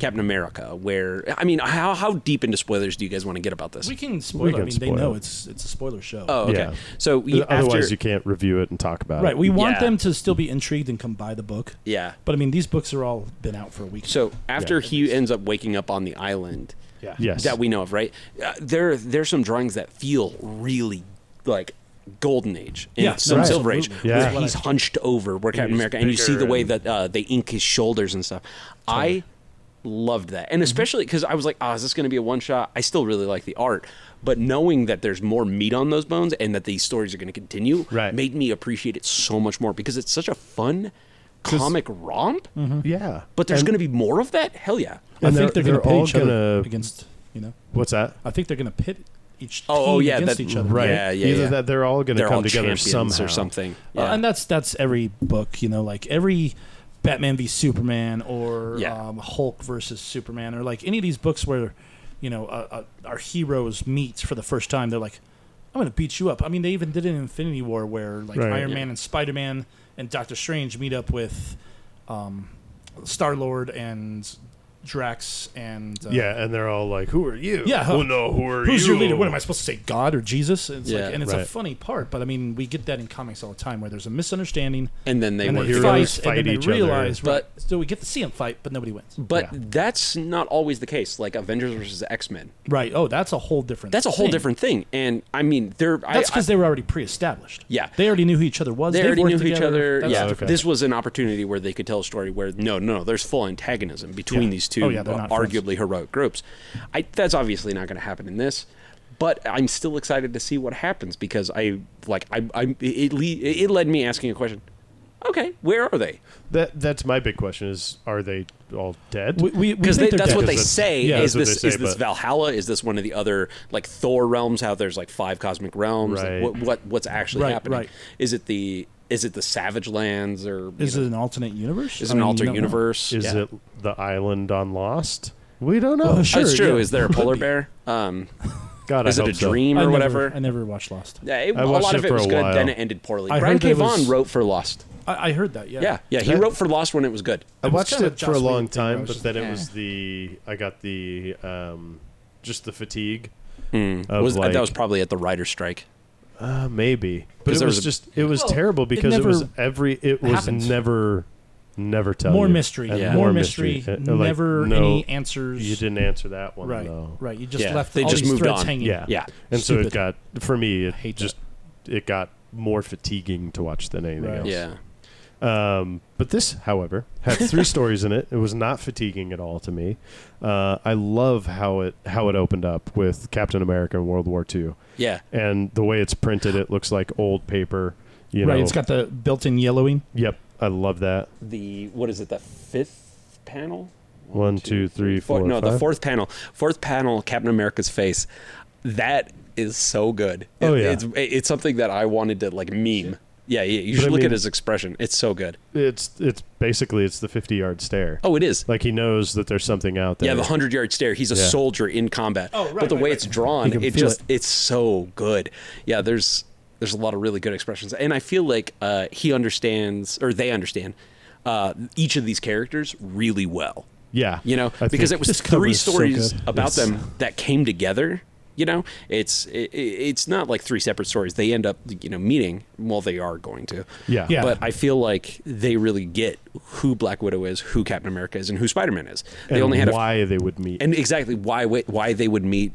Speaker 3: Captain America? Where I mean, how how deep into spoilers do you guys want to get about this?
Speaker 2: We can spoil.
Speaker 1: We
Speaker 2: I
Speaker 1: can
Speaker 2: mean,
Speaker 1: spoil.
Speaker 2: they know it's it's a spoiler show.
Speaker 3: oh, okay.
Speaker 1: Yeah.
Speaker 3: So we,
Speaker 1: Otherwise,
Speaker 3: after,
Speaker 1: you can't review it and talk about
Speaker 2: right.
Speaker 1: it.
Speaker 2: We want
Speaker 3: Yeah.
Speaker 2: them to still be intrigued and come buy the book.
Speaker 3: yeah.
Speaker 2: But I mean, these books are all been out for a week.
Speaker 3: So after he ends up waking up on the island,
Speaker 2: yeah,
Speaker 1: Yes.
Speaker 3: that we know of, right? Uh, there there's some drawings that feel really like golden age and
Speaker 2: Yeah,
Speaker 3: some
Speaker 2: right.
Speaker 3: silver age
Speaker 2: Absolutely.
Speaker 1: Yeah.
Speaker 3: where he's hunched over where captain
Speaker 1: he's
Speaker 3: america and you see
Speaker 1: bigger
Speaker 3: the way
Speaker 1: and-
Speaker 3: that uh, they ink his shoulders and stuff i loved that
Speaker 1: Mm-hmm.
Speaker 3: and especially because i was like oh is this going to be a one shot i still really like the art but knowing that there's more meat on those bones and that these stories are going to continue
Speaker 1: Right.
Speaker 3: made me appreciate it so much more because it's such a fun comic romp
Speaker 1: yeah.
Speaker 3: but
Speaker 1: Mm-hmm.
Speaker 3: there's
Speaker 1: And-
Speaker 3: going to be more of that hell yeah
Speaker 2: I
Speaker 1: and
Speaker 2: think
Speaker 1: they're- they're
Speaker 2: they're, going to pit
Speaker 1: all
Speaker 2: each other
Speaker 1: gonna-
Speaker 2: against you know.
Speaker 1: what's that?
Speaker 2: I think they're going to pit each team
Speaker 3: Oh, oh, yeah,
Speaker 2: against
Speaker 3: that-
Speaker 2: each other.
Speaker 1: Right.
Speaker 3: Yeah, yeah,
Speaker 1: Either
Speaker 3: yeah.
Speaker 1: that they're all going to
Speaker 3: they're
Speaker 1: come
Speaker 3: all
Speaker 1: together
Speaker 3: champions
Speaker 1: somehow
Speaker 3: or something
Speaker 2: Uh, and that's that's every book, you know, like every Batman v Superman or
Speaker 3: Yeah.
Speaker 2: um, Hulk versus Superman or like any of these books where, you know, uh, uh, our heroes meet for the first time. They're like, I'm going to beat you up. I mean, they even did it in Infinity War where like
Speaker 1: Right,
Speaker 2: Iron
Speaker 3: yeah.
Speaker 2: Man and Spider Man and Doctor Strange meet up with um, Star Lord and Drax and uh,
Speaker 1: yeah, and they're all like, "Who are you?
Speaker 2: Yeah, huh?
Speaker 1: oh no, who are
Speaker 2: Who's
Speaker 1: you?
Speaker 2: your leader? What am I supposed to say, God or Jesus? It's
Speaker 3: Yeah.
Speaker 2: like, and it's a
Speaker 1: Right.
Speaker 2: funny part, but I mean, we get that in comics all the time where there's a misunderstanding
Speaker 3: and then they
Speaker 2: and
Speaker 3: work
Speaker 1: the
Speaker 2: they
Speaker 1: heroes
Speaker 3: together.
Speaker 2: fight,
Speaker 1: fight
Speaker 2: and then
Speaker 1: each
Speaker 2: they realize,
Speaker 3: other.
Speaker 2: right? So we get to see them fight, but nobody wins.
Speaker 3: But
Speaker 1: Yeah.
Speaker 3: that's not always the case. Like Avengers versus X Men,
Speaker 2: Right? Oh, that's a whole different.
Speaker 3: that's a whole
Speaker 2: thing.
Speaker 3: different thing. And I mean, they're
Speaker 2: That's
Speaker 3: I, I,
Speaker 2: because they were already pre-established.
Speaker 3: Yeah.
Speaker 2: they already knew who each other was.
Speaker 3: they
Speaker 2: They've
Speaker 3: already
Speaker 2: worked
Speaker 3: knew each
Speaker 2: together.
Speaker 3: other.
Speaker 2: That's
Speaker 3: yeah,
Speaker 2: different.
Speaker 1: different.
Speaker 3: this was an opportunity where they could tell a story where no, no, no, there's full antagonism between
Speaker 2: Yeah.
Speaker 3: these two
Speaker 2: Oh, yeah, they're
Speaker 3: uh,
Speaker 2: not friends.
Speaker 3: arguably heroic groups. I, that's obviously not going to happen in this, but I'm still excited to see what happens because I like I, I it, le- it led me asking a question. Okay, where are they?
Speaker 1: That that's my big question: is are they all dead?
Speaker 2: We, we, we
Speaker 3: Because
Speaker 2: think
Speaker 3: they,
Speaker 2: they're
Speaker 3: that's what
Speaker 2: dead.
Speaker 3: they
Speaker 1: Because
Speaker 3: say.
Speaker 1: that's- yeah,
Speaker 3: is
Speaker 1: that's what
Speaker 3: this
Speaker 1: they
Speaker 3: is
Speaker 1: say,
Speaker 3: this
Speaker 1: but-
Speaker 3: Valhalla? Is this one of the other like Thor realms? How there's like five cosmic realms? Like,
Speaker 1: Right.
Speaker 3: what, what what's actually
Speaker 2: Right,
Speaker 3: happening?
Speaker 2: right.
Speaker 3: Is it the is it the Savage Lands or you
Speaker 2: Is
Speaker 3: know,
Speaker 2: it an alternate universe?
Speaker 3: is
Speaker 2: I
Speaker 3: it an
Speaker 2: mean, you
Speaker 3: alternate
Speaker 2: don't know.
Speaker 3: universe?
Speaker 1: is
Speaker 3: Yeah.
Speaker 1: it the island on Lost? We don't know.
Speaker 2: Oh, sure.
Speaker 3: That's true.
Speaker 2: yeah.
Speaker 3: Is there a polar bear? Um,
Speaker 1: God,
Speaker 3: is
Speaker 1: I
Speaker 3: it a
Speaker 1: hope so.
Speaker 3: dream
Speaker 2: I
Speaker 3: or
Speaker 2: never-
Speaker 3: whatever?
Speaker 2: I never watched Lost.
Speaker 3: Yeah, it-
Speaker 1: I
Speaker 3: a
Speaker 1: watched
Speaker 3: lot
Speaker 1: it
Speaker 3: of it
Speaker 1: for a
Speaker 3: was good.
Speaker 1: while.
Speaker 3: Then it ended poorly.
Speaker 2: I
Speaker 3: Brian
Speaker 2: heard
Speaker 3: K.
Speaker 2: there
Speaker 3: Vaughan
Speaker 2: was-
Speaker 3: wrote for Lost.
Speaker 2: I, I heard that. Yeah.
Speaker 3: Yeah, yeah, he
Speaker 1: That-
Speaker 3: wrote for Lost when it was good.
Speaker 1: I
Speaker 2: It was
Speaker 1: watched
Speaker 2: kind of
Speaker 1: it
Speaker 2: a
Speaker 1: for a
Speaker 2: Joss
Speaker 1: long
Speaker 2: Whedon thing,
Speaker 1: time,
Speaker 2: right?
Speaker 1: but then it
Speaker 3: Yeah.
Speaker 1: was the I got the um, just the fatigue. of
Speaker 3: Was,
Speaker 1: like,
Speaker 3: that was probably at the writer's strike.
Speaker 1: uh, maybe, but
Speaker 3: 'Cause
Speaker 1: it
Speaker 3: there
Speaker 1: was,
Speaker 3: was a-
Speaker 1: just it was
Speaker 2: Well,
Speaker 1: terrible
Speaker 2: it
Speaker 1: because it, was
Speaker 2: never
Speaker 1: every it was
Speaker 2: happens.
Speaker 1: never never tell
Speaker 2: More
Speaker 1: you.
Speaker 2: mystery.
Speaker 1: And
Speaker 3: Yeah.
Speaker 2: More mystery.
Speaker 1: Uh, like,
Speaker 2: Never
Speaker 1: no,
Speaker 2: any answers.
Speaker 1: You didn't answer that one
Speaker 2: Right.
Speaker 1: though.
Speaker 2: Right. You just
Speaker 3: Yeah,
Speaker 2: left.
Speaker 3: they
Speaker 2: all
Speaker 3: just
Speaker 2: these
Speaker 3: moved
Speaker 2: threads
Speaker 3: on.
Speaker 2: hanging.
Speaker 1: Yeah.
Speaker 3: Yeah.
Speaker 1: And so
Speaker 2: Stupid.
Speaker 1: it got for me it
Speaker 2: hate
Speaker 1: just it got more fatiguing to watch than anything
Speaker 2: Right.
Speaker 1: else.
Speaker 3: Yeah.
Speaker 1: Um, but this, however, had three stories in it. It was not fatiguing at all to me. Uh, I love how it how it opened up with Captain America and World War II,
Speaker 3: Yeah.
Speaker 1: and the way it's printed, it looks like old paper. You
Speaker 2: right.
Speaker 1: know,
Speaker 2: It's got the built-in yellowing.
Speaker 1: yep. I love that.
Speaker 3: The what is it? The fifth panel.
Speaker 1: One, two, three,
Speaker 3: Four,
Speaker 1: four.
Speaker 3: no, the
Speaker 1: five.
Speaker 3: fourth panel. Fourth panel, Captain America's face. That is so good. It-
Speaker 1: Oh, yeah.
Speaker 3: It's it's something that I wanted to like meme. Yeah, yeah. You
Speaker 1: But
Speaker 3: should
Speaker 1: I
Speaker 3: look
Speaker 1: mean-
Speaker 3: at his expression. It's so good.
Speaker 1: It's it's basically it's the fifty yard stare.
Speaker 3: Oh, it is.
Speaker 1: Like he knows that there's something out there.
Speaker 3: Yeah, the hundred yard stare. He's a
Speaker 1: Yeah.
Speaker 3: soldier in combat.
Speaker 2: Oh, right,
Speaker 3: But the
Speaker 2: right,
Speaker 3: way
Speaker 2: right.
Speaker 3: it's
Speaker 2: You
Speaker 3: drawn,
Speaker 2: can
Speaker 3: it
Speaker 2: feel
Speaker 3: just
Speaker 2: it.
Speaker 3: it's so good. Yeah, there's there's a lot of really good expressions, and I feel like uh, he understands or they understand uh, each of these characters really well.
Speaker 1: yeah,
Speaker 3: You know,
Speaker 1: I
Speaker 3: because
Speaker 1: think-
Speaker 3: it was
Speaker 2: this cover
Speaker 3: three
Speaker 2: is so
Speaker 3: stories
Speaker 2: good.
Speaker 3: about
Speaker 2: Yes.
Speaker 3: them that came together. You know, it's it, it's not like three separate stories. They end up you know meeting. Well, they are going to.
Speaker 1: Yeah.
Speaker 2: Yeah.
Speaker 3: But I feel like they really get who Black Widow is, who Captain America is, and who Spider Man is. They
Speaker 1: and
Speaker 3: only had a
Speaker 1: why they would meet.
Speaker 3: and exactly why wi- why they would meet.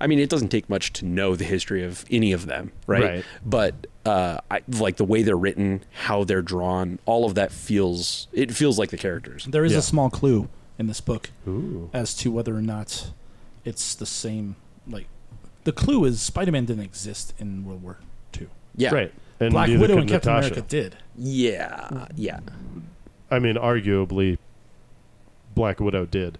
Speaker 3: I mean, it doesn't take much to know the history of any of them, right?
Speaker 1: Right.
Speaker 3: But uh, I, like the way they're written, how they're drawn, all of that feels it feels like the characters.
Speaker 2: There is
Speaker 1: Yeah.
Speaker 2: a small clue in this book
Speaker 1: Ooh.
Speaker 2: as to whether or not it's the same. Like, the clue is Spider-Man didn't exist in World War II.
Speaker 3: Yeah,
Speaker 1: Right. And
Speaker 2: Black
Speaker 1: neither
Speaker 2: Widow
Speaker 1: could
Speaker 2: and Captain
Speaker 1: Natasha.
Speaker 2: America did.
Speaker 3: Yeah, yeah,
Speaker 1: I mean, arguably, Black Widow did.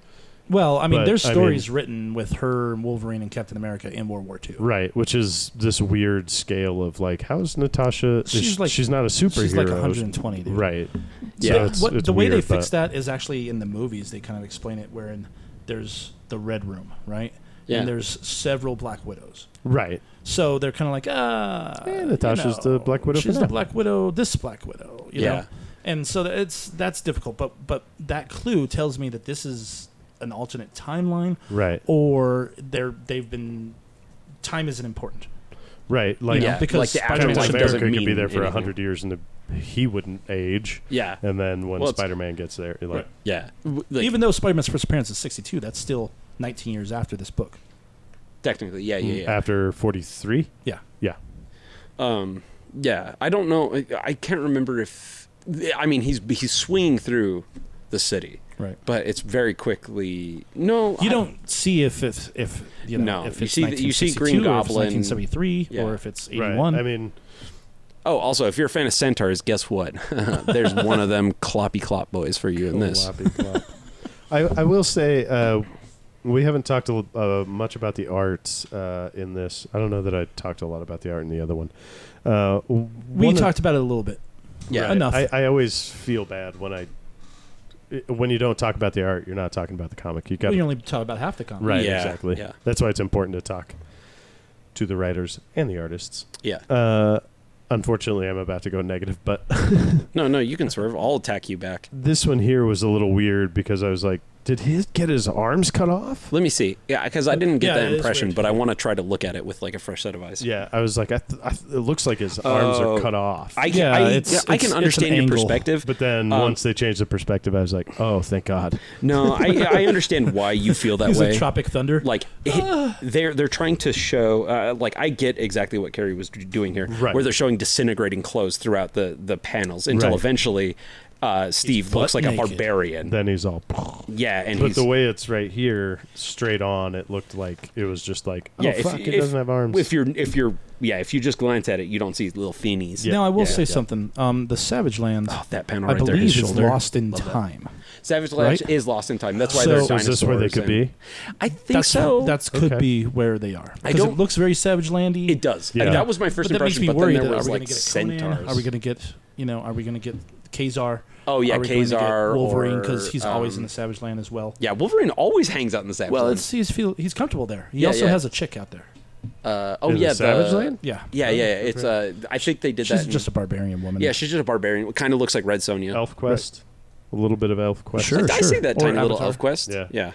Speaker 2: Well, I mean,
Speaker 1: But,
Speaker 2: there's
Speaker 1: I
Speaker 2: stories written with her and Wolverine and Captain America in World War II.
Speaker 1: Right, which is this weird scale of like, how's Natasha? is
Speaker 2: She's
Speaker 1: she-
Speaker 2: like-
Speaker 1: she's not a superhero.
Speaker 2: She's like 120. Dude.
Speaker 1: Right.
Speaker 3: Yeah.
Speaker 1: So it's,
Speaker 2: what,
Speaker 1: it's
Speaker 2: the way they
Speaker 1: weird,
Speaker 2: fix
Speaker 1: but-
Speaker 2: that is actually in the movies. They kind of explain it wherein there's the Red Room, right?
Speaker 3: Yeah.
Speaker 2: And there's several Black Widows.
Speaker 1: Right.
Speaker 2: So they're kind of like, ah,
Speaker 1: Eh,
Speaker 2: you
Speaker 1: Natasha's the
Speaker 2: know,
Speaker 1: Black Widow for
Speaker 2: She's
Speaker 1: now.
Speaker 2: the Black Widow. This Black Widow, you
Speaker 3: Yeah.
Speaker 2: know. And so that it's that's difficult, but but that clue tells me that this is an alternate timeline,
Speaker 1: Right.
Speaker 2: or they're they've been time isn't important.
Speaker 1: Right. Like
Speaker 2: Yeah. because
Speaker 3: like the
Speaker 2: Spider-Man
Speaker 1: Captain
Speaker 3: actual
Speaker 2: Black
Speaker 3: life
Speaker 1: America
Speaker 3: doesn't
Speaker 1: could be
Speaker 3: mean
Speaker 1: there for
Speaker 3: anything.
Speaker 1: hundred years and the, he wouldn't age.
Speaker 3: Yeah,
Speaker 1: And then when
Speaker 3: Well, it's-
Speaker 1: Spider-Man gets there, you're like,
Speaker 3: yeah. W- Like,
Speaker 2: Even though Spider-Man's first appearance is 62, that's still 19 years after this book.
Speaker 3: technically, yeah,
Speaker 1: Mm,
Speaker 3: yeah, yeah.
Speaker 1: after forty-three.
Speaker 2: Yeah.
Speaker 1: Yeah.
Speaker 3: Um, yeah, I don't know. I- I can't remember if I mean he's he's swinging through the city,
Speaker 2: Right.
Speaker 3: but it's very quickly. No,
Speaker 2: You
Speaker 3: I-
Speaker 2: don't see if if if you know
Speaker 3: No.
Speaker 2: if
Speaker 3: You
Speaker 2: it's
Speaker 3: see the- you see
Speaker 2: 1962
Speaker 3: Green
Speaker 2: or if it's
Speaker 3: Goblin.
Speaker 2: 1973
Speaker 3: Yeah.
Speaker 2: or if it's
Speaker 1: Right.
Speaker 2: 81.
Speaker 1: I mean,
Speaker 3: Oh, also, if you're a fan of centaurs, guess what? There's one of them cloppy clop boys for you in this.
Speaker 1: Floppy flop. I, I will say uh, we haven't talked a l uh, much about the art uh, in this. I don't know that I talked a lot about the art in the other one. Uh,
Speaker 2: we talked about it a little bit.
Speaker 3: Yeah.
Speaker 2: enough.
Speaker 1: I, I always feel bad when I i- when you don't talk about the art, you're not talking about the comic. You got
Speaker 2: We
Speaker 1: to
Speaker 2: only talk about half the comic.
Speaker 1: right
Speaker 3: Yeah,
Speaker 1: exactly.
Speaker 3: yeah.
Speaker 1: That's why it's important to talk to the writers and the artists.
Speaker 3: Yeah.
Speaker 1: Uh, unfortunately, I'm about to go negative, but
Speaker 3: No, no, you can swerve. I'll attack you back.
Speaker 1: this one here was a little weird because I was like, did he get his arms cut off?
Speaker 3: Let me see. Yeah, because I didn't get
Speaker 2: Yeah, it
Speaker 3: that
Speaker 2: is
Speaker 3: impression,
Speaker 2: weird.
Speaker 3: but I want to try to look at it with like a fresh set of eyes.
Speaker 1: Yeah, I was like, I th- I th- it looks like his arms
Speaker 3: Oh.
Speaker 1: are cut off.
Speaker 3: I can,
Speaker 2: Yeah, it's-
Speaker 3: I, yeah, I
Speaker 2: it's- it's
Speaker 3: can
Speaker 2: an
Speaker 3: understand your
Speaker 2: angle.
Speaker 3: perspective.
Speaker 1: but then
Speaker 3: um,
Speaker 1: once they changed the perspective, I was like, oh, thank God.
Speaker 3: No, I, I understand why you feel that
Speaker 2: He's
Speaker 3: way.
Speaker 2: like Tropic Thunder.
Speaker 3: like it- they're they're trying to show uh, like I get exactly what Carrie was d- doing here,
Speaker 1: Right.
Speaker 3: where they're showing disintegrating clothes throughout the the panels until
Speaker 1: Right.
Speaker 3: eventually uh, Steve looks
Speaker 2: butt
Speaker 3: like a
Speaker 2: naked.
Speaker 3: barbarian.
Speaker 1: Then he's all.
Speaker 3: yeah, and
Speaker 1: But
Speaker 3: he's,
Speaker 1: the way it's right here, straight on, it looked like it was just like, oh
Speaker 3: yeah,
Speaker 1: fuck, it doesn't have arms.
Speaker 3: If you're if you're yeah, if you just glance at it, you don't see little feenies.
Speaker 2: now, I will
Speaker 3: Yeah,
Speaker 2: say
Speaker 3: yeah.
Speaker 2: something. Um, the Savage Land,
Speaker 3: Oh, that panel
Speaker 2: I
Speaker 3: right there,
Speaker 2: believe,
Speaker 3: his
Speaker 2: is
Speaker 3: shoulder.
Speaker 2: lost in time.
Speaker 3: Savage Land
Speaker 1: Right?
Speaker 3: is lost in time. That's why
Speaker 1: so
Speaker 3: there's
Speaker 1: is
Speaker 3: dinosaurs.
Speaker 1: this where they could
Speaker 3: and-
Speaker 1: be?
Speaker 3: I think
Speaker 2: That's
Speaker 3: so.
Speaker 2: that's could
Speaker 1: Okay.
Speaker 2: be where they are.
Speaker 3: I
Speaker 2: Because it
Speaker 3: don't-
Speaker 2: looks very Savage Landy.
Speaker 3: it does.
Speaker 1: Yeah.
Speaker 3: that was my first
Speaker 2: but that makes
Speaker 3: impression.
Speaker 2: me
Speaker 3: but then
Speaker 2: worried.
Speaker 3: there
Speaker 2: That are
Speaker 3: was
Speaker 2: we
Speaker 3: like
Speaker 2: going to get Conan?
Speaker 3: centaurs.
Speaker 2: Are we going to get you know? Are we going to get Kazar?
Speaker 3: Oh, yeah,
Speaker 2: are we gonna get
Speaker 3: Khazar
Speaker 2: Wolverine
Speaker 3: or,
Speaker 2: because he's always
Speaker 3: um,
Speaker 2: in the Savage Land as well.
Speaker 3: yeah, Wolverine always hangs out in the Savage
Speaker 2: Well,
Speaker 3: Land.
Speaker 2: it's, he's feel he's comfortable there. He
Speaker 3: Yeah,
Speaker 2: also
Speaker 3: yeah.
Speaker 2: has a chick out there.
Speaker 3: Uh, oh
Speaker 1: In the
Speaker 3: yeah,
Speaker 1: Savage Land? Oh,
Speaker 2: Yeah,
Speaker 3: Yeah, yeah, yeah. It's uh, I think they did
Speaker 2: she's
Speaker 3: that. in-
Speaker 2: just a barbarian woman.
Speaker 3: yeah, she's just a barbarian. Kind of looks like Red Sonja.
Speaker 1: Elf Quest, a little bit of Elf Quest.
Speaker 2: Sure.
Speaker 3: I, I see that
Speaker 2: Or
Speaker 3: tiny little
Speaker 2: Avatar.
Speaker 3: elf quest.
Speaker 1: Yeah.
Speaker 3: yeah,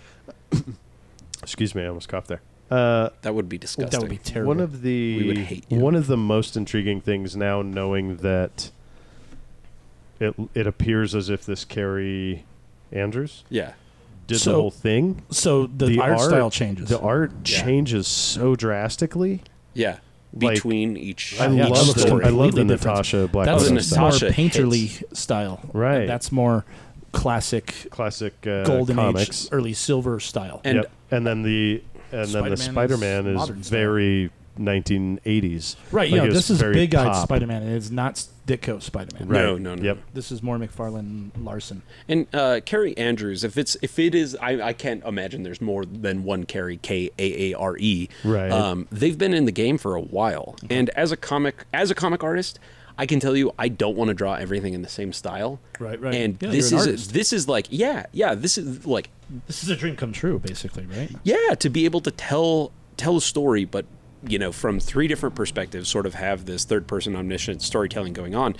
Speaker 1: Excuse me, I almost coughed there. Uh,
Speaker 3: that would be disgusting.
Speaker 2: that would be terrible.
Speaker 1: One of the
Speaker 3: We would hate you.
Speaker 1: one of the most intriguing things now, knowing that it it appears as if this Carrie Andrews
Speaker 3: yeah,
Speaker 1: did
Speaker 2: So,
Speaker 1: the whole thing.
Speaker 2: so the, art, style changes.
Speaker 1: The art
Speaker 3: Yeah.
Speaker 1: changes so drastically.
Speaker 3: yeah.
Speaker 1: Like-
Speaker 3: Between each,
Speaker 1: I
Speaker 2: yeah, it
Speaker 1: love
Speaker 2: looks
Speaker 1: the, I love the
Speaker 2: completely different.
Speaker 1: Natasha Black
Speaker 2: that's
Speaker 3: the
Speaker 1: Widow
Speaker 2: that's
Speaker 3: Other than
Speaker 1: style.
Speaker 2: more
Speaker 3: Natasha
Speaker 2: painterly style.
Speaker 1: Right.
Speaker 2: That's more classic
Speaker 1: classic uh,
Speaker 2: golden
Speaker 1: comics.
Speaker 2: age, Er, early silver style.
Speaker 3: And-
Speaker 1: yep. and then the and then the
Speaker 2: Spider-Man
Speaker 1: Spider-Man
Speaker 2: is
Speaker 1: is,
Speaker 2: modern style.
Speaker 1: very 1980s.
Speaker 2: right,
Speaker 1: Like,
Speaker 2: yeah,
Speaker 1: it was
Speaker 2: this is
Speaker 1: very
Speaker 2: big eyed
Speaker 1: pop.
Speaker 2: Spider Man, and it's not Ditko Spider Man.
Speaker 1: Right.
Speaker 3: No, no, no,
Speaker 1: Yep.
Speaker 3: no.
Speaker 2: This is more McFarlane Larson.
Speaker 3: and uh, Carrie Andrews. If it's if it is, I, I can't imagine there's more than one Carrie K A A R E.
Speaker 1: Right.
Speaker 3: Um, they've been in the game for a while, and as a comic as a comic artist, I can tell you I don't want to draw everything in the same style.
Speaker 2: Right, right.
Speaker 3: And
Speaker 2: Yeah, you're
Speaker 3: this
Speaker 2: an
Speaker 3: is
Speaker 2: artist.
Speaker 3: this is like yeah, yeah. This is like
Speaker 2: This is a dream come true, basically, right?
Speaker 3: yeah to be able to tell tell a story but you know from three different perspectives sort of have this third person omniscient storytelling going on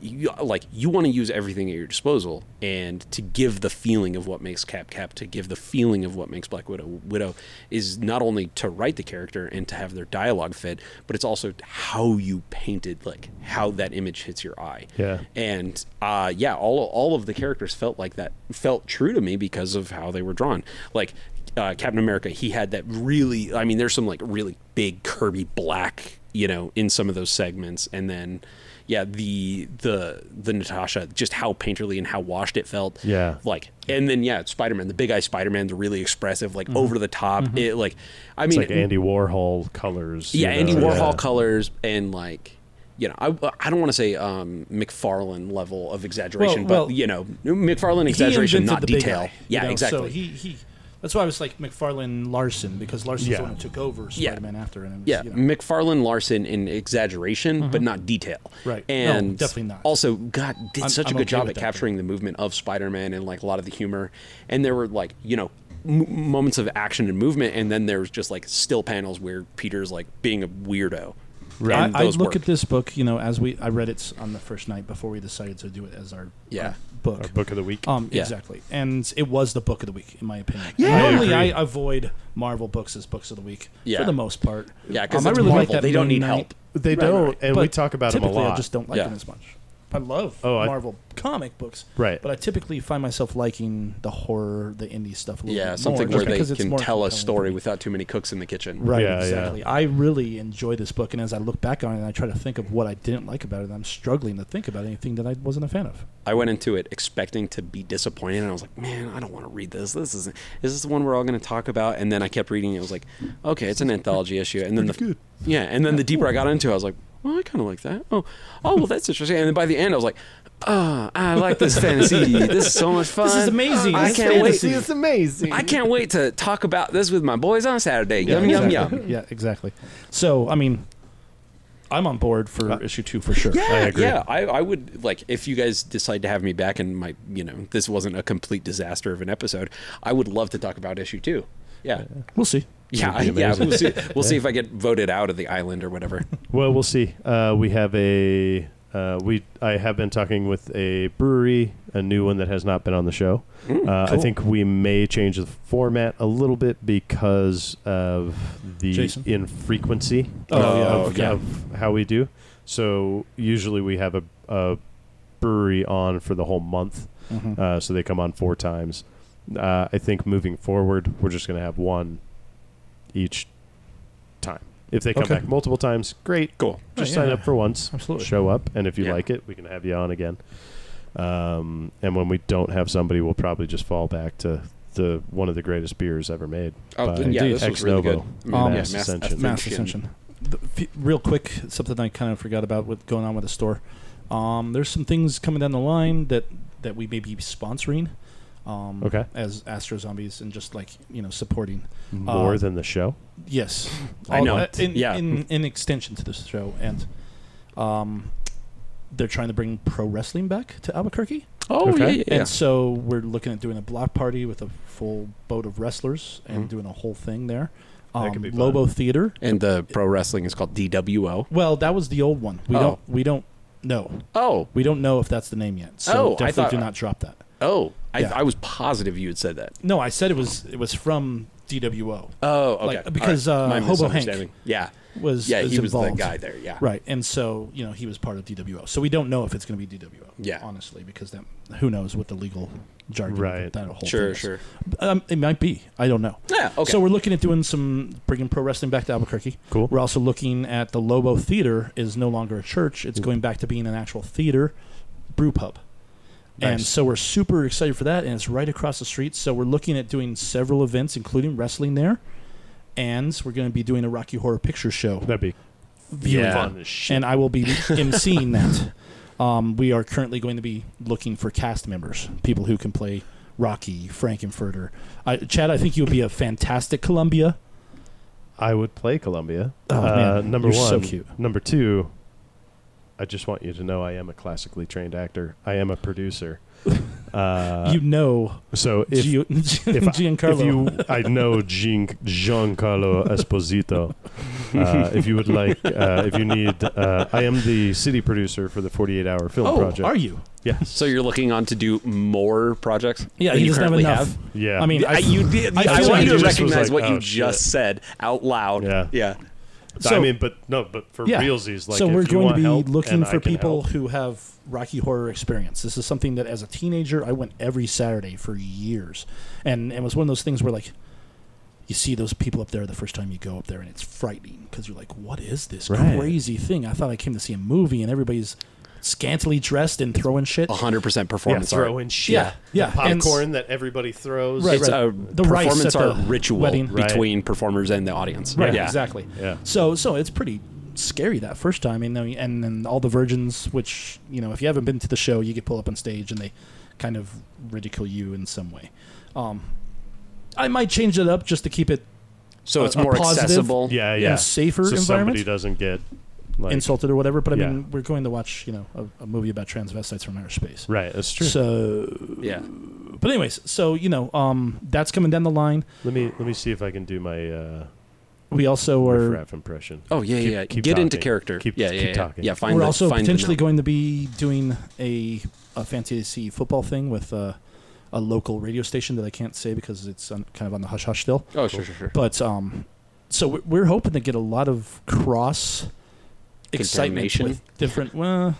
Speaker 3: you, like you want to use everything at your disposal and to give the feeling of what makes cap cap to give the feeling of what makes black widow widow is not only to write the character and to have their dialogue fit but it's also how you painted like how that image hits your eye
Speaker 1: Yeah.
Speaker 3: and uh, yeah, all all of the characters felt like that felt true to me because of how they were drawn. Like uh, Captain America, he had that really. I mean, there's some like really big Kirby black, you know, in some of those segments, and then yeah, the the the Natasha, just how painterly and how washed it felt.
Speaker 1: Yeah.
Speaker 3: like and then yeah, Spider Man, the big eye Spider Man, the really expressive, like over the top. It like,
Speaker 1: Mm-hmm.
Speaker 3: I
Speaker 1: It's
Speaker 3: mean,
Speaker 1: like Andy Warhol colors. you
Speaker 3: yeah, Andy
Speaker 1: know,
Speaker 3: Warhol
Speaker 1: yeah.
Speaker 3: colors and like you know, I, I don't want to say um, McFarlane level of exaggeration,
Speaker 2: Well-
Speaker 3: but
Speaker 2: well,
Speaker 3: you know, McFarlane exaggeration, not
Speaker 2: big
Speaker 3: detail.
Speaker 2: guy,
Speaker 3: yeah,
Speaker 2: you know,
Speaker 3: exactly.
Speaker 2: So he, he that's why I was like McFarlane Larson because Larson's
Speaker 1: Yeah.
Speaker 2: the one who took over
Speaker 3: Yeah.
Speaker 2: Spider Man after and it was,
Speaker 3: yeah,
Speaker 2: you know, Mm-hmm.
Speaker 3: McFarlane Larson in exaggeration, but not detail.
Speaker 2: Right. No,
Speaker 3: and
Speaker 2: definitely not.
Speaker 3: Also, God did
Speaker 2: I'm-
Speaker 3: such
Speaker 2: I'm
Speaker 3: a good
Speaker 2: okay
Speaker 3: job
Speaker 2: with
Speaker 3: at
Speaker 2: that,
Speaker 3: capturing the movement of Spider-Man and like a lot of the humor. And there were like you know m- moments of action and movement, and then there was just like still panels where Peter's like being a weirdo.
Speaker 2: I,
Speaker 3: And
Speaker 2: I
Speaker 3: those
Speaker 2: look
Speaker 3: work.
Speaker 2: at this book, you know, as we I read it on the first night before we decided to do it as our
Speaker 3: Yeah.
Speaker 2: our book.
Speaker 1: Our book of the week.
Speaker 2: Um,
Speaker 3: Yeah.
Speaker 2: exactly, and it was the book of the week in my opinion.
Speaker 3: Yeah. I
Speaker 2: normally I,
Speaker 1: agree.
Speaker 2: avoid Marvel books as books of the week
Speaker 3: Yeah.
Speaker 2: for the most part.
Speaker 3: yeah, because
Speaker 2: Um, I really like that
Speaker 3: they don't
Speaker 2: Moon
Speaker 3: need
Speaker 2: Knight,
Speaker 3: help.
Speaker 1: they
Speaker 2: Right,
Speaker 1: don't,
Speaker 2: right.
Speaker 1: and we
Speaker 2: But
Speaker 1: talk about them a
Speaker 2: typically
Speaker 1: lot.
Speaker 2: I just don't like
Speaker 3: Yeah.
Speaker 2: them as much. I love
Speaker 1: Oh, I-
Speaker 2: Marvel comic books,
Speaker 1: Right.
Speaker 2: But I typically find myself liking the horror, the indie stuff a little bit
Speaker 3: Yeah,
Speaker 2: more,
Speaker 3: something
Speaker 2: just
Speaker 3: where they
Speaker 2: because it's
Speaker 3: can
Speaker 2: more
Speaker 3: tell a
Speaker 2: compelling.
Speaker 3: story without too many cooks in the kitchen.
Speaker 2: Right,
Speaker 1: Yeah, yeah.
Speaker 2: exactly. I really enjoy this book, and as I look back on it, and I try to think of what I didn't like about it. I'm struggling to think about anything that I wasn't a fan of.
Speaker 3: I went into it expecting to be disappointed, and I was like, "Man, I don't want to read this. This isn't. Is this the one we're all going to talk about?" And then I kept reading. It I was like, "Okay, it's an anthology issue." And then the yeah, and then the deeper I got into, it, I was like, "Well, I kind of like that. Oh, oh, well, that's interesting." And then by the end, I was like, "Ah, I like this fantasy. This is so much fun.
Speaker 2: is amazing.
Speaker 3: I
Speaker 2: This
Speaker 3: can't
Speaker 2: fantasy
Speaker 3: wait.
Speaker 2: is
Speaker 1: amazing.
Speaker 3: I can't wait to talk about this with my boys on Saturday. yum
Speaker 2: exactly.
Speaker 3: yum yum."
Speaker 2: Yeah, exactly. So, I mean, I'm on board for
Speaker 1: Uh,
Speaker 2: issue two for sure.
Speaker 1: I agree.
Speaker 5: Yeah, I, I would like if you guys decide to have me back and my you know this wasn't a complete disaster of an episode. I would love to talk about issue two. Yeah,
Speaker 2: We'll see.
Speaker 5: yeah,
Speaker 1: That'd be
Speaker 5: yeah.
Speaker 1: amazing.
Speaker 5: We'll see. We'll see if I get voted out of the island or whatever.
Speaker 1: Well, we'll see. Uh, we have a uh, we. I have been talking with a brewery, a new one that has not been on the show. uh, I
Speaker 2: Mm, cool.
Speaker 1: think we may change the format a little bit because of the
Speaker 2: Jason?
Speaker 1: infrequency
Speaker 2: Oh, yeah.
Speaker 1: of,
Speaker 2: Yeah.
Speaker 1: of how we do. So usually we have a, a brewery on for the whole month, uh, so they come on four times. Uh, I think moving forward, we're just going to have one each time. If they come
Speaker 2: Okay.
Speaker 1: back multiple times, great.
Speaker 5: Cool.
Speaker 1: Just
Speaker 2: Oh,
Speaker 1: sign
Speaker 2: yeah.
Speaker 1: up for once.
Speaker 2: Absolutely.
Speaker 1: Show up, and if you
Speaker 5: Yeah.
Speaker 1: like it, we can have you on again. Um, and when we don't have somebody, we'll probably just fall back to the one of the greatest beers ever made.
Speaker 5: Oh,
Speaker 1: by
Speaker 5: th- yeah, this
Speaker 1: Ex
Speaker 5: was really
Speaker 1: Novo,
Speaker 5: good. I mean,
Speaker 2: Um,
Speaker 1: Mass
Speaker 5: yeah, Mass
Speaker 1: Ascension.
Speaker 5: Ascension.
Speaker 2: Mass Ascension. The, f- real quick, something I kind of forgot about with going on with the store. Um, there's some things coming down the line that that we may be sponsoring.
Speaker 5: Mm-hmm.
Speaker 2: Um,
Speaker 1: Okay.
Speaker 2: As Astro Zombies and just like you know supporting.
Speaker 1: More
Speaker 2: Uh,
Speaker 1: than the show.
Speaker 2: Yes,
Speaker 5: I
Speaker 2: All-
Speaker 5: know.
Speaker 2: uh, In,
Speaker 5: Yeah.
Speaker 2: in, in extension to this show, and um, they're trying to bring pro wrestling back to Albuquerque,
Speaker 5: Oh
Speaker 1: Okay.
Speaker 5: yeah, yeah, yeah.
Speaker 2: and so we're looking at doing a block party with a full boat of wrestlers and
Speaker 5: Mhm.
Speaker 2: doing a whole thing there.
Speaker 1: Mm-hmm. That
Speaker 2: Um,
Speaker 1: could be fun.
Speaker 2: Lobo Theater.
Speaker 5: And the pro wrestling is called DWO.
Speaker 2: Well, that was the old one. We
Speaker 5: Oh.
Speaker 2: don't. We don't know.
Speaker 5: Oh,
Speaker 2: We don't know if that's the name yet. So
Speaker 5: Oh, I
Speaker 2: definitely
Speaker 5: thought-
Speaker 2: do not drop that.
Speaker 5: oh. I,
Speaker 2: Yeah.
Speaker 5: I was positive you had said that.
Speaker 2: No, I said it was. It was from DWO.
Speaker 5: Oh, okay.
Speaker 2: Like,
Speaker 5: All
Speaker 2: because, uh,
Speaker 5: My
Speaker 2: Hobo Hank-
Speaker 5: misunderstanding. Yeah.
Speaker 2: Was
Speaker 5: Yeah,
Speaker 2: is
Speaker 5: he was
Speaker 2: involved.
Speaker 5: the guy there. Yeah.
Speaker 2: Right, and so you know he was part of DWO. So we don't know if it's going to be DWO.
Speaker 5: Yeah.
Speaker 2: honestly, because that who knows what the legal jargon of
Speaker 1: Right.
Speaker 2: that whole
Speaker 5: Sure,
Speaker 2: thing is.
Speaker 5: sure.
Speaker 2: Um, it might be. I don't know.
Speaker 5: Yeah, okay.
Speaker 2: So we're looking at doing some bringing pro wrestling back to Albuquerque.
Speaker 1: Cool.
Speaker 2: We're also looking at the Lobo Theater is no longer a church; it's going back to being an actual theater, brew pub. And
Speaker 1: Nice.
Speaker 2: so we're super excited for that, and it's right across the street. So we're looking at doing several events, including wrestling there, and we're going to be doing a Rocky Horror Picture Show
Speaker 1: That'd be
Speaker 2: viewing,
Speaker 1: fun as shit.
Speaker 2: and I will be emceeing that. Um, we are currently going to be looking for cast members, people who can play Rocky, Frankenfurter. I, Chad, I think you'll be a fantastic Columbia.
Speaker 1: I would play Columbia.
Speaker 2: Oh,
Speaker 1: uh,
Speaker 2: man,
Speaker 1: Number
Speaker 2: you're
Speaker 1: one.
Speaker 2: so cute.
Speaker 1: Number two. I just want you to know I am a classically trained actor. I am a producer. Uh,
Speaker 2: you know,
Speaker 1: so if
Speaker 2: Gio-
Speaker 1: if, I-
Speaker 2: Giancarlo.
Speaker 1: if you, I know Gian, Giancarlo Esposito. Uh, if you would like, uh, if you need, uh, I am the city producer for the 48 hour film
Speaker 2: oh,
Speaker 1: project.
Speaker 2: are you?
Speaker 1: Yes.
Speaker 5: So you're looking on to do more projects?
Speaker 2: Yeah,
Speaker 5: than
Speaker 2: he
Speaker 5: you
Speaker 2: doesn't have
Speaker 5: currently
Speaker 2: enough.
Speaker 5: have?
Speaker 1: Yeah.
Speaker 2: I mean,
Speaker 5: I, you did.
Speaker 2: I
Speaker 5: I,
Speaker 2: feel
Speaker 5: want
Speaker 2: like
Speaker 5: you
Speaker 2: he
Speaker 5: to
Speaker 1: just was
Speaker 5: recognize
Speaker 1: like,
Speaker 5: what you
Speaker 1: "Oh,
Speaker 5: just said out loud.
Speaker 1: Yeah.
Speaker 5: Yeah.
Speaker 1: I
Speaker 2: so-
Speaker 1: mean, but no, but for
Speaker 2: Yeah.
Speaker 1: realsies, like,
Speaker 2: so
Speaker 1: if
Speaker 2: we're
Speaker 1: you
Speaker 2: going to
Speaker 1: want
Speaker 2: be
Speaker 1: help
Speaker 2: looking
Speaker 1: and I
Speaker 2: for
Speaker 1: can
Speaker 2: people
Speaker 1: help-
Speaker 2: who have Rocky Horror experience. This is something that, as a teenager, I went every Saturday for years, and it was one of those things where like. You see those people up there the first time you go up there, and it's frightening because you're like, "What is this
Speaker 1: Right.
Speaker 2: crazy thing?" I thought I came to see a movie, and everybody's scantily dressed and throwing shit.
Speaker 5: 100%
Speaker 1: yeah,
Speaker 5: performance
Speaker 1: throw
Speaker 5: art.
Speaker 1: in shit.
Speaker 2: yeah,
Speaker 1: Uh-huh. The
Speaker 2: and-
Speaker 1: popcorn that everybody throws.
Speaker 2: Right,
Speaker 5: It's
Speaker 2: right.
Speaker 5: a
Speaker 2: The rice
Speaker 5: performance
Speaker 2: at the
Speaker 5: art ritual
Speaker 2: wedding. Right.
Speaker 5: between performers and the audience.
Speaker 2: Right,
Speaker 5: Yeah.
Speaker 2: exactly.
Speaker 1: Yeah.
Speaker 2: So so it's pretty scary that first time, and then, and then all the virgins, which you know, if you haven't been to the show, you get pulled up on stage and they kind of ridicule you in some way. Um, I might change it up just to keep it
Speaker 5: So
Speaker 2: A-
Speaker 5: it's
Speaker 2: a
Speaker 5: more
Speaker 2: positive-
Speaker 5: accessible.
Speaker 1: Yeah,
Speaker 2: In a
Speaker 1: yeah.
Speaker 2: safer
Speaker 1: so somebody
Speaker 2: environment?
Speaker 1: doesn't get like
Speaker 2: insulted or whatever. But I
Speaker 1: yeah.
Speaker 2: mean, we're going to watch you know a, a movie about transvestites from outer space.
Speaker 1: right. That's true.
Speaker 2: So,
Speaker 5: Yeah.
Speaker 2: but anyways, so you know, um, that's coming down the line.
Speaker 1: let me let me see if I can do my uh,
Speaker 2: We also are
Speaker 1: riffraff impression.
Speaker 5: Oh, yeah,
Speaker 1: Keep-
Speaker 5: yeah.
Speaker 1: keep
Speaker 5: Get into
Speaker 1: talking.
Speaker 5: character.
Speaker 1: Keep-
Speaker 5: yeah, yeah,
Speaker 1: keep
Speaker 5: yeah.
Speaker 1: talking.
Speaker 5: Yeah, find
Speaker 2: we're
Speaker 5: the-
Speaker 2: also
Speaker 5: find the
Speaker 2: potentially
Speaker 5: note.
Speaker 2: going to be doing a, a fantasy football thing with uh, a local radio station that I can't say because it's on, kind of on the hush hush still.
Speaker 5: Oh, sure, sure, sure.
Speaker 2: But um, so we're- we're hoping to get a lot of cross excitement
Speaker 5: Contamination?
Speaker 2: with different. Well,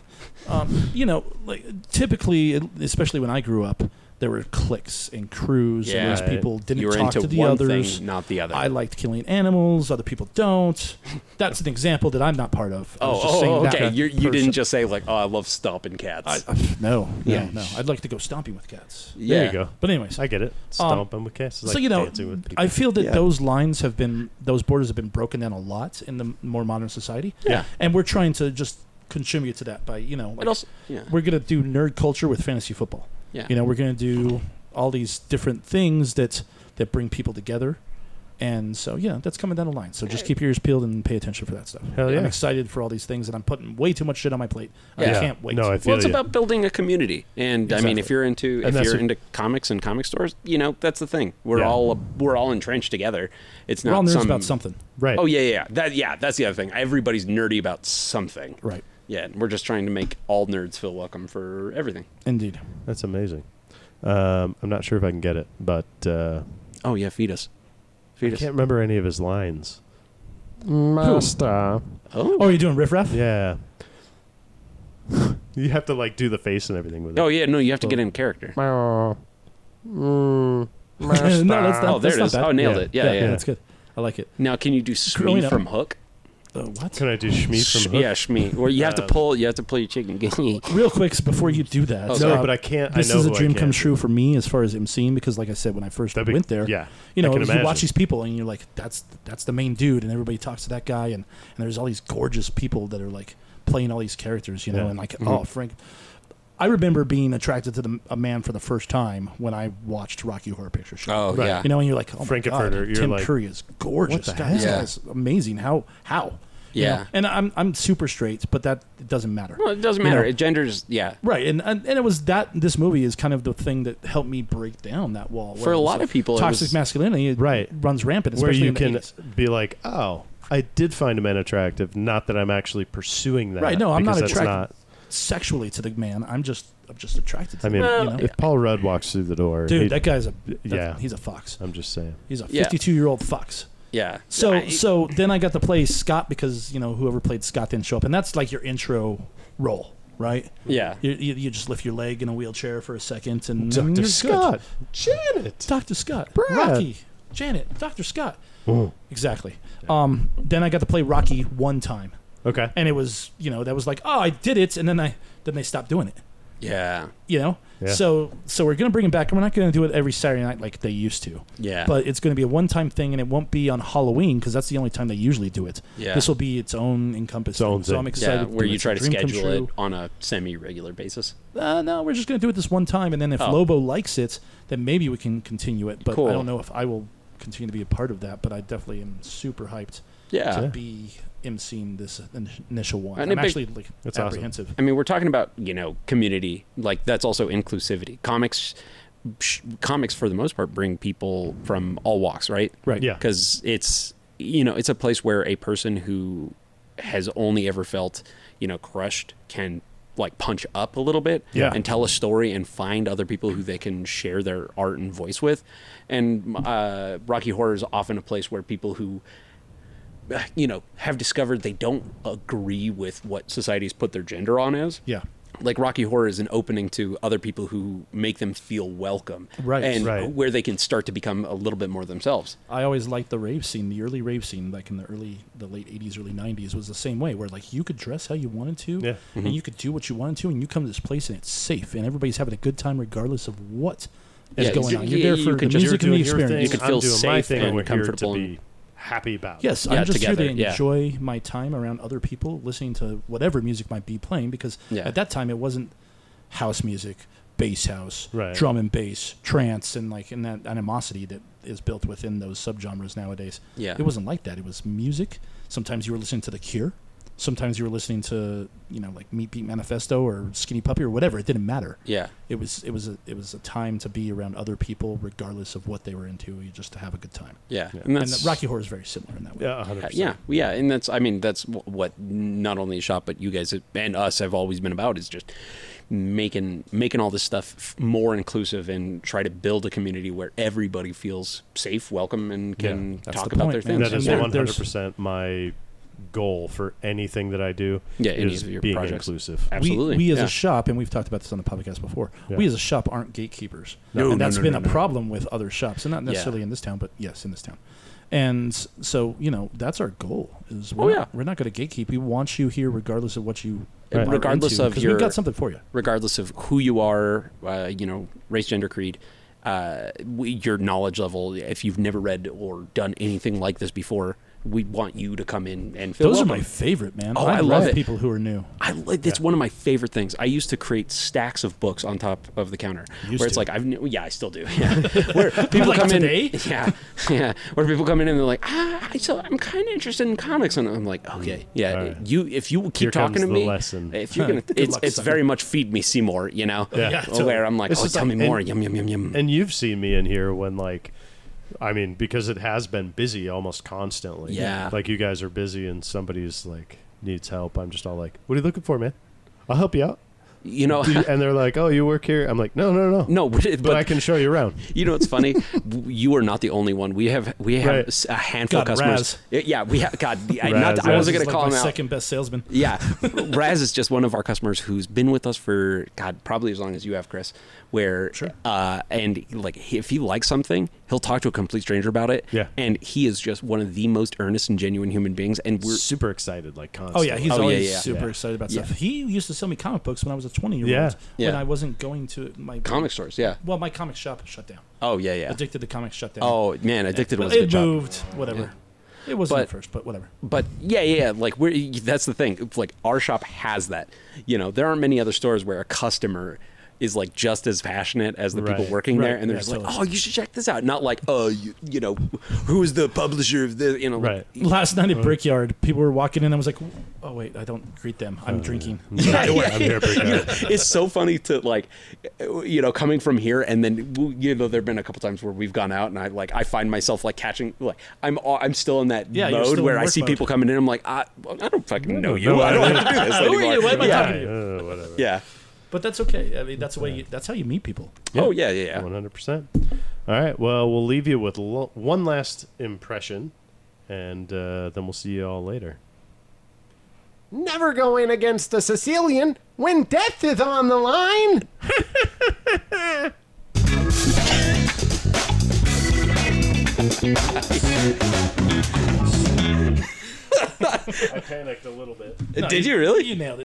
Speaker 2: um, you know, like typically, especially when I grew up, there were cliques and crews,
Speaker 5: Yeah.
Speaker 2: and those people didn't
Speaker 5: you were
Speaker 2: talk
Speaker 5: into
Speaker 2: to the
Speaker 5: one
Speaker 2: others.
Speaker 5: thing, not the other.
Speaker 2: I liked killing animals. Other people don't. That's an example that I'm not part of. I
Speaker 5: oh,
Speaker 2: was just
Speaker 5: oh,
Speaker 2: saying
Speaker 5: oh,
Speaker 2: that
Speaker 5: okay. You you
Speaker 2: person.
Speaker 5: didn't just say like, oh, I love stomping cats.
Speaker 2: I, I, no,
Speaker 5: Yeah.
Speaker 2: no, no. I'd like to go stomping with cats.
Speaker 5: yeah.
Speaker 1: There you go.
Speaker 2: But anyways,
Speaker 1: I get it. Stomp them with cats. It's
Speaker 2: Um, so
Speaker 1: like
Speaker 2: you know,
Speaker 1: dancing with people.
Speaker 2: I feel that
Speaker 5: Yeah.
Speaker 2: those lines have been, those borders have been broken down a lot in the more modern society,
Speaker 5: Yeah.
Speaker 2: and we're trying to just contribute to that by you know, like,
Speaker 5: It also, yeah.
Speaker 2: we're gonna do nerd culture with fantasy football.
Speaker 5: Yeah.
Speaker 2: You know, we're gonna do all these different things that that bring people together, And so, yeah, that's coming down the line. So just keep your ears peeled and pay attention for that stuff.
Speaker 1: Hell yeah.
Speaker 2: I'm excited for all these things, and I'm putting way too much shit on my plate. I
Speaker 1: Yeah.
Speaker 2: can't wait.
Speaker 1: No, I
Speaker 3: Well,
Speaker 1: feel
Speaker 3: it's
Speaker 1: you.
Speaker 3: about building a community, and I mean,
Speaker 2: Exactly.
Speaker 3: if you're into
Speaker 1: And
Speaker 3: if
Speaker 1: that's
Speaker 3: you're
Speaker 1: what-
Speaker 3: into comics and comic stores, you know that's the thing. We're
Speaker 1: Yeah.
Speaker 3: all we're all entrenched together. It's
Speaker 2: We're
Speaker 3: not
Speaker 2: all nerds
Speaker 3: some,
Speaker 2: about something.
Speaker 1: right.
Speaker 3: Oh yeah, yeah, yeah. That yeah, that's the other thing. Everybody's nerdy about something.
Speaker 2: Right.
Speaker 3: Yeah, and we're just trying to make all nerds feel welcome for everything.
Speaker 2: Indeed.
Speaker 1: That's amazing. Um, I'm not sure if I can get it, but uh,
Speaker 3: Oh yeah, feed us.
Speaker 1: I
Speaker 3: Feed us.
Speaker 1: can't remember any of his lines. Master.
Speaker 3: Oh.
Speaker 2: Oh, you're doing riff raff?
Speaker 1: Yeah. you have to like do the face and everything with it.
Speaker 3: Oh yeah, no, you have to get in character.
Speaker 1: yeah.
Speaker 2: no, that's not.
Speaker 3: Oh, there
Speaker 2: that's
Speaker 3: it
Speaker 2: not
Speaker 3: is.
Speaker 2: bad.
Speaker 3: Oh, nailed
Speaker 1: Yeah.
Speaker 3: it. Yeah, yeah.
Speaker 2: that's good. I like it.
Speaker 3: Now, can you do
Speaker 2: Growing
Speaker 3: Shmi
Speaker 2: up.
Speaker 3: from Hook?
Speaker 2: Uh, what?
Speaker 1: Can I do Shmi
Speaker 3: Sh-
Speaker 1: from Hook?
Speaker 3: yeah, Shmi. Or you have to
Speaker 2: Uh,
Speaker 1: Um,
Speaker 3: pull. You have to pull your chicken.
Speaker 2: Real quick, s- before you do that,
Speaker 3: Oh,
Speaker 1: No,
Speaker 2: uh,
Speaker 1: but I can't.
Speaker 2: this
Speaker 1: I know
Speaker 2: is a
Speaker 1: who I
Speaker 2: dream
Speaker 1: can.
Speaker 2: come true for me as far as emceeing because, like I said, when I first
Speaker 1: That'd be-
Speaker 2: went there,
Speaker 1: Yeah.
Speaker 2: you
Speaker 1: I
Speaker 2: know,
Speaker 1: can
Speaker 2: you watch
Speaker 1: imagine.
Speaker 2: these people and you're like, that's that's the main dude, and everybody talks to that guy, and, and there's all these gorgeous people that are like playing all these characters, you know,
Speaker 1: Yeah. Mm-hmm.
Speaker 2: and like, oh, Frank. I remember being attracted to the, a man for the first time when I watched Rocky Horror Picture Show.
Speaker 3: Oh
Speaker 1: Right.
Speaker 3: yeah.
Speaker 2: You know, and you're like, oh my God,
Speaker 1: Frankenfurter, you're
Speaker 2: Tim
Speaker 1: like,
Speaker 2: Curry is gorgeous.
Speaker 1: what the
Speaker 2: God,
Speaker 1: hell?
Speaker 2: this
Speaker 3: Yeah.
Speaker 2: guy's amazing. How? How? You
Speaker 3: Yeah.
Speaker 2: know, And I'm I'm super straight, but that doesn't matter.
Speaker 3: Well, it doesn't
Speaker 2: You know,
Speaker 3: matter. It genders. Yeah.
Speaker 2: Right, and, and and it was that this movie is kind of the thing that helped me break down that wall. where
Speaker 3: For a
Speaker 2: it was
Speaker 3: lot
Speaker 2: like
Speaker 3: of people, it
Speaker 2: toxic
Speaker 3: was-
Speaker 2: masculinity it
Speaker 1: Right.
Speaker 2: runs rampant,
Speaker 1: Where
Speaker 2: especially
Speaker 1: you
Speaker 2: in the
Speaker 1: can
Speaker 2: 80s.
Speaker 1: be like, oh, I did find a man attractive. Not that I'm actually pursuing that.
Speaker 2: Right, no, I'm not
Speaker 1: because that's
Speaker 2: attracted- sexually to the man. I'm just I'm just attracted. to
Speaker 1: I mean,
Speaker 2: him,
Speaker 3: Well,
Speaker 2: you know?
Speaker 1: if Paul Rudd walks through the door,
Speaker 2: dude,
Speaker 1: he-
Speaker 2: that guy's a
Speaker 1: Yeah.
Speaker 2: yeah, he's a fox.
Speaker 1: I'm just saying.
Speaker 2: He's a
Speaker 3: Yeah.
Speaker 2: 52 year old fox.
Speaker 3: Yeah.
Speaker 2: So
Speaker 3: I-
Speaker 2: so then I got to play Scott because you know whoever played Scott didn't show up, and that's like your intro role, right?
Speaker 3: Yeah.
Speaker 2: You, you, you just lift your leg in a wheelchair for a second, and you're
Speaker 1: Doctor
Speaker 2: Mm, good.
Speaker 1: Scott, Janet.
Speaker 2: Dr. Scott,
Speaker 1: Brad.
Speaker 2: Rocky, Janet, Dr. Scott. Exactly. Um, then I got to play Rocky one time,
Speaker 1: Okay.
Speaker 2: and it was you know that was like oh I did it, and then I then they stopped doing it.
Speaker 3: Yeah.
Speaker 2: You know,
Speaker 1: Yeah.
Speaker 2: so so we're gonna bring it back, and we're not gonna do it every Saturday night like they used to.
Speaker 3: Yeah.
Speaker 2: But it's going to be a one-time thing, and it won't be on Halloween because that's the only time they usually do it.
Speaker 3: Yeah.
Speaker 2: This will be its own encompass.
Speaker 1: Its own
Speaker 2: thing. So I'm
Speaker 1: thing.
Speaker 2: excited.
Speaker 3: yeah,
Speaker 2: to
Speaker 3: where
Speaker 2: do it.
Speaker 3: you
Speaker 2: It's
Speaker 3: try
Speaker 2: a
Speaker 3: to
Speaker 2: dream come
Speaker 3: schedule
Speaker 2: true.
Speaker 3: it on a semi-regular basis.
Speaker 2: uh, no, we're just going to do it this one time, and then if
Speaker 3: Oh.
Speaker 2: Lobo likes it, then maybe we can continue it. But
Speaker 3: Cool.
Speaker 2: I don't know if I will continue to be a part of that. But I definitely am super hyped
Speaker 3: Yeah.
Speaker 2: to be emceeing this in- initial one.
Speaker 3: And it
Speaker 2: I'm
Speaker 3: big-
Speaker 2: actually like
Speaker 1: That's awesome.
Speaker 2: apprehensive.
Speaker 3: I mean, we're talking about you know community. Like that's also inclusivity. Comics, sh- comics for the most part bring people from all walks, right?
Speaker 2: Right.
Speaker 1: Yeah.
Speaker 3: Because it's you know it's a place where a person who has only ever felt you know crushed can like punch up a little bit
Speaker 1: Yeah.
Speaker 3: and tell a story and find other people who they can share their art and voice with and uh, rocky horror is often a place where people who you know have discovered they don't agree with what society's put their gender on as
Speaker 2: Yeah.
Speaker 3: like Rocky Horror is an opening to other people who make them feel welcome,
Speaker 2: Right.
Speaker 3: And
Speaker 1: Right.
Speaker 3: where they can start to become a little bit more themselves.
Speaker 2: I always liked the rave scene, the early rave scene, like in the early, the late '80s, early '90s, was the same way, where like you could dress how you wanted to,
Speaker 1: Yeah.
Speaker 3: Mm-hmm.
Speaker 2: and you could do what you wanted to, and you come to this place and it's safe, and everybody's having a good time regardless of what is
Speaker 3: Yeah,
Speaker 2: going
Speaker 3: you-
Speaker 2: on. You're
Speaker 3: you-
Speaker 2: there
Speaker 3: you
Speaker 2: for the
Speaker 3: could just-
Speaker 2: music
Speaker 1: you're
Speaker 2: and the
Speaker 1: doing your
Speaker 2: experience.
Speaker 1: thing,
Speaker 3: You could
Speaker 1: I'm
Speaker 3: feel
Speaker 1: doing my
Speaker 3: safe
Speaker 1: thing,
Speaker 3: and
Speaker 1: we're
Speaker 3: comfortable
Speaker 1: here to
Speaker 3: and-
Speaker 1: be happy about.
Speaker 2: Yes,
Speaker 3: Yeah,
Speaker 2: I'm just
Speaker 3: together,
Speaker 2: here to
Speaker 3: yeah.
Speaker 2: enjoy my time around other people, listening to whatever music might be playing. Because
Speaker 3: Yeah.
Speaker 2: at that time, it wasn't house music, bass house,
Speaker 1: Right.
Speaker 2: drum and bass, trance, and like and that animosity that is built within those subgenres nowadays.
Speaker 3: Yeah.
Speaker 2: it wasn't like that. It was music. Sometimes you were listening to The Cure. Sometimes you were listening to you know like Meat Beat Manifesto or Skinny Puppy or whatever. It didn't matter.
Speaker 3: Yeah,
Speaker 2: It was it was a, it was a time to be around other people, regardless of what they were into, just to have a good time.
Speaker 3: yeah,
Speaker 1: Yeah.
Speaker 3: and
Speaker 2: And
Speaker 3: that's
Speaker 2: Rocky Horror is very similar in that way.
Speaker 1: Yeah, 100%.
Speaker 3: Uh, Yeah, yeah, and that's I mean that's wh- what not only shop but you guys and us have always been about is just making making all this stuff f- more inclusive and try to build a community where everybody feels safe, welcome, and
Speaker 1: Yeah,
Speaker 3: can
Speaker 2: that's
Speaker 3: talk
Speaker 2: the
Speaker 3: about
Speaker 2: point,
Speaker 3: their
Speaker 2: man.
Speaker 3: things.
Speaker 1: That is
Speaker 2: there-
Speaker 1: one hundred
Speaker 2: there's-
Speaker 1: percent my goal for anything that I do.
Speaker 3: Yeah, any
Speaker 1: is
Speaker 3: of your
Speaker 1: being
Speaker 3: projects.
Speaker 1: inclusive.
Speaker 3: Absolutely,
Speaker 2: We, we as
Speaker 3: yeah.
Speaker 2: a shop, and we've talked about this on the podcast before,
Speaker 1: Yeah.
Speaker 2: we as a shop aren't gatekeepers.
Speaker 3: No,
Speaker 2: and
Speaker 3: no,
Speaker 2: that's
Speaker 3: no,
Speaker 2: been
Speaker 3: no,
Speaker 2: a
Speaker 3: no.
Speaker 2: problem with other shops, and not necessarily in this town, but yes, in this town. And so, you know, that's our goal. Is we're
Speaker 3: Oh,
Speaker 2: not,
Speaker 3: yeah.
Speaker 2: we're not going to gatekeep. We want you here regardless of what you
Speaker 3: Right.
Speaker 2: are
Speaker 3: Regardless
Speaker 2: into,
Speaker 3: of
Speaker 2: 'cause
Speaker 3: your-
Speaker 2: we've got something for you.
Speaker 3: regardless of who you are, uh, you know, race, gender, creed, uh, we- your knowledge level. If you've never read or done anything like this before, we want you to come in and fill
Speaker 2: Those
Speaker 3: up
Speaker 2: are
Speaker 3: on
Speaker 2: my favorite, man.
Speaker 3: Oh, I
Speaker 2: I
Speaker 3: love
Speaker 2: love
Speaker 3: it.
Speaker 2: people who are new.
Speaker 3: I like that's one of my favorite things. I used to create stacks of books on top of the counter,
Speaker 2: Used
Speaker 3: where it's
Speaker 2: to.
Speaker 3: like I've n- yeah, I still do. Yeah, where people
Speaker 2: Like
Speaker 3: come
Speaker 2: today?
Speaker 3: in, yeah, yeah, where people come in and they're like, ah, I so I'm kind of interested in comics, and I'm like, okay, yeah,
Speaker 1: Mm. All right.
Speaker 3: you if you keep
Speaker 1: Here comes
Speaker 3: talking to
Speaker 1: the
Speaker 3: me,
Speaker 1: lesson.
Speaker 3: if you're gonna, it's
Speaker 2: luck,
Speaker 3: it's
Speaker 2: sucker.
Speaker 3: very much feed me Seymour, you know,
Speaker 1: Yeah. Yeah,
Speaker 3: Or where I'm like,
Speaker 1: It's
Speaker 3: oh,
Speaker 1: just
Speaker 3: tell
Speaker 1: like-
Speaker 3: me more,
Speaker 1: and-
Speaker 3: yum yum yum yum.
Speaker 1: And you've seen me in here when like I mean, because it has been busy almost constantly.
Speaker 3: Yeah.
Speaker 1: Like you guys are busy and somebody's like needs help. I'm just all like, What are you looking for, man? I'll help you out.
Speaker 3: you know,
Speaker 1: Do you- and they're like, Oh, you work here? I'm like, No, no, no.
Speaker 3: no, but,
Speaker 1: But, I can show you around.
Speaker 3: You know, it's funny. you are not the only one. We have we have
Speaker 1: Right.
Speaker 3: s- a handful
Speaker 2: God,
Speaker 3: of customers. Yeah, we have. God, I, not,
Speaker 1: Raz,
Speaker 3: I
Speaker 1: Raz
Speaker 3: wasn't
Speaker 1: is
Speaker 3: going to
Speaker 2: like
Speaker 3: call
Speaker 2: my
Speaker 3: him out.
Speaker 2: second best salesman.
Speaker 3: Yeah, Raz is just one of our customers who's been with us for God, probably as long as you have, Chris. Where, uh, and like he- if he likes something, he'll talk to a complete stranger about it.
Speaker 1: Yeah.
Speaker 3: and he is just one of the most earnest and genuine human beings. And we're
Speaker 1: Super excited, like
Speaker 2: Oh
Speaker 1: constantly.
Speaker 2: yeah, he's
Speaker 3: yeah,
Speaker 2: always
Speaker 3: yeah.
Speaker 2: super
Speaker 1: Yeah.
Speaker 2: excited about
Speaker 3: Yeah.
Speaker 2: stuff. He used to sell me comic books when I was a twenty-year-old.
Speaker 1: Yeah.
Speaker 2: When
Speaker 3: Yeah.
Speaker 2: I wasn't going to my
Speaker 3: comic stores. Yeah.
Speaker 2: Well, my comic shop shut down.
Speaker 3: Oh yeah, yeah.
Speaker 2: Addicted to comics shut down.
Speaker 3: Oh man, addicted
Speaker 2: Well,
Speaker 3: was a good
Speaker 2: it
Speaker 3: job.
Speaker 2: moved. Whatever. It wasn't
Speaker 3: But-
Speaker 2: at first, but whatever.
Speaker 3: but yeah, yeah, yeah, like we're that's the thing. It's Like our shop has that. You know, there aren't many other stores where a customer is like just as passionate as the people
Speaker 1: Right.
Speaker 3: working there,
Speaker 2: Right.
Speaker 3: and they're
Speaker 2: Yeah,
Speaker 3: just like, "Oh,
Speaker 2: totally.
Speaker 3: you should check this out." Not like, "Oh, you, you know, who is the publisher of the?" You know, like-
Speaker 1: Right.
Speaker 2: Last night at Brickyard, people were walking in. I was like, "Oh wait, I don't greet them. I'm drinking."
Speaker 3: Oh, Yeah, yeah,
Speaker 1: I'm here, big
Speaker 3: yeah.
Speaker 1: guy.
Speaker 3: You know, it's so funny to like, eh, you know, coming from here and then you know there've been a couple times where we've gone out and I like I find myself like catching like I'm all, I'm still in that
Speaker 2: Yeah, you're still
Speaker 3: mode
Speaker 2: in
Speaker 3: where I
Speaker 2: work
Speaker 3: see
Speaker 2: mode.
Speaker 3: people coming in. I'm like, I, I don't fucking know you.
Speaker 1: no,
Speaker 3: I
Speaker 1: I
Speaker 3: don't
Speaker 1: don't-
Speaker 3: have to do this
Speaker 2: Who are you?
Speaker 3: anymore.
Speaker 2: Why am I
Speaker 3: yeah.
Speaker 2: talking to you?
Speaker 1: Uh, whatever.
Speaker 3: Yeah.
Speaker 2: But that's okay. I mean, that's the way. You, that's how you meet people.
Speaker 3: Oh yeah, yeah, yeah.
Speaker 1: One hundred percent. All right. Well, we'll leave you with lo- one last impression, and uh, then we'll see you all later.
Speaker 6: Never go in against a Sicilian when death is on the line.
Speaker 1: I panicked a little bit.
Speaker 3: Did you really?
Speaker 2: You nailed it.